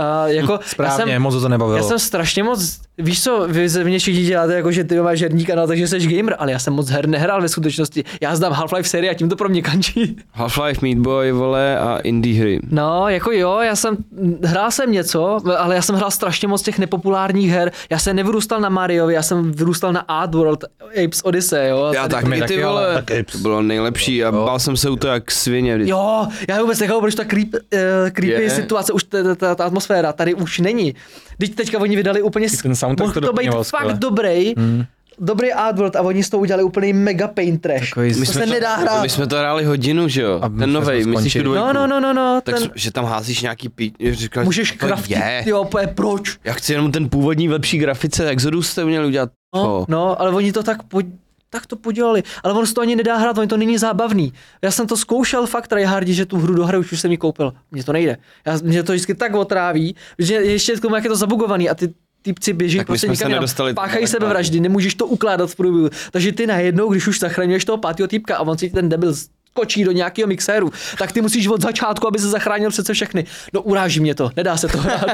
[SPEAKER 3] A jako, já
[SPEAKER 2] Právně,
[SPEAKER 3] jsem,
[SPEAKER 2] moc ho to nebavilo.
[SPEAKER 3] Já jsem strašně moc, víš co, vy ze mě všichni děláte jako, že ty máš herní kanál, takže jsi gamer, ale já jsem moc her nehrál ve skutečnosti. Já znám Half-Life sérii a tím to pro mě kančí.
[SPEAKER 1] Half-Life, Meat Boy, vole, a indie hry.
[SPEAKER 3] No, jako jo, já jsem, hrál jsem něco, ale já jsem hrál strašně moc těch nepopulárních her. Já jsem nevyrůstal na Mariovi, já jsem vyrůstal na Art World, Apes Odyssey, jo. a
[SPEAKER 1] Já
[SPEAKER 3] tady
[SPEAKER 2] mi
[SPEAKER 1] Taky
[SPEAKER 2] taky,
[SPEAKER 1] ty vole,
[SPEAKER 2] ale-
[SPEAKER 4] Taky,
[SPEAKER 1] to bylo nejlepší a bál jsem se u toho jak svině. vždyť-
[SPEAKER 3] Jo, já vůbec nechápu, proč ta creep, uh, creepy
[SPEAKER 1] Je.
[SPEAKER 3] situace, už ta, ta, ta atmosféra tady už není. Teď teďka oni vydali úplně, s-
[SPEAKER 2] Ten soundtrack
[SPEAKER 3] mohl
[SPEAKER 2] to
[SPEAKER 3] to být
[SPEAKER 2] doplňoval
[SPEAKER 3] fakt
[SPEAKER 2] skvěle.
[SPEAKER 3] dobrý, dobrý artwork a oni z toho udělali úplný mega paint trash.
[SPEAKER 2] Takový
[SPEAKER 3] to
[SPEAKER 2] My
[SPEAKER 3] se nedá hrát.
[SPEAKER 1] My jsme to hráli hodinu, že jo?
[SPEAKER 2] A my
[SPEAKER 1] Ten
[SPEAKER 2] jsme
[SPEAKER 1] novej,
[SPEAKER 2] to
[SPEAKER 1] myslíš tu
[SPEAKER 2] skončili.
[SPEAKER 1] dvojku?
[SPEAKER 3] No, no, no, no, no,
[SPEAKER 1] Tak,
[SPEAKER 3] ten,
[SPEAKER 1] s- že tam házíš nějaký pí... Říkal,
[SPEAKER 3] můžeš
[SPEAKER 1] to
[SPEAKER 3] kraftit,
[SPEAKER 1] je.
[SPEAKER 3] jo, p- proč?
[SPEAKER 1] Já chci jenom ten původní v lepší grafice, Exodus jste měli udělat.
[SPEAKER 3] No,
[SPEAKER 1] to.
[SPEAKER 3] no, ale oni to tak po, tak to podělali. Ale on se to ani nedá hrát, on to není zábavný. Já jsem to zkoušel fakt tryhardi, že tu hru dohraju, už jsem ji koupil. Mně to nejde. Já, mě to vždycky tak otráví, že ještě k tomu, jak je to zabugovaný a ty typci běží
[SPEAKER 1] Tak my
[SPEAKER 3] prostě
[SPEAKER 1] jsme se
[SPEAKER 3] nikam jinam.
[SPEAKER 1] nedostali-
[SPEAKER 3] páchají sebevraždy, nemůžeš to ukládat v průběhu. Takže ty najednou, když už zachraňuješ toho pátého typka a on si ten debil skočí do nějakého mixéru, tak ty musíš od začátku, aby se zachránil přece všechny. No uráží mě to, nedá se to hrát.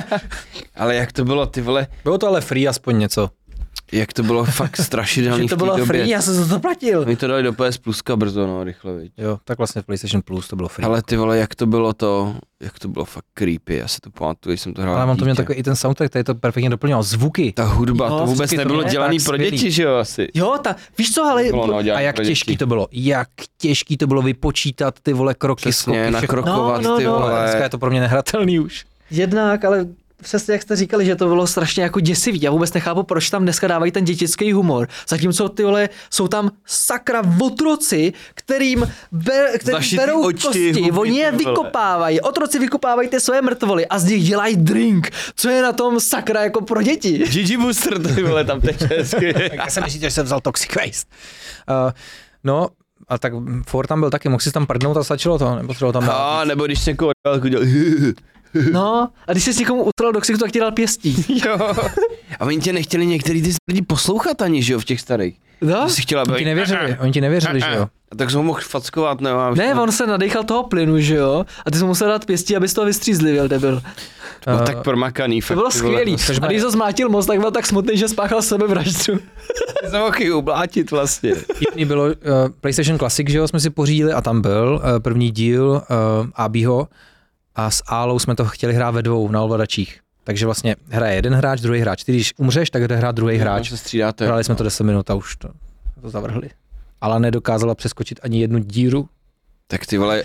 [SPEAKER 1] Ale jak to bylo, ty vole,
[SPEAKER 2] Bylo to ale free aspoň něco.
[SPEAKER 1] jak to bylo fakt strašidelný
[SPEAKER 3] že
[SPEAKER 1] v té
[SPEAKER 3] to bylo
[SPEAKER 1] době.
[SPEAKER 3] free, já jsem za to zaplatil.
[SPEAKER 1] My to dali do PS Pluska brzo, no, rychle, viď.
[SPEAKER 2] Jo, tak vlastně v PlayStation Plus to bylo free.
[SPEAKER 1] Ale ty vole, jak to bylo to, jak to bylo fakt creepy, já si to pamatuju, když jsem to hrál
[SPEAKER 2] Ale mám to mě
[SPEAKER 1] dítě.
[SPEAKER 2] takový i ten soundtrack, tady to perfektně doplňoval. Zvuky.
[SPEAKER 1] Ta hudba,
[SPEAKER 3] Jo,
[SPEAKER 1] to vůbec
[SPEAKER 3] No, vždycky to
[SPEAKER 1] nebylo
[SPEAKER 3] bylo
[SPEAKER 1] dělaný
[SPEAKER 2] tak
[SPEAKER 1] pro
[SPEAKER 2] skvělý.
[SPEAKER 1] děti, že jo, asi.
[SPEAKER 3] Jo, ta, víš co, ale
[SPEAKER 1] Bylo, no,
[SPEAKER 2] A
[SPEAKER 1] dělaný
[SPEAKER 2] jak
[SPEAKER 1] pro děti.
[SPEAKER 2] těžký to bylo, jak těžký to bylo vypočítat ty vole kroky,
[SPEAKER 1] Přesně,
[SPEAKER 2] skoky, všechno.
[SPEAKER 1] nakrokovat,
[SPEAKER 3] No, no,
[SPEAKER 1] ty
[SPEAKER 3] no.
[SPEAKER 1] vole.
[SPEAKER 2] Dneska je to pro mě nehratelný už.
[SPEAKER 3] Jednak, ale přesně jak jste říkali, že to bylo strašně jako děsivý. Já vůbec nechápu, proč tam dneska dávají ten dětický humor. Zatímco ty vole, jsou tam sakra otroci, kterým, ber, kterým
[SPEAKER 1] Zašitý
[SPEAKER 3] berou
[SPEAKER 1] oči,
[SPEAKER 3] kosti,
[SPEAKER 1] huby,
[SPEAKER 3] oni je
[SPEAKER 1] ty vole.
[SPEAKER 3] vykopávají. Otroci vykopávají ty své mrtvoly a z nich dělají drink. Co je na tom sakra jako pro děti?
[SPEAKER 1] Gigi Booster, ty vole, tam teče hezky.
[SPEAKER 5] Já jsem myslel, že jsem vzal Toxic Waste.
[SPEAKER 2] Uh, no, a tak Ford tam byl taky, mohl si tam prdnout a stačilo to, nepotřeboval tam dát.
[SPEAKER 1] A No, nebo když se někoho odjel, tak udělal.
[SPEAKER 3] No, a když jsi s někomu utral do ksichtu, tak ti dal pěstí.
[SPEAKER 1] Jo. A oni tě nechtěli některý ty lidi poslouchat ani, že jo, v těch starých.
[SPEAKER 3] No?
[SPEAKER 1] Ty jsi chtěla
[SPEAKER 2] Oni ti
[SPEAKER 1] být.
[SPEAKER 2] nevěřili, oni ti nevěřili, že jo.
[SPEAKER 1] A tak jsem ho mohl fackovat, nebo mám
[SPEAKER 3] Ne, on se nadechal toho plynu, že jo? A ty jsi mu musel dát pěstí, abys toho vystřízlivil, debil.
[SPEAKER 1] Byl
[SPEAKER 2] Eh,
[SPEAKER 1] No, tak promakaný, fakt.
[SPEAKER 3] To bylo
[SPEAKER 1] ty vole.
[SPEAKER 3] skvělý. A
[SPEAKER 2] Každopádně-
[SPEAKER 3] když to zmlátil moc, tak byl tak smutný, že spáchal sebevraždu.
[SPEAKER 1] Jsem mohl ji oblátit vlastně.
[SPEAKER 2] Vtipný bylo uh, PlayStation Classic, že jo, jsme si pořídili a tam byl uh, první díl uh, Abiho a s Álou jsme to chtěli hrát ve dvou na ovladačích. Takže vlastně hraje jeden hráč, druhý hráč. Ty, když umřeš, tak jde hrát
[SPEAKER 1] Mhm.
[SPEAKER 2] druhý hráč.
[SPEAKER 1] se střídáte.
[SPEAKER 2] Hráli jsme to 10 minut a už to, to zavrhli. Ale nedokázala přeskočit ani jednu díru.
[SPEAKER 1] Tak ty vole,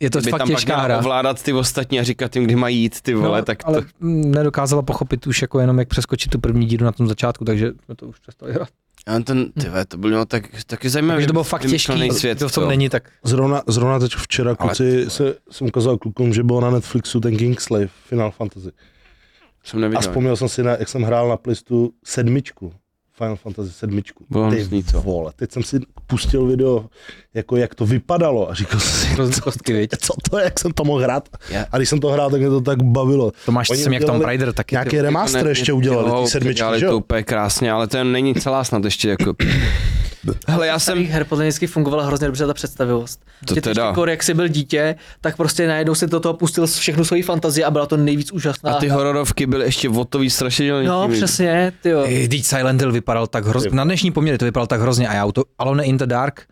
[SPEAKER 2] Je to
[SPEAKER 1] by
[SPEAKER 2] fakt
[SPEAKER 1] tam pak
[SPEAKER 2] těžká
[SPEAKER 1] měla
[SPEAKER 2] hra. No,
[SPEAKER 1] ovládat ty ostatní a říkat jim, kdy mají jít, ty vole, tak
[SPEAKER 2] ale
[SPEAKER 1] to...
[SPEAKER 2] mm, nedokázala pochopit už jako jenom, jak přeskočit tu první díru na tom začátku, takže jsme to už přestali hrát.
[SPEAKER 1] A ten, ty vole, to bylo tak, taky zajímavé.
[SPEAKER 2] Takže to bylo fakt těžký,
[SPEAKER 1] Svět,
[SPEAKER 2] to v tom není tak.
[SPEAKER 4] Zrovna, zrovna teď včera
[SPEAKER 1] Ale
[SPEAKER 4] kluci se, jsem ukázal klukům, že bylo na Netflixu ten Kingslave, Final Fantasy.
[SPEAKER 1] Jsem
[SPEAKER 4] A
[SPEAKER 1] neviděl.
[SPEAKER 4] vzpomněl jsem si, na, jak jsem hrál na playstu sedmičku. Final Fantasy sedmičku.
[SPEAKER 1] Bylo hnusný,
[SPEAKER 4] Ty
[SPEAKER 1] co?
[SPEAKER 4] vole, teď jsem si pustil video, jako jak to vypadalo a říkal jsem si,
[SPEAKER 2] Rozdíl kostky, viď?
[SPEAKER 4] co to je, jak jsem to mohl hrát.
[SPEAKER 1] Já-
[SPEAKER 4] A když jsem to hrál, tak mě to tak bavilo.
[SPEAKER 2] To máš
[SPEAKER 4] Oni
[SPEAKER 2] sem jak Tomb
[SPEAKER 4] udělali
[SPEAKER 2] Raider taky. ty
[SPEAKER 4] Nějaký remaster ještě udělali, ty sedmičky,
[SPEAKER 1] dělali
[SPEAKER 4] že
[SPEAKER 1] to
[SPEAKER 4] jo?
[SPEAKER 1] úplně krásně, ale to není celá snad ještě jako... Hele, já jsem...
[SPEAKER 3] her podle mě vždycky fungovala hrozně dobře ta představivost.
[SPEAKER 1] To
[SPEAKER 3] Že ty
[SPEAKER 1] teda.
[SPEAKER 3] Kor, jak jsi byl dítě, tak prostě najednou si do toho pustil všechnu svoji fantazii a byla to nejvíc úžasná.
[SPEAKER 1] A ty
[SPEAKER 3] hra.
[SPEAKER 1] hororovky byly ještě o to víc strašidelný.
[SPEAKER 3] No,
[SPEAKER 1] tím,
[SPEAKER 3] přesně, ty jo.
[SPEAKER 2] Ej, Vždyť Silent Hill vypadal tak hrozně, na dnešní poměry to vypadal tak hrozně a já u to Alone in the Dark,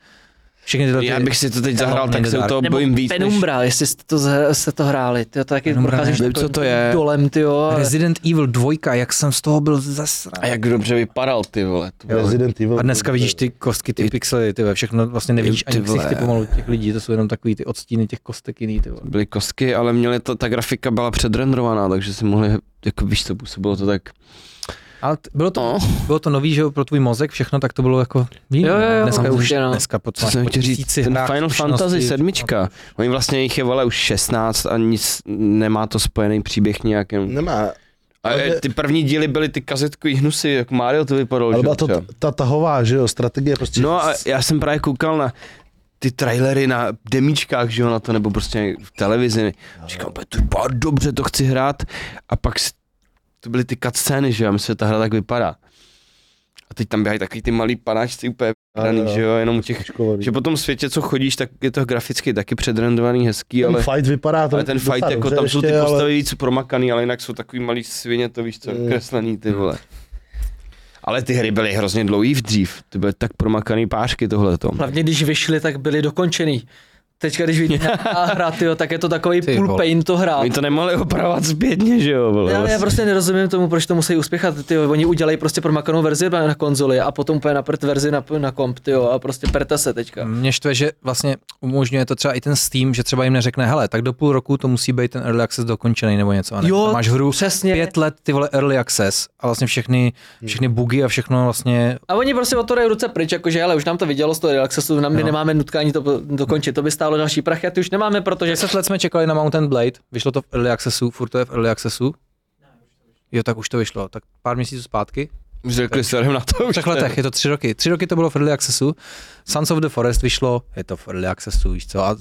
[SPEAKER 2] všechny tyhle ty
[SPEAKER 1] Já bych si to teď zahrál,
[SPEAKER 2] Alone
[SPEAKER 1] tak
[SPEAKER 2] in the
[SPEAKER 1] se o
[SPEAKER 2] Dark.
[SPEAKER 1] toho
[SPEAKER 3] Nebo
[SPEAKER 1] bojím víc. než-
[SPEAKER 3] Penumbra, jestli jste to, z- jste to hráli, ty jo, to taky
[SPEAKER 2] Penumbra
[SPEAKER 3] procházíš
[SPEAKER 2] ne.
[SPEAKER 1] Vím, co
[SPEAKER 3] takovým
[SPEAKER 1] to je.
[SPEAKER 3] dolem, ty jo.
[SPEAKER 2] Resident Evil 2, jak jsem z toho byl zasraný.
[SPEAKER 1] A jak dobře vypadal, ty vole. To bylo...
[SPEAKER 4] Resident Evil.
[SPEAKER 2] A dneska vidíš ty kostky, ty pixely, ty ve, všechno vlastně nevidíš
[SPEAKER 1] ty
[SPEAKER 2] ani
[SPEAKER 1] vole.
[SPEAKER 2] ksichty pomalu těch lidí, to jsou jenom takový ty odstíny těch kostek jiný, ty vole.
[SPEAKER 1] byly kostky, ale měli to, ta grafika byla předrenderovaná, takže si mohli, jako víš, to působilo to tak.
[SPEAKER 2] Ale t- bylo to,
[SPEAKER 1] No,
[SPEAKER 2] bylo to nový, že jo, pro tvůj mozek, všechno, tak to bylo jako jiný,
[SPEAKER 3] Jo, jo, jo,
[SPEAKER 2] dneska už,
[SPEAKER 3] určitě, no.
[SPEAKER 2] dneska po,
[SPEAKER 1] co jsem
[SPEAKER 2] po
[SPEAKER 1] chtěl říct,
[SPEAKER 2] tisíci
[SPEAKER 1] ten
[SPEAKER 2] hrách,
[SPEAKER 1] Final
[SPEAKER 2] zkušenosti,
[SPEAKER 1] Fantasy
[SPEAKER 2] všechno.
[SPEAKER 1] 7. Oni vlastně jich je vole už 16 a nic, nemá to spojený příběh nějakým.
[SPEAKER 4] Nemá,
[SPEAKER 1] A
[SPEAKER 4] No, ale-
[SPEAKER 1] e, ty první díly byly ty kazetkový hnusy, jak Mario to vypadalo.
[SPEAKER 4] ale
[SPEAKER 1] že jo,
[SPEAKER 4] byla to
[SPEAKER 1] třeba.
[SPEAKER 4] ta, ta tahová, že jo, strategie prostě.
[SPEAKER 1] No a já jsem právě koukal na ty trailery na demíčkách, že jo, na to, nebo prostě v televizi. Říkám, "Pe, to vypadá dobře, to chci hrát. A pak s- to byly ty cutscény, že jo, a myslím, že ta hra tak vypadá. A teď tam běhají takový ty malý panáčci úplně
[SPEAKER 4] jo,
[SPEAKER 1] daný,
[SPEAKER 4] jo.
[SPEAKER 1] že jo, jenom u těch,
[SPEAKER 4] Očkovaný.
[SPEAKER 1] že po tom světě, co chodíš, tak je to graficky taky předrendovaný, hezký,
[SPEAKER 4] ten
[SPEAKER 1] ale,
[SPEAKER 4] fight vypadá to
[SPEAKER 1] ale ten
[SPEAKER 4] docela
[SPEAKER 1] fight, jako
[SPEAKER 4] dobře
[SPEAKER 1] tam jsou ty
[SPEAKER 4] ještě, ale-
[SPEAKER 1] postavy víc promakaný, ale jinak jsou takový malý svině, to víš co,
[SPEAKER 4] Mm.
[SPEAKER 1] kreslený ty vole. Ale ty hry byly hrozně
[SPEAKER 3] No,
[SPEAKER 1] dlouhý v dřív, ty byly tak promakaný pášky tohleto.
[SPEAKER 3] Hlavně když vyšly, tak byly dokončený. teďka, když vidím nějaká hra, tyjo, tak je to takový
[SPEAKER 2] Ty
[SPEAKER 3] půl
[SPEAKER 2] vole.
[SPEAKER 3] pain to hrát.
[SPEAKER 1] Oni to nemohli opravovat zpětně, že jo? Vole,
[SPEAKER 3] Já, já prostě nerozumím tomu, proč to musí uspěchat. Ty oni udělají prostě promakanou verzi na na konzoli a potom úplně na prd verzi na, na komp, ty a prostě perte se teďka.
[SPEAKER 2] No, Mě štve, že vlastně umožňuje to třeba i ten Steam, že třeba jim neřekne, hele, tak do půl roku to musí být ten Early Access dokončený nebo něco. A ne,
[SPEAKER 3] Jo,
[SPEAKER 2] tam máš hru
[SPEAKER 3] přesně.
[SPEAKER 2] pět let ty vole Early Access a vlastně všechny,
[SPEAKER 1] Hmm.
[SPEAKER 2] všechny bugy a všechno vlastně
[SPEAKER 3] A oni prostě od toho dají ruce pryč, jakože hele, už nám to vydělo z toho relaxesu, nám my nemáme nutkání to po- dokončit, to by stálo další prachy a ty už nemáme, protože
[SPEAKER 2] 10 let jsme čekali na Mountain Blade, vyšlo to v Early Accessu, furt to je v Early Accessu. Jo, tak už to vyšlo. Tak pár měsíců zpátky.
[SPEAKER 1] Už řekli sorry na to.
[SPEAKER 2] V
[SPEAKER 1] Už
[SPEAKER 2] třech
[SPEAKER 1] ne.
[SPEAKER 2] letech, je to tři roky. Tři roky to bylo v Early Accessu. Sons of the Forest vyšlo, je to v Early Accessu, víš co. A,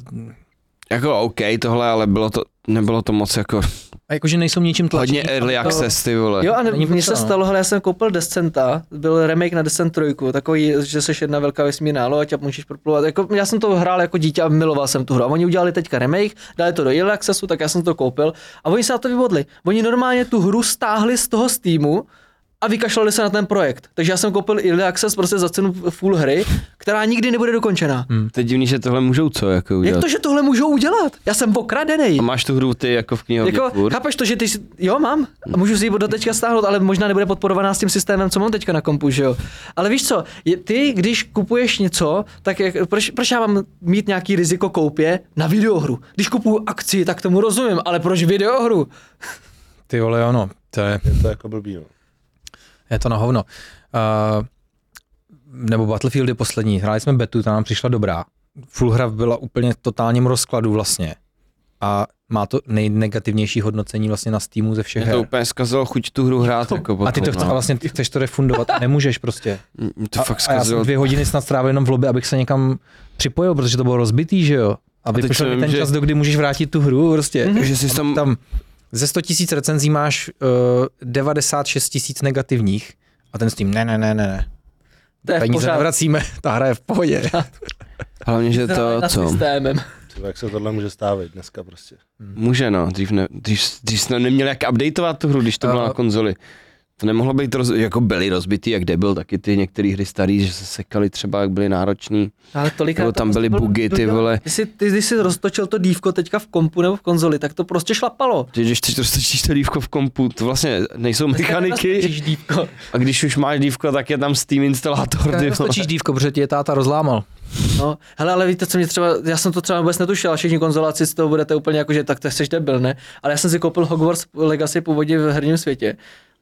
[SPEAKER 1] Jako OK, tohle, ale bylo to, nebylo to moc jako
[SPEAKER 2] a jakože nejsou ničím tlačení.
[SPEAKER 1] hodně early
[SPEAKER 2] ale to-
[SPEAKER 1] access, ty vole.
[SPEAKER 3] Jo, a ne-
[SPEAKER 2] Není
[SPEAKER 3] mně se
[SPEAKER 2] potřeba, no.
[SPEAKER 3] stalo, hele, já jsem koupil Descenta, byl remake na Descent 3, takový, že seš jedna velká vesmírná loď a můžeš proplovat. Jako, já jsem to hrál jako dítě a miloval jsem tu hru. A oni udělali teďka remake, dali to do Early Accessu, tak já jsem to koupil a oni se na to vyvodli. Oni normálně tu hru stáhli z toho Steamu, a vykašlali se na ten projekt. Takže já jsem koupil Early Access prostě za cenu full hry, která nikdy nebude dokončená.
[SPEAKER 2] Hmm.
[SPEAKER 1] To je divný, že tohle můžou co jako udělat.
[SPEAKER 3] Jak to, že tohle můžou udělat? Já jsem okradený.
[SPEAKER 1] A máš tu hru ty jako v knihovně
[SPEAKER 3] Jako,
[SPEAKER 1] furt?
[SPEAKER 3] chápeš to, že ty, si- jo, mám, a můžu si ji do teďka stáhnout, ale možná nebude podporovaná s tím systémem, co mám teďka na kompu, že jo. Ale víš co, je, ty, když kupuješ něco, tak jak, proč, proč, já mám mít nějaký riziko koupě na videohru? Když kupuju akci, tak tomu rozumím, ale proč videohru?
[SPEAKER 2] Ty vole, ono, to je,
[SPEAKER 4] Je to jako blbý, no.
[SPEAKER 2] je to na hovno. Uh, nebo Battlefield je poslední. Hráli jsme betu, ta nám přišla dobrá. Full hra byla úplně v totálním rozkladu vlastně. A má to nejnegativnější hodnocení vlastně na Steamu ze všech
[SPEAKER 1] Mě to
[SPEAKER 2] her.
[SPEAKER 1] úplně zkazilo chuť tu hru hrát. Jako potom,
[SPEAKER 2] A ty to chce,
[SPEAKER 1] no.
[SPEAKER 2] a vlastně ty chceš to refundovat, nemůžeš prostě.
[SPEAKER 1] Mě to
[SPEAKER 2] A,
[SPEAKER 1] fakt
[SPEAKER 2] a já
[SPEAKER 1] zkazilo.
[SPEAKER 2] jsem dvě hodiny snad strávil jenom v lobby, abych se někam připojil, protože to bylo rozbitý, že jo? A
[SPEAKER 1] teď
[SPEAKER 2] vypršel
[SPEAKER 1] si
[SPEAKER 2] mi
[SPEAKER 1] vím,
[SPEAKER 2] ten
[SPEAKER 1] že- Mhm.
[SPEAKER 2] čas, do kdy můžeš vrátit tu hru prostě.
[SPEAKER 1] Že jsi tam,
[SPEAKER 2] Tam ze 100 tisíc recenzí máš uh, 96 tisíc negativních a ten s tím ne, ne, ne, ne, ne.
[SPEAKER 3] To je v
[SPEAKER 2] Peníze
[SPEAKER 3] pořádku.
[SPEAKER 2] nevracíme, ta hra je v pohodě.
[SPEAKER 1] hlavně, že to,
[SPEAKER 3] nad
[SPEAKER 1] co,
[SPEAKER 3] systémem.
[SPEAKER 4] Třeba, jak se tohle může stávat dneska prostě.
[SPEAKER 1] může no, dřív, ne, dřív, dřív jsme neměli jak updateovat tu hru, když to bylo
[SPEAKER 2] A-
[SPEAKER 1] na konzoli. To nemohlo být, roz, jako byly rozbitý, jak debil, taky ty některé hry starý, že se sekaly třeba, jak byly nároční.
[SPEAKER 3] Ale tolikrát
[SPEAKER 1] Nebo
[SPEAKER 3] to
[SPEAKER 1] tam
[SPEAKER 3] prostě
[SPEAKER 1] byly
[SPEAKER 3] bylo-
[SPEAKER 1] bugy, ty
[SPEAKER 3] bylo-
[SPEAKER 1] vole.
[SPEAKER 3] Ty, jsi, ty, když jsi roztočil to dívko teďka v kompu nebo v konzoli, tak to prostě šlapalo.
[SPEAKER 1] Že když teď roztočíš to dívko v kompu, to vlastně nejsou mechaniky.
[SPEAKER 3] Roztočíš dívko.
[SPEAKER 1] A když už máš dívko, tak je tam Steam instalátor. ty vole.
[SPEAKER 2] Stačíš dívko, protože ti je táta rozlámal.
[SPEAKER 3] No, hele, ale víte, co mě třeba, já jsem to třeba vůbec netušil, a všichni konzoláci z toho budete úplně jako, že tak to jsi debil, ne? Ale já jsem si koupil Hogwarts Legacy původně v herním světě.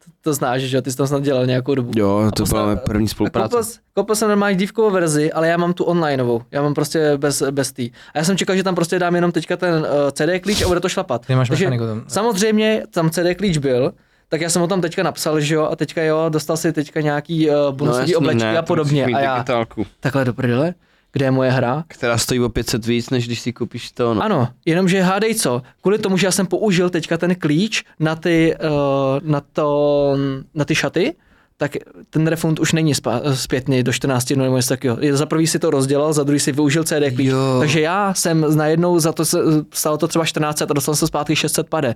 [SPEAKER 3] To, to znáš, že jo, ty jsi tam snad dělal nějakou dobu.
[SPEAKER 1] Jo, to
[SPEAKER 3] posla-
[SPEAKER 1] byla moje první
[SPEAKER 3] A Koupil,
[SPEAKER 1] spolupráce.
[SPEAKER 3] s- koupil, jsem normálně dívkovou verzi, ale já mám tu onlineovou, já mám prostě bez, bez tý. A já jsem čekal, že tam prostě dám jenom teďka ten uh, CD klíč a bude to šlapat.
[SPEAKER 2] Ty máš
[SPEAKER 3] Takže
[SPEAKER 2] mechaniku tam.
[SPEAKER 3] Samozřejmě tam CD klíč byl, tak já jsem ho tam teďka napsal, že jo, a teďka jo, dostal si teďka nějaký uh, bonusový
[SPEAKER 1] jasný,
[SPEAKER 3] oblečky
[SPEAKER 1] No, ne,
[SPEAKER 3] a
[SPEAKER 1] to musíš
[SPEAKER 3] podobně.
[SPEAKER 1] mít
[SPEAKER 3] A já,
[SPEAKER 1] digitálku,
[SPEAKER 3] takhle do prdele, kde je moje hra?
[SPEAKER 1] která stojí o 500 víc, než když si koupíš to. No.
[SPEAKER 3] Ano, jenomže hádej co, kvůli tomu, že já jsem použil teďka ten klíč na ty, uh, na to, na ty šaty, tak ten refund už není spá- zpětný do 14 dnů nebo něco takového. Je- Za prvý si to rozdělal, za druhý si využil CD klíč.
[SPEAKER 2] Jo.
[SPEAKER 3] Takže já jsem najednou za to se, stalo to třeba 14 a dostal jsem zpátky 600 pade.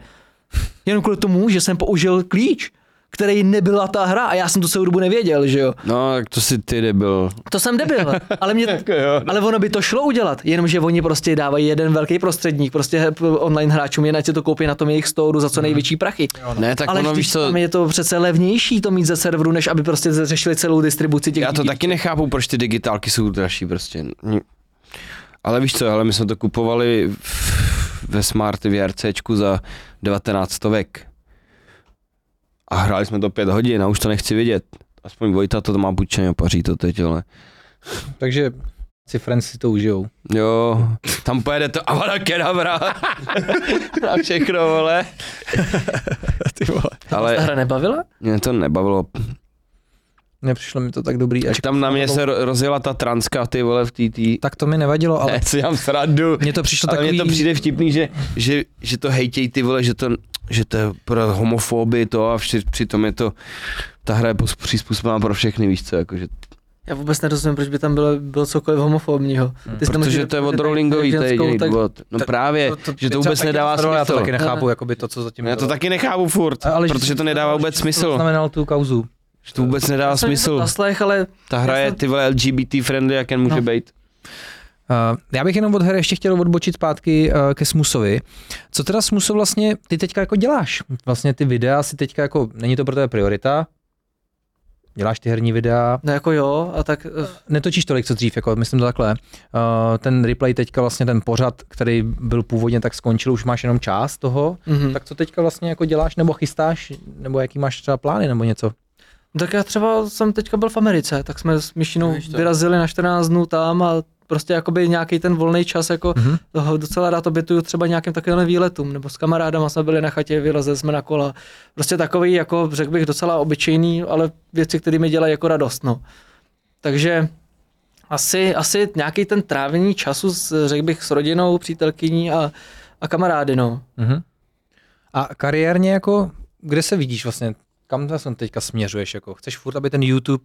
[SPEAKER 3] Jenom kvůli tomu, že jsem použil klíč, který nebyla ta hra a já jsem to celou dobu nevěděl, že jo.
[SPEAKER 1] no, tak to si ty debil.
[SPEAKER 3] To jsem debil, ale, mě,
[SPEAKER 1] Jako jo, no.
[SPEAKER 3] ale ono by to šlo udělat, jenomže oni prostě dávají jeden velký prostředník, prostě he- p- online hráčům, jen ať si to koupí na tom jejich storu za co největší prachy.
[SPEAKER 1] Ne, Mhm. tak
[SPEAKER 3] ale
[SPEAKER 1] ono,
[SPEAKER 3] vždyť
[SPEAKER 1] víš co,
[SPEAKER 3] tam je to přece levnější to mít ze serveru, než aby prostě řešili celou distribuci těch
[SPEAKER 1] já to
[SPEAKER 3] lidí.
[SPEAKER 1] taky nechápu, proč ty digitálky jsou dražší prostě. Ni- Ale víš co, ale my jsme to kupovali v- ve Smart VRCčku za 19 stovek. A hráli jsme to 5 hodin a už to nechci vidět. Aspoň Vojta to má buď paří to teď, ale
[SPEAKER 2] Takže si friends si to užijou.
[SPEAKER 1] Jo, tam pojede to Avada Kedavra a všechno, vole.
[SPEAKER 2] Ty vole.
[SPEAKER 3] Ta
[SPEAKER 1] Ale
[SPEAKER 3] hra nebavila?
[SPEAKER 1] mě to nebavilo.
[SPEAKER 2] Nepřišlo mi to tak dobrý. A
[SPEAKER 1] Jak tam na mě se ro- rozjela ta transka, ty vole, v té tý...
[SPEAKER 2] tak to mi nevadilo, ale
[SPEAKER 1] Ne, si dělám srandu.
[SPEAKER 2] mně to přišlo
[SPEAKER 1] Ale
[SPEAKER 2] takový...
[SPEAKER 1] mně to přijde vtipný, že, že, že to hejtěj ty vole, že to, že to je pro homofoby to a vši, přitom je to, ta hra je pos- přizpůsobená pro všechny, víš co, jakože,
[SPEAKER 3] Já vůbec nerozumím, proč by tam bylo, bylo cokoliv homofobního. Ty jsi tam
[SPEAKER 1] protože
[SPEAKER 3] řekl,
[SPEAKER 1] to je
[SPEAKER 3] že
[SPEAKER 1] od
[SPEAKER 3] tady
[SPEAKER 1] Rowlingový, to je
[SPEAKER 3] ženskou,
[SPEAKER 1] jediný
[SPEAKER 3] tak-
[SPEAKER 1] důvod. No právě, že to vůbec nedává
[SPEAKER 2] smysl. Já
[SPEAKER 1] smysl.
[SPEAKER 2] to
[SPEAKER 1] No.
[SPEAKER 2] taky nechápu, jakoby to, co zatím
[SPEAKER 1] Já to taky nechápu furt,
[SPEAKER 2] Ale že
[SPEAKER 1] protože to nedává vůbec smysl.
[SPEAKER 2] Znamenal tu kauzu.
[SPEAKER 1] Že to vůbec nedává
[SPEAKER 3] Já jsem to
[SPEAKER 1] smysl.
[SPEAKER 3] zaslech, ale
[SPEAKER 1] Ta hra
[SPEAKER 3] já
[SPEAKER 1] je
[SPEAKER 3] jsem-
[SPEAKER 1] ty vole LGBT friendly, jak jen může
[SPEAKER 3] No.
[SPEAKER 1] být.
[SPEAKER 2] Uh, já bych jenom od her ještě chtěl odbočit zpátky uh, ke Smusovi. Co teda Smuso vlastně ty teďka jako děláš? Vlastně ty videa si teďka jako, není to pro tebe priorita? Děláš ty herní videa,
[SPEAKER 3] No jako jo, a tak eh,
[SPEAKER 2] netočíš tolik, co dřív, jako myslím to takhle. Uh, ten replay teďka vlastně ten pořad, který byl původně, tak skončil, už máš jenom část toho.
[SPEAKER 3] mhm.
[SPEAKER 2] Tak co teďka vlastně jako děláš, nebo chystáš, nebo jaký máš třeba plány, nebo něco?
[SPEAKER 3] Tak já třeba jsem teďka byl v Americe, tak jsme s Mišinou vyrazili na 14 dnů tam a prostě jakoby nějaký ten volný čas, jako
[SPEAKER 2] Mhm.
[SPEAKER 3] toho docela rád obětuju třeba nějakým takovým výletům, nebo s kamarádama jsme byli na chatě, vyrazili jsme na kola. Prostě takový, jako řekl bych, docela obyčejný, ale věci, které mi dělají jako radost, no. Takže asi, asi nějaký ten trávení času, s, řekl bych, s rodinou, přítelkyní a, a kamarády, no.
[SPEAKER 2] Mhm. A kariérně jako, kde se vidíš vlastně, kam vlastně teďka směřuješ? Jako? Chceš furt, aby ten YouTube,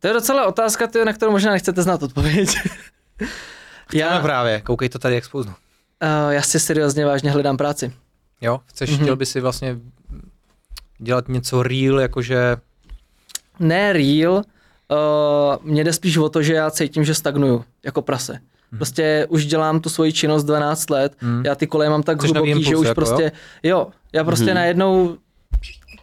[SPEAKER 3] To je docela otázka, tyjo, na kterou možná nechcete znát odpověď.
[SPEAKER 2] já.
[SPEAKER 3] já,
[SPEAKER 2] No právě, koukej to tady, jak spouznu.
[SPEAKER 3] eh, já si seriózně vážně hledám práci.
[SPEAKER 2] Jo, chceš,
[SPEAKER 3] Mhm.
[SPEAKER 2] mm-hmm. chtěl by si vlastně dělat něco real, jakože,
[SPEAKER 3] ne real, uh, mě jde spíš o to, že já cítím, že stagnuju, jako prase. Prostě už dělám tu svoji činnost 12 let,
[SPEAKER 2] Mhm.
[SPEAKER 3] já ty koleje mám tak
[SPEAKER 2] Chceš nový
[SPEAKER 3] hluboký, že
[SPEAKER 2] impuls,
[SPEAKER 3] už
[SPEAKER 2] jako jo?
[SPEAKER 3] prostě, jo, já prostě
[SPEAKER 1] Mhm.
[SPEAKER 3] najednou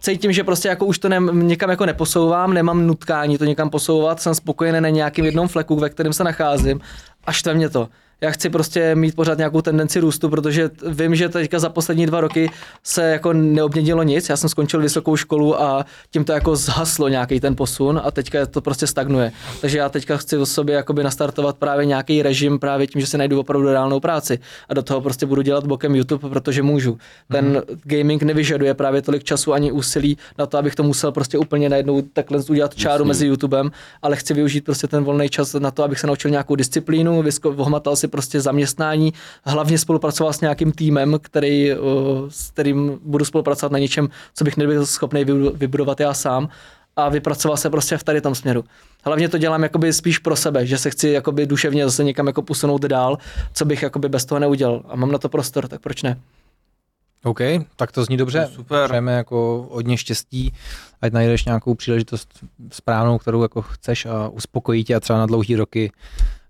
[SPEAKER 3] cítím, že prostě jako už to ne, někam jako neposouvám, nemám nutkání to někam posouvat, jsem spokojený na nějakém jednom fleku, ve kterém se nacházím a štve mě to. Já chci prostě mít pořád nějakou tendenci růstu, protože t- vím, že teďka za poslední dva roky se jako neobměnilo nic. Já jsem skončil vysokou školu a tím to jako zhaslo nějaký ten posun a teďka to prostě stagnuje. Takže já teďka chci o sobě jakoby nastartovat právě nějaký režim právě tím, že se najdu opravdu reálnou práci a do toho prostě budu dělat bokem YouTube, protože můžu. Ten gaming nevyžaduje právě tolik času ani úsilí na to, abych to musel prostě úplně najednou takhle udělat čáru mezi YouTubem, ale chci využít prostě ten volný čas na to, abych se naučil nějakou disciplínu, vysko- ohmatal si prostě zaměstnání, hlavně spolupracoval s nějakým týmem, který, o, s kterým budu spolupracovat na něčem, co bych nebyl schopný vybu- vybudovat já sám a vypracoval se prostě v tady tom směru. Hlavně to dělám jakoby spíš pro sebe, že se chci jakoby duševně zase někam jako posunout dál, co bych jakoby bez toho neudělal. A mám na to prostor, tak proč ne?
[SPEAKER 2] OK, tak to zní dobře.
[SPEAKER 5] Super.
[SPEAKER 2] Přejeme jako hodně štěstí, ať najdeš nějakou příležitost správnou, kterou jako chceš a uspokojí tě a třeba na dlouhý roky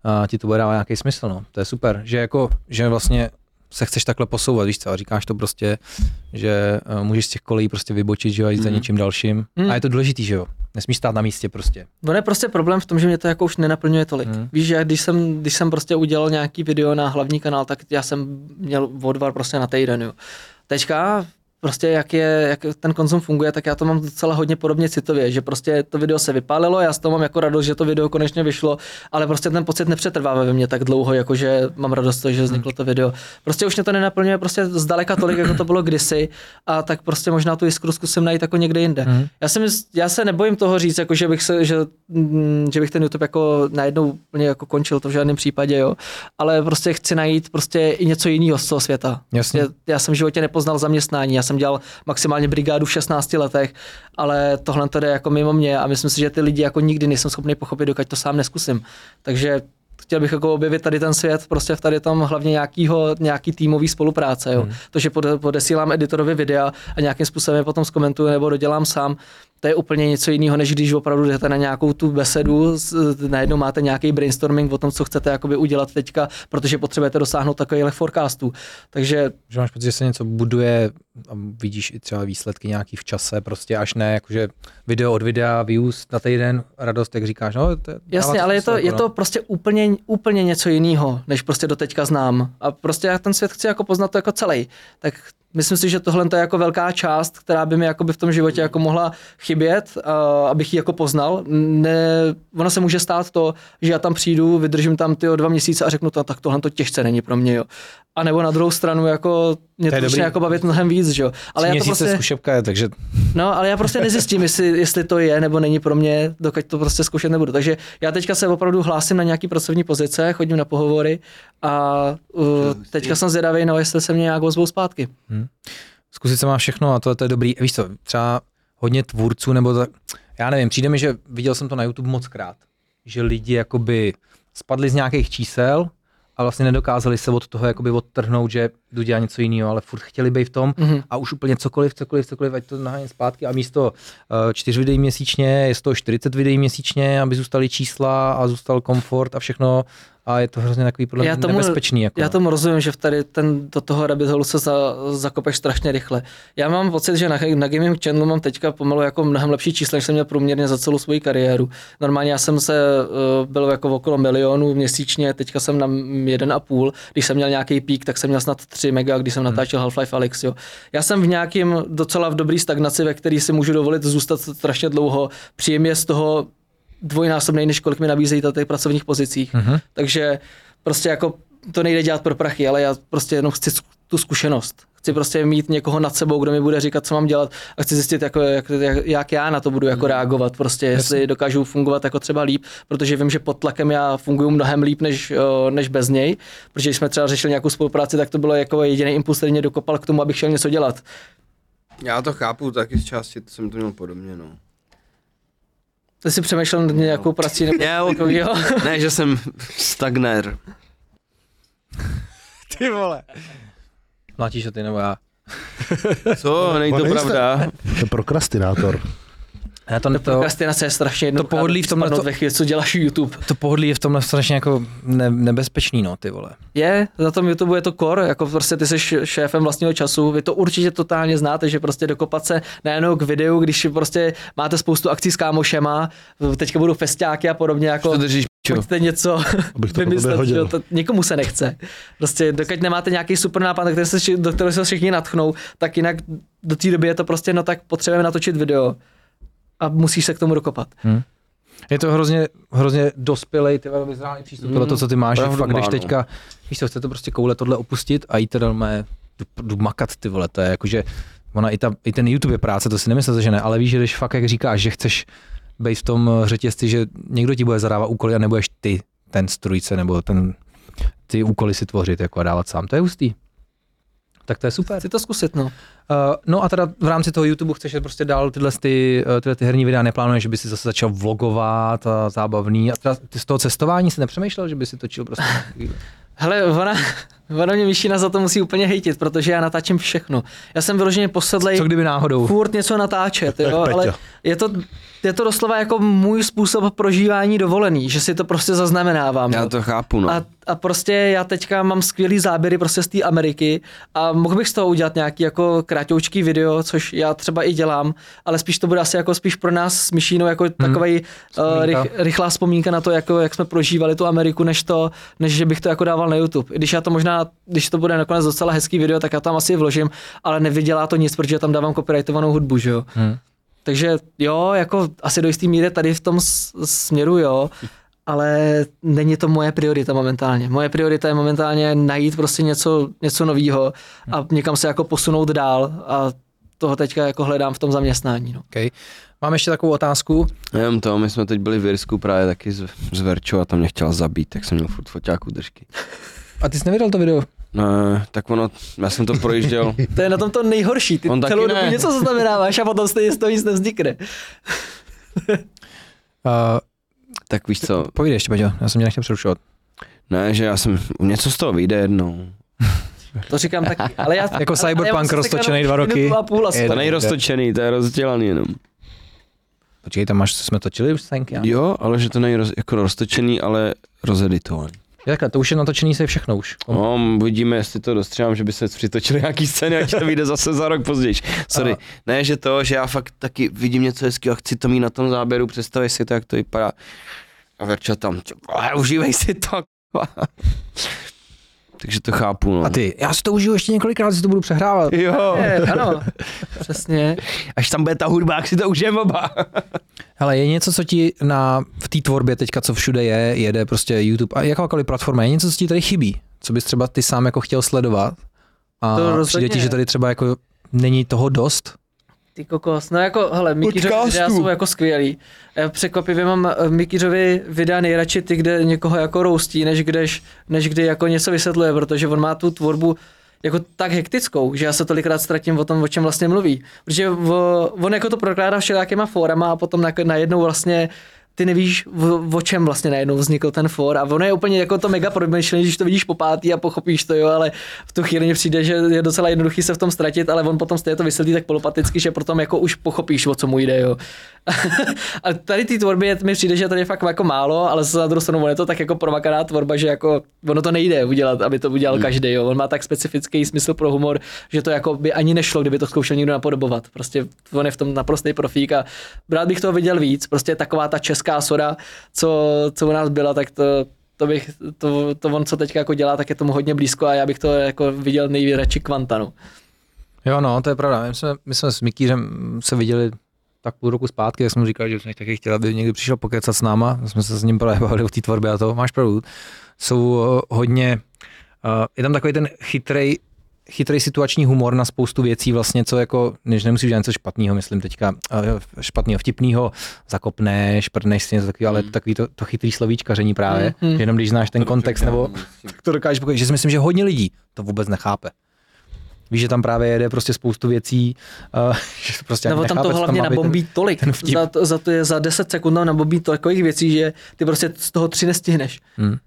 [SPEAKER 2] a ti to bude dávat nějaký smysl. No. To je super, že jako, že vlastně se chceš takhle posouvat, víš co, a říkáš to prostě, že eh, můžeš z těch kolejí prostě vybočit, že jo, a jít za
[SPEAKER 1] Mhm.
[SPEAKER 2] něčím dalším.
[SPEAKER 3] Mhm.
[SPEAKER 2] A je to důležitý, že jo. Nesmíš stát na místě prostě.
[SPEAKER 3] No je prostě problém v tom, že mě to jako už nenaplňuje tolik.
[SPEAKER 2] Hmm.
[SPEAKER 3] Hmm. Víš, já když jsem, když jsem prostě udělal nějaký video na hlavní kanál, tak já jsem měl odvar prostě na týden, jo. Teďka prostě jak, je, jak ten konzum funguje, tak já to mám docela hodně podobně citově, že prostě to video se vypálilo, já z toho mám jako radost, že to video konečně vyšlo, ale prostě ten pocit nepřetrvává ve mně tak dlouho, jako že mám radost, z toho, že vzniklo to video. Prostě už mě to nenaplňuje prostě zdaleka tolik, jako to bylo kdysi a tak prostě možná tu jiskru zkusím najít jako někde jinde.
[SPEAKER 2] Mhm.
[SPEAKER 3] Já, si mysl, já se nebojím toho říct, jako že, bych se, že, mm, že bych ten YouTube jako najednou úplně jako končil, to v žádném případě, jo. Ale prostě chci najít prostě i něco jiného z toho světa.
[SPEAKER 2] Jasně.
[SPEAKER 3] Prostě já jsem v životě nepoznal zaměstnání, já jsem dělal maximálně brigádu v 16 letech, ale tohle to jde jako mimo mě a myslím si, že ty lidi jako nikdy nejsem schopný pochopit, dokud to sám neskusím. Takže chtěl bych jako objevit tady ten svět, prostě v tady tom hlavně nějakýho, nějaký týmový spolupráce. Jo. To, že pode- podesílám editorovi videa a nějakým způsobem je potom zkomentuju nebo dodělám sám, to je úplně něco jiného, než když opravdu jdete na nějakou tu besedu, s- najednou máte nějaký brainstorming o tom, co chcete jakoby udělat teďka, protože potřebujete dosáhnout takových forecastů. Takže
[SPEAKER 2] Že máš pocit, že se něco buduje a vidíš i třeba výsledky nějaký v čase, prostě až ne, jakože video od videa, views na týden, radost, jak říkáš, no. To, dává
[SPEAKER 3] Jasně, ale je
[SPEAKER 2] smysl,
[SPEAKER 3] to,
[SPEAKER 2] jako
[SPEAKER 3] je
[SPEAKER 2] no.
[SPEAKER 3] to prostě úplně, úplně něco jiného, než prostě doteďka znám. A prostě já ten svět chci jako poznat to jako celý. Tak myslím si, že tohle to je jako velká část, která by mi jako by v tom životě jako mohla chybět, a abych ji jako poznal. Ne, ono se může stát to, že já tam přijdu, vydržím tam ty dva měsíce a řeknu, "No, tak tohle to těžce není pro mě, jo. A nebo na druhou stranu jako mě
[SPEAKER 2] To
[SPEAKER 3] to
[SPEAKER 2] je
[SPEAKER 3] začne
[SPEAKER 2] dobrý.
[SPEAKER 3] jako bavit mnohem víc, že jo. Ale
[SPEAKER 2] Tři
[SPEAKER 3] já to
[SPEAKER 2] měsíce
[SPEAKER 3] prostě...
[SPEAKER 2] zkušebka je, takže
[SPEAKER 3] No, ale já prostě nezjistím, jestli, jestli to je nebo není pro mě, dokud to prostě zkoušet nebudu. Takže já teďka se opravdu hlásím na nějaký pracovní pozice, chodím na pohovory a uh, teďka jsem zvědavý, no, jestli se mě nějak ozvou zpátky.
[SPEAKER 2] zkusit se má všechno a to, to je dobrý. Víš co, třeba hodně tvůrců, nebo tak, já nevím, přijde mi, že viděl jsem to na YouTube moc krát, že lidi jakoby spadli z nějakých čísel a vlastně nedokázali se od toho jakoby odtrhnout, že jdu dělat něco jiného, ale furt chtěli být v tom
[SPEAKER 3] Mhm.
[SPEAKER 2] a už úplně cokoliv, cokoliv, cokoliv, ať to naháním zpátky a místo eh, čtyř videí měsíčně je z toho 40 videí měsíčně, aby zůstaly čísla a zůstal komfort a všechno a je to hrozně takový podle
[SPEAKER 3] Já
[SPEAKER 2] mě
[SPEAKER 3] tomu-
[SPEAKER 2] nebezpečný. Jako.
[SPEAKER 3] Já tomu rozumím, že v tady ten, do toho rabbit hole se za, zakopeš strašně rychle. Já mám pocit, že na, na Gaming Channelu mám teďka pomalu jako mnohem lepší čísla, než jsem měl průměrně za celou svoji kariéru. Normálně já jsem se eh, byl jako okolo milionu měsíčně, teďka jsem na m- jeden a půl. Když jsem měl nějaký pík, tak jsem měl snad 3 mega,
[SPEAKER 2] Hmm.
[SPEAKER 3] když jsem natáčel Half-Life Alex. Jo. Já jsem v nějakým docela v dobrý stagnaci, ve který si můžu dovolit zůstat strašně dlouho. Příjem je z toho dvojnásobný, než kolik mi nabízejí na těch pracovních pozicích. Mm-hmm. Takže prostě jako to nejde dělat pro prachy, ale já prostě jenom chci zku- tu zkušenost. Chci prostě mít někoho nad sebou, kdo mi bude říkat, co mám dělat a chci zjistit, jako, jak, jak, jak já na to budu jako reagovat, prostě jestli dokážu fungovat jako třeba líp, protože vím, že pod tlakem já funguji mnohem líp než, o, než bez něj, protože když jsme třeba řešili nějakou spolupráci, tak to bylo jako jediný impuls, který mě dokopal k tomu, abych šel něco dělat.
[SPEAKER 1] Já to chápu taky z části, to jsem to měl podobně, no.
[SPEAKER 3] Ty jsi přemýšlel nad nějakou prací nebo
[SPEAKER 1] Já,
[SPEAKER 3] jako, jo?
[SPEAKER 1] ne, že jsem stagnér.
[SPEAKER 5] Ty vole.
[SPEAKER 2] Mlátíš to ty nebo já?
[SPEAKER 1] Co, není to
[SPEAKER 4] nejste-
[SPEAKER 1] pravda.
[SPEAKER 4] To je prokrastinátor.
[SPEAKER 2] Ne, to, to,
[SPEAKER 3] Prokrastinace je strašně jedno.
[SPEAKER 2] pohodlí v tomhle to-
[SPEAKER 3] Ve chvíli, co děláš YouTube.
[SPEAKER 2] to pohodlí je v tomhle strašně jako ne, nebezpečný, no, ty vole.
[SPEAKER 3] Je, na tom YouTube je to core, jako prostě ty jsi šéfem vlastního času, vy to určitě totálně znáte, že prostě dokopat se nejenom k videu, když prostě máte spoustu akcí s kámošema, teďka budou festiáky a podobně, jako
[SPEAKER 1] To držíš pičo.
[SPEAKER 3] pojďte něco
[SPEAKER 4] Abych to po tobě
[SPEAKER 3] vymyslet,
[SPEAKER 4] hodil.
[SPEAKER 3] že jo, to nikomu se nechce. Prostě dokud nemáte nějaký super nápad, na který se, vši- do kterého se všichni natchnou, tak jinak do té doby je to prostě, no tak potřebujeme natočit video a musíš se k tomu dokopat.
[SPEAKER 2] Je to hrozně, hrozně dospělej, ty vole, vyzrálý přístup, mm, to, co ty máš, že
[SPEAKER 1] pravdu
[SPEAKER 2] fakt,
[SPEAKER 1] má,
[SPEAKER 2] když
[SPEAKER 1] no.
[SPEAKER 2] teďka, víš co, chce to prostě koule tohle opustit a jít teda mé, jdu, jdu makat, ty vole, to je jakože, ona i, ta, i ten YouTube je práce, to si nemyslíte, že ne, ale víš, že když fakt, jak říkáš, že chceš být v tom eh, řetězci, že někdo ti bude zadávat úkoly a nebudeš ty ten strujce nebo ten, ty úkoly si tvořit jako a dávat sám, to je hustý. Tak to je super.
[SPEAKER 3] Chci to zkusit, no.
[SPEAKER 2] Uh, no a teda v rámci toho YouTube chceš prostě dál tyhle, ty, eh, tyhle ty herní videa neplánuješ, že by si zase začal vlogovat a zábavný. A teda ty z toho cestování si nepřemýšlel, že by si točil prostě.
[SPEAKER 3] Hele, ona, ona mě Mišina za to musí úplně hejtit, protože já natáčím všechno. Já jsem vyloženě posedlej
[SPEAKER 2] Co kdyby náhodou?
[SPEAKER 3] furt něco natáčet,
[SPEAKER 4] Jak
[SPEAKER 3] jo,
[SPEAKER 4] Peťa.
[SPEAKER 3] ale je to, je to doslova jako můj způsob prožívání dovolený, že si to prostě zaznamenávám.
[SPEAKER 1] Já
[SPEAKER 3] jo.
[SPEAKER 1] to chápu, no.
[SPEAKER 3] A, a prostě já teďka mám skvělý záběry prostě z té Ameriky a mohl bych z toho udělat nějaký jako krátoučký video, což já třeba i dělám, ale spíš to bude asi jako spíš pro nás s Myšínou jako
[SPEAKER 1] Mhm.
[SPEAKER 3] hmm. takovej uh,
[SPEAKER 2] Vzpomínka.
[SPEAKER 3] rych, rychlá vzpomínka na to, jako, jak jsme prožívali tu Ameriku, než to, než že bych to jako dával na YouTube. I Když já to možná, když to bude nakonec docela hezký video, tak já tam asi vložím, ale nevydělá to nic, protože tam dávám copyrightovanou hudbu, že jo.
[SPEAKER 2] Hmm.
[SPEAKER 3] Takže jo, jako asi do jistý míry tady v tom s- směru jo, ale není to moje priorita momentálně. Moje priorita je momentálně najít prostě něco, něco nového a někam se jako posunout dál a toho teďka jako hledám v tom zaměstnání. No.
[SPEAKER 2] Okay. Mám ještě takovou otázku.
[SPEAKER 1] Jenom to, my jsme teď byli v Jirsku právě taky s, s Verčou a tam mě chtěla zabít, tak jsem měl furt foťáku držky.
[SPEAKER 2] A ty jsi neviděl to video?
[SPEAKER 1] No, tak ono, já jsem to projížděl.
[SPEAKER 3] To je na tom to nejhorší. Ty
[SPEAKER 1] On taky
[SPEAKER 3] celou
[SPEAKER 1] ne.
[SPEAKER 3] dobu něco zaznamenáváš a potom stejně z toho nic nevznikne.
[SPEAKER 2] Uh,
[SPEAKER 1] tak víš co,
[SPEAKER 2] Povídej ještě, Peťo, já jsem mě nechtěl přerušovat.
[SPEAKER 1] ne, že já jsem, něco z toho vyjde jednou.
[SPEAKER 3] To říkám taky. Ale já,
[SPEAKER 2] Jako
[SPEAKER 3] ale- ale já
[SPEAKER 2] Cyberpunk
[SPEAKER 3] mám zase
[SPEAKER 2] roztočený
[SPEAKER 3] tak
[SPEAKER 2] dva
[SPEAKER 3] jenom
[SPEAKER 2] roky.
[SPEAKER 3] minutu A půl a
[SPEAKER 2] Je
[SPEAKER 1] To
[SPEAKER 2] to
[SPEAKER 1] není
[SPEAKER 2] jde.
[SPEAKER 1] roztočený, to je rozdělaný jenom.
[SPEAKER 2] Počkej, tam máš, jsme točili už senky. Jo.
[SPEAKER 1] Jo, ale že to není roz, jako roztočený, ale rozeditovaný.
[SPEAKER 2] Takhle, to už je natočený se všechno už.
[SPEAKER 1] No, uvidíme, jestli to dostřívám, že by se přitočily nějaký scény, ať to vyjde zase za rok později. Sorry.
[SPEAKER 2] A-
[SPEAKER 1] Ne, že to, že já fakt taky vidím něco hezkého a chci to mít na tom záběru, představit si to, jak to vypadá. A Verča tam, "Ty vole, užívej si to. k***a." Takže to chápu, no.
[SPEAKER 2] A ty, já si to užiju ještě několikrát, si to budu přehrávat.
[SPEAKER 1] Jo,
[SPEAKER 3] Je, ano, přesně.
[SPEAKER 1] až tam bude ta hudba, jak si to užijeme oba.
[SPEAKER 2] Ale je něco, co ti na, v té tvorbě teďka, co všude je, jede prostě YouTube a jakákoliv platforma, je něco, co ti tady chybí, co bys třeba ty sám jako chtěl sledovat a
[SPEAKER 3] To rozhodně.
[SPEAKER 2] přijde ti, že tady třeba jako není toho dost?
[SPEAKER 3] Ty kokos, no jako, hele, Mikýřovi videa jsou jako skvělý. Já Překvapivě mám eh, Mikýřovi videa nejradši ty, kde někoho jako roustí, než, kdež, než kdy jako něco vysvětluje, protože on má tu tvorbu jako tak hektickou, že já se tolikrát ztratím o tom, o čem vlastně mluví. Protože o, on jako to prokládá všelijakýma fórama a potom na- najednou vlastně ty nevíš, v, o čem vlastně najednou vznikl ten for a ono je úplně jako to mega promyšlené, když to vidíš po pátý a pochopíš to, jo, ale v tu chvíli mi přijde, že je docela jednoduchý se v tom ztratit, ale on potom stejně to vysvětlí tak polopaticky, že potom jako už pochopíš, o co mu jde, jo. a tady ty tvorby je- mi přijde, že tady je fakt jako málo, ale zase na druhou stranu on je to tak jako promakaná tvorba, že jako ono to nejde udělat, aby to udělal
[SPEAKER 2] Hmm.
[SPEAKER 3] každý, jo. On má tak specifický smysl pro humor, že to jako by ani nešlo, kdyby to zkoušel někdo napodobovat. Prostě on je v tom naprostý profík a rád bych toho viděl víc. Prostě taková ta česká soda, co, co u nás byla, tak to, to, bych, to, to on, co teďka jako dělá, tak je tomu hodně blízko a já bych to jako viděl nejradši kvantanu.
[SPEAKER 2] Jo, no, to je pravda. My jsme, my jsme s Mikýřem se viděli tak půl roku zpátky, jak jsem mu říkal, že jsem taky chtěl, aby někdy přišel pokecat s náma. My jsme se s ním právě bavili o té tvorbě a to máš pravdu. Jsou eh, hodně, eh, je tam takový ten chytrej, chytrej situační humor na spoustu věcí vlastně, co jako, než nemusíš dělat něco špatného, myslím teďka, eh, špatného, vtipného, zakopneš, prdneš si něco takového, ale takový to, to chytrý slovíčkaření právě,
[SPEAKER 3] Mm, mm.
[SPEAKER 2] že jenom když znáš ten kontext, nebo tak to dokážeš pochopit, že si myslím, že hodně lidí to vůbec nechápe. Víš, že tam právě jede prostě spoustu věcí, uh, že to prostě ani
[SPEAKER 3] Nebo No, tam
[SPEAKER 2] nechápe,
[SPEAKER 3] to
[SPEAKER 2] co
[SPEAKER 3] hlavně
[SPEAKER 2] má být.
[SPEAKER 3] nabombí tolik.
[SPEAKER 2] ten vtip.
[SPEAKER 3] Za, to, za, to je, za 10 sekund tam nabombí takových věcí, že ty prostě z toho tři nestihneš.
[SPEAKER 2] Hmm.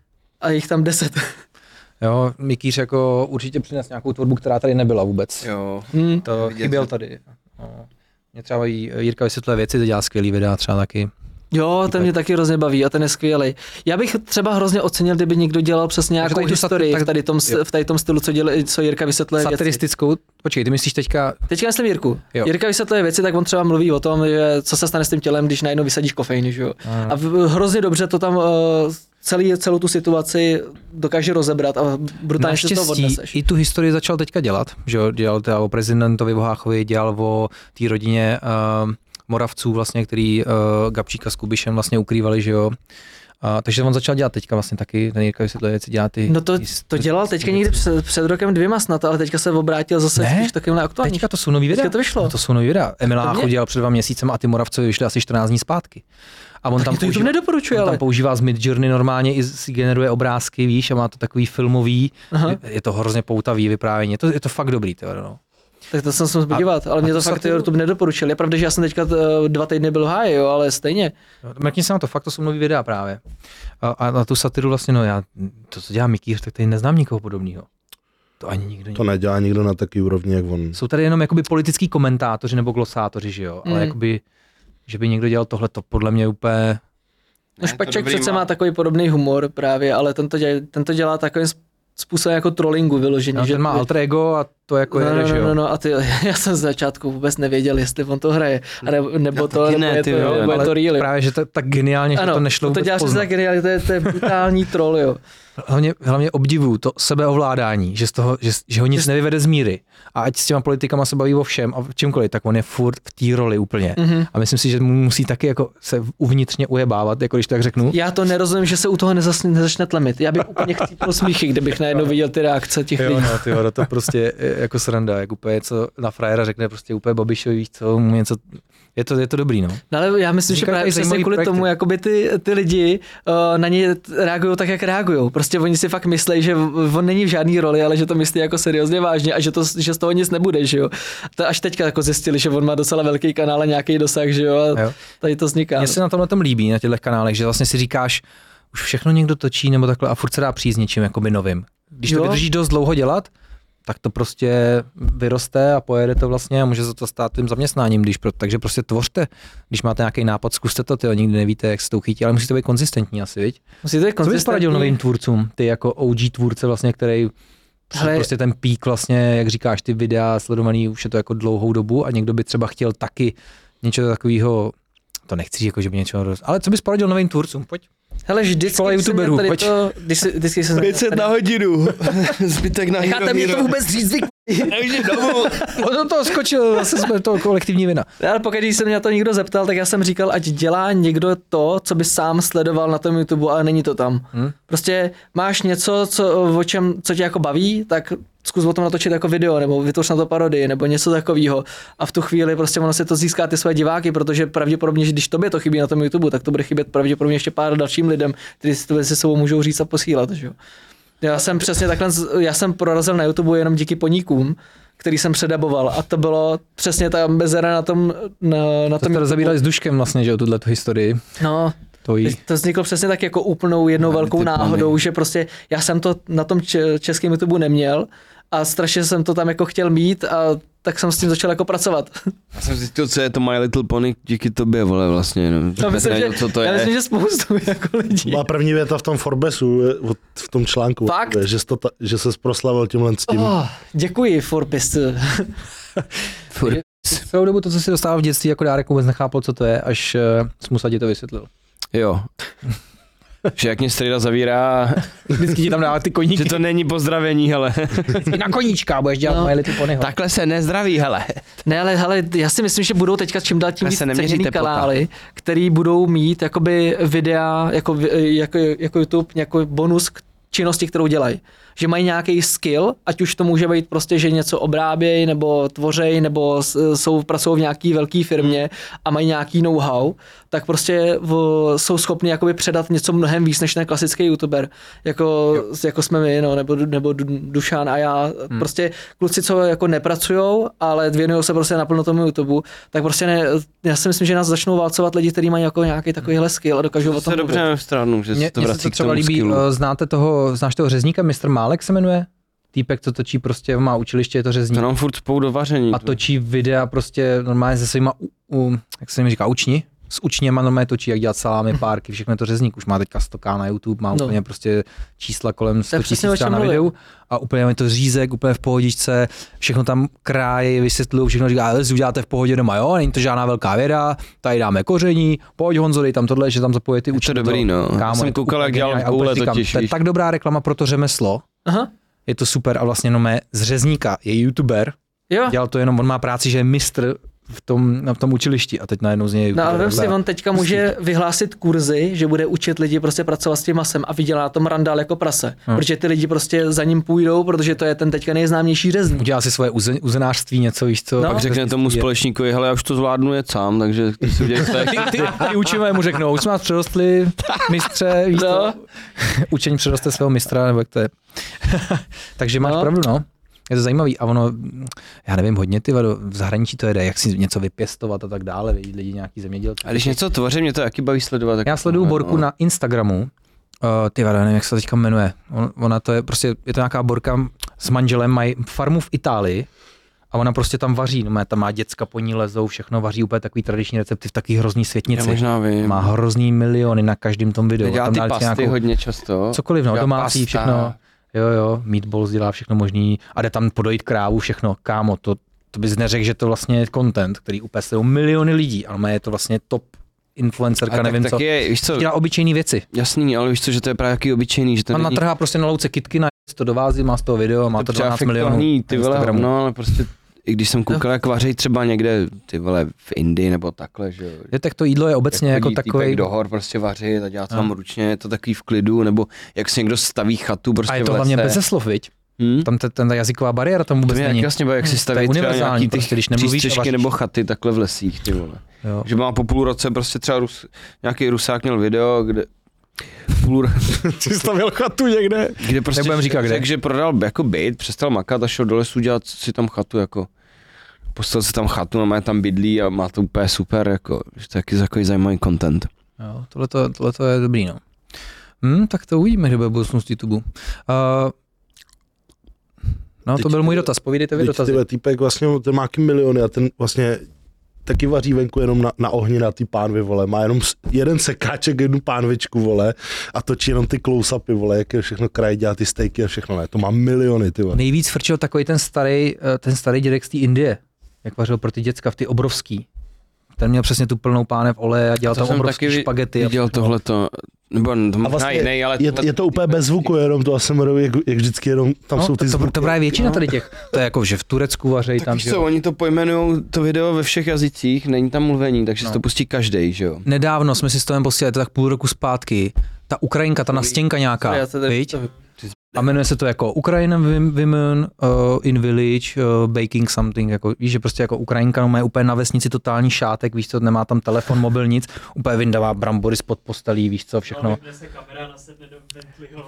[SPEAKER 3] A jich tam 10.
[SPEAKER 2] Jo, Mikýř jako určitě přines nějakou tvorbu, která tady nebyla vůbec.
[SPEAKER 1] Jo.
[SPEAKER 3] Hmm.
[SPEAKER 2] To
[SPEAKER 1] Vidět,
[SPEAKER 2] chyběl
[SPEAKER 1] že-
[SPEAKER 2] tady. No. Mě třeba jí- Jirka vysvětluje věci, to dělá skvělý videa třeba taky.
[SPEAKER 3] Jo, ten mě taky hrozně baví a ten je skvělý. Já bych třeba hrozně ocenil, kdyby někdo dělal přes nějakou
[SPEAKER 2] tady
[SPEAKER 3] tady
[SPEAKER 2] tu
[SPEAKER 3] historii
[SPEAKER 2] satir- tak-
[SPEAKER 3] v tady tom,
[SPEAKER 2] jo.
[SPEAKER 3] v tady tom stylu, co, děl, co Jirka vysvětluje. věci.
[SPEAKER 2] Satiristickou, počkej, ty myslíš teďka,
[SPEAKER 3] Teďka myslím Jirku.
[SPEAKER 2] Jo.
[SPEAKER 3] Jo. Jirka vysvětluje věci, tak on třeba mluví o tom, že co se stane s tím tělem, když najednou vysadíš kofein, že jo.
[SPEAKER 2] Ano.
[SPEAKER 3] A v, hrozně dobře to tam uh, celý, celou tu situaci dokáže rozebrat a brutálně se z toho
[SPEAKER 2] naštěstí
[SPEAKER 3] odneseš.
[SPEAKER 2] i tu historii začal teďka dělat, že jo, dělal teda o prezidentovi Voháchovi, dělal o té rodině uh, Moravců vlastně, který uh, Gabčíka s Kubišem vlastně ukrývali, že jo. Uh, takže on začal dělat teďka vlastně taky, ten Jirka vysvětluje věci, dělá ty...
[SPEAKER 3] No to,
[SPEAKER 2] ty-
[SPEAKER 3] to dělal teďka někdy před, před rokem dvěma snad, ale teďka se obrátil zase
[SPEAKER 2] Ne,
[SPEAKER 3] spíš takovýmhle aktuální.
[SPEAKER 2] Teďka to jsou nový videa.
[SPEAKER 3] Teďka to vyšlo.
[SPEAKER 2] No to jsou nový videa. Emil
[SPEAKER 3] To mě-
[SPEAKER 2] Hácho dělal před dva měsícem a ty Moravcovi vyšly asi 14 dní zpátky. A on tam
[SPEAKER 3] to YouTube
[SPEAKER 2] používá,
[SPEAKER 3] nedoporučuje,
[SPEAKER 2] on tam
[SPEAKER 3] ale
[SPEAKER 2] používá z Midjourney normálně i si generuje obrázky, víš, a má to takový filmový.
[SPEAKER 3] Aha.
[SPEAKER 2] Je, je to hrozně poutavý vyprávění. Je to, je to fakt dobrý, ty vole, no.
[SPEAKER 3] tak to jsem se musel podívat, ale mě
[SPEAKER 2] a
[SPEAKER 3] to
[SPEAKER 2] tu
[SPEAKER 3] fakt
[SPEAKER 2] satiru-
[SPEAKER 3] YouTube nedoporučil. Je pravda, že já jsem teďka eh, dva týdny byl v háji, jo, ale stejně.
[SPEAKER 2] Mrkni se na to, fakt to jsou nový videa právě. A, a na tu satiru vlastně, no já, to co dělá Mikýř, tak tady neznám nikoho podobného. To ani nikdo
[SPEAKER 4] To
[SPEAKER 2] to...
[SPEAKER 4] nedělá nikdo na takový úrovni, jak on.
[SPEAKER 2] Jsou tady jenom jakoby politický komentátoři nebo glosátoři, že jo, ale
[SPEAKER 3] Mm.
[SPEAKER 2] jakoby, že by někdo dělal tohle, to podle mě úplně
[SPEAKER 3] No
[SPEAKER 1] Ne, to
[SPEAKER 3] Špaček
[SPEAKER 1] dobrý
[SPEAKER 3] přece
[SPEAKER 1] má.
[SPEAKER 3] má takový podobný humor právě, ale tento dělá, tento dělá takovým sp- způsobem jako trollingu vyložený.
[SPEAKER 2] No, ten má alter ego a to jako
[SPEAKER 3] no,
[SPEAKER 2] jede,
[SPEAKER 3] no,
[SPEAKER 2] že
[SPEAKER 3] no,
[SPEAKER 2] jo.
[SPEAKER 3] no, no, a ty, já jsem z začátku vůbec nevěděl, jestli on to hraje, a ne, nebo to,
[SPEAKER 1] taky
[SPEAKER 3] nebo
[SPEAKER 1] ne,
[SPEAKER 3] je
[SPEAKER 1] ty
[SPEAKER 3] to,
[SPEAKER 1] vole,
[SPEAKER 3] nebo je
[SPEAKER 2] Ale
[SPEAKER 3] to real. jo.
[SPEAKER 2] právě, že to tak geniálně, že
[SPEAKER 3] Ano,
[SPEAKER 2] to nešlo
[SPEAKER 3] to
[SPEAKER 2] vůbec
[SPEAKER 3] děláš
[SPEAKER 2] poznat.
[SPEAKER 3] tak real, to je, to je brutální troll, jo.
[SPEAKER 2] Hlavně, hlavně obdivuju to sebeovládání, že, z toho, že, že ho nic nevyvede z míry. A ať s těma politikama se baví o všem a v čemkoliv, tak on je furt v té roli úplně. Mm-hmm. A myslím si, že mu musí taky jako se uvnitřně ujebávat, jako když tak řeknu.
[SPEAKER 3] Já to nerozumím, že se u toho nezasn, nezačne tlemit. Já bych úplně chcípl smíchy, kdybych najednou viděl ty reakce těch lidí.
[SPEAKER 2] no, ty vole, to prostě je jako sranda, jak úplně co na frajera řekne prostě úplně Babišovi, víš co, mu něco, je to, je to dobrý, no.
[SPEAKER 3] No ale já myslím, že
[SPEAKER 2] Vznikají
[SPEAKER 3] právě
[SPEAKER 2] i
[SPEAKER 3] přesně
[SPEAKER 2] zajímavý
[SPEAKER 3] kvůli
[SPEAKER 2] projekty.
[SPEAKER 3] tomu, jakoby ty, ty lidi uh, na ně t- reagují tak, jak reagují. Prostě oni si fakt myslí, že v- on není v žádný roli, ale že to myslí jako seriózně vážně a že, to, že z toho nic nebude, že jo. To až teďka jako zjistili, že on má docela velký kanál a nějaký dosah, že jo. A
[SPEAKER 2] Jo.
[SPEAKER 3] jo. tady to vzniká.
[SPEAKER 2] Mně se na tomhle tom líbí, na těchto kanálech, že vlastně si říkáš, už všechno někdo točí nebo takhle a furt se dá přijít s něčím jakoby novým. Když to
[SPEAKER 3] Jo.
[SPEAKER 2] vydržíš dost dlouho dělat, tak to prostě vyroste a pojede to vlastně a může za to stát tím zaměstnáním. Když pro, takže prostě tvořte, když máte nějaký nápad, zkuste to, ty nikdy nevíte, jak se to uchytí, ale musí to být konzistentní asi, viď?
[SPEAKER 3] Musí to být
[SPEAKER 2] Co bys poradil novým tvůrcům, ty jako OG tvůrce vlastně, který Hele,
[SPEAKER 3] Hele-
[SPEAKER 2] prostě ten pík vlastně, jak říkáš, ty videa sledovaný už je to jako dlouhou dobu a někdo by třeba chtěl taky něco takového, to nechci říct, jako že by něčeho roz... Ale co bys poradil novým tvůrcům? Pojď.
[SPEAKER 3] Hele, vždycky,
[SPEAKER 2] Škola
[SPEAKER 3] když se mě
[SPEAKER 2] youtuberů,
[SPEAKER 3] tady
[SPEAKER 2] pojď.
[SPEAKER 3] to, když, se- vždycky se...
[SPEAKER 1] 500 na hodinu. Zbytek na Hero Hero.
[SPEAKER 2] vůbec říct, vy...
[SPEAKER 1] Takže domů.
[SPEAKER 2] On do toho No, skočil, zase jsme to kolektivní vina.
[SPEAKER 3] Ale pokud když se mě na to někdo zeptal, tak já jsem říkal, ať dělá někdo to, co by sám sledoval na tom YouTube, ale není to tam.
[SPEAKER 2] Hm.
[SPEAKER 3] Hmm? Prostě máš něco, co, o čem, co tě jako baví, tak zkus o tom natočit jako video, nebo vytvoř na to parodii, nebo něco takového. A v tu chvíli prostě ono se to získá ty své diváky, protože pravděpodobně, že když tobě to chybí na tom YouTube, tak to bude chybět pravděpodobně ještě pár dalším lidem, kteří si to mezi sebou můžou říct a posílat. Že? jo. Já jsem přesně takhle, z- já jsem prorazil na YouTube jenom díky poníkům, který jsem předaboval a to bylo přesně ta mezera na tom, na, na
[SPEAKER 2] To
[SPEAKER 3] tom
[SPEAKER 2] jste rozebírali s Duškem vlastně, že jo, tuhle tu historii.
[SPEAKER 3] No,
[SPEAKER 2] To jí.
[SPEAKER 3] To vzniklo přesně tak jako úplnou jednou velkou
[SPEAKER 2] ty plány.
[SPEAKER 3] náhodou, že prostě já jsem to na tom če- českém YouTube neměl a strašně jsem to tam jako chtěl mít a tak jsem s tím začal jako pracovat.
[SPEAKER 1] Já jsem zjistil, co je to My Little Pony díky tobě, vole, vlastně. No.
[SPEAKER 3] Já myslím, že,
[SPEAKER 1] Nevěděl, co to
[SPEAKER 3] já
[SPEAKER 1] je.
[SPEAKER 3] myslím, že spoustu jako lidí.
[SPEAKER 4] Byla první věta v tom Forbesu, je, od- v tom článku,
[SPEAKER 3] Fakt?
[SPEAKER 4] je, že, jsi to ta, že se proslavil tímhle s tím.
[SPEAKER 3] Oh, děkuji, Forbes.
[SPEAKER 1] Furt.
[SPEAKER 2] Celou dobu to, co si dostával v dětství jako dárek, vůbec nechápal, co to je, až uh, Smusa ti to vysvětlil.
[SPEAKER 1] Jo. že jak mě strejda zavírá,
[SPEAKER 2] Vždycky ti tam dává ty
[SPEAKER 1] že
[SPEAKER 2] koníky.
[SPEAKER 1] to není pozdravení, hele.
[SPEAKER 2] na koníčka budeš dělat
[SPEAKER 3] No.
[SPEAKER 2] no. My Little Ponyho.
[SPEAKER 1] Takhle se nezdraví, hele.
[SPEAKER 3] Ne, ale hele, já si myslím, že budou teďka čím dál tím
[SPEAKER 1] Ale
[SPEAKER 3] víc
[SPEAKER 1] se neměří
[SPEAKER 3] ceněný
[SPEAKER 1] teplota.
[SPEAKER 3] kanály, který budou mít jakoby videa, jako, vi- jako, jako YouTube, jako bonus k činnosti, kterou dělají. Že mají nějaký skill, ať už to může být prostě, že něco obrábějí, nebo tvořejí, nebo s- jsou, pracují v nějaký velké firmě a mají nějaký know-how, tak prostě v, jsou schopni jakoby předat něco mnohem víc než ten klasický youtuber, jako, jako jsme my, no, nebo, nebo Du- Dušan a já. Hmm. Prostě kluci, co jako nepracujou, ale věnují se prostě naplno tomu YouTube, tak prostě ne, já si myslím, že nás začnou válcovat lidi, kteří mají jako nějaký takovýhle skill a dokážou o
[SPEAKER 1] To
[SPEAKER 3] tom
[SPEAKER 1] se
[SPEAKER 3] mluvit.
[SPEAKER 1] dobře na stranu, že se
[SPEAKER 2] Mně
[SPEAKER 1] to
[SPEAKER 2] mně se
[SPEAKER 1] vrací
[SPEAKER 2] to
[SPEAKER 1] k
[SPEAKER 2] třeba
[SPEAKER 1] tomu
[SPEAKER 2] líbí,
[SPEAKER 1] skillu.
[SPEAKER 2] eh, znáte toho, znáš toho řezníka, Mr. Málek se jmenuje? Týpek, co točí prostě, má učiliště, je to řezník.
[SPEAKER 1] To nám furt spou do vaření.
[SPEAKER 2] a točí videa prostě normálně se svýma, u, u, jak se jim říká, učni, s učněma normálně točí, jak dělat salámy, párky, všechno je to řezník, už má teďka 100k na YouTube, má
[SPEAKER 3] No.
[SPEAKER 2] no. úplně prostě čísla kolem 100
[SPEAKER 3] přesně, o
[SPEAKER 2] tisíc
[SPEAKER 3] čem
[SPEAKER 2] na
[SPEAKER 3] mluvím.
[SPEAKER 2] videu a úplně je to řízek, úplně v pohodičce, všechno tam kráje, vysvětlují, všechno říká, ale si uděláte v pohodě doma, jo, není to žádná velká věda, tady dáme koření, pojď Honzo, dej tam tohle, že tam zapojí ty učně.
[SPEAKER 1] dobrý, no. Já jsem
[SPEAKER 2] je to
[SPEAKER 1] koukal, jak
[SPEAKER 2] úplně
[SPEAKER 1] dělal v
[SPEAKER 2] geniální. A úplně
[SPEAKER 1] koule
[SPEAKER 2] říkám,
[SPEAKER 1] totiž,
[SPEAKER 2] To je
[SPEAKER 1] víš.
[SPEAKER 2] tak dobrá reklama pro to řemeslo,
[SPEAKER 3] Aha,
[SPEAKER 2] je to super a vlastně jenom je z řezníka, je youtuber,
[SPEAKER 3] jo.
[SPEAKER 2] dělal to jenom, on má práci, že je mistr v tom, na tom učilišti a teď najednou z něj...
[SPEAKER 3] No ale
[SPEAKER 2] udělal
[SPEAKER 3] vem si,
[SPEAKER 2] takhle.
[SPEAKER 3] on teďka může vyhlásit kurzy, že bude učit lidi prostě pracovat s tím masem a vydělá na tom randál jako prase. Hmm. Protože ty lidi prostě za ním půjdou, protože to je ten teďka nejznámější řezník.
[SPEAKER 2] Udělal si svoje uze, uzenářství, něco, víš co?
[SPEAKER 3] No.
[SPEAKER 1] Pak řekne tomu společníkovi, hele, já už to zvládnu jet sám, takže ty si udělej tak.
[SPEAKER 2] Ty, ty, ty učivé mu řeknou, už jsme vás přerostli, mistře, víš
[SPEAKER 3] No.
[SPEAKER 2] no. Učení přeroste svého mistra, nebo jak to je. Takže máš
[SPEAKER 3] No.
[SPEAKER 2] no. pravdu, no. Je to zajímavý a ono, já nevím, hodně ty vado, v zahraničí to jede, jak si něco vypěstovat a tak dále, vidí lidi nějaký zemědělci.
[SPEAKER 1] A když něco tvoří, mě to jaký baví sledovat. Tak
[SPEAKER 2] Já sleduju
[SPEAKER 1] No,
[SPEAKER 2] Borku
[SPEAKER 1] no.
[SPEAKER 2] na Instagramu. Uh, ty vada, nevím, jak se to teďka jmenuje. On, ona to je prostě, je to nějaká Borka s manželem, mají farmu v Itálii a ona prostě tam vaří, no, má- tam má děcka po ní lezou, všechno vaří úplně takový tradiční recepty v takový hrozný
[SPEAKER 1] Já
[SPEAKER 2] světnici.
[SPEAKER 1] možná vím.
[SPEAKER 2] Má hrozný miliony na každém tom videu.
[SPEAKER 1] Dělá
[SPEAKER 2] Tam
[SPEAKER 1] ty
[SPEAKER 2] dá vždycky
[SPEAKER 1] pasty hodně často.
[SPEAKER 2] Cokoliv, no,
[SPEAKER 1] Dělá
[SPEAKER 2] domácí,
[SPEAKER 1] pasta.
[SPEAKER 2] všechno. Jo, jo, meatballs dělá všechno možný a jde tam podojit krávu, všechno. Kámo, to, to bys neřekl, že to vlastně je content, který úplně sledují miliony lidí, ale je to vlastně top influencerka,
[SPEAKER 1] A tak,
[SPEAKER 2] nevím co.
[SPEAKER 1] taky je, víš co,
[SPEAKER 2] Dělá obyčejné věci.
[SPEAKER 1] jasný, ale víš co, že to je právě taky obyčejný, že to
[SPEAKER 2] Ten
[SPEAKER 1] není
[SPEAKER 2] Pan natrhá prostě na louce kitky, na to dovází, má z toho video, má to,
[SPEAKER 1] třeba
[SPEAKER 2] 12
[SPEAKER 1] fakt
[SPEAKER 2] milionů
[SPEAKER 1] plný, ty
[SPEAKER 2] na
[SPEAKER 1] vole,
[SPEAKER 2] Instagramu. No.
[SPEAKER 1] no ale prostě i když jsem koukal, jak vaří třeba někde, ty vole, v Indii nebo takhle, že jo.
[SPEAKER 2] Je, tak to jídlo je obecně
[SPEAKER 1] Jak
[SPEAKER 2] jako No.
[SPEAKER 1] chodí týpek
[SPEAKER 2] takový.
[SPEAKER 1] do hor prostě vařit a dělat tam ručně, je to takový v klidu, nebo jak si někdo staví chatu prostě
[SPEAKER 2] A je
[SPEAKER 1] v
[SPEAKER 2] to
[SPEAKER 1] lese.
[SPEAKER 2] hlavně bez slov, viď?
[SPEAKER 1] Hm?
[SPEAKER 2] Tam ta, ten, ta jazyková bariéra tam
[SPEAKER 1] To
[SPEAKER 2] vůbec
[SPEAKER 1] mě
[SPEAKER 2] není.
[SPEAKER 1] jak
[SPEAKER 2] Hmm,
[SPEAKER 1] jasně baví, jak si staví
[SPEAKER 2] je
[SPEAKER 1] třeba
[SPEAKER 2] univerzální
[SPEAKER 1] nějaký ty
[SPEAKER 2] prostě, když nemluvíš a
[SPEAKER 1] přístřešky
[SPEAKER 2] vaříš.
[SPEAKER 1] nebo chaty takhle v lesích, ty vole.
[SPEAKER 2] Jo.
[SPEAKER 4] No.
[SPEAKER 1] Že má po půl roce prostě třeba Rus, nějaký rusák měl video, kde půl ro-
[SPEAKER 2] si stavil chatu někde.
[SPEAKER 1] kde prostě
[SPEAKER 2] Nebudem říkat, kde.
[SPEAKER 1] Takže prodal jako byt, přestal makat a šel do lesu dělat si tam chatu jako postavil si tam chatu a má tam bydlí a má to úplně super, jako, že to je taky takový zajímavý content.
[SPEAKER 2] Jo, tohle, to, tohle to je dobrý, no. Hm, tak to uvidíme, kdo bude budoucnost YouTube. Uh, no, to
[SPEAKER 4] Teď
[SPEAKER 2] byl
[SPEAKER 4] ty-
[SPEAKER 2] můj dotaz, povídejte vy
[SPEAKER 4] Teď
[SPEAKER 2] dotazy.
[SPEAKER 4] tyhle týpek vlastně, ten má jaký miliony a ten vlastně taky vaří venku jenom na, na ohni na ty pánvy, vole. Má jenom s- jeden sekáček, jednu pánvičku, vole, a točí jenom ty close-upy, vole, jak je všechno kraj, dělá ty stejky a všechno, ne. To má miliony, ty vole.
[SPEAKER 2] Nejvíc frčil takový ten starý, eh, ten starý dědek z té Indie, jak vařil pro ty děcka v ty obrovský. Ten měl přesně tu plnou pánev oleje a dělal tam obrovský špagety. a
[SPEAKER 1] viděl
[SPEAKER 2] všechno.
[SPEAKER 1] tohleto, nebo ne, to
[SPEAKER 4] A
[SPEAKER 1] možná
[SPEAKER 4] vlastně
[SPEAKER 1] jiný, ale
[SPEAKER 4] je, je, to úplně bez zvuku, jenom to asi mrví, jak, jak, vždycky jenom tam
[SPEAKER 2] No,
[SPEAKER 4] jsou ty
[SPEAKER 2] to, to,
[SPEAKER 4] zvuky.
[SPEAKER 2] to právě většina tady těch. To je jako, že v Turecku vařej
[SPEAKER 1] tak
[SPEAKER 2] tam,
[SPEAKER 1] víš
[SPEAKER 2] že
[SPEAKER 1] co,
[SPEAKER 2] jo.
[SPEAKER 1] oni to pojmenují to video ve všech jazycích, není tam mluvení, takže no. si to pustí každý, že jo.
[SPEAKER 2] Nedávno jsme si s Tomem posílali, je to tak půl roku zpátky, ta Ukrajinka, ta nastěnka nějaká,
[SPEAKER 3] Já se tady-
[SPEAKER 2] viď? A jmenuje se to jako Ukrainian wim- Women uh, in Village uh, Baking Something. Jako, víš, že prostě jako Ukrajinka má úplně na vesnici totální šátek, víš co, nemá tam telefon, mobil, nic. Úplně vyndává brambory spod postelí, víš co, všechno.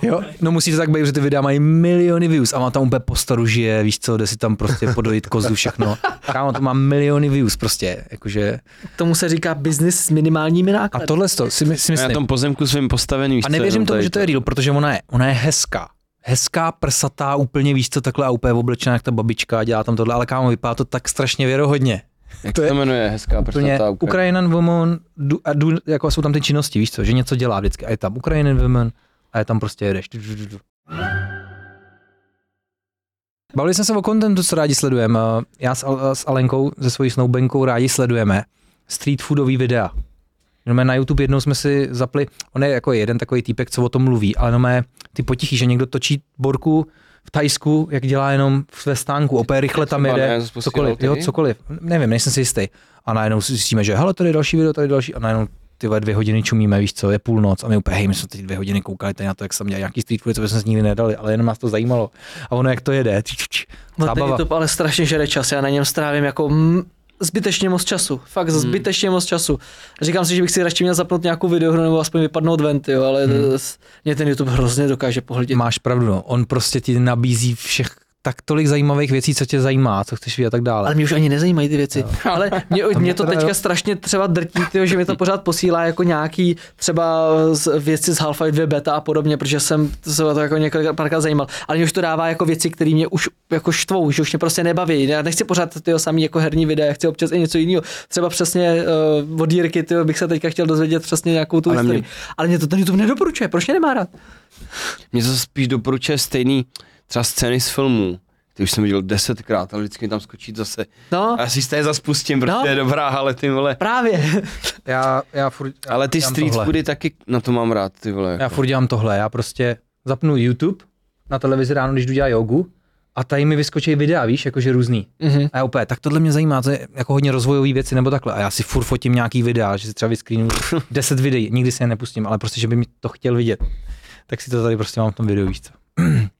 [SPEAKER 2] Jo, no musí to tak být, že ty videa mají miliony views a má tam úplně postaru žije, víš co, jde si tam prostě podojit kozu, všechno. Kámo, to má miliony views prostě, jakože.
[SPEAKER 3] Tomu se říká business s minimálními
[SPEAKER 2] A
[SPEAKER 3] náklady.
[SPEAKER 2] tohle to si, my- si
[SPEAKER 1] Já
[SPEAKER 2] myslím.
[SPEAKER 1] na tom pozemku svým postavený. víš
[SPEAKER 2] A
[SPEAKER 1] co,
[SPEAKER 2] nevěřím
[SPEAKER 1] jenom
[SPEAKER 2] tomu,
[SPEAKER 1] tady
[SPEAKER 2] že to je real, protože ona je, ona je hezká. Hezká, prsatá, úplně víš co, takhle a úplně oblečená jak ta babička, dělá tam tohle, ale kámo, vypadá to tak strašně věrohodně.
[SPEAKER 1] Jak
[SPEAKER 2] to
[SPEAKER 1] to
[SPEAKER 2] je
[SPEAKER 1] se jmenuje? Hezká
[SPEAKER 2] Úplně
[SPEAKER 1] prstatá Ukrajina.
[SPEAKER 2] Ukrajinan woman, du, a du, jako jsou tam ty činnosti, víš co, že něco dělá vždycky a je tam Ukrajinan woman a je tam prostě jedeš. Du, du, du, du. Bavili jsme se o contentu, co rádi sledujeme. Já s, Al- s Alenkou, se svojí snoubenkou rádi sledujeme street foodový videa. Jenom na YouTube jednou jsme si zapli, on je jako jeden takový týpek, co o tom mluví, ale jenom ty potichý, že někdo točí borku v Tajsku, jak dělá jenom ve stánku, opět rychle tam
[SPEAKER 1] Třeba
[SPEAKER 2] jede,
[SPEAKER 1] ne, spustil
[SPEAKER 2] cokoliv,
[SPEAKER 1] ty?
[SPEAKER 2] jo, cokoliv, nevím, nejsem si jistý. A najednou si zjistíme, že hele, tady je další video, tady je další, a najednou ty vole, dvě hodiny čumíme, víš co, je půlnoc a my úplně, hej, my jsme teď dvě hodiny koukali tady na to, jak jsem dělal nějaký street food, co bychom si nikdy nedali, ale jenom nás to zajímalo. A ono, jak to jede, tč, tč, tč,
[SPEAKER 3] No ten
[SPEAKER 2] zábava.
[SPEAKER 3] YouTube ale strašně žere čas, já na něm strávím jako mm, zbytečně moc času, fakt hmm. zbytečně moc času. Říkám si, že bych si radši měl zapnout nějakou videohru nebo aspoň vypadnout ven, tyjo, ale hmm. mě ten YouTube hrozně dokáže pohltit.
[SPEAKER 2] Máš pravdu, no. on prostě ti nabízí všech tak tolik zajímavých věcí, co tě zajímá, co chceš vidět a tak dále.
[SPEAKER 3] Ale mě už ani nezajímají ty věci. Ale mě, mě to
[SPEAKER 2] teda
[SPEAKER 3] teďka
[SPEAKER 2] jo.
[SPEAKER 3] strašně třeba drtí, tyjo, že mi to pořád posílá jako nějaký třeba z- věci z Half-Life 2 beta a podobně, protože jsem se o to jako několik párkrát zajímal. Ale mě už to dává jako věci, které mě už jako štvou, že už mě prostě nebaví. Já nechci pořád tyjo samý jako herní videa, já chci občas i něco jiného. Třeba přesně uh, od Jirky, tyjo, bych se teďka chtěl dozvědět přesně nějakou tu
[SPEAKER 1] Ale mě-
[SPEAKER 3] historii. Ale mě to ten YouTube nedoporučuje, proč mě nemá rád?
[SPEAKER 1] Mě to spíš doporučuje stejný třeba scény z filmů. Ty už jsem viděl desetkrát, ale vždycky mi tam skočí zase.
[SPEAKER 3] No,
[SPEAKER 1] A já si z té zaspustím, protože
[SPEAKER 3] No.
[SPEAKER 1] je dobrá, ale ty vole.
[SPEAKER 3] právě.
[SPEAKER 2] Já, já furt, já
[SPEAKER 1] Ale ty
[SPEAKER 2] dělám
[SPEAKER 1] street
[SPEAKER 2] tohle.
[SPEAKER 1] foody taky, na to mám rád, ty vole.
[SPEAKER 2] Já furt dělám tohle, já prostě zapnu YouTube na televizi ráno, když jdu dělat jogu a tady mi vyskočí videa, víš, jakože různý.
[SPEAKER 3] Mhm.
[SPEAKER 2] A já úplně, tak tohle mě zajímá, to je jako hodně rozvojové věci nebo takhle. A já si furt fotím nějaký videa, že si třeba vyskrínu 10 videí, nikdy si je nepustím, ale prostě, že by mi to chtěl vidět. Tak si to tady prostě mám v tom videu, víš co.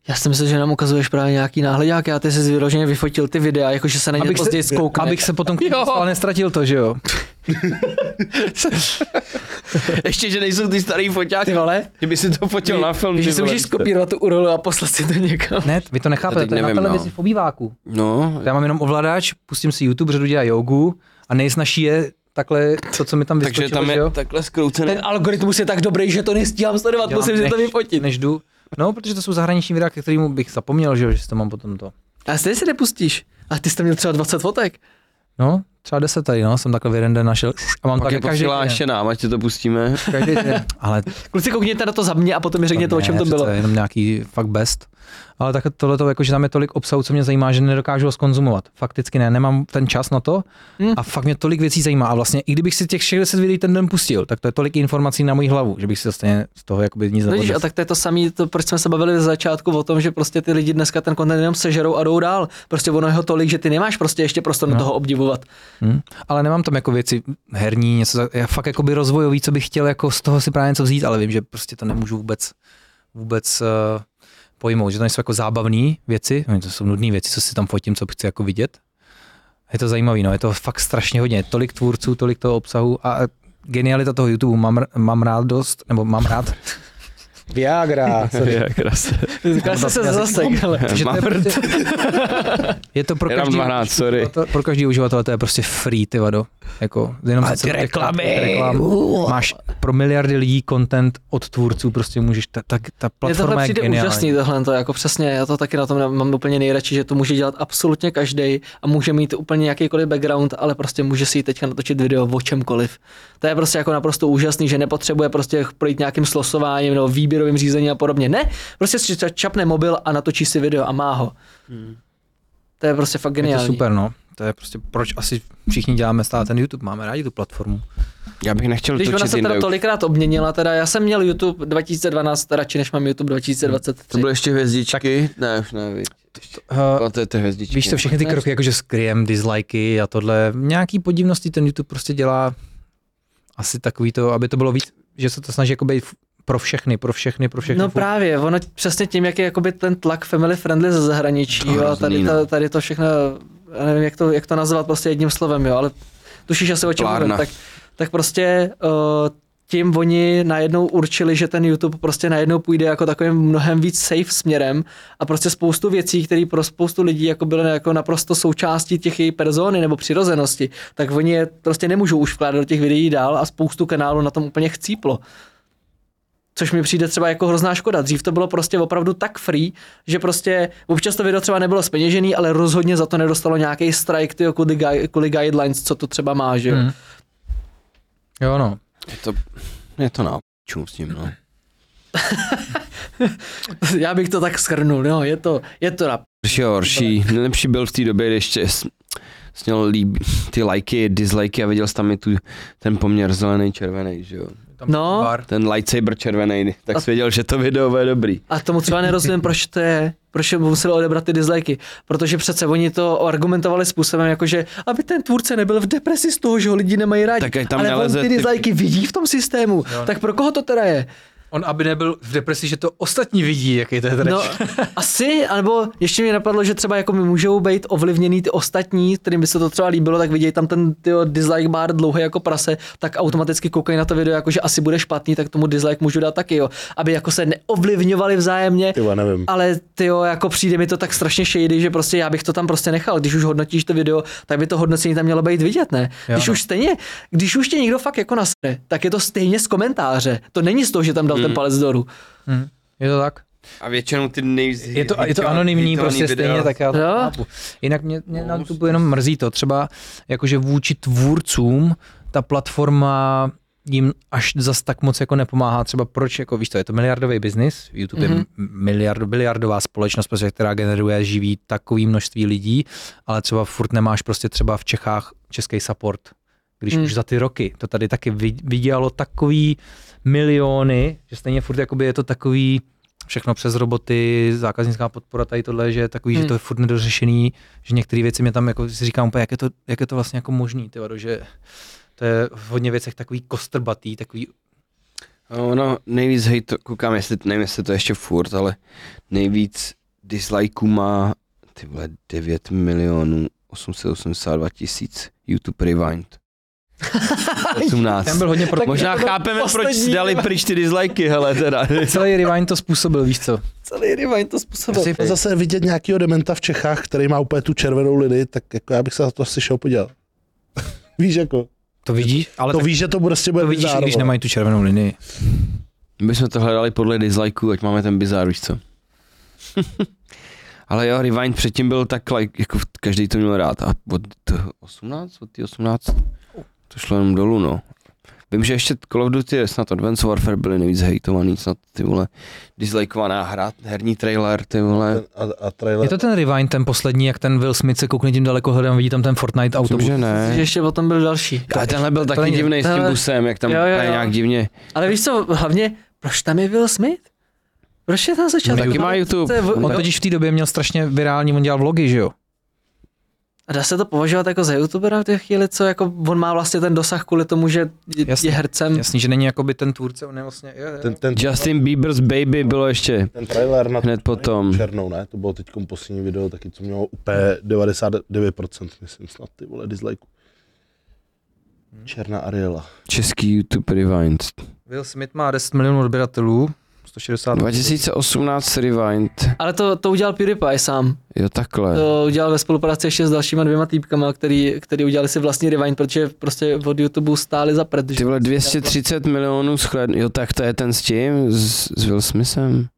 [SPEAKER 3] Já si myslím, že nám ukazuješ právě nějaký náhledák, já ty jsi vyloženě vyfotil ty videa, jakože se na ně
[SPEAKER 2] Abych
[SPEAKER 3] později
[SPEAKER 2] se,
[SPEAKER 3] zkoukne.
[SPEAKER 2] abych se potom ale nestratil to, že jo.
[SPEAKER 1] Ještě, že nejsou ty starý foťáky,
[SPEAKER 3] vole.
[SPEAKER 1] že by si to fotil na film.
[SPEAKER 3] Víš,
[SPEAKER 1] ty
[SPEAKER 3] že si
[SPEAKER 1] vole.
[SPEAKER 3] můžeš skopírovat tu URL a poslat si to někam.
[SPEAKER 2] Ne, vy to nechápete,
[SPEAKER 1] teď
[SPEAKER 2] to je na
[SPEAKER 1] nevím,
[SPEAKER 2] televizi
[SPEAKER 1] no.
[SPEAKER 2] v obýváku.
[SPEAKER 1] No,
[SPEAKER 2] Já mám jenom ovladač, pustím si YouTube, řadu dělá jogu a nejsnažší je takhle to, co mi tam vyskočilo,
[SPEAKER 1] takže tam
[SPEAKER 2] že jo?
[SPEAKER 1] je takhle skroucený.
[SPEAKER 3] Ten algoritmus je tak dobrý, že to nestíhám sledovat,
[SPEAKER 2] Dělám
[SPEAKER 3] musím si to
[SPEAKER 2] než-
[SPEAKER 3] vyfotit.
[SPEAKER 2] Než jdu. No, protože to jsou zahraniční videa, ke kterému bych zapomněl, že, jo, že si to mám potom to.
[SPEAKER 3] A stejně si nepustíš. A ty jsi tam měl třeba 20 fotek.
[SPEAKER 2] No, třeba 10 tady, no, jsem takhle v jeden den našel a mám
[SPEAKER 1] Pak
[SPEAKER 2] takhle
[SPEAKER 1] je
[SPEAKER 2] každý
[SPEAKER 1] posíláš nám, ať ti to pustíme.
[SPEAKER 2] Každý den. Ale to
[SPEAKER 3] Kluci, koukněte na to za mě a potom mi řekněte, o čem to
[SPEAKER 2] přece
[SPEAKER 3] bylo.
[SPEAKER 2] jenom nějaký fakt best. Ale tak tohle to, jako, že tam je tolik obsahu, co mě zajímá, že nedokážu ho skonzumovat. Fakticky ne, nemám ten čas na to
[SPEAKER 3] Hmm.
[SPEAKER 2] a fakt mě tolik věcí zajímá. A vlastně, i kdybych si těch 60 videí ten den pustil, tak to je tolik informací na moji hlavu, že bych si vlastně z toho jakoby nic
[SPEAKER 3] No Vidíš, a
[SPEAKER 2] neodnesl.
[SPEAKER 3] tak to je to samé, to, proč jsme se bavili ze začátku o tom, že prostě ty lidi dneska ten kontent jenom sežerou a jdou dál. Prostě ono je ho tolik, že ty nemáš prostě ještě prostor na toho obdivovat.
[SPEAKER 2] Hmm. Ale nemám tam jako věci herní, něco, za- já fakt jakoby rozvojový, co bych chtěl jako z toho si právě něco vzít, ale vím, že prostě to nemůžu vůbec, vůbec uh, pojmout, že to nejsou jako zábavné věci, no, to jsou nudné věci, co si tam fotím, co chci jako vidět. Je to zajímavé, no, je to fakt strašně hodně, tolik tvůrců, tolik toho obsahu a genialita toho YouTube, mám, r- mám rád dost, nebo mám rád. Viagra.
[SPEAKER 3] Já jsem se zase, ale
[SPEAKER 2] Takže to
[SPEAKER 1] Mám
[SPEAKER 2] je, prostě, je to pro
[SPEAKER 1] Jenom
[SPEAKER 2] každý
[SPEAKER 1] 12, sorry.
[SPEAKER 2] uživatel- pro každý uživatele to je prostě free, ty vado. Jako, jenom
[SPEAKER 5] A
[SPEAKER 2] za
[SPEAKER 5] ty
[SPEAKER 2] cenu těch
[SPEAKER 5] reklamy.
[SPEAKER 2] krát- reklam. Máš pro miliardy lidí content od tvůrců, prostě můžeš, ta, ta, ta
[SPEAKER 3] Mně tohle
[SPEAKER 2] platforma je
[SPEAKER 3] přijde
[SPEAKER 2] geniální.
[SPEAKER 3] úžasný, tohle to jako přesně, já to taky na tom mám úplně nejradši, že to může dělat absolutně každý a může mít úplně jakýkoliv background, ale prostě může si teďka natočit video o čemkoliv. To je prostě jako naprosto úžasný, že nepotřebuje prostě projít nějakým slosováním nebo výběrovým řízením a podobně. Ne, prostě si ča- čapne mobil a natočí si video a má ho. To je prostě fakt
[SPEAKER 2] je to
[SPEAKER 3] geniální.
[SPEAKER 2] super, no. To je prostě, proč asi všichni děláme stále ten YouTube, máme rádi tu platformu.
[SPEAKER 1] Já bych nechtěl
[SPEAKER 3] Když ona
[SPEAKER 1] točit
[SPEAKER 3] se
[SPEAKER 1] jinde.
[SPEAKER 3] teda
[SPEAKER 1] už.
[SPEAKER 3] tolikrát obměnila, teda já jsem měl YouTube 2012 radši, než mám YouTube 2023.
[SPEAKER 1] To byly ještě hvězdičky? Ne, už ne, víš.
[SPEAKER 2] Uh,
[SPEAKER 1] To, to je ty hvězdičky.
[SPEAKER 2] Víš to, všechny ty kroky, jakože skryjem, dislikey a tohle, nějaký podivnosti ten YouTube prostě dělá asi takový to, aby to bylo víc, že se to snaží jako být pro všechny, pro všechny, pro všechny.
[SPEAKER 3] No
[SPEAKER 2] furt.
[SPEAKER 3] právě, ono přesně tím, jak je jakoby ten tlak family friendly ze zahraničí, jo, a tady,
[SPEAKER 1] hrozný,
[SPEAKER 3] ta,
[SPEAKER 1] no.
[SPEAKER 3] tady to všechno, já nevím, jak to, jak to nazvat prostě jedním slovem, jo, ale tušíš asi o čem
[SPEAKER 1] Továrna.
[SPEAKER 3] mluvím, tak, tak prostě uh, tím oni najednou určili, že ten YouTube prostě najednou půjde jako takovým mnohem víc safe směrem a prostě spoustu věcí, které pro spoustu lidí jako byly jako naprosto součástí těch její persony nebo přirozenosti, tak oni je prostě nemůžou už vkládat do těch videí dál a spoustu kanálů na tom úplně chcíplo. Což mi přijde třeba jako hrozná škoda. Dřív to bylo prostě opravdu tak free, že prostě občas to video třeba nebylo speněžený, ale rozhodně za to nedostalo nějaký strike tyjo, kvůli, gui- kvůli guidelines, co to třeba má, že jo.
[SPEAKER 2] Hmm. Jo, no.
[SPEAKER 1] Je to, je to na čum s tím, no.
[SPEAKER 3] Já bych to tak shrnul, no, je to, je to na...
[SPEAKER 1] Horší a horší. Nejlepší byl v té době, kdy ještě s- směl líb, ty lajky, dislajky a viděl jsi tam i tu, ten poměr zelený, červený, že jo.
[SPEAKER 3] No,
[SPEAKER 2] Bar.
[SPEAKER 1] Ten lightsaber červený, tak jsi věděl, že to video bude dobrý.
[SPEAKER 3] a tomu třeba nerozumím, proč to je, proč mu museli odebrat ty disliky. Protože přece oni to argumentovali způsobem, jakože aby ten tvůrce nebyl v depresi z toho, že ho lidi nemají rádi.
[SPEAKER 1] Tak ať tam
[SPEAKER 3] ale
[SPEAKER 1] neleze
[SPEAKER 3] on ty
[SPEAKER 1] ty-
[SPEAKER 3] disliky vidí v tom systému. Tak pro koho to teda je?
[SPEAKER 2] On aby nebyl v depresi, že to ostatní vidí, jaký to je teda.
[SPEAKER 3] No, asi, anebo ještě mě napadlo, že třeba jako mi můžou být ovlivněný ty ostatní, kterým by se to třeba líbilo, tak vidějí tam ten tyjo, dislike bar dlouhý jako prase, tak automaticky koukají na to video, jako že asi bude špatný, tak tomu dislike můžu dát taky, jo. Aby jako se neovlivňovali vzájemně,
[SPEAKER 4] Ty vole, nevím.
[SPEAKER 3] ale ty jo, jako přijde mi to tak strašně shady, že prostě já bych to tam prostě nechal. Když už hodnotíš to video, tak by to hodnocení tam mělo být vidět, ne?
[SPEAKER 2] Jo,
[SPEAKER 3] Když
[SPEAKER 2] no.
[SPEAKER 3] už stejně, když už tě někdo fakt jako nasre, tak je to stejně z komentáře. To není z toho, že tam dal ten palec dolů.
[SPEAKER 2] Hm. Je to tak?
[SPEAKER 1] A většinou ty nejvz...
[SPEAKER 2] Je to, je to anonymní prostě stejně, tak já to
[SPEAKER 3] Jo.
[SPEAKER 2] chápu. Jinak mě, mě na YouTube jenom mrzí to, třeba jakože vůči tvůrcům ta platforma jim až zas tak moc jako nepomáhá. Třeba proč, jako víš to, je to miliardový biznis, YouTube
[SPEAKER 3] Mhm.
[SPEAKER 2] mm-hmm. je miliardo, miliardová společnost, prostě, která generuje, živí takový množství lidí, ale třeba furt nemáš prostě třeba v Čechách český support. Když
[SPEAKER 3] Mm.
[SPEAKER 2] mm. už za ty roky to tady taky vy- vydělalo takový miliony, že stejně furt jakoby je to takový všechno přes roboty, zákaznická podpora tady tohle, že je takový,
[SPEAKER 3] Mm.
[SPEAKER 2] že to je furt nedořešený, že některé věci mě tam jako si říkám úplně, jak je to, jak je to vlastně jako možný, ty vado, že to je v hodně věcech takový kostrbatý, takový
[SPEAKER 1] No, Ono nejvíc hejto, koukám, jestli, nevím, jestli to ještě furt, ale nejvíc dislikeů má ty vole 9 milionů 882 tisíc YouTube Rewind. 18.
[SPEAKER 2] Ten byl hodně pro...
[SPEAKER 1] Možná
[SPEAKER 3] jako
[SPEAKER 1] chápeme, proč
[SPEAKER 3] poslední-
[SPEAKER 1] dali pryč ty dislikey, hele teda.
[SPEAKER 2] Celý rewind to způsobil, víš co?
[SPEAKER 3] Celý rewind to způsobil.
[SPEAKER 2] Asi-
[SPEAKER 4] Zase vidět nějakého dementa v Čechách, který má úplně tu červenou lidi, tak jako já bych se za to asi šel podívat. Víš jako,
[SPEAKER 2] To vidíš? Ale
[SPEAKER 4] to
[SPEAKER 2] tak
[SPEAKER 4] víš, že to prostě bude
[SPEAKER 2] to vidíš, i
[SPEAKER 4] bizár,
[SPEAKER 2] když
[SPEAKER 4] vole.
[SPEAKER 2] nemají tu červenou linii.
[SPEAKER 1] My bychom to hledali podle dislikeů, ať máme ten bizár, víš co. Ale jo, Rewind předtím byl tak, like, jako každý to měl rád. A od t- 18, od té 18, to šlo jenom dolů, no. Vím, že ještě Call of Duty, snad Advanced Warfare byly nejvíc hejtovaný, snad ty vole, dislikeovaná hra, herní trailer, ty vole.
[SPEAKER 4] Ten- A, a trailer.
[SPEAKER 2] Je to ten rewind, ten poslední, jak ten Will Smith se koukne tím dalekohledem, vidí tam ten Fortnite
[SPEAKER 1] Myslím,
[SPEAKER 2] autobus.
[SPEAKER 1] že
[SPEAKER 3] Že
[SPEAKER 1] ne.
[SPEAKER 3] ještě potom byl další.
[SPEAKER 1] A tenhle byl taky
[SPEAKER 2] není-
[SPEAKER 1] divný s tím
[SPEAKER 3] tohle-
[SPEAKER 1] busem, jak tam
[SPEAKER 3] Jo, jo,
[SPEAKER 1] právě
[SPEAKER 3] jo.
[SPEAKER 1] nějak divně.
[SPEAKER 3] Ale víš co, hlavně, proč tam je Will Smith? Proč je tam začal?
[SPEAKER 1] No, taky má YouTube.
[SPEAKER 2] On totiž v té době měl strašně virální, on dělal vlogy, že jo?
[SPEAKER 3] A dá se to považovat jako za youtubera v té chvíli, co jako on má vlastně ten dosah kvůli tomu, že je,
[SPEAKER 2] Jasně,
[SPEAKER 3] je hercem.
[SPEAKER 2] Jasný, že není jakoby ten tvůrce, on je vlastně... Je, je.
[SPEAKER 4] ten, ten,
[SPEAKER 1] Justin Bieber's Baby bylo ještě
[SPEAKER 4] ten trailer na
[SPEAKER 1] hned potom.
[SPEAKER 4] černou, ne? To bylo teď poslední video, taky co mělo úplně 99%, myslím snad, ty vole, dislikeů.
[SPEAKER 2] Hmm.
[SPEAKER 4] Černá Ariela.
[SPEAKER 1] Český YouTube Rewind.
[SPEAKER 2] Will Smith má 10 milionů odběratelů, 160
[SPEAKER 1] 2018 Rewind.
[SPEAKER 3] Ale to, to udělal PewDiePie sám.
[SPEAKER 1] Jo, takhle.
[SPEAKER 3] To udělal ve spolupráci ještě s dalšíma dvěma týpkama, který, který udělali si vlastní rewind, protože prostě od YouTube stáli za prd. že-
[SPEAKER 1] Ty vole 230 milionů schled... Jo, tak to je ten s tím, s, s Will Smithem.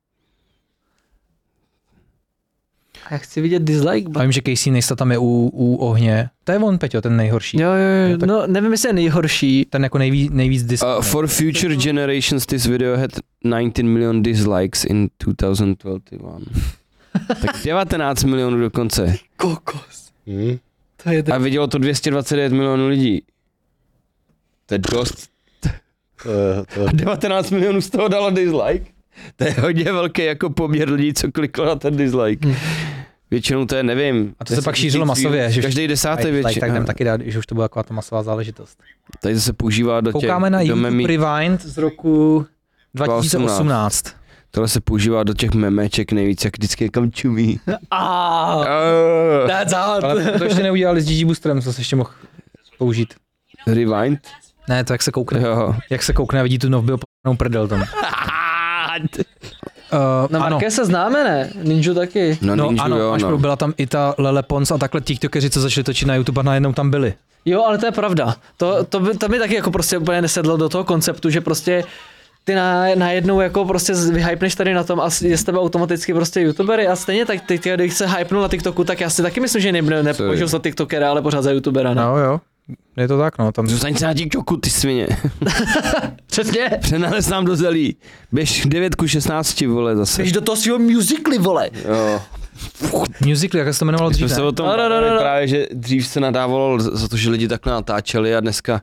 [SPEAKER 3] A já chci vidět dislike.
[SPEAKER 2] A
[SPEAKER 3] Ba-
[SPEAKER 2] vím, že Casey Neistat tam je u, u ohně. To je on, Peťo, ten nejhorší.
[SPEAKER 3] jo, jo, jo,
[SPEAKER 2] tak-
[SPEAKER 3] no nevím, jestli je nejhorší.
[SPEAKER 2] Ten jako nejvíc, nejvíc disk.
[SPEAKER 1] Uh, for future generations this video had 19 million dislikes in 2021. tak 19 milionů dokonce.
[SPEAKER 3] Kokos.
[SPEAKER 4] Hmm?
[SPEAKER 3] To je
[SPEAKER 1] A vidělo to 229 milionů lidí. To je dost.
[SPEAKER 4] To je, to je,
[SPEAKER 1] A 19 milionů z toho dalo dislike. To je hodně velký jako poměr lidí, co kliklo na ten dislike.
[SPEAKER 3] Hmm.
[SPEAKER 1] Většinou to je, nevím.
[SPEAKER 2] Hm. A to se
[SPEAKER 1] 10
[SPEAKER 2] pak šířilo
[SPEAKER 1] 000
[SPEAKER 2] masově,
[SPEAKER 1] views.
[SPEAKER 2] že-
[SPEAKER 1] Každý desátý
[SPEAKER 2] like, tak
[SPEAKER 1] většinou.
[SPEAKER 2] tam taky dá, že už to byla taková ta masová záležitost.
[SPEAKER 1] Tady se používá do těch,
[SPEAKER 2] Koukáme na
[SPEAKER 1] do
[SPEAKER 2] YouTube
[SPEAKER 1] memí.
[SPEAKER 2] Rewind z roku 2018.
[SPEAKER 1] Tohle se používá do těch memeček nejvíc, jak vždycky někam čumí.
[SPEAKER 2] No.
[SPEAKER 3] Ah,
[SPEAKER 1] Uh,
[SPEAKER 3] that's hot.
[SPEAKER 2] Ale to ještě neudělali s GG Boosterem, co se ještě mohl použít.
[SPEAKER 1] rewind?
[SPEAKER 2] Ne, to jak se koukne,
[SPEAKER 1] Jo.
[SPEAKER 2] jak se koukne a vidí tu novbio p***nou prdel tam. Uh,
[SPEAKER 3] Na
[SPEAKER 2] Eh, ano,
[SPEAKER 3] Marké No, se známe, ne? Ninja taky.
[SPEAKER 1] No,
[SPEAKER 2] no,
[SPEAKER 1] ninja,
[SPEAKER 2] ano,
[SPEAKER 1] jo,
[SPEAKER 2] až
[SPEAKER 1] no.
[SPEAKER 2] no. byla tam i ta Lele Pons a takhle tiktokeři, co začali točit na YouTube a najednou tam byli.
[SPEAKER 3] Jo, ale to je pravda. To, to, by, to mi taky jako prostě úplně nesedlo do toho konceptu, že prostě ty na, najednou jako prostě z- vyhypneš tady na tom a s- je z tebe automaticky prostě youtubery a stejně tak ty, ty když se hypnul na TikToku, tak já si taky myslím, že ne, ne, nepožil za TikTokera, ale pořád za youtubera, ne? No.
[SPEAKER 2] jo, je to tak, no, tam
[SPEAKER 1] Zůstaň se na TikToku, ty svině.
[SPEAKER 3] Přesně.
[SPEAKER 1] Přenales nám do zelí. Běž 9 ku 16, vole, zase.
[SPEAKER 3] Když do toho svého musicly, vole.
[SPEAKER 1] Jo.
[SPEAKER 2] musical, jak se to jmenovalo
[SPEAKER 1] Jsme
[SPEAKER 2] dřív,
[SPEAKER 1] se
[SPEAKER 2] ne?
[SPEAKER 1] o tom
[SPEAKER 3] No, no, no,
[SPEAKER 1] bavili
[SPEAKER 3] no.
[SPEAKER 1] právě, že dřív se nadávalo za to, že lidi takhle natáčeli a dneska,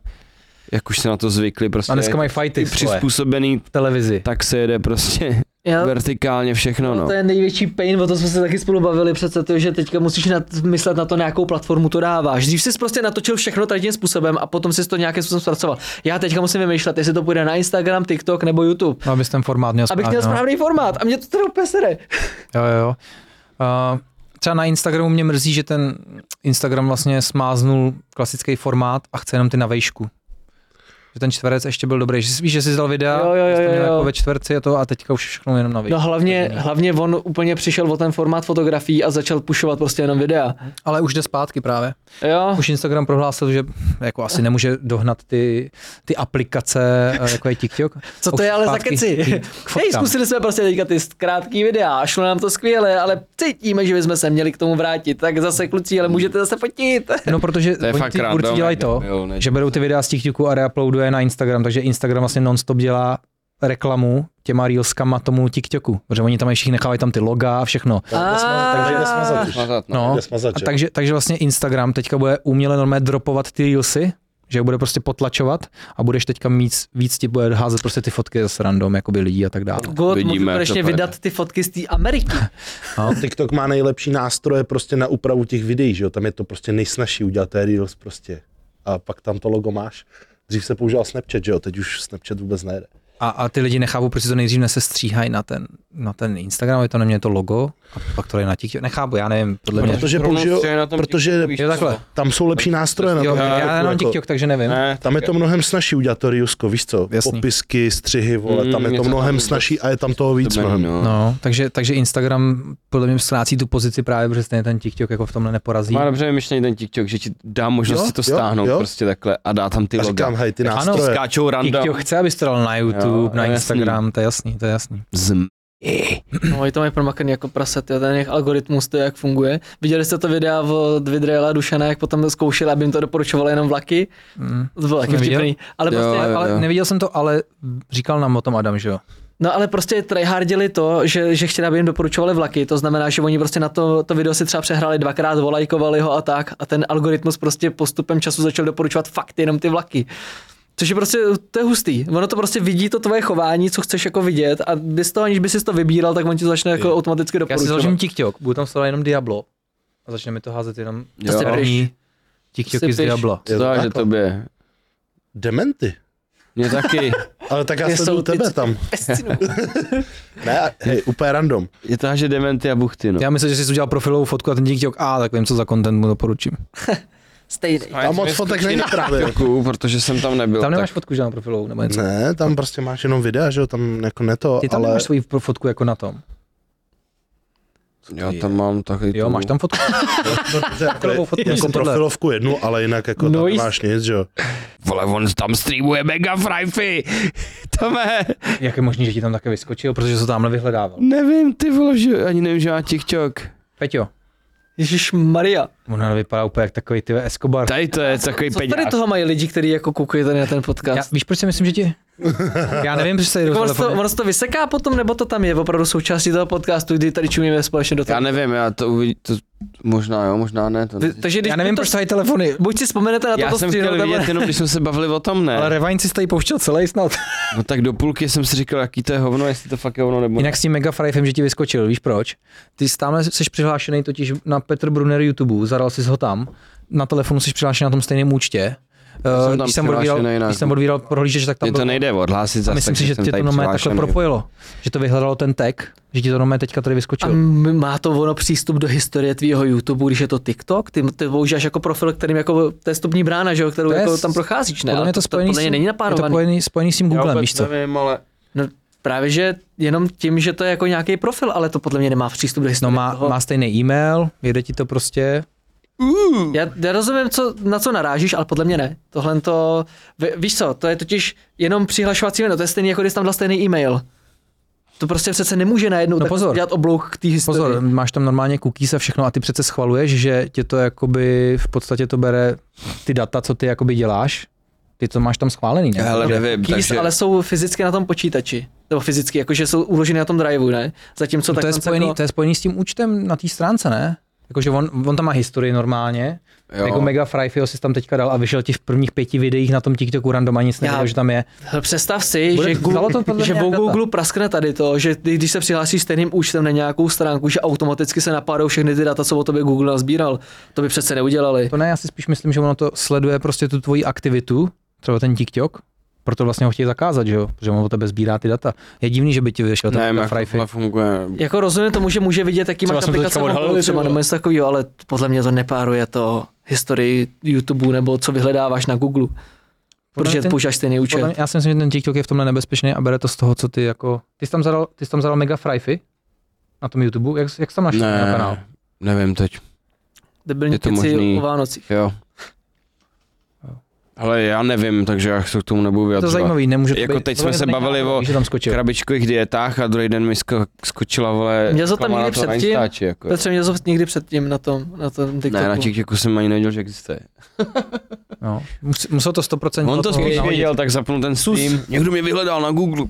[SPEAKER 1] jak už se na to zvykli, prostě
[SPEAKER 2] A dneska mají
[SPEAKER 1] ty
[SPEAKER 2] fighty vole,
[SPEAKER 1] přizpůsobený,
[SPEAKER 2] v televizi.
[SPEAKER 1] tak se jede prostě
[SPEAKER 3] Já,
[SPEAKER 1] vertikálně všechno, no.
[SPEAKER 3] To je největší pain, o to jsme se taky spolu bavili přece, to, že teďka musíš nad, myslet na to, na jakou platformu to dáváš. Dřív jsi prostě natočil všechno tady tím způsobem a potom si to nějakým způsobem zpracoval. Já teďka musím vymýšlet, jestli to bude na Instagram, TikTok nebo YouTube.
[SPEAKER 2] No, abys ten formát měl
[SPEAKER 3] Abych
[SPEAKER 2] správně,
[SPEAKER 3] měl
[SPEAKER 2] no.
[SPEAKER 3] správný formát a mě to teda úplně sere.
[SPEAKER 2] Jo, jo, jo. Uh, třeba na Instagramu mě mrzí, že ten Instagram vlastně smáznul klasický formát a chce jenom ty na vejšku. Že ten čtverec ještě byl dobrý. Že jsi, víš, že jsi dal videa,
[SPEAKER 3] Jo, jo, jo,
[SPEAKER 2] že jsi to měl
[SPEAKER 3] jo.
[SPEAKER 2] jako ve čtverci a to a teďka už všechno jenom na vejšku.
[SPEAKER 3] No hlavně, hlavně on úplně přišel o ten formát fotografií a začal pušovat prostě jenom videa.
[SPEAKER 2] Ale už jde zpátky právě.
[SPEAKER 3] Jo,
[SPEAKER 2] Už Instagram prohlásil, že jako asi nemůže dohnat ty, ty aplikace, eh, jako je TikTok.
[SPEAKER 3] co
[SPEAKER 2] Už
[SPEAKER 3] to je ale za
[SPEAKER 2] zpátky
[SPEAKER 3] keci?
[SPEAKER 2] jít k
[SPEAKER 3] Hej,
[SPEAKER 2] fotkám.
[SPEAKER 3] zkusili jsme prostě teďka ty krátký videa a šlo nám to skvěle, ale cítíme, že bychom se měli k tomu vrátit. Tak zase kluci, ale můžete zase fotit.
[SPEAKER 2] No, protože
[SPEAKER 1] je
[SPEAKER 2] oni
[SPEAKER 1] fakt no.
[SPEAKER 2] ty
[SPEAKER 1] random, jako
[SPEAKER 2] tvůrci dělají to,
[SPEAKER 1] debil, ne?
[SPEAKER 2] že berou ty videa z TikToku a reuploaduje na Instagram, takže Instagram vlastně nonstop dělá reklamu těma reelskama tomu TikToku, protože oni tam ještě nechávají tam ty loga a všechno.
[SPEAKER 3] Ah.
[SPEAKER 4] Takže jde smazat už.
[SPEAKER 1] Smazat, no.
[SPEAKER 2] No,
[SPEAKER 4] jde smazat,
[SPEAKER 2] a
[SPEAKER 4] že?
[SPEAKER 2] takže, takže vlastně Instagram teďka bude uměle normálně dropovat ty reelsy, že je bude prostě potlačovat a budeš teďka víc, víc ti bude házet prostě ty fotky zase random, jakoby lidí a tak dále.
[SPEAKER 3] God,
[SPEAKER 1] Vidíme,
[SPEAKER 3] Vidíme,
[SPEAKER 1] jak to
[SPEAKER 3] konečně
[SPEAKER 1] pojede.
[SPEAKER 3] vydat ty fotky z té Ameriky.
[SPEAKER 4] TikTok má nejlepší nástroje prostě na úpravu těch videí, že jo? Tam je to prostě nejsnažší udělat ten Reels prostě. A pak tam to logo máš. Dřív se používal Snapchat, že jo? Teď už Snapchat vůbec nejde.
[SPEAKER 2] A, a ty lidi nechápou, proč si to nejdřív nesestříhají na ten, na ten Instagram, je to na mě to logo a pak to je na TikTok. Nechápu, já nevím, podle mě.
[SPEAKER 4] Protože
[SPEAKER 1] Rovnou
[SPEAKER 4] použijou,
[SPEAKER 1] stříhají na tom
[SPEAKER 4] protože
[SPEAKER 1] TikToku, víš
[SPEAKER 2] Jo, takhle.
[SPEAKER 4] tam jsou lepší nástroje na
[SPEAKER 2] Jo,
[SPEAKER 4] to.
[SPEAKER 2] já, já nemám TikTok, takže nevím.
[SPEAKER 1] jako Ne,
[SPEAKER 4] Tam je to mnohem snažší udělat to Riusko, víš co?
[SPEAKER 2] Jasný.
[SPEAKER 4] Popisky, střihy, vole, tam
[SPEAKER 1] Mm,
[SPEAKER 4] je to
[SPEAKER 1] něco tam
[SPEAKER 4] mnohem
[SPEAKER 1] vůbec-
[SPEAKER 4] snažší a je tam toho víc
[SPEAKER 1] to není, no.
[SPEAKER 4] mnohem.
[SPEAKER 2] No, takže, takže Instagram podle mě ztrácí tu pozici právě, protože stejně ten TikTok jako v tomhle neporazí.
[SPEAKER 1] Má dobře vymyšlený ten TikTok, že ti dá možnost
[SPEAKER 4] Jo,
[SPEAKER 1] si to
[SPEAKER 4] jo,
[SPEAKER 1] stáhnout
[SPEAKER 4] jo.
[SPEAKER 1] prostě takhle a dá tam ty
[SPEAKER 4] Já
[SPEAKER 1] loga.
[SPEAKER 4] říkám, hej, ty
[SPEAKER 2] Ano,
[SPEAKER 4] nástroje.
[SPEAKER 1] Skáčou random.
[SPEAKER 2] TikTok chce, abys to dal na
[SPEAKER 1] Jo,
[SPEAKER 2] YouTube, na
[SPEAKER 1] jasný.
[SPEAKER 2] Instagram, to je jasný, to je jasný.
[SPEAKER 1] Zm.
[SPEAKER 3] No, je to mají promakaný jako prasat, jo, ten jejich algoritmus, to je, jak funguje. Viděli jste to videa od Vidrela a Dušana, jak potom to zkoušeli, aby jim to doporučovali jenom vlaky?
[SPEAKER 2] Mm.
[SPEAKER 3] To bylo taky
[SPEAKER 2] Neviděl?
[SPEAKER 3] vtipný. Ale
[SPEAKER 1] Jo,
[SPEAKER 3] prostě,
[SPEAKER 1] jo,
[SPEAKER 3] ale,
[SPEAKER 1] jo.
[SPEAKER 2] Neviděl jsem to, ale říkal nám o tom Adam, že jo?
[SPEAKER 3] no ale prostě tryhardili to, že, že chtěli, aby jim doporučovali vlaky. To znamená, že oni prostě na to, to video si třeba přehráli dvakrát, volajkovali ho a tak. A ten algoritmus prostě postupem času začal doporučovat fakt jenom ty vlaky. Což je prostě, to je hustý. Ono to prostě vidí to tvoje chování, co chceš jako vidět a bez toho, aniž by si to vybíral, tak on ti to začne jako automaticky
[SPEAKER 2] Já si
[SPEAKER 3] doporučovat.
[SPEAKER 2] založím TikTok, budu tam sledovat jenom Diablo a začne mi to házet jenom
[SPEAKER 1] Jo.
[SPEAKER 2] první TikToky z
[SPEAKER 3] Sypeš.
[SPEAKER 2] Diabla.
[SPEAKER 4] Je
[SPEAKER 1] Co
[SPEAKER 4] to
[SPEAKER 1] dáš, že
[SPEAKER 4] takhle.
[SPEAKER 1] tobě?
[SPEAKER 4] Dementy.
[SPEAKER 1] Mě taky.
[SPEAKER 4] Ale tak já
[SPEAKER 3] Kde
[SPEAKER 4] sleduju
[SPEAKER 3] jsou ty
[SPEAKER 4] tebe
[SPEAKER 3] c-
[SPEAKER 4] tam. Ne, a- hej, úplně random.
[SPEAKER 1] Je to, že dementy a buchty, no.
[SPEAKER 2] Já myslím, že jsi udělal profilovou fotku a ten TikTok, a tak vím, co za content mu doporučím.
[SPEAKER 3] Stejný.
[SPEAKER 1] já
[SPEAKER 4] Tam moc
[SPEAKER 1] jsem
[SPEAKER 4] fotek
[SPEAKER 1] skočil
[SPEAKER 4] není
[SPEAKER 1] na
[SPEAKER 4] právě.
[SPEAKER 1] TikToku, protože jsem tam nebyl.
[SPEAKER 2] Tam nemáš
[SPEAKER 1] tak.
[SPEAKER 2] fotku žádnou profilovou nebo něco.
[SPEAKER 4] Ne, tam prostě máš jenom videa, že jo, tam jako ne to,
[SPEAKER 2] Ty tam
[SPEAKER 4] ale...
[SPEAKER 2] nemáš svoji pro- fotku jako na tom.
[SPEAKER 1] Já tam mám takový
[SPEAKER 2] Jo,
[SPEAKER 1] tu-
[SPEAKER 2] máš tam fotku.
[SPEAKER 4] Dobře, jako,
[SPEAKER 2] Takovou fotku,
[SPEAKER 4] jako
[SPEAKER 2] myslím, tohle.
[SPEAKER 4] profilovku jednu, ale jinak jako
[SPEAKER 3] No
[SPEAKER 4] tam
[SPEAKER 3] jist-
[SPEAKER 4] nemáš nic, že jo.
[SPEAKER 1] Vole, on tam streamuje mega frajfy. Tome,
[SPEAKER 2] Jak je možný, že ti tam také vyskočil, protože se tamhle vyhledával.
[SPEAKER 1] nevím, ty vole, že ani nevím, že má TikTok.
[SPEAKER 2] Peťo,
[SPEAKER 3] Ježíš Maria.
[SPEAKER 2] ona vypadá úplně jak takový ty Escobar.
[SPEAKER 1] Tady to je takový
[SPEAKER 3] Co tady
[SPEAKER 1] peďák.
[SPEAKER 3] toho mají lidi, kteří jako koukají tady na ten
[SPEAKER 2] Já,
[SPEAKER 3] podcast?
[SPEAKER 2] víš, proč si myslím, že ti... Já nevím, proč se jdu
[SPEAKER 3] Já, ono,
[SPEAKER 2] do
[SPEAKER 3] se to,
[SPEAKER 2] telefonu.
[SPEAKER 3] ono se to vyseká potom, nebo to tam je opravdu součástí toho podcastu, kdy tady čumíme společně do toho.
[SPEAKER 1] Já nevím, já to uvidím, to možná jo, možná ne. To
[SPEAKER 3] T- Takže když
[SPEAKER 2] Já nevím,
[SPEAKER 3] to,
[SPEAKER 2] proč tady telefony.
[SPEAKER 3] buď si vzpomenete na
[SPEAKER 1] já
[SPEAKER 3] toto
[SPEAKER 1] jsem
[SPEAKER 3] střínu,
[SPEAKER 1] chtěl
[SPEAKER 3] nebo
[SPEAKER 1] vidět
[SPEAKER 3] ne.
[SPEAKER 1] jenom, když jsme se bavili o tom,
[SPEAKER 2] Ale
[SPEAKER 1] ne.
[SPEAKER 2] Revine si tady pouštěl celý snad.
[SPEAKER 1] No tak do půlky jsem si říkal, jaký to je hovno, jestli to fakt je hovno nebo ne.
[SPEAKER 2] Jinak s tím Mega Frifem, že ti vyskočil, víš proč? Ty stále jsi přihlášený totiž na Petr Brunner YouTube, zadal jsi ho tam, na telefonu jsi přihlášený na tom stejném účtě
[SPEAKER 1] jsem
[SPEAKER 2] eh,
[SPEAKER 1] tam
[SPEAKER 2] když, jsem odvíral,
[SPEAKER 1] přihlášený jinak.
[SPEAKER 2] když jsem odvíral prohlížeč, tak tam
[SPEAKER 1] Mně to
[SPEAKER 2] byl-
[SPEAKER 1] nejde odhlásit
[SPEAKER 2] a
[SPEAKER 1] zase.
[SPEAKER 2] myslím
[SPEAKER 1] takže
[SPEAKER 2] si, že
[SPEAKER 1] jsem
[SPEAKER 2] tě to
[SPEAKER 1] tady
[SPEAKER 2] nové takhle
[SPEAKER 1] přihlášený.
[SPEAKER 2] propojilo, že to vyhledalo ten tag, že ti to nové teďka tady
[SPEAKER 3] A
[SPEAKER 2] vyskočilo.
[SPEAKER 3] m- má to ono přístup do historie tvýho YouTube, když je to TikTok? Ty, ty používáš jako profil, kterým jako, to je vstupní brána, že jo, kterou
[SPEAKER 2] je
[SPEAKER 3] jako
[SPEAKER 2] s-
[SPEAKER 3] tam procházíš, ne?
[SPEAKER 2] podle
[SPEAKER 3] A
[SPEAKER 2] mě to spojený,
[SPEAKER 3] podle mě
[SPEAKER 2] s,
[SPEAKER 3] není
[SPEAKER 2] je to
[SPEAKER 3] napárovaný.
[SPEAKER 2] spojený, spojený s tím
[SPEAKER 1] Já
[SPEAKER 2] Googlem,
[SPEAKER 1] vůbec
[SPEAKER 2] víš co?
[SPEAKER 1] nevím, ale
[SPEAKER 3] No, právě, že jenom tím, že to je jako nějaký profil, ale to podle mě nemá přístup do
[SPEAKER 2] No
[SPEAKER 3] historie.
[SPEAKER 2] má,
[SPEAKER 3] toho.
[SPEAKER 2] má stejný e-mail, jede ti to prostě.
[SPEAKER 3] Já, já rozumím, co, na co narážíš, ale podle mě ne. Tohle to, ví- víš co, to je totiž jenom přihlašovací jméno, to je stejný, jako když jsi tam dal stejný e-mail. To prostě přece nemůže najednou
[SPEAKER 2] No
[SPEAKER 3] tak
[SPEAKER 2] pozor.
[SPEAKER 3] dělat oblouk k té historii.
[SPEAKER 2] Pozor, máš tam normálně cookies a všechno a ty přece schvaluješ, že tě to jakoby v podstatě to bere ty data, co ty jakoby děláš. Ty to máš tam schválený, ne?
[SPEAKER 1] hele,
[SPEAKER 2] Takže-
[SPEAKER 1] nevím,
[SPEAKER 3] Keys,
[SPEAKER 1] takže...
[SPEAKER 3] No, ale jsou fyzicky na tom počítači. Nebo fyzicky, jakože jsou uloženy na tom driveu, ne? Zatímco
[SPEAKER 2] No
[SPEAKER 3] tak jako-
[SPEAKER 2] to, je spojený, to je spojený s tím účtem na té stránce, ne? Jakože on, on tam má historii normálně,
[SPEAKER 1] Jo.
[SPEAKER 2] jo. jako Mega Fryfio si tam teďka dal a vyšel ti v prvních pěti videích na tom TikToku random a nic
[SPEAKER 3] Já-
[SPEAKER 2] nevěděl, že tam je.
[SPEAKER 3] Představ si,
[SPEAKER 2] Bude-
[SPEAKER 3] že,
[SPEAKER 2] vzalo
[SPEAKER 3] Google,
[SPEAKER 2] to podle
[SPEAKER 3] že
[SPEAKER 2] mě
[SPEAKER 3] o
[SPEAKER 2] jak data.
[SPEAKER 3] Google praskne tady to, že ty, když se přihlásíš stejným účtem na nějakou stránku, že automaticky se napádou všechny ty data, co o tobě Google nazbíral. To by přece neudělali.
[SPEAKER 2] To ne, já si spíš myslím, že ono to sleduje prostě tu tvoji aktivitu, třeba ten TikTok, proto vlastně ho chtějí zakázat, že jo? Protože on o tebe sbírá ty data. Je divný, že by ti vyšel ten
[SPEAKER 1] Nevím,
[SPEAKER 2] Mega
[SPEAKER 1] jak
[SPEAKER 2] Fryfio.
[SPEAKER 1] tohle funguje.
[SPEAKER 3] Jako rozumím tomu, že může vidět, jaký
[SPEAKER 2] Třeba
[SPEAKER 3] máš
[SPEAKER 2] jsem to
[SPEAKER 3] aplikace
[SPEAKER 2] teďka odhalil,
[SPEAKER 3] mobilu,
[SPEAKER 2] ty
[SPEAKER 3] třeba
[SPEAKER 2] vole.
[SPEAKER 3] nebo něco takového, ale podle mě to nepáruje to historii YouTube nebo co vyhledáváš na Google.
[SPEAKER 2] Podle mě
[SPEAKER 3] Protože
[SPEAKER 2] ten-
[SPEAKER 3] používáš stejný účet.
[SPEAKER 2] Podle mě- Já si myslím, že ten TikTok je v tomhle nebezpečný a bere to z toho, co ty jako... Ty jsi tam zadal, ty jsi tam zadal Mega Fryfy na tom YouTube, jak, jak jsi tam našel na kanál?
[SPEAKER 1] Ne, nevím teď.
[SPEAKER 3] Debilní
[SPEAKER 1] je to
[SPEAKER 3] keci
[SPEAKER 1] možný.
[SPEAKER 3] o Vánocích.
[SPEAKER 1] Jo. Ale já nevím, takže já se k tomu nebudu
[SPEAKER 2] To je
[SPEAKER 1] vyjadřovat.
[SPEAKER 2] zajímavý, nemůže to
[SPEAKER 1] Jako
[SPEAKER 2] být-
[SPEAKER 1] teď
[SPEAKER 2] podle
[SPEAKER 1] jsme
[SPEAKER 2] mě
[SPEAKER 1] se
[SPEAKER 2] to není
[SPEAKER 1] bavili
[SPEAKER 2] náhodou,
[SPEAKER 1] o
[SPEAKER 2] že tam skočil.
[SPEAKER 1] krabičkových dietách a druhý den mi sko- skočila vole
[SPEAKER 3] Měl to tam
[SPEAKER 1] reklama na
[SPEAKER 3] někdy
[SPEAKER 1] to na
[SPEAKER 3] předtím?
[SPEAKER 1] Instači, jako.
[SPEAKER 3] Petře, mě zop někdy předtím na tom, na tom TikToku.
[SPEAKER 1] Ne, na TikToku jsem ani nevěděl, že existuje.
[SPEAKER 2] No. Mus- Musel to
[SPEAKER 3] No,
[SPEAKER 2] 100%
[SPEAKER 1] On
[SPEAKER 2] do
[SPEAKER 1] to
[SPEAKER 2] toho
[SPEAKER 1] když
[SPEAKER 2] nahodit.
[SPEAKER 1] věděl, tak zapnul ten stream. Někdo mě vyhledal na Google.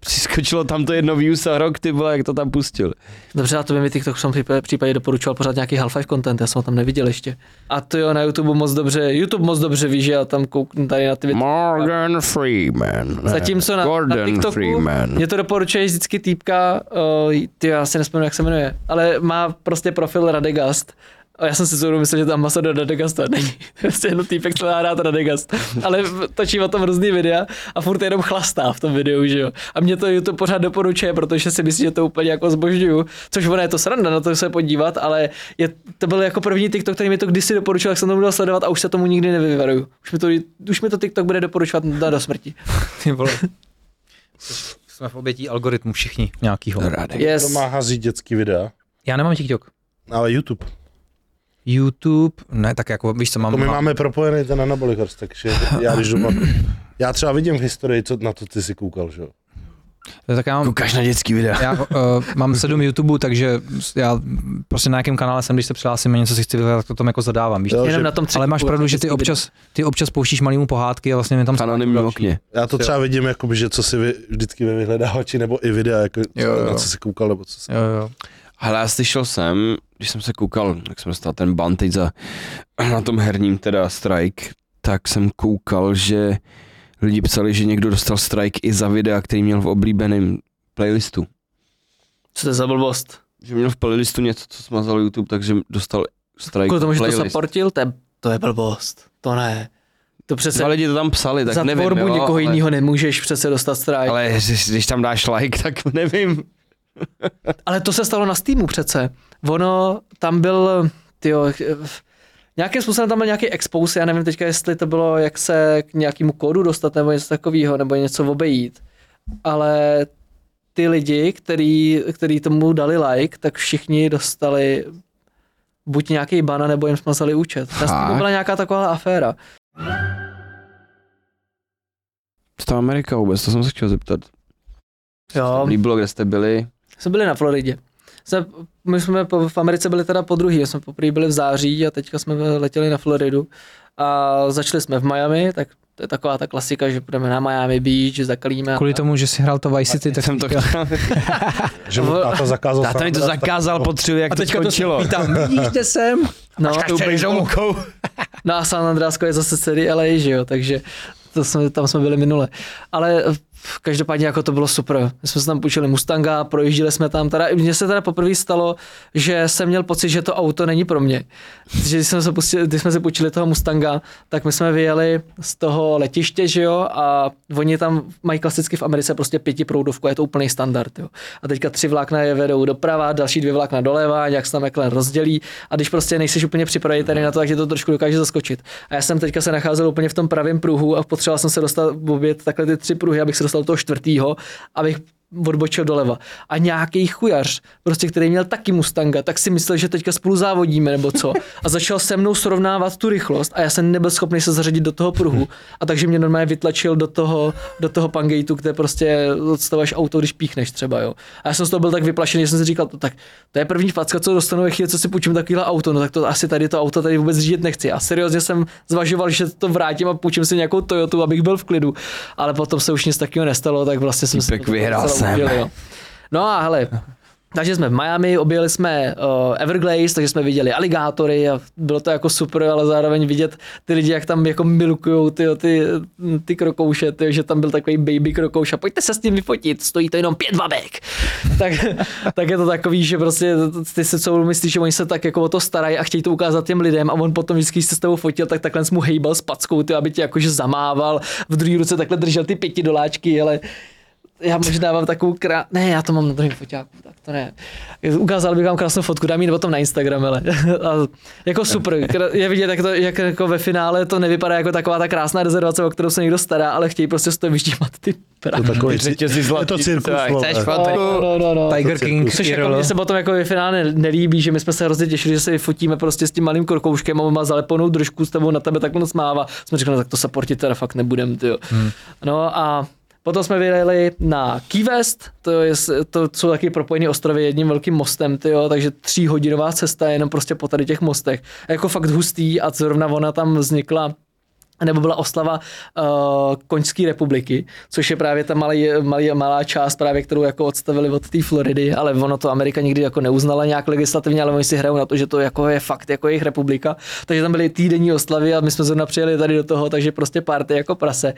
[SPEAKER 1] Přiskočilo tam to jedno views a rok, ty vole, jak to tam pustil.
[SPEAKER 3] Dobře, a to by mi TikTok v tom přípa- případě doporučoval pořád nějaký Half-Life content, já jsem ho tam neviděl ještě. A to jo, na YouTube moc dobře, YouTube moc dobře ví, že já tam kouknu tady na ty věci.
[SPEAKER 1] Morgan Freeman. Ne,
[SPEAKER 3] Zatímco na,
[SPEAKER 1] Gordon
[SPEAKER 3] na TikToku
[SPEAKER 1] Freeman.
[SPEAKER 3] mě to doporučuje vždycky týpka, uh, ty já si nespomínám, jak se jmenuje, ale má prostě profil Radegast. A já jsem si zrovna myslel, že tam ambasador Radegasta není. To je Prostě jenom týpek, co má rád Radegast. Ale v- točí o tom různý videa a furt jenom chlastá v tom videu, že jo. A mě to YouTube pořád doporučuje, protože si myslím, že to úplně jako zbožňuju. Což ono je to sranda, na to se podívat, ale je, to byl jako první TikTok, který mi to kdysi doporučil, jak jsem to budel sledovat a už se tomu nikdy nevyvaruju. Už mi to, už mi to TikTok bude doporučovat na- do smrti.
[SPEAKER 2] Ty vole. Jsme v obětí algoritmu všichni nějakýho.
[SPEAKER 4] To
[SPEAKER 3] Yes.
[SPEAKER 4] má hazí dětský videa,
[SPEAKER 2] Já nemám TikTok.
[SPEAKER 4] ale YouTube.
[SPEAKER 2] YouTube, ne, tak jako víš co, mám,
[SPEAKER 4] To my
[SPEAKER 2] mám
[SPEAKER 4] máme propojený ten anabolik horst, takže já když doma... Já třeba vidím v historii, co na to ty si koukal, že jo?
[SPEAKER 2] tak já mám,
[SPEAKER 1] Koukáš na dětský videa.
[SPEAKER 2] já uh, mám sedm YouTube, takže já prostě na jakém kanále jsem, když se přihlásím a něco si chci vyhledat, tak to tam jako zadávám, víš.
[SPEAKER 4] Jo,
[SPEAKER 3] Jenom
[SPEAKER 4] že-
[SPEAKER 3] na tom
[SPEAKER 2] Ale máš
[SPEAKER 3] třetí
[SPEAKER 2] pravdu,
[SPEAKER 3] půl,
[SPEAKER 2] že ty
[SPEAKER 3] hezký
[SPEAKER 2] občas, ty občas pouštíš malýmu pohádky a vlastně mi tam...
[SPEAKER 1] Anonymní okně.
[SPEAKER 4] Já to třeba vidím, jakoby, že co si vy, vždycky ve vyhledávači, nebo i videa, jako,
[SPEAKER 2] Jo, jo.
[SPEAKER 4] na co si koukal, nebo co si...
[SPEAKER 2] Jo, jo.
[SPEAKER 1] Hele, já slyšel jsem, když jsem se koukal, jak jsem dostal ten ban teď za, na tom herním teda strike, tak jsem koukal, že lidi psali, že někdo dostal strike i za videa, který měl v oblíbeném playlistu.
[SPEAKER 3] Co to je za blbost?
[SPEAKER 1] Že měl v playlistu něco, co smazal YouTube, takže dostal strike
[SPEAKER 3] Kvůli tomu, že to
[SPEAKER 1] playlist.
[SPEAKER 3] supportil, to je, to je blbost. To ne. To přece
[SPEAKER 1] Dva lidi to tam psali, No, tak
[SPEAKER 3] za
[SPEAKER 1] nevím,
[SPEAKER 3] tvorbu
[SPEAKER 1] jo,
[SPEAKER 3] někoho
[SPEAKER 1] ale,
[SPEAKER 3] jiného nemůžeš přece dostat strike. Ale,
[SPEAKER 1] Ale když, když tam dáš like, tak nevím.
[SPEAKER 3] ale to se stalo na Steamu přece. Ono tam byl, tyjo, eh, nějakým způsobem tam byl nějaký expose, já nevím teďka, jestli to bylo, jak se k nějakému kódu dostat nebo něco takového, nebo něco obejít. Ale ty lidi, který, který tomu dali like, tak všichni dostali buď nějaký bana, nebo jim smazali účet. Na Steamu
[SPEAKER 1] Fakt?
[SPEAKER 3] byla nějaká taková aféra.
[SPEAKER 1] Co tam Amerika vůbec, to jsem se chtěl zeptat.
[SPEAKER 3] Jo,
[SPEAKER 1] Líbilo, kde jste byli?
[SPEAKER 3] jsme byli na Floridě. Jsme, my jsme po, v Americe byli teda po druhý, jsme poprvé byli v září a teďka jsme letěli na Floridu a začali jsme v Miami, tak to je taková ta klasika, že půjdeme na Miami Beach, zakalíme.
[SPEAKER 2] Kvůli tomu, že si hrál to Vice City, tak
[SPEAKER 1] jsem to chtěl.
[SPEAKER 4] Že mu táta zakázal...
[SPEAKER 1] Táta mi to
[SPEAKER 4] sám-
[SPEAKER 1] zakázal po tři, jak to skončilo.
[SPEAKER 2] Vítám, vidíš, kde jsem?
[SPEAKER 3] no,
[SPEAKER 1] domů.
[SPEAKER 3] no a San Andreasko je zase celý LA, že jo, takže to jsme, tam jsme byli minule. Ale každopádně jako to bylo super. My jsme se tam půjčili Mustanga, projížděli jsme tam. Teda, mně se teda poprvé stalo, že jsem měl pocit, že to auto není pro mě. Protože když jsme se, pustili, když jsme se půjčili toho Mustanga, tak my jsme vyjeli z toho letiště, že jo, a oni tam mají klasicky v Americe prostě pětiproudovku, a je to úplný standard, jo. A teďka tři vlákna je vedou doprava, další dvě vlákna doleva, nějak se tam McLaren rozdělí a když prostě nejseš úplně připravený tady na to, tak tě to trošku dokáže zaskočit. A já jsem teďka se nacházel úplně v tom pravém pruhu a potřeboval jsem se dostat obět takhle ty tři pruhy, abych se dostal do toho čtvrtýho, abych odbočil doleva. A nějaký chujař, prostě, který měl taky Mustanga, tak si myslel, že teďka spolu závodíme nebo co. A začal se mnou srovnávat tu rychlost a já jsem nebyl schopný se zařadit do toho
[SPEAKER 1] Mhm.
[SPEAKER 3] pruhu. A takže mě normálně vytlačil do toho, do toho pangeitu, kde prostě odstavaš auto, když píchneš třeba. Jo. A já jsem z toho byl tak vyplašený, že jsem si říkal, to, tak to je první facka, co dostanu ve chvíli, co si půjčím takovýhle auto, no tak to asi tady to auto tady vůbec řídit nechci. A seriózně jsem zvažoval, že to vrátím a půjčím si nějakou Toyotu, abych byl v klidu. Ale potom se už nic takového nestalo, tak vlastně jsem
[SPEAKER 1] Týpek
[SPEAKER 3] to
[SPEAKER 1] vyhrál
[SPEAKER 3] docela
[SPEAKER 1] jsem.
[SPEAKER 3] udělil, jo. No a hele, takže jsme v Miami, objeli jsme uh, Everglades, takže jsme viděli aligátory a bylo to jako super, ale zároveň vidět ty lidi, jak tam jako milkujou ty, ty, ty krokouše, ty, že tam byl takový baby krokouš a pojďte se s ním vyfotit, stojí to jenom pět babek. tak, tak je to takový, že prostě ty se co myslíš, že oni se tak jako o to starají a chtějí to ukázat těm lidem a on potom vždycky když se s tebou fotil, tak takhle jsi mu hejbal s packou, ty, aby tě jakože zamával, v druhé ruce takhle držel ty pěti doláčky, ale já možná mám takovou krá... Ne, já to mám na druhém foťáku, tak to ne. Ukázal bych vám krásnou fotku, dám ji potom na Instagram, ale a jako super. kra- Je vidět, jak, to, jak jako ve finále to nevypadá jako taková ta krásná rezervace, o kterou se někdo stará, ale chtějí prostě z toho vyždímat ty
[SPEAKER 4] To
[SPEAKER 3] prachy.
[SPEAKER 4] takový,
[SPEAKER 1] řetězy
[SPEAKER 4] je to
[SPEAKER 1] zlatý,
[SPEAKER 4] cirkus,
[SPEAKER 1] tak,
[SPEAKER 4] no,
[SPEAKER 1] chceš
[SPEAKER 4] ne.
[SPEAKER 1] fotku?
[SPEAKER 3] No, no, no, no.
[SPEAKER 2] Tiger King,
[SPEAKER 3] Což jako
[SPEAKER 2] Irl.
[SPEAKER 3] mě se potom jako ve finále ne- nelíbí, že my jsme se hrozně těšili, že se vyfotíme prostě s tím malým korkouškem a on má zaleponou držku s tebou na tebe tak moc mává. Jsme řekli, no, tak to se portit teda fakt nebudem, tyjo. Hmm. No a Potom jsme vyjeli na Key West, to, je, s- to jsou taky propojené ostrovy jedním velkým mostem, tyjo, takže tříhodinová cesta jenom prostě po tady těch mostech. A jako fakt hustý a zrovna ona tam vznikla nebo byla oslava uh, Koňské republiky, což je právě ta malý, malý, malá část, právě kterou jako odstavili od té Floridy, ale ono to Amerika nikdy jako neuznala nějak legislativně, ale oni si hrajou na to, že to jako je fakt jako jejich republika. Takže tam byly týdenní oslavy a my jsme zrovna přijeli tady do toho, takže prostě party jako prase.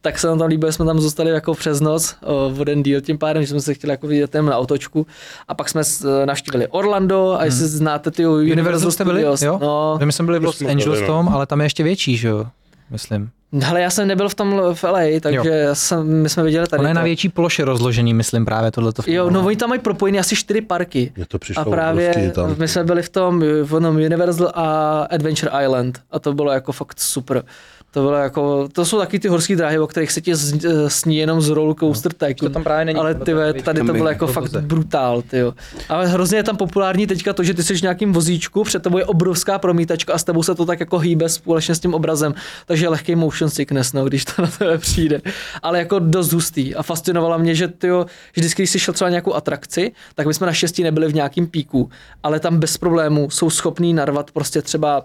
[SPEAKER 3] Tak se nám tam líbilo, jsme tam zůstali jako přes noc uh, v jeden díl tím pádem, že jsme se chtěli jako vidět tam na otočku a pak jsme s- eh, navštívili Orlando a jestli znáte ty
[SPEAKER 2] Hmm. Universal jste byli?
[SPEAKER 3] Studios,
[SPEAKER 2] Jo?
[SPEAKER 3] No,
[SPEAKER 2] No, my jsme byli v Los
[SPEAKER 4] jsme byli,
[SPEAKER 2] Angeles
[SPEAKER 4] no.
[SPEAKER 2] tom, ale tam je ještě větší, že jo? Myslím.
[SPEAKER 3] ale já jsem nebyl v tom v LA, takže já jsem, my jsme viděli tady.
[SPEAKER 2] Ono je na
[SPEAKER 3] to.
[SPEAKER 2] větší ploše rozložený, myslím právě tohleto.
[SPEAKER 3] Jo, no oni tam mají propojený asi čtyři parky.
[SPEAKER 4] Mně to přišlo
[SPEAKER 3] A právě
[SPEAKER 4] obrovský prostě tam.
[SPEAKER 3] my jsme byli v tom, v onom Universal a Adventure Island a to bylo jako fakt super. To bylo jako, to jsou taky ty horské dráhy, o kterých se ti z- eh, sní jenom z rollercoaster no, tycoon,
[SPEAKER 2] to tam právě není,
[SPEAKER 3] ale
[SPEAKER 2] to
[SPEAKER 3] ty
[SPEAKER 2] tam
[SPEAKER 3] ve,
[SPEAKER 2] víš,
[SPEAKER 3] tady
[SPEAKER 1] tam
[SPEAKER 3] to
[SPEAKER 1] by-
[SPEAKER 3] bylo jako
[SPEAKER 2] to
[SPEAKER 3] fakt
[SPEAKER 2] lze.
[SPEAKER 3] brutál, ty jo. Ale hrozně je tam populární teďka to, že ty jsi v nějakým vozíčku, před tebou je obrovská promítačka a s tebou se to tak jako hýbe společně s tím obrazem, takže lehký motion sickness, no, když to na tebe přijde. Ale jako dost hustý a fascinovala mě, že ty jo, že vždycky, když jsi šel třeba na nějakou atrakci, tak my jsme naštěstí nebyli v nějakým píku, ale tam bez problémů jsou schopní narvat prostě třeba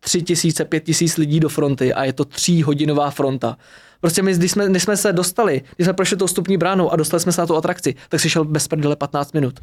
[SPEAKER 3] tři tisíce, pět tisíc lidí do fronty a je to tříhodinová fronta. Prostě my, když jsme, když jsme se dostali, když jsme prošli tou vstupní bránou a dostali jsme se na tu atrakci, tak si šel bez prdele 15 minut.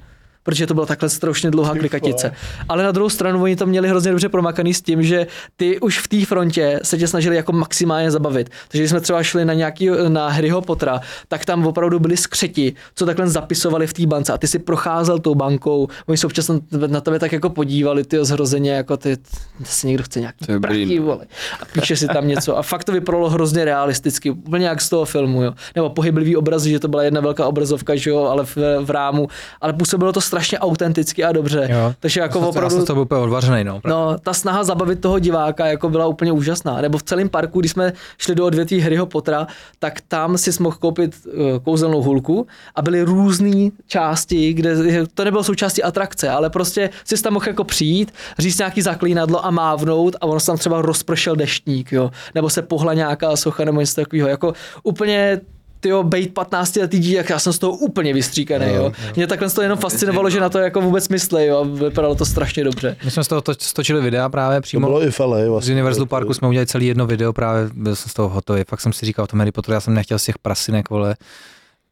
[SPEAKER 3] Protože to byla takhle strašně dlouhá klikatice. Ale na druhou stranu oni to měli hrozně dobře promakaný s tím, že ty už v té frontě se tě snažili jako maximálně zabavit. Takže když jsme třeba šli na nějaký, na Harryho Pottera, tak tam opravdu byli skřeti, co takhle zapisovali v té bance a ty si procházel tou bankou, oni se občas na tebe, na tebe tak jako podívali, ty zhrozeně, jako ty, si někdo chce nějaký
[SPEAKER 1] To je no. brýle.
[SPEAKER 3] prachy, vole. A píše si tam něco. A fakt to vypadalo hrozně realisticky, úplně jak z toho filmu, jo. Nebo pohyblivý obraz, že to byla jedna velká obrazovka, že jo, ale v, v rámu. Ale působilo to strašně autenticky a dobře.
[SPEAKER 2] Jo.
[SPEAKER 3] Takže jako opravdu...
[SPEAKER 2] Já jsem to byl úplně odvařený, no.
[SPEAKER 3] No, ta snaha zabavit toho diváka jako byla úplně úžasná. Nebo v celém parku, když jsme šli do odvětví Harryho Pottera, tak tam si mohl koupit eh, kouzelnou hulku a byly různé části, kde to nebylo součástí atrakce, ale prostě si tam mohl jako přijít, říct nějaký zaklínadlo a mávnout a ono se tam třeba rozpršel deštník, jo. Nebo se pohla nějaká socha nebo něco takového. Jako úplně tyjo, bejt 15 letý dítě, já jsem z toho úplně vystříkaný, jo. Mě takhle to jenom fascinovalo, že na to jako vůbec myslej, jo, a vypadalo to strašně dobře.
[SPEAKER 2] My jsme z toho to, stočili videa právě
[SPEAKER 4] To
[SPEAKER 2] přímo.
[SPEAKER 4] bylo i v LA
[SPEAKER 2] No. Z
[SPEAKER 4] vlastně.
[SPEAKER 3] Jako-
[SPEAKER 2] Universal Parku jsme udělali celý jedno video, právě byl jsem z toho hotový. Fakt jsem si říkal, o tom Harry Potter, já jsem nechtěl z těch prasinek, vole,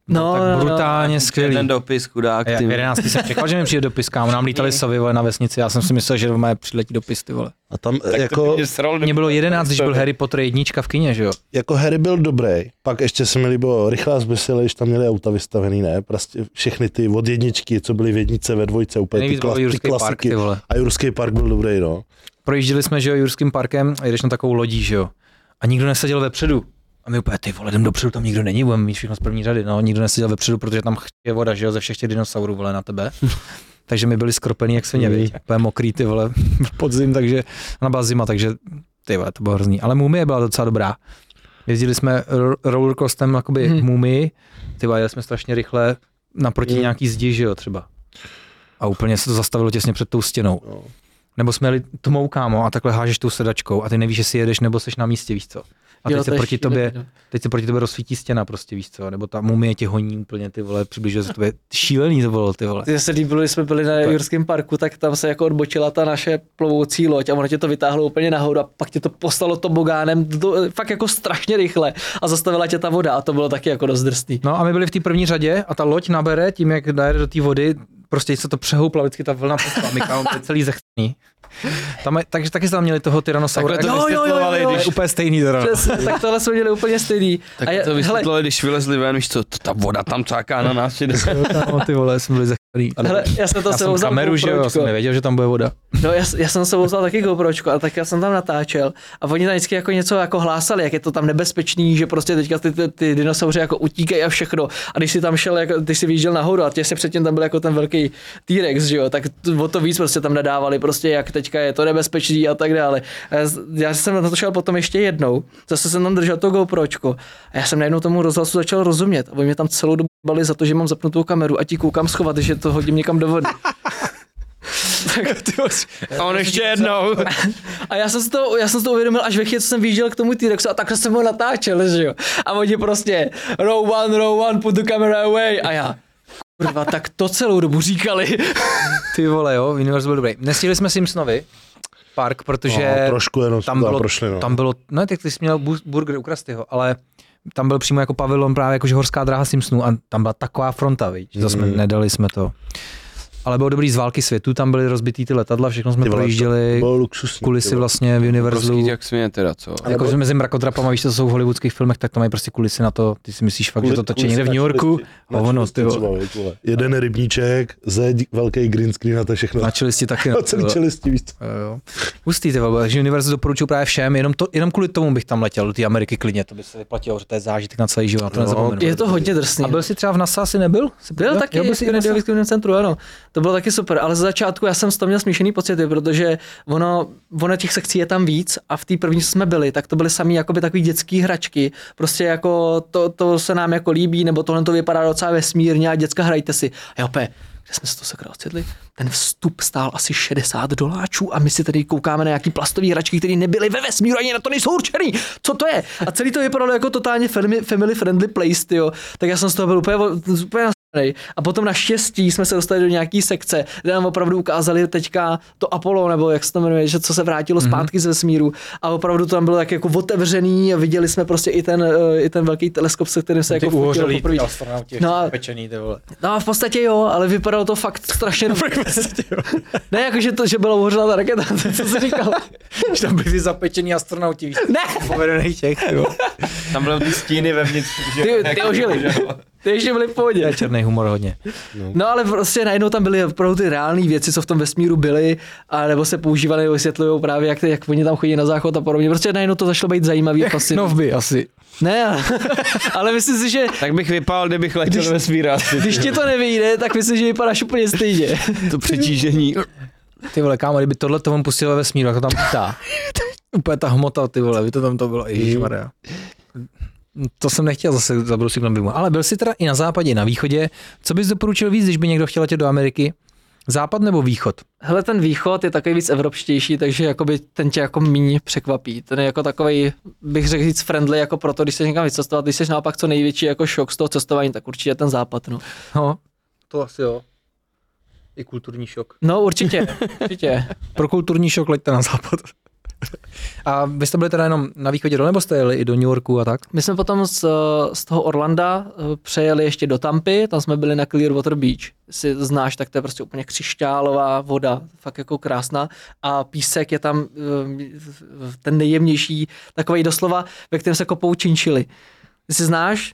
[SPEAKER 3] No, no,
[SPEAKER 2] tak
[SPEAKER 3] no,
[SPEAKER 2] brutálně skvělý.
[SPEAKER 1] Ten dopis, chudák,
[SPEAKER 2] Já
[SPEAKER 1] ty.
[SPEAKER 2] 11 jsem čekal, že mi přijde dopis, kámo, nám lítali sovy vole, na vesnici, já jsem si myslel, že doma přiletí dopis, ty vole.
[SPEAKER 4] A tam tak jako,
[SPEAKER 2] Mně bylo 11, když byl Harry Potter jednička v kině, že jo?
[SPEAKER 4] jako Harry byl dobrý, pak ještě se mi líbilo rychlá zbysile, když tam měli auta vystavený, ne? Prostě všechny ty od jedničky, co byly v jednice, ve dvojce, úplně ty,
[SPEAKER 2] Nejvíc byl
[SPEAKER 4] klas, ty
[SPEAKER 2] Jurský park,
[SPEAKER 4] klasiky.
[SPEAKER 2] ty vole.
[SPEAKER 4] a Jurský park byl dobrý, no.
[SPEAKER 2] Projížděli jsme, že jo, Jurským parkem a jedeš na takovou lodí, že jo? A nikdo neseděl vepředu. A my úplně, ty vole, jdem dopředu, tam nikdo není, budeme mít všechno z první řady. No, nikdo neseděl vepředu, protože tam je voda, že jo, ze všech těch dinosaurů, vole, na tebe. takže my byli skropený, jak svině,
[SPEAKER 3] Mm.
[SPEAKER 2] viď? Úplně mokrý, ty vole, podzim, takže, na byla zima, takže, ty vole, to bylo hrozný. Ale mumie byla docela dobrá. Jezdili jsme ro- rollercoastem, jakoby
[SPEAKER 3] Mhm.
[SPEAKER 2] hmm. mumii, ty vole, jeli jsme strašně rychle
[SPEAKER 3] Hmm.
[SPEAKER 2] naproti nějaký zdi, že jo, třeba. A úplně se to zastavilo těsně před tou stěnou.
[SPEAKER 4] no.
[SPEAKER 2] Nebo jsme jeli tmou, kámo, a takhle hážeš tou sedačkou a ty nevíš, jestli jedeš nebo seš na místě, víš co. A
[SPEAKER 3] Jo,
[SPEAKER 2] teď
[SPEAKER 3] to
[SPEAKER 2] se,
[SPEAKER 3] je
[SPEAKER 2] proti
[SPEAKER 3] šílený,
[SPEAKER 2] tobě,
[SPEAKER 3] no.
[SPEAKER 2] teď se proti tobě rozsvítí stěna prostě, víš co, nebo ta mumie tě honí úplně, ty vole, přibližuje se tobě, šílený to bylo, ty vole.
[SPEAKER 3] Mně se líbilo, když jsme byli na Jurském parku, tak tam se jako odbočila ta naše plovoucí loď a ono tě to vytáhlo úplně nahoru a pak tě to poslalo tobogánem, to, to, fakt jako strašně rychle a zastavila tě ta voda a to bylo taky jako dost drsný.
[SPEAKER 2] No a my byli v té první řadě a ta loď nabere tím, jak dá do té vody, prostě se to přehoupla, vždycky ta vlna poslala, my kámo, to je celý zechcený. Tam, je- takže taky jsme tam měli toho tyranosaura.
[SPEAKER 1] Takhle to
[SPEAKER 2] Jo, jo, jo,
[SPEAKER 1] vysvětlovali,
[SPEAKER 2] jo, jo,
[SPEAKER 1] když-
[SPEAKER 2] úplně stejný zrovna.
[SPEAKER 3] Přesně, tak tohle jsme měli úplně stejný.
[SPEAKER 1] Tak
[SPEAKER 3] a je,
[SPEAKER 1] to
[SPEAKER 3] hele,
[SPEAKER 1] vysvětlili, když vylezli ven, víš co, to, ta voda tam cáká na nás. že jde-
[SPEAKER 2] No, ty vole, jsme byli zechcený.
[SPEAKER 3] hele, já jsem to
[SPEAKER 2] Já jsem
[SPEAKER 3] sebou vzal
[SPEAKER 2] kameru, že jo, já
[SPEAKER 3] GoPročko.
[SPEAKER 2] jsem nevěděl, že tam bude voda.
[SPEAKER 3] No, já, já jsem sebou vzal taky GoPročko, a tak já jsem tam natáčel a oni tam vždycky jako něco jako hlásali, jak je to tam nebezpečný, že prostě teďka ty, ty, ty dinosauři jako utíkají a všechno. A když si tam šel, jako, když si vyjížděl nahoru a těsně předtím tam byl jako ten velký T-Rex, že jo, tak t- o to víc prostě tam nadávali, prostě jak teďka je to nebezpečný a tak dále. A já, já jsem na to šel potom ještě jednou, zase jsem tam držel to GoPročko a já jsem najednou tomu rozhlasu začal rozumět. A oni mě tam celou dobu bali za to, že mám zapnutou kameru a ti koukám schovat, že to hodím někam do vody. tak ty vole,
[SPEAKER 1] A on ještě jednou.
[SPEAKER 3] a já jsem, si to, já jsem si to uvědomil až ve chvíli, co jsem vyjížděl k tomu T-Rexu a takhle jsem ho natáčel, že jo. A oni prostě, row one, row one, put the camera away. A já, kurva, tak to celou dobu říkali.
[SPEAKER 2] Ty vole, jo, Universe byl dobrý. Nestihli jsme Simpsonovi park, protože
[SPEAKER 4] no, trošku jenom
[SPEAKER 2] tam, bylo,
[SPEAKER 4] prošli, no.
[SPEAKER 2] tam bylo, no tak ty jsi měl bu- burger ukrast jeho, ale tam byl přímo jako pavilon právě jakože horská dráha Simpsonů a tam byla taková fronta, víš, že to jsme,
[SPEAKER 4] Hmm.
[SPEAKER 2] nedali jsme to. Ale bylo dobrý z války světu, tam byly rozbitý ty letadla, všechno jsme
[SPEAKER 4] Ty vole, to
[SPEAKER 2] projížděli,
[SPEAKER 4] bylo luxusní, ty
[SPEAKER 2] kulisy
[SPEAKER 4] vole.
[SPEAKER 2] vlastně v Univerzalu.
[SPEAKER 1] Prostě jak smě teda, co?
[SPEAKER 2] Jako že mezi mrakodrapama, víš, co jsou v hollywoodských filmech, tak tam mají prostě kulisy na to, ty si myslíš fakt, že to
[SPEAKER 4] Kuli-
[SPEAKER 2] točí
[SPEAKER 4] kulisy
[SPEAKER 2] někde v
[SPEAKER 4] na
[SPEAKER 2] New Yorku,
[SPEAKER 4] čelisti.
[SPEAKER 2] a
[SPEAKER 4] Na
[SPEAKER 2] ono,
[SPEAKER 4] čelisti
[SPEAKER 2] ty
[SPEAKER 4] třeba,
[SPEAKER 2] vole,
[SPEAKER 4] viď, vole. Jeden rybníček, zeď, velký green screen a to je všechno.
[SPEAKER 2] na čelisti taky.
[SPEAKER 4] Na
[SPEAKER 2] no, ty
[SPEAKER 4] celý
[SPEAKER 2] vole.
[SPEAKER 4] čelisti, víc.
[SPEAKER 2] Jo, Eh, Jo. Hustý ty vole, takže Universe doporučuju právě všem, jenom, to, jenom kvůli tomu bych tam letěl do té Ameriky klidně, to by se vyplatilo, že to je zážitek na celý život, na to no, nezapomenu.
[SPEAKER 3] Je to hodně drsný. no.
[SPEAKER 2] A byl jsi třeba v NASA, asi nebyl? Jsi
[SPEAKER 3] Byl taky
[SPEAKER 2] jo, byl
[SPEAKER 3] v
[SPEAKER 2] jsi i v NASA?
[SPEAKER 3] radiovým centru, ano. To bylo taky super, ale ze začátku já jsem z toho měl smíšený pocity, protože ono, ono těch sekcí je tam víc a v té první, co jsme byli, tak to byly samý jakoby takový dětský hračky. Prostě jako to, to se nám jako líbí, nebo tohle to vypadá docela vesmírně a děcka hrajte si. A jo, pe, kde jsme se to sakra ocitli? Ten vstup stál asi 60 doláčů a my si tady koukáme na nějaký plastový hračky, které nebyly ve vesmíru, ani na to nejsou určený. Co to je? A celý to vypadalo jako totálně family- family friendly place, jo. Tak já jsem z toho byl úplně, úplně nasranej. a potom naštěstí jsme se dostali do nějaký sekce, kde nám opravdu ukázali teďka to Apollo, nebo jak se to jmenuje, že co se vrátilo zpátky mm-hmm. z vesmíru. A opravdu to tam bylo tak jako otevřený a viděli jsme prostě i ten, eh, i ten velký teleskop, se kterým se jako fotilo poprvé.
[SPEAKER 2] astronauti,
[SPEAKER 3] No a-
[SPEAKER 2] pečený, ty vole.
[SPEAKER 3] No a v podstatě jo, ale vypadalo to fakt strašně dobře. ne, jakože to, že byla uhořela ta raketa, to co jsi říkal.
[SPEAKER 2] Už tam byli zapečení astronauti, víš,
[SPEAKER 3] Ne,
[SPEAKER 2] povedený těch, ty vole.
[SPEAKER 1] Tam byly ty stíny vevnitř. že-
[SPEAKER 3] ty, ty ožili. Ty ještě byli v
[SPEAKER 2] To
[SPEAKER 3] pohodě.
[SPEAKER 2] je černý humor hodně.
[SPEAKER 3] No ale prostě najednou tam byly opravdu ty reálné věci, co v tom vesmíru byly, a nebo se používaly, vysvětlují právě, jak, ty, jak oni tam chodí na záchod a podobně. Prostě najednou to zašlo být zajímavý a fascinující.
[SPEAKER 2] by No, asi.
[SPEAKER 3] Ne, ale- ale myslím si, že
[SPEAKER 1] Tak bych vypál, kdybych letěl ve smíráci.
[SPEAKER 3] když ti to nevyjde, tak myslím, že vypadáš úplně stejně.
[SPEAKER 1] To přetížení.
[SPEAKER 2] Ty vole, kámo, kdyby tohle to on pustil ve vesmíru, jak to tam ptá. Úplně ta hmota, ty vole, by to tam to bylo, ježišmarja. To jsem nechtěl zase zabrousit na bimu. Ale byl jsi teda i na západě, i na východě. Co bys doporučil víc, když by někdo chtěl letět do Ameriky? Západ nebo východ?
[SPEAKER 3] Hele, ten východ je takový víc evropštější, takže jakoby ten tě jako míň překvapí. Ten je jako takový, bych řekl víc friendly, jako proto, když se někam vycestovat, když jsi naopak co největší jako šok z toho cestování, tak určitě ten západ. No,
[SPEAKER 2] No. To asi jo. I kulturní šok.
[SPEAKER 3] no určitě, určitě.
[SPEAKER 2] Pro kulturní šok leďte na západ. A vy jste byli teda jenom na východě dole, nebo jste jeli i do New Yorku a tak?
[SPEAKER 3] My jsme potom z, z toho Orlanda eh, přejeli ještě do Tampy, tam jsme byli na Clearwater Beach. Si znáš, tak to je prostě úplně křišťálová voda, fakt jako krásná. A písek je tam eh, ten nejjemnější, takový doslova, ve kterém se jako kopou činčily. Ty si znáš?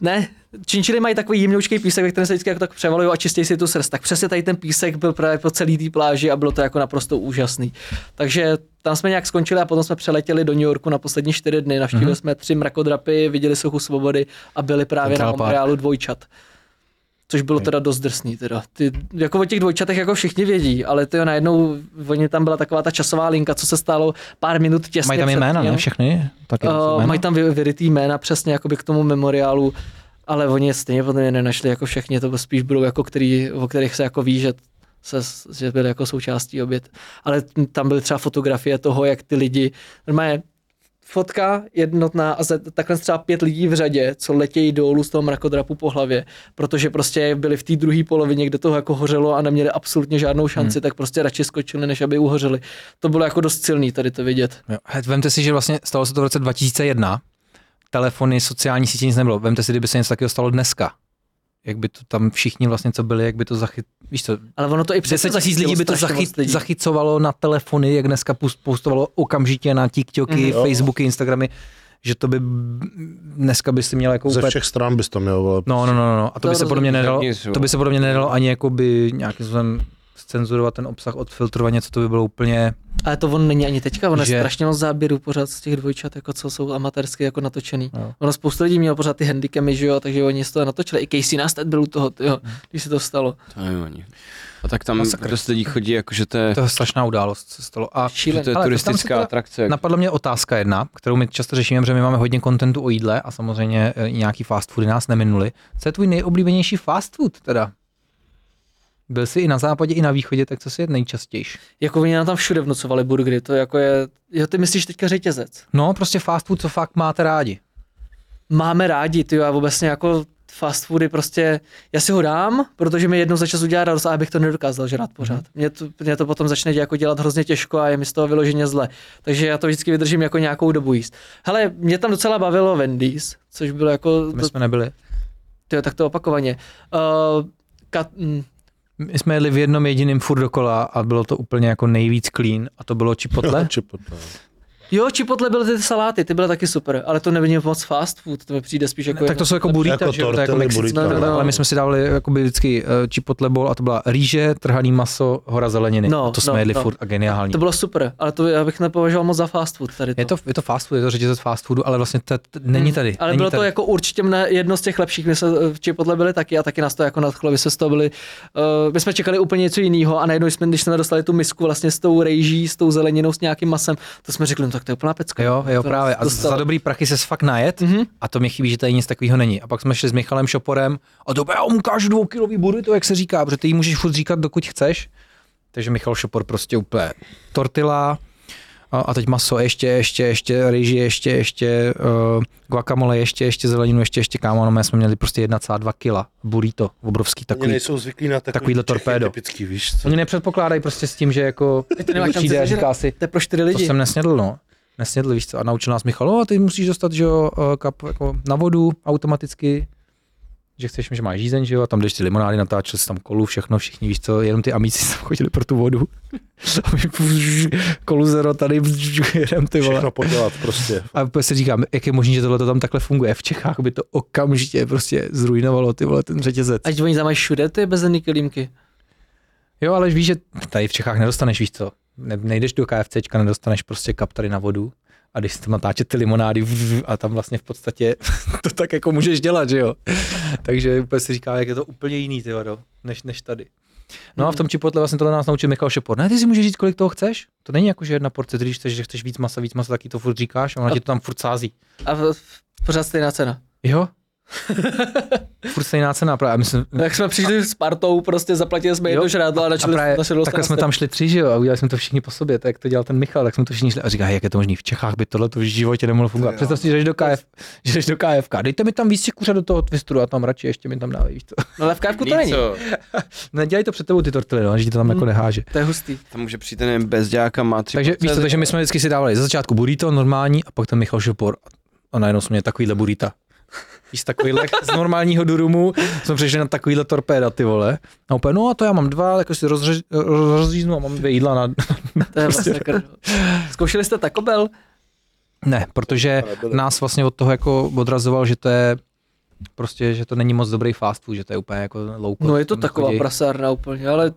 [SPEAKER 3] Ne, činčily mají takový jemňoučký písek, ve kterém se vždycky jako tak převalují a čistějí si tu srst. Tak přesně tady ten písek byl právě po celý té pláži a bylo to jako naprosto úžasný. Takže tam jsme nějak skončili a potom jsme přeletěli do New Yorku na poslední čtyři dny.
[SPEAKER 2] Mhm.
[SPEAKER 3] Navštívili jsme tři mrakodrapy, viděli sochu svobody a byli právě na
[SPEAKER 2] Central Park.
[SPEAKER 3] Montrealu dvojčat. Což bylo teda dost drsný. Teda. Ty, jako o těch dvojčatech jako všichni vědí, ale to najednou, oni tam byla taková ta časová linka, co se stálo pár minut těsně
[SPEAKER 2] Mají tam
[SPEAKER 3] před
[SPEAKER 2] jména,
[SPEAKER 3] tím.
[SPEAKER 2] ne? Všechny? Taky
[SPEAKER 3] Uh,
[SPEAKER 2] jména?
[SPEAKER 3] mají tam vy- vyrytý jména přesně jakoby k tomu memoriálu, ale oni je stejně podle mě nenašli jako všechny, to spíš budou jako který, o kterých se jako ví, že se, s- že byli jako součástí obět. Ale t- tam byly třeba fotografie toho, jak ty lidi, normálně fotka jednotná a za- takhle třeba pět lidí v řadě, co letějí dolů z toho mrakodrapu po hlavě, protože prostě byli v té druhé polovině, kde toho jako hořelo a neměli absolutně žádnou šanci, hmm. tak prostě radši skočili, než aby uhořeli. To bylo jako dost silný tady to vidět.
[SPEAKER 2] Jo. He, Vemte si, že vlastně stalo se to v roce 2001, telefony, sociální sítě nic nebylo. Vemte si, kdyby se něco takového stalo dneska. Jak by to tam všichni vlastně, co byli, jak by to zachyt... Víš co,
[SPEAKER 3] Ale ono to i přes
[SPEAKER 2] 10 tisíc lidí by to zachyt, zachycovalo na telefony, jak dneska pus- postovalo okamžitě na TikToky,
[SPEAKER 4] Mhm.
[SPEAKER 2] mm, Facebooky, Instagramy, že to by dneska by si měl jako
[SPEAKER 4] Ze
[SPEAKER 2] úplně...
[SPEAKER 4] všech stran bys to měl, vole.
[SPEAKER 2] No, no, no, no. A to,
[SPEAKER 3] To
[SPEAKER 2] by se
[SPEAKER 3] rozumím,
[SPEAKER 2] podle mě nedalo,
[SPEAKER 1] tak nic, jo.
[SPEAKER 2] to by se podle mě nedalo ani jakoby nějakým způsobem cenzurovat ten obsah, odfiltrovat něco, to by bylo úplně...
[SPEAKER 3] Ale to on není ani teďka, on je
[SPEAKER 2] Že-
[SPEAKER 3] strašně moc záběrů pořád z těch dvojčat, jako co jsou amatérsky jako natočený.
[SPEAKER 2] Jo.
[SPEAKER 3] Ono spoustu lidí mělo pořád ty handicamy, že jo, takže oni z toho natočili. I Casey Neistat byl u toho, jo, když se to stalo.
[SPEAKER 1] To nevím ani. A tak tam dost lidí chodí, jakože to je,
[SPEAKER 2] To je strašná událost, co se stalo. A
[SPEAKER 1] že to je
[SPEAKER 2] Ale to tam si
[SPEAKER 1] turistická
[SPEAKER 2] teda-
[SPEAKER 1] atrakce. jako.
[SPEAKER 2] Napadla mě otázka jedna, kterou my často řešíme, protože my máme hodně kontentu o jídle a samozřejmě eh, nějaký fast foody nás neminuly. Co je tvůj nejoblíbenější fast food teda? Byl jsi i na západě, i na východě, tak co si je nejčastější?
[SPEAKER 3] Jako oni nám tam všude vnucovali burgery, to jako je, jo, ty myslíš teďka řetězec.
[SPEAKER 2] No, prostě fast food, co fakt máte rádi.
[SPEAKER 3] Máme rádi, ty jo, a obecně jako fast foody prostě, já si ho dám, protože mi jednou za čas udělá radost, a já bych to nedokázal žrat
[SPEAKER 2] Mhm.
[SPEAKER 3] pořád. Mě to, mě to potom začne jako dělat hrozně těžko a je mi z toho vyloženě zle. Takže já to vždycky vydržím jako nějakou dobu jíst. Hele, mě tam docela bavilo Wendy's, což bylo jako,
[SPEAKER 2] My
[SPEAKER 3] to,
[SPEAKER 2] jsme nebyli.
[SPEAKER 3] tyjo, tak to opakovaně. Uh, kat, mm,
[SPEAKER 2] My jsme jeli v jednom jediném furt dokola a bylo to úplně jako nejvíc clean a to bylo Chipotle.
[SPEAKER 4] Chipotle.
[SPEAKER 3] jo, Chipotle byly ty saláty, ty byly taky super, ale to nevidím moc fast food, to mi přijde spíš jako...
[SPEAKER 2] tak to jsou jako burrita,
[SPEAKER 4] Jako
[SPEAKER 2] že jo, to je jako
[SPEAKER 4] tortily,
[SPEAKER 2] Mexic,
[SPEAKER 4] burrito,
[SPEAKER 3] no.
[SPEAKER 2] ale my jsme si dávali jakoby vždycky eh, Chipotle bowl a to byla rýže, trhaný maso, hora zeleniny.
[SPEAKER 3] No,
[SPEAKER 2] a to jsme
[SPEAKER 3] no,
[SPEAKER 2] jedli
[SPEAKER 3] no.
[SPEAKER 2] furt a geniální.
[SPEAKER 3] to bylo super, ale to já bych nepovažoval moc za fast food tady to.
[SPEAKER 2] Je to, je to fast food, je to řetězec fast foodu, ale vlastně to, to není tady.
[SPEAKER 3] No. Mhm. Hmm. Ale
[SPEAKER 2] není
[SPEAKER 3] bylo
[SPEAKER 2] tady.
[SPEAKER 3] to jako určitě mne, jedno z těch lepších, my jsme eh, v Chipotle byli taky a taky nás to jako nadchlo, my jsme z toho byli, uh, my jsme čekali úplně něco jiného a najednou jsme, když jsme dostali tu misku vlastně s tou rejží, s tou zeleninou, s nějakým masem, to jsme řekli, no tak to je úplná pecka.
[SPEAKER 2] Jo, jo,
[SPEAKER 3] To
[SPEAKER 2] právě. A
[SPEAKER 3] nás
[SPEAKER 2] za
[SPEAKER 3] dostalo. Mhm.
[SPEAKER 2] dobrý prachy se fakt najet mm-hmm. a to mě chybí, že tady nic takového není. A pak jsme šli s Michalem Šoporem a to já mu ukážu dvoukilový burrito, jak se říká, protože ty jí můžeš furt říkat, dokud chceš. Takže Michal Šopor prostě úplně tortila a, a teď maso, ještě, ještě, ještě, rýži, ještě, ještě, uh, guacamole, ještě, ještě zeleninu, ještě, ještě kámo, no my jsme měli prostě 1,2 kila burrito, obrovský
[SPEAKER 4] Oni
[SPEAKER 2] takový.
[SPEAKER 4] nejsou zvyklí na takový
[SPEAKER 2] takovýhle
[SPEAKER 4] Čechy
[SPEAKER 2] torpédo.
[SPEAKER 4] Typický, víš co?
[SPEAKER 2] Oni nepředpokládají prostě s tím, že jako
[SPEAKER 3] to nemá šanci
[SPEAKER 2] přijde a
[SPEAKER 3] sežrat.
[SPEAKER 2] říká si,
[SPEAKER 3] To je pro čtyři
[SPEAKER 2] To
[SPEAKER 3] lidi.
[SPEAKER 2] jsem nesnědl, no. Nesnědl, víš co. A naučil nás Michal, "O, ty musíš dostat, že jo, eh, kap jako na vodu automaticky, že chceš, že máš žízeň, že jo, a tam jdeš ty limonády, natáčel jsi tam kolu, všechno, všichni, víš co, jenom ty amíci tam chodili pro tu vodu. A my kolu zero tady, jenom ty vole.
[SPEAKER 4] Všechno podělat prostě.
[SPEAKER 2] A úplně si říkám, jak je možné, že tohle tam takhle funguje v Čechách, by to okamžitě prostě zrujnovalo ty vole ten řetězec.
[SPEAKER 3] Ať oni tam mají všude ty bezený kelímky.
[SPEAKER 2] Jo, ale víš, že tady v Čechách nedostaneš, víš co, ne, nejdeš do KFCčka, nedostaneš prostě kap tady na vodu a když si tam natáčet ty limonády v- v- a tam vlastně v podstatě to tak jako můžeš dělat, že jo. Takže úplně si říká, jak je to úplně jiný, ty vado, než, než tady. No a v tom Chipotle vlastně tohle nás naučil Michal Šepor. Ne, ty si můžeš říct, kolik toho chceš. To není jako, že jedna porce, ty když chceš, že chceš víc masa, víc masa, taky to furt říkáš a ona ti to tam furt sází.
[SPEAKER 3] A v, v, pořád stejná cena.
[SPEAKER 2] Jo? Furt stejná cena právě. My jsme,
[SPEAKER 3] Tak jsme přišli s partou, prostě zaplatili jsme jedno žrádlo a
[SPEAKER 2] No. a
[SPEAKER 3] načali
[SPEAKER 2] právě
[SPEAKER 3] našedlo
[SPEAKER 2] takhle jsme tam šli tři, že jo, a udělali jsme to všichni po sobě, tak jak to dělal ten Michal, tak jsme to všichni šli a říká, jak je to možný, v Čechách by tohle to v životě nemohlo fungovat. Představ si, že jdeš do, KF, že jdeš do KFK, dejte mi tam víc kuře do toho twisteru a tam radši ještě mi tam dávají, víš to.
[SPEAKER 3] No ale v kávku to není.
[SPEAKER 2] Nedělej to před tebou ty tortily, no, že ti to tam jako neháže.
[SPEAKER 3] To je hustý.
[SPEAKER 1] Tam může přijít ten bezďáka, má tři
[SPEAKER 2] Takže víš
[SPEAKER 1] porce.
[SPEAKER 2] to, takže my jsme vždycky si dávali ze začátku burrito normální a pak ten Michal Šopor a najednou jsme měli takovýhle burita. Víš, takovýhle z normálního durumu jsme přišli na takovýhle torpéda, ty vole. A úplně, no a to já mám dva, jako si rozřez, rozříznu a mám dvě jídla na...
[SPEAKER 3] To je vlastně krv. Zkoušeli jste Taco Bell?
[SPEAKER 2] Ne, protože nás vlastně od toho jako odrazoval, že to je prostě, že to není moc dobrý fast food, že to je úplně jako low cost.
[SPEAKER 3] No je to
[SPEAKER 2] Tam
[SPEAKER 3] taková
[SPEAKER 2] chodí-
[SPEAKER 3] prasárna úplně, ale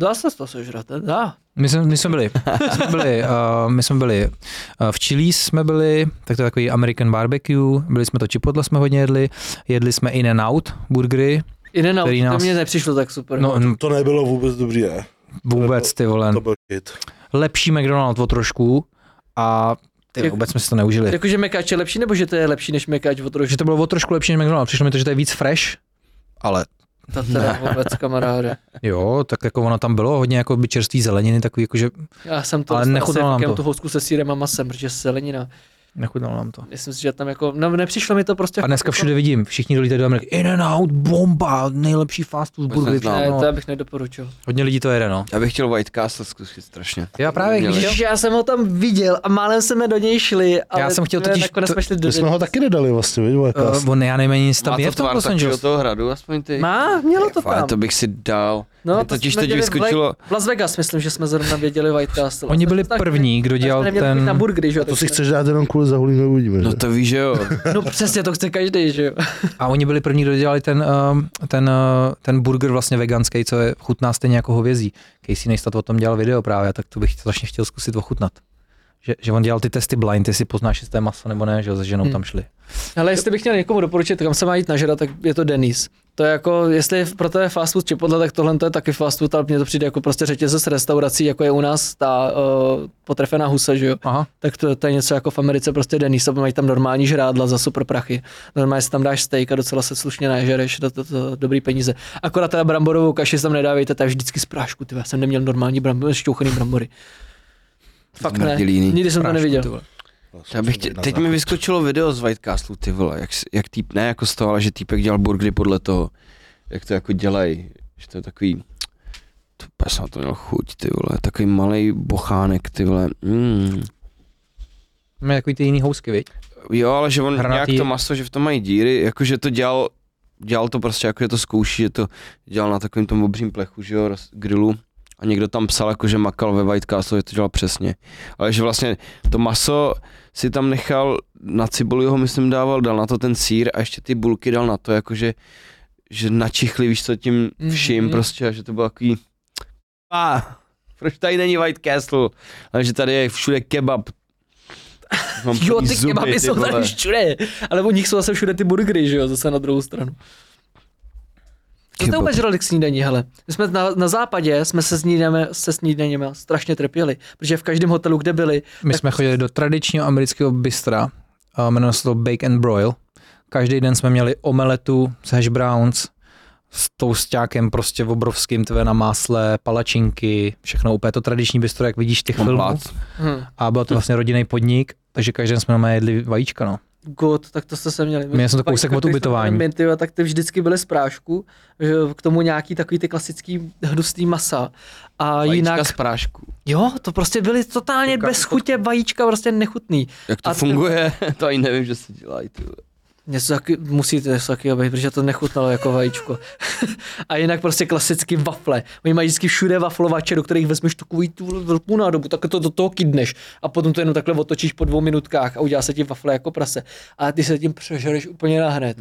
[SPEAKER 3] dá se to sežrat, ne? dá.
[SPEAKER 2] My jsme, my jsme byli, my jsme byli, uh, my jsme byli uh, v Chili jsme byli, tak to je takový American barbecue, byli jsme to Chipotle jsme hodně jedli, jedli jsme In and Out burgery,
[SPEAKER 3] I ne,
[SPEAKER 2] Který
[SPEAKER 3] to
[SPEAKER 2] nás-
[SPEAKER 3] mě nepřišlo tak super.
[SPEAKER 2] no n-
[SPEAKER 4] To nebylo vůbec dobrý, ne?
[SPEAKER 2] vůbec ty vole,
[SPEAKER 4] To byl shit.
[SPEAKER 2] lepší McDonald o trošku a ty
[SPEAKER 3] Jak-
[SPEAKER 2] vůbec jsme si to neužili.
[SPEAKER 3] Jakože mekáč je lepší, nebo že to je lepší než mekáč o trošku?
[SPEAKER 2] Že to bylo o trošku lepší než McDonald, přišlo mi to, že to je víc fresh, ale
[SPEAKER 3] To teda vůbec, kamaráde.
[SPEAKER 2] jo, tak jako ono tam bylo hodně jako by čerstvý zeleniny, takový jako, že
[SPEAKER 3] Já jsem to
[SPEAKER 2] Ale
[SPEAKER 3] dostal
[SPEAKER 2] nechutnalo
[SPEAKER 3] asi
[SPEAKER 2] nám
[SPEAKER 3] jakem
[SPEAKER 2] to.
[SPEAKER 3] tu housku se sírem a masem, protože selenina.
[SPEAKER 2] nechutnalo nám to.
[SPEAKER 3] Myslím si, že tam jako, no nepřišlo mi to prostě.
[SPEAKER 2] A dneska všude vidím, všichni dolítají do Ameriky, In and Out, bomba, nejlepší fast food burgery.
[SPEAKER 1] neznám.
[SPEAKER 3] Ne,
[SPEAKER 2] všechno.
[SPEAKER 3] to já bych nedoporučil.
[SPEAKER 2] Hodně lidí to jede, no.
[SPEAKER 1] Já bych chtěl White Castle zkusit strašně.
[SPEAKER 2] Já právě,
[SPEAKER 1] Měli.
[SPEAKER 2] když
[SPEAKER 3] Ježiš, já jsem ho tam viděl a málem jsme do něj šli, ale
[SPEAKER 2] jsem chtěl
[SPEAKER 3] jsme
[SPEAKER 2] totiž
[SPEAKER 3] nakonec
[SPEAKER 2] to-
[SPEAKER 3] jsme šli do
[SPEAKER 4] My jsme
[SPEAKER 3] něj.
[SPEAKER 4] ho taky nedali vlastně, vidíš, White Castle.
[SPEAKER 2] Uh, on já nejméně nic tam
[SPEAKER 1] Má
[SPEAKER 2] je
[SPEAKER 1] to
[SPEAKER 2] v tom
[SPEAKER 1] tvar
[SPEAKER 2] Los
[SPEAKER 1] takového
[SPEAKER 2] Angeles.
[SPEAKER 1] toho hradu, aspoň ty.
[SPEAKER 3] Má, mělo to
[SPEAKER 1] Fakt,
[SPEAKER 3] tam.
[SPEAKER 1] to bych si dal.
[SPEAKER 3] No,
[SPEAKER 1] Mě
[SPEAKER 3] to
[SPEAKER 1] totiž
[SPEAKER 3] jsme
[SPEAKER 1] teď
[SPEAKER 3] dělali v
[SPEAKER 1] vyskočilo,
[SPEAKER 3] Black- Las Vegas, myslím, že jsme zrovna věděli White Castle.
[SPEAKER 2] Oni
[SPEAKER 3] To
[SPEAKER 2] byli
[SPEAKER 3] jsme tak-
[SPEAKER 2] první, kdo
[SPEAKER 3] tak jsme
[SPEAKER 2] dělal
[SPEAKER 3] neměli chodit Na
[SPEAKER 2] ten...
[SPEAKER 3] burgery, že jo?
[SPEAKER 4] To
[SPEAKER 3] tak
[SPEAKER 4] si
[SPEAKER 3] jsme-
[SPEAKER 4] chceš dát jenom kvůli zaholím neuvidíme,
[SPEAKER 1] no to víš, že jo.
[SPEAKER 3] No přesně, to chce každý, že jo?
[SPEAKER 2] A oni byli první, kdo dělali ten, ehm, ten, eh, ten burger vlastně veganský, co je chutná stejně jako hovězí. Casey Neistat o tom dělal video právě, tak to bych strašně chtěl zkusit ochutnat. Že, že on dělal ty testy blind, jestli poznáš, jestli to je maso nebo ne, že jo, se ženou tam šli.
[SPEAKER 3] Ale jestli bych měl někomu doporučit, kam se má jít nažrat, tak je to Denis. To je jako, jestli je pro tebe fast food Chipotle, tak tohle to je taky fast food, ale mně to přijde jako prostě řetězce s restaurací, jako je u nás ta uh, potrefená husa, že jo?
[SPEAKER 2] Aha,
[SPEAKER 3] Tak to, to, je něco jako v Americe prostě Denis, a mají tam normální žrádla za super prachy. Normálně si tam dáš steak a docela se slušně nažereš, to, to, to, dobrý peníze. Akorát teda bramborovou kaši si tam nedávejte, ta je vždycky z prášku, ty já jsem neměl normální brambor, šťouchaný brambory. Fakt ne,
[SPEAKER 1] Mrdilíny.
[SPEAKER 3] nikdy jsem to
[SPEAKER 2] prášku,
[SPEAKER 3] neviděl.
[SPEAKER 2] ty vole.
[SPEAKER 1] Já bych tě, teď mi vyskočilo video z White Castle, ty vole, jak, s- jak týp, ne jako z toho, ale že týpek dělal burgery podle toho, jak to jako dělají, že to je takový, to, já jsem na to měl chuť, ty vole, takový malý bochánek, ty vole, mm.
[SPEAKER 2] Máme takový ty jiný housky, viď?
[SPEAKER 1] Jo, ale že on Hranatý.
[SPEAKER 2] Hranatý.
[SPEAKER 1] nějak to maso, že v tom mají díry, jakože to dělal, dělal to prostě, jako že to zkouší, že to dělal na takovém tom obřím plechu, že jo, roz- grilu. A někdo tam psal, jako, že makal ve White Castle, že to dělal přesně. Ale že vlastně to maso si tam nechal, na cibuli ho myslím dával, dal na to ten sír a ještě ty bulky dal na to, jakože že načichli, víš co, tím vším
[SPEAKER 3] Mhm.
[SPEAKER 1] prostě, a že to bylo takový a proč tady není White Castle? Ale že tady je všude kebab. Mám
[SPEAKER 3] Jo,
[SPEAKER 1] plný
[SPEAKER 3] ty
[SPEAKER 1] zuby,
[SPEAKER 3] kebaby jsou
[SPEAKER 1] vole.
[SPEAKER 3] tady všude, ale u nich jsou zase všude ty burgery, že jo, zase na druhou stranu. Co jste
[SPEAKER 1] Kebab.
[SPEAKER 3] vůbec žrali k snídaní, hele? My jsme na, na západě, jsme se snídáme, se snídaněmi strašně trpěli, protože v každém hotelu, kde byli,
[SPEAKER 2] My
[SPEAKER 3] Tak-
[SPEAKER 2] jsme chodili do tradičního amerického bistra, a jmenuje se to Bake and Broil. Každý den jsme měli omeletu s hash browns, s toustákem prostě obrovským, tvé na másle, palačinky, všechno úplně to tradiční bistro, jak vidíš v těch filmů.
[SPEAKER 1] Plác.
[SPEAKER 3] hm,
[SPEAKER 2] A byl to vlastně rodinný podnik, takže každý den jsme normálně jedli vajíčka, no.
[SPEAKER 3] god, tak to jste se měli.
[SPEAKER 2] Měl jsem to kousek
[SPEAKER 3] Pak,
[SPEAKER 2] od
[SPEAKER 3] když jsme
[SPEAKER 2] ubytování.
[SPEAKER 3] tam byli, tyjo, tak ty vždycky byly z prášku, že jo, k tomu nějaký takový ty klasický hnusný masa. A jinak,
[SPEAKER 1] Vajíčka z prášku.
[SPEAKER 3] jo, to prostě byly totálně bez chutě vajíčka, prostě nechutný.
[SPEAKER 1] Jak to
[SPEAKER 3] A
[SPEAKER 1] a
[SPEAKER 3] ty-
[SPEAKER 1] funguje, to ani nevím, že se dělají. Ty. vole.
[SPEAKER 3] Něco taky, musíte něco taky být, protože to nechutnalo jako vajíčko. a jinak prostě klasicky vafle. Oni mají vždycky všude vaflovače, do kterých vezmeš takový tu velkou nádobu, tak to do toho kydneš a potom to jenom takhle otočíš po dvou minutkách a udělá se ti vafle jako prase. A ty se tím přežereš úplně na hned.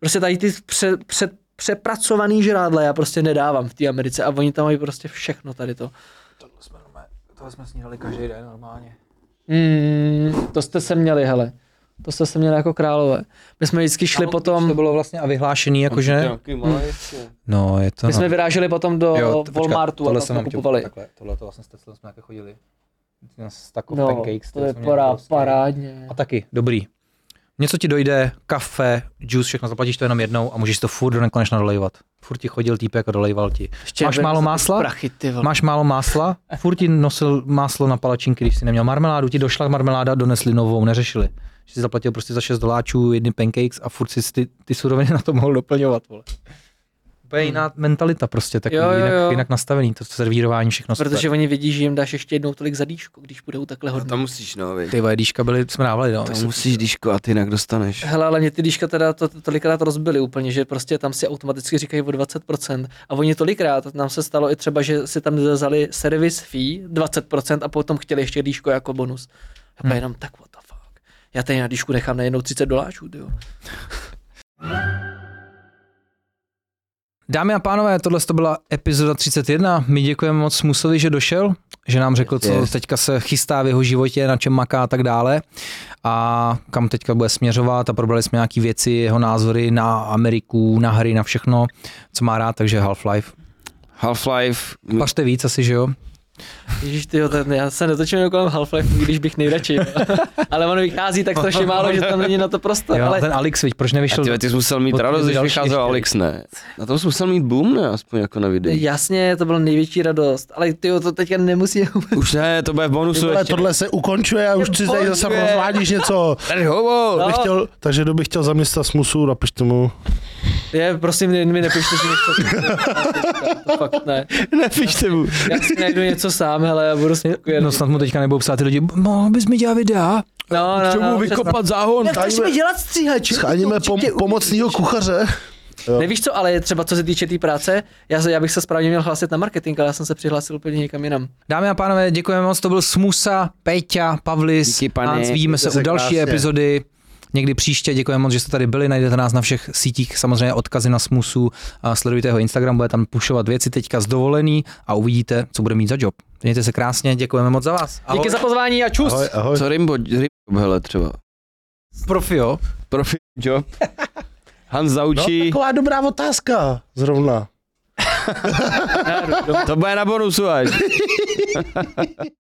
[SPEAKER 3] Prostě tady ty pře, před, přepracovaný žrádla já prostě nedávám v té Americe a oni tam mají prostě všechno tady to.
[SPEAKER 2] Tohle jsme snídali každý den normálně.
[SPEAKER 3] Mm, to jste se měli, hele. To jste se měli jako králové. My jsme vždycky šli potom...
[SPEAKER 2] To bylo vlastně a vyhlášený, jakože...
[SPEAKER 1] Nějaký malý
[SPEAKER 3] Hmm.
[SPEAKER 1] ještě.
[SPEAKER 2] No, je to...
[SPEAKER 3] My
[SPEAKER 2] no.
[SPEAKER 3] jsme vyráželi potom do jo,
[SPEAKER 2] t-
[SPEAKER 3] Walmartu a tam jsme
[SPEAKER 2] vám chtěl-
[SPEAKER 3] kupovali.
[SPEAKER 2] Takhle, tohle to vlastně s Teslem jsme jako chodili. S takou
[SPEAKER 3] No,
[SPEAKER 2] pancakes.
[SPEAKER 3] to
[SPEAKER 2] tyhle
[SPEAKER 3] je
[SPEAKER 2] jsme měli
[SPEAKER 3] pará,
[SPEAKER 2] obrovský.
[SPEAKER 3] parádně.
[SPEAKER 2] A taky, dobrý. Něco ti dojde, kafe, juice, všechno zaplatíš to jenom jednou a můžeš si to furt do nekonečna dolejvat. Furt ti chodil týpek a dolejval ti.
[SPEAKER 3] Ještě
[SPEAKER 2] Máš
[SPEAKER 3] ber-
[SPEAKER 2] málo
[SPEAKER 3] za ty
[SPEAKER 2] másla?
[SPEAKER 3] Prachy, ty vole.
[SPEAKER 2] Máš málo másla, furt ti nosil máslo na palačinky, když jsi neměl marmeládu, ti došla marmeláda, donesli novou, neřešili. Že jsi zaplatil prostě za 6 doláčů jedny pancakes a furt si ty, ty suroviny na to mohl doplňovat. Vole. Úplně jiná mentalita prostě, tak
[SPEAKER 3] Jo, jo,
[SPEAKER 2] jinak,
[SPEAKER 3] jo.
[SPEAKER 2] jinak nastavený, to servírování, všechno super.
[SPEAKER 3] Protože oni vědí, že jim dáš ještě jednou tolik za dýšku, když budou takhle hodně.
[SPEAKER 1] Tam musíš, no, vej.
[SPEAKER 2] Ty vajdíška byly, jsme dávali, no.
[SPEAKER 1] Tam musíš díško a ty jinak dostaneš.
[SPEAKER 3] Hele, ale mě ty dýška teda to, to, tolikrát rozbily úplně, že prostě tam si automaticky říkají o 20%. A oni tolikrát, nám se stalo i třeba, že si tam vzali service fee 20% a potom chtěli ještě dýško jako bonus. A hmm. jenom tak what the fuck. Já tady na dýšku nechám najednou 30 doláčů, jo.
[SPEAKER 2] Dámy a pánové, tohle to byla epizoda 31. My děkujeme moc Musovi, že došel, že nám řekl, co
[SPEAKER 1] Yes.
[SPEAKER 2] teďka se chystá v jeho životě, na čem maká a tak dále a kam teďka bude směřovat a probrali jsme nějaké věci, jeho názory na Ameriku, na hry, na všechno, co má rád, takže Half-Life.
[SPEAKER 1] Half-Life, m-
[SPEAKER 2] Pařte víc asi, že jo?
[SPEAKER 3] Ježíš, ty já se netočím jenom kolem Half-Life, když bych nejradši. ale ono vychází tak strašně málo, že tam není na to prostor.
[SPEAKER 2] jo
[SPEAKER 3] ale
[SPEAKER 2] ale... Ten Alex, viď, proč nevyšel?
[SPEAKER 1] a ty, ty jsi musel mít
[SPEAKER 2] od-
[SPEAKER 1] radost, když
[SPEAKER 2] další
[SPEAKER 1] vycházel
[SPEAKER 2] ještě.
[SPEAKER 1] Alex, ne? Na tom jsi musel mít boom, ne? Aspoň jako na videu.
[SPEAKER 3] Jasně, to byla největší radost, ale ty to teďka nemusí.
[SPEAKER 1] Už ne, to bude v bonusu
[SPEAKER 4] Ale
[SPEAKER 1] ještě.
[SPEAKER 4] tohle se ukončuje a už si tady zase
[SPEAKER 1] Ukončuje.
[SPEAKER 4] rozvádíš něco.
[SPEAKER 1] Tady hovor.
[SPEAKER 2] No.
[SPEAKER 4] Kdo by chtěl, takže kdo by chtěl zaměstnat smusu, napište mu.
[SPEAKER 3] Je, prosím, ne- mi nepište, že něco. To fakt ne.
[SPEAKER 1] Nepište mu.
[SPEAKER 3] Já si najdu něco sám, hele, já budu spokojený.
[SPEAKER 2] No snad mu teďka nebudou psát ty lidi, mohl bys mi dělat videa?
[SPEAKER 3] no, no, no, přesně.
[SPEAKER 2] záhon.
[SPEAKER 4] Chceš mi dělat stříhač? Scháníme pom- pomocného kuchaře.
[SPEAKER 3] Nevíš co, ale třeba co se týče té práce, já, se- já bych se správně měl hlásit na marketing, ale já jsem se přihlásil úplně někam jinam.
[SPEAKER 2] Dámy a pánové, děkujeme moc, to byl Smusa, Peťa, Pavlis,
[SPEAKER 1] Díky, pane.
[SPEAKER 2] Hans, vidíme se
[SPEAKER 4] Mějte
[SPEAKER 2] u
[SPEAKER 4] se
[SPEAKER 2] další
[SPEAKER 4] krásně.
[SPEAKER 2] epizody, někdy příště, děkujeme moc, že jste tady byli, najdete nás na všech sítích, samozřejmě odkazy na Smusu, a sledujte jeho Instagram, bude tam pušovat věci teďka z dovolený a uvidíte, co bude mít za job. Mějte se krásně, děkujeme moc za vás. Ahoj.
[SPEAKER 3] Díky za pozvání a čus!
[SPEAKER 4] Ahoj, ahoj.
[SPEAKER 1] Co Rimbo, Rimbo, hele třeba.
[SPEAKER 2] Profio.
[SPEAKER 1] Profi job. Hans
[SPEAKER 4] No,
[SPEAKER 3] jako-
[SPEAKER 1] zaučí.
[SPEAKER 4] taková dobrá otázka zrovna.
[SPEAKER 1] to bude na bonusu až.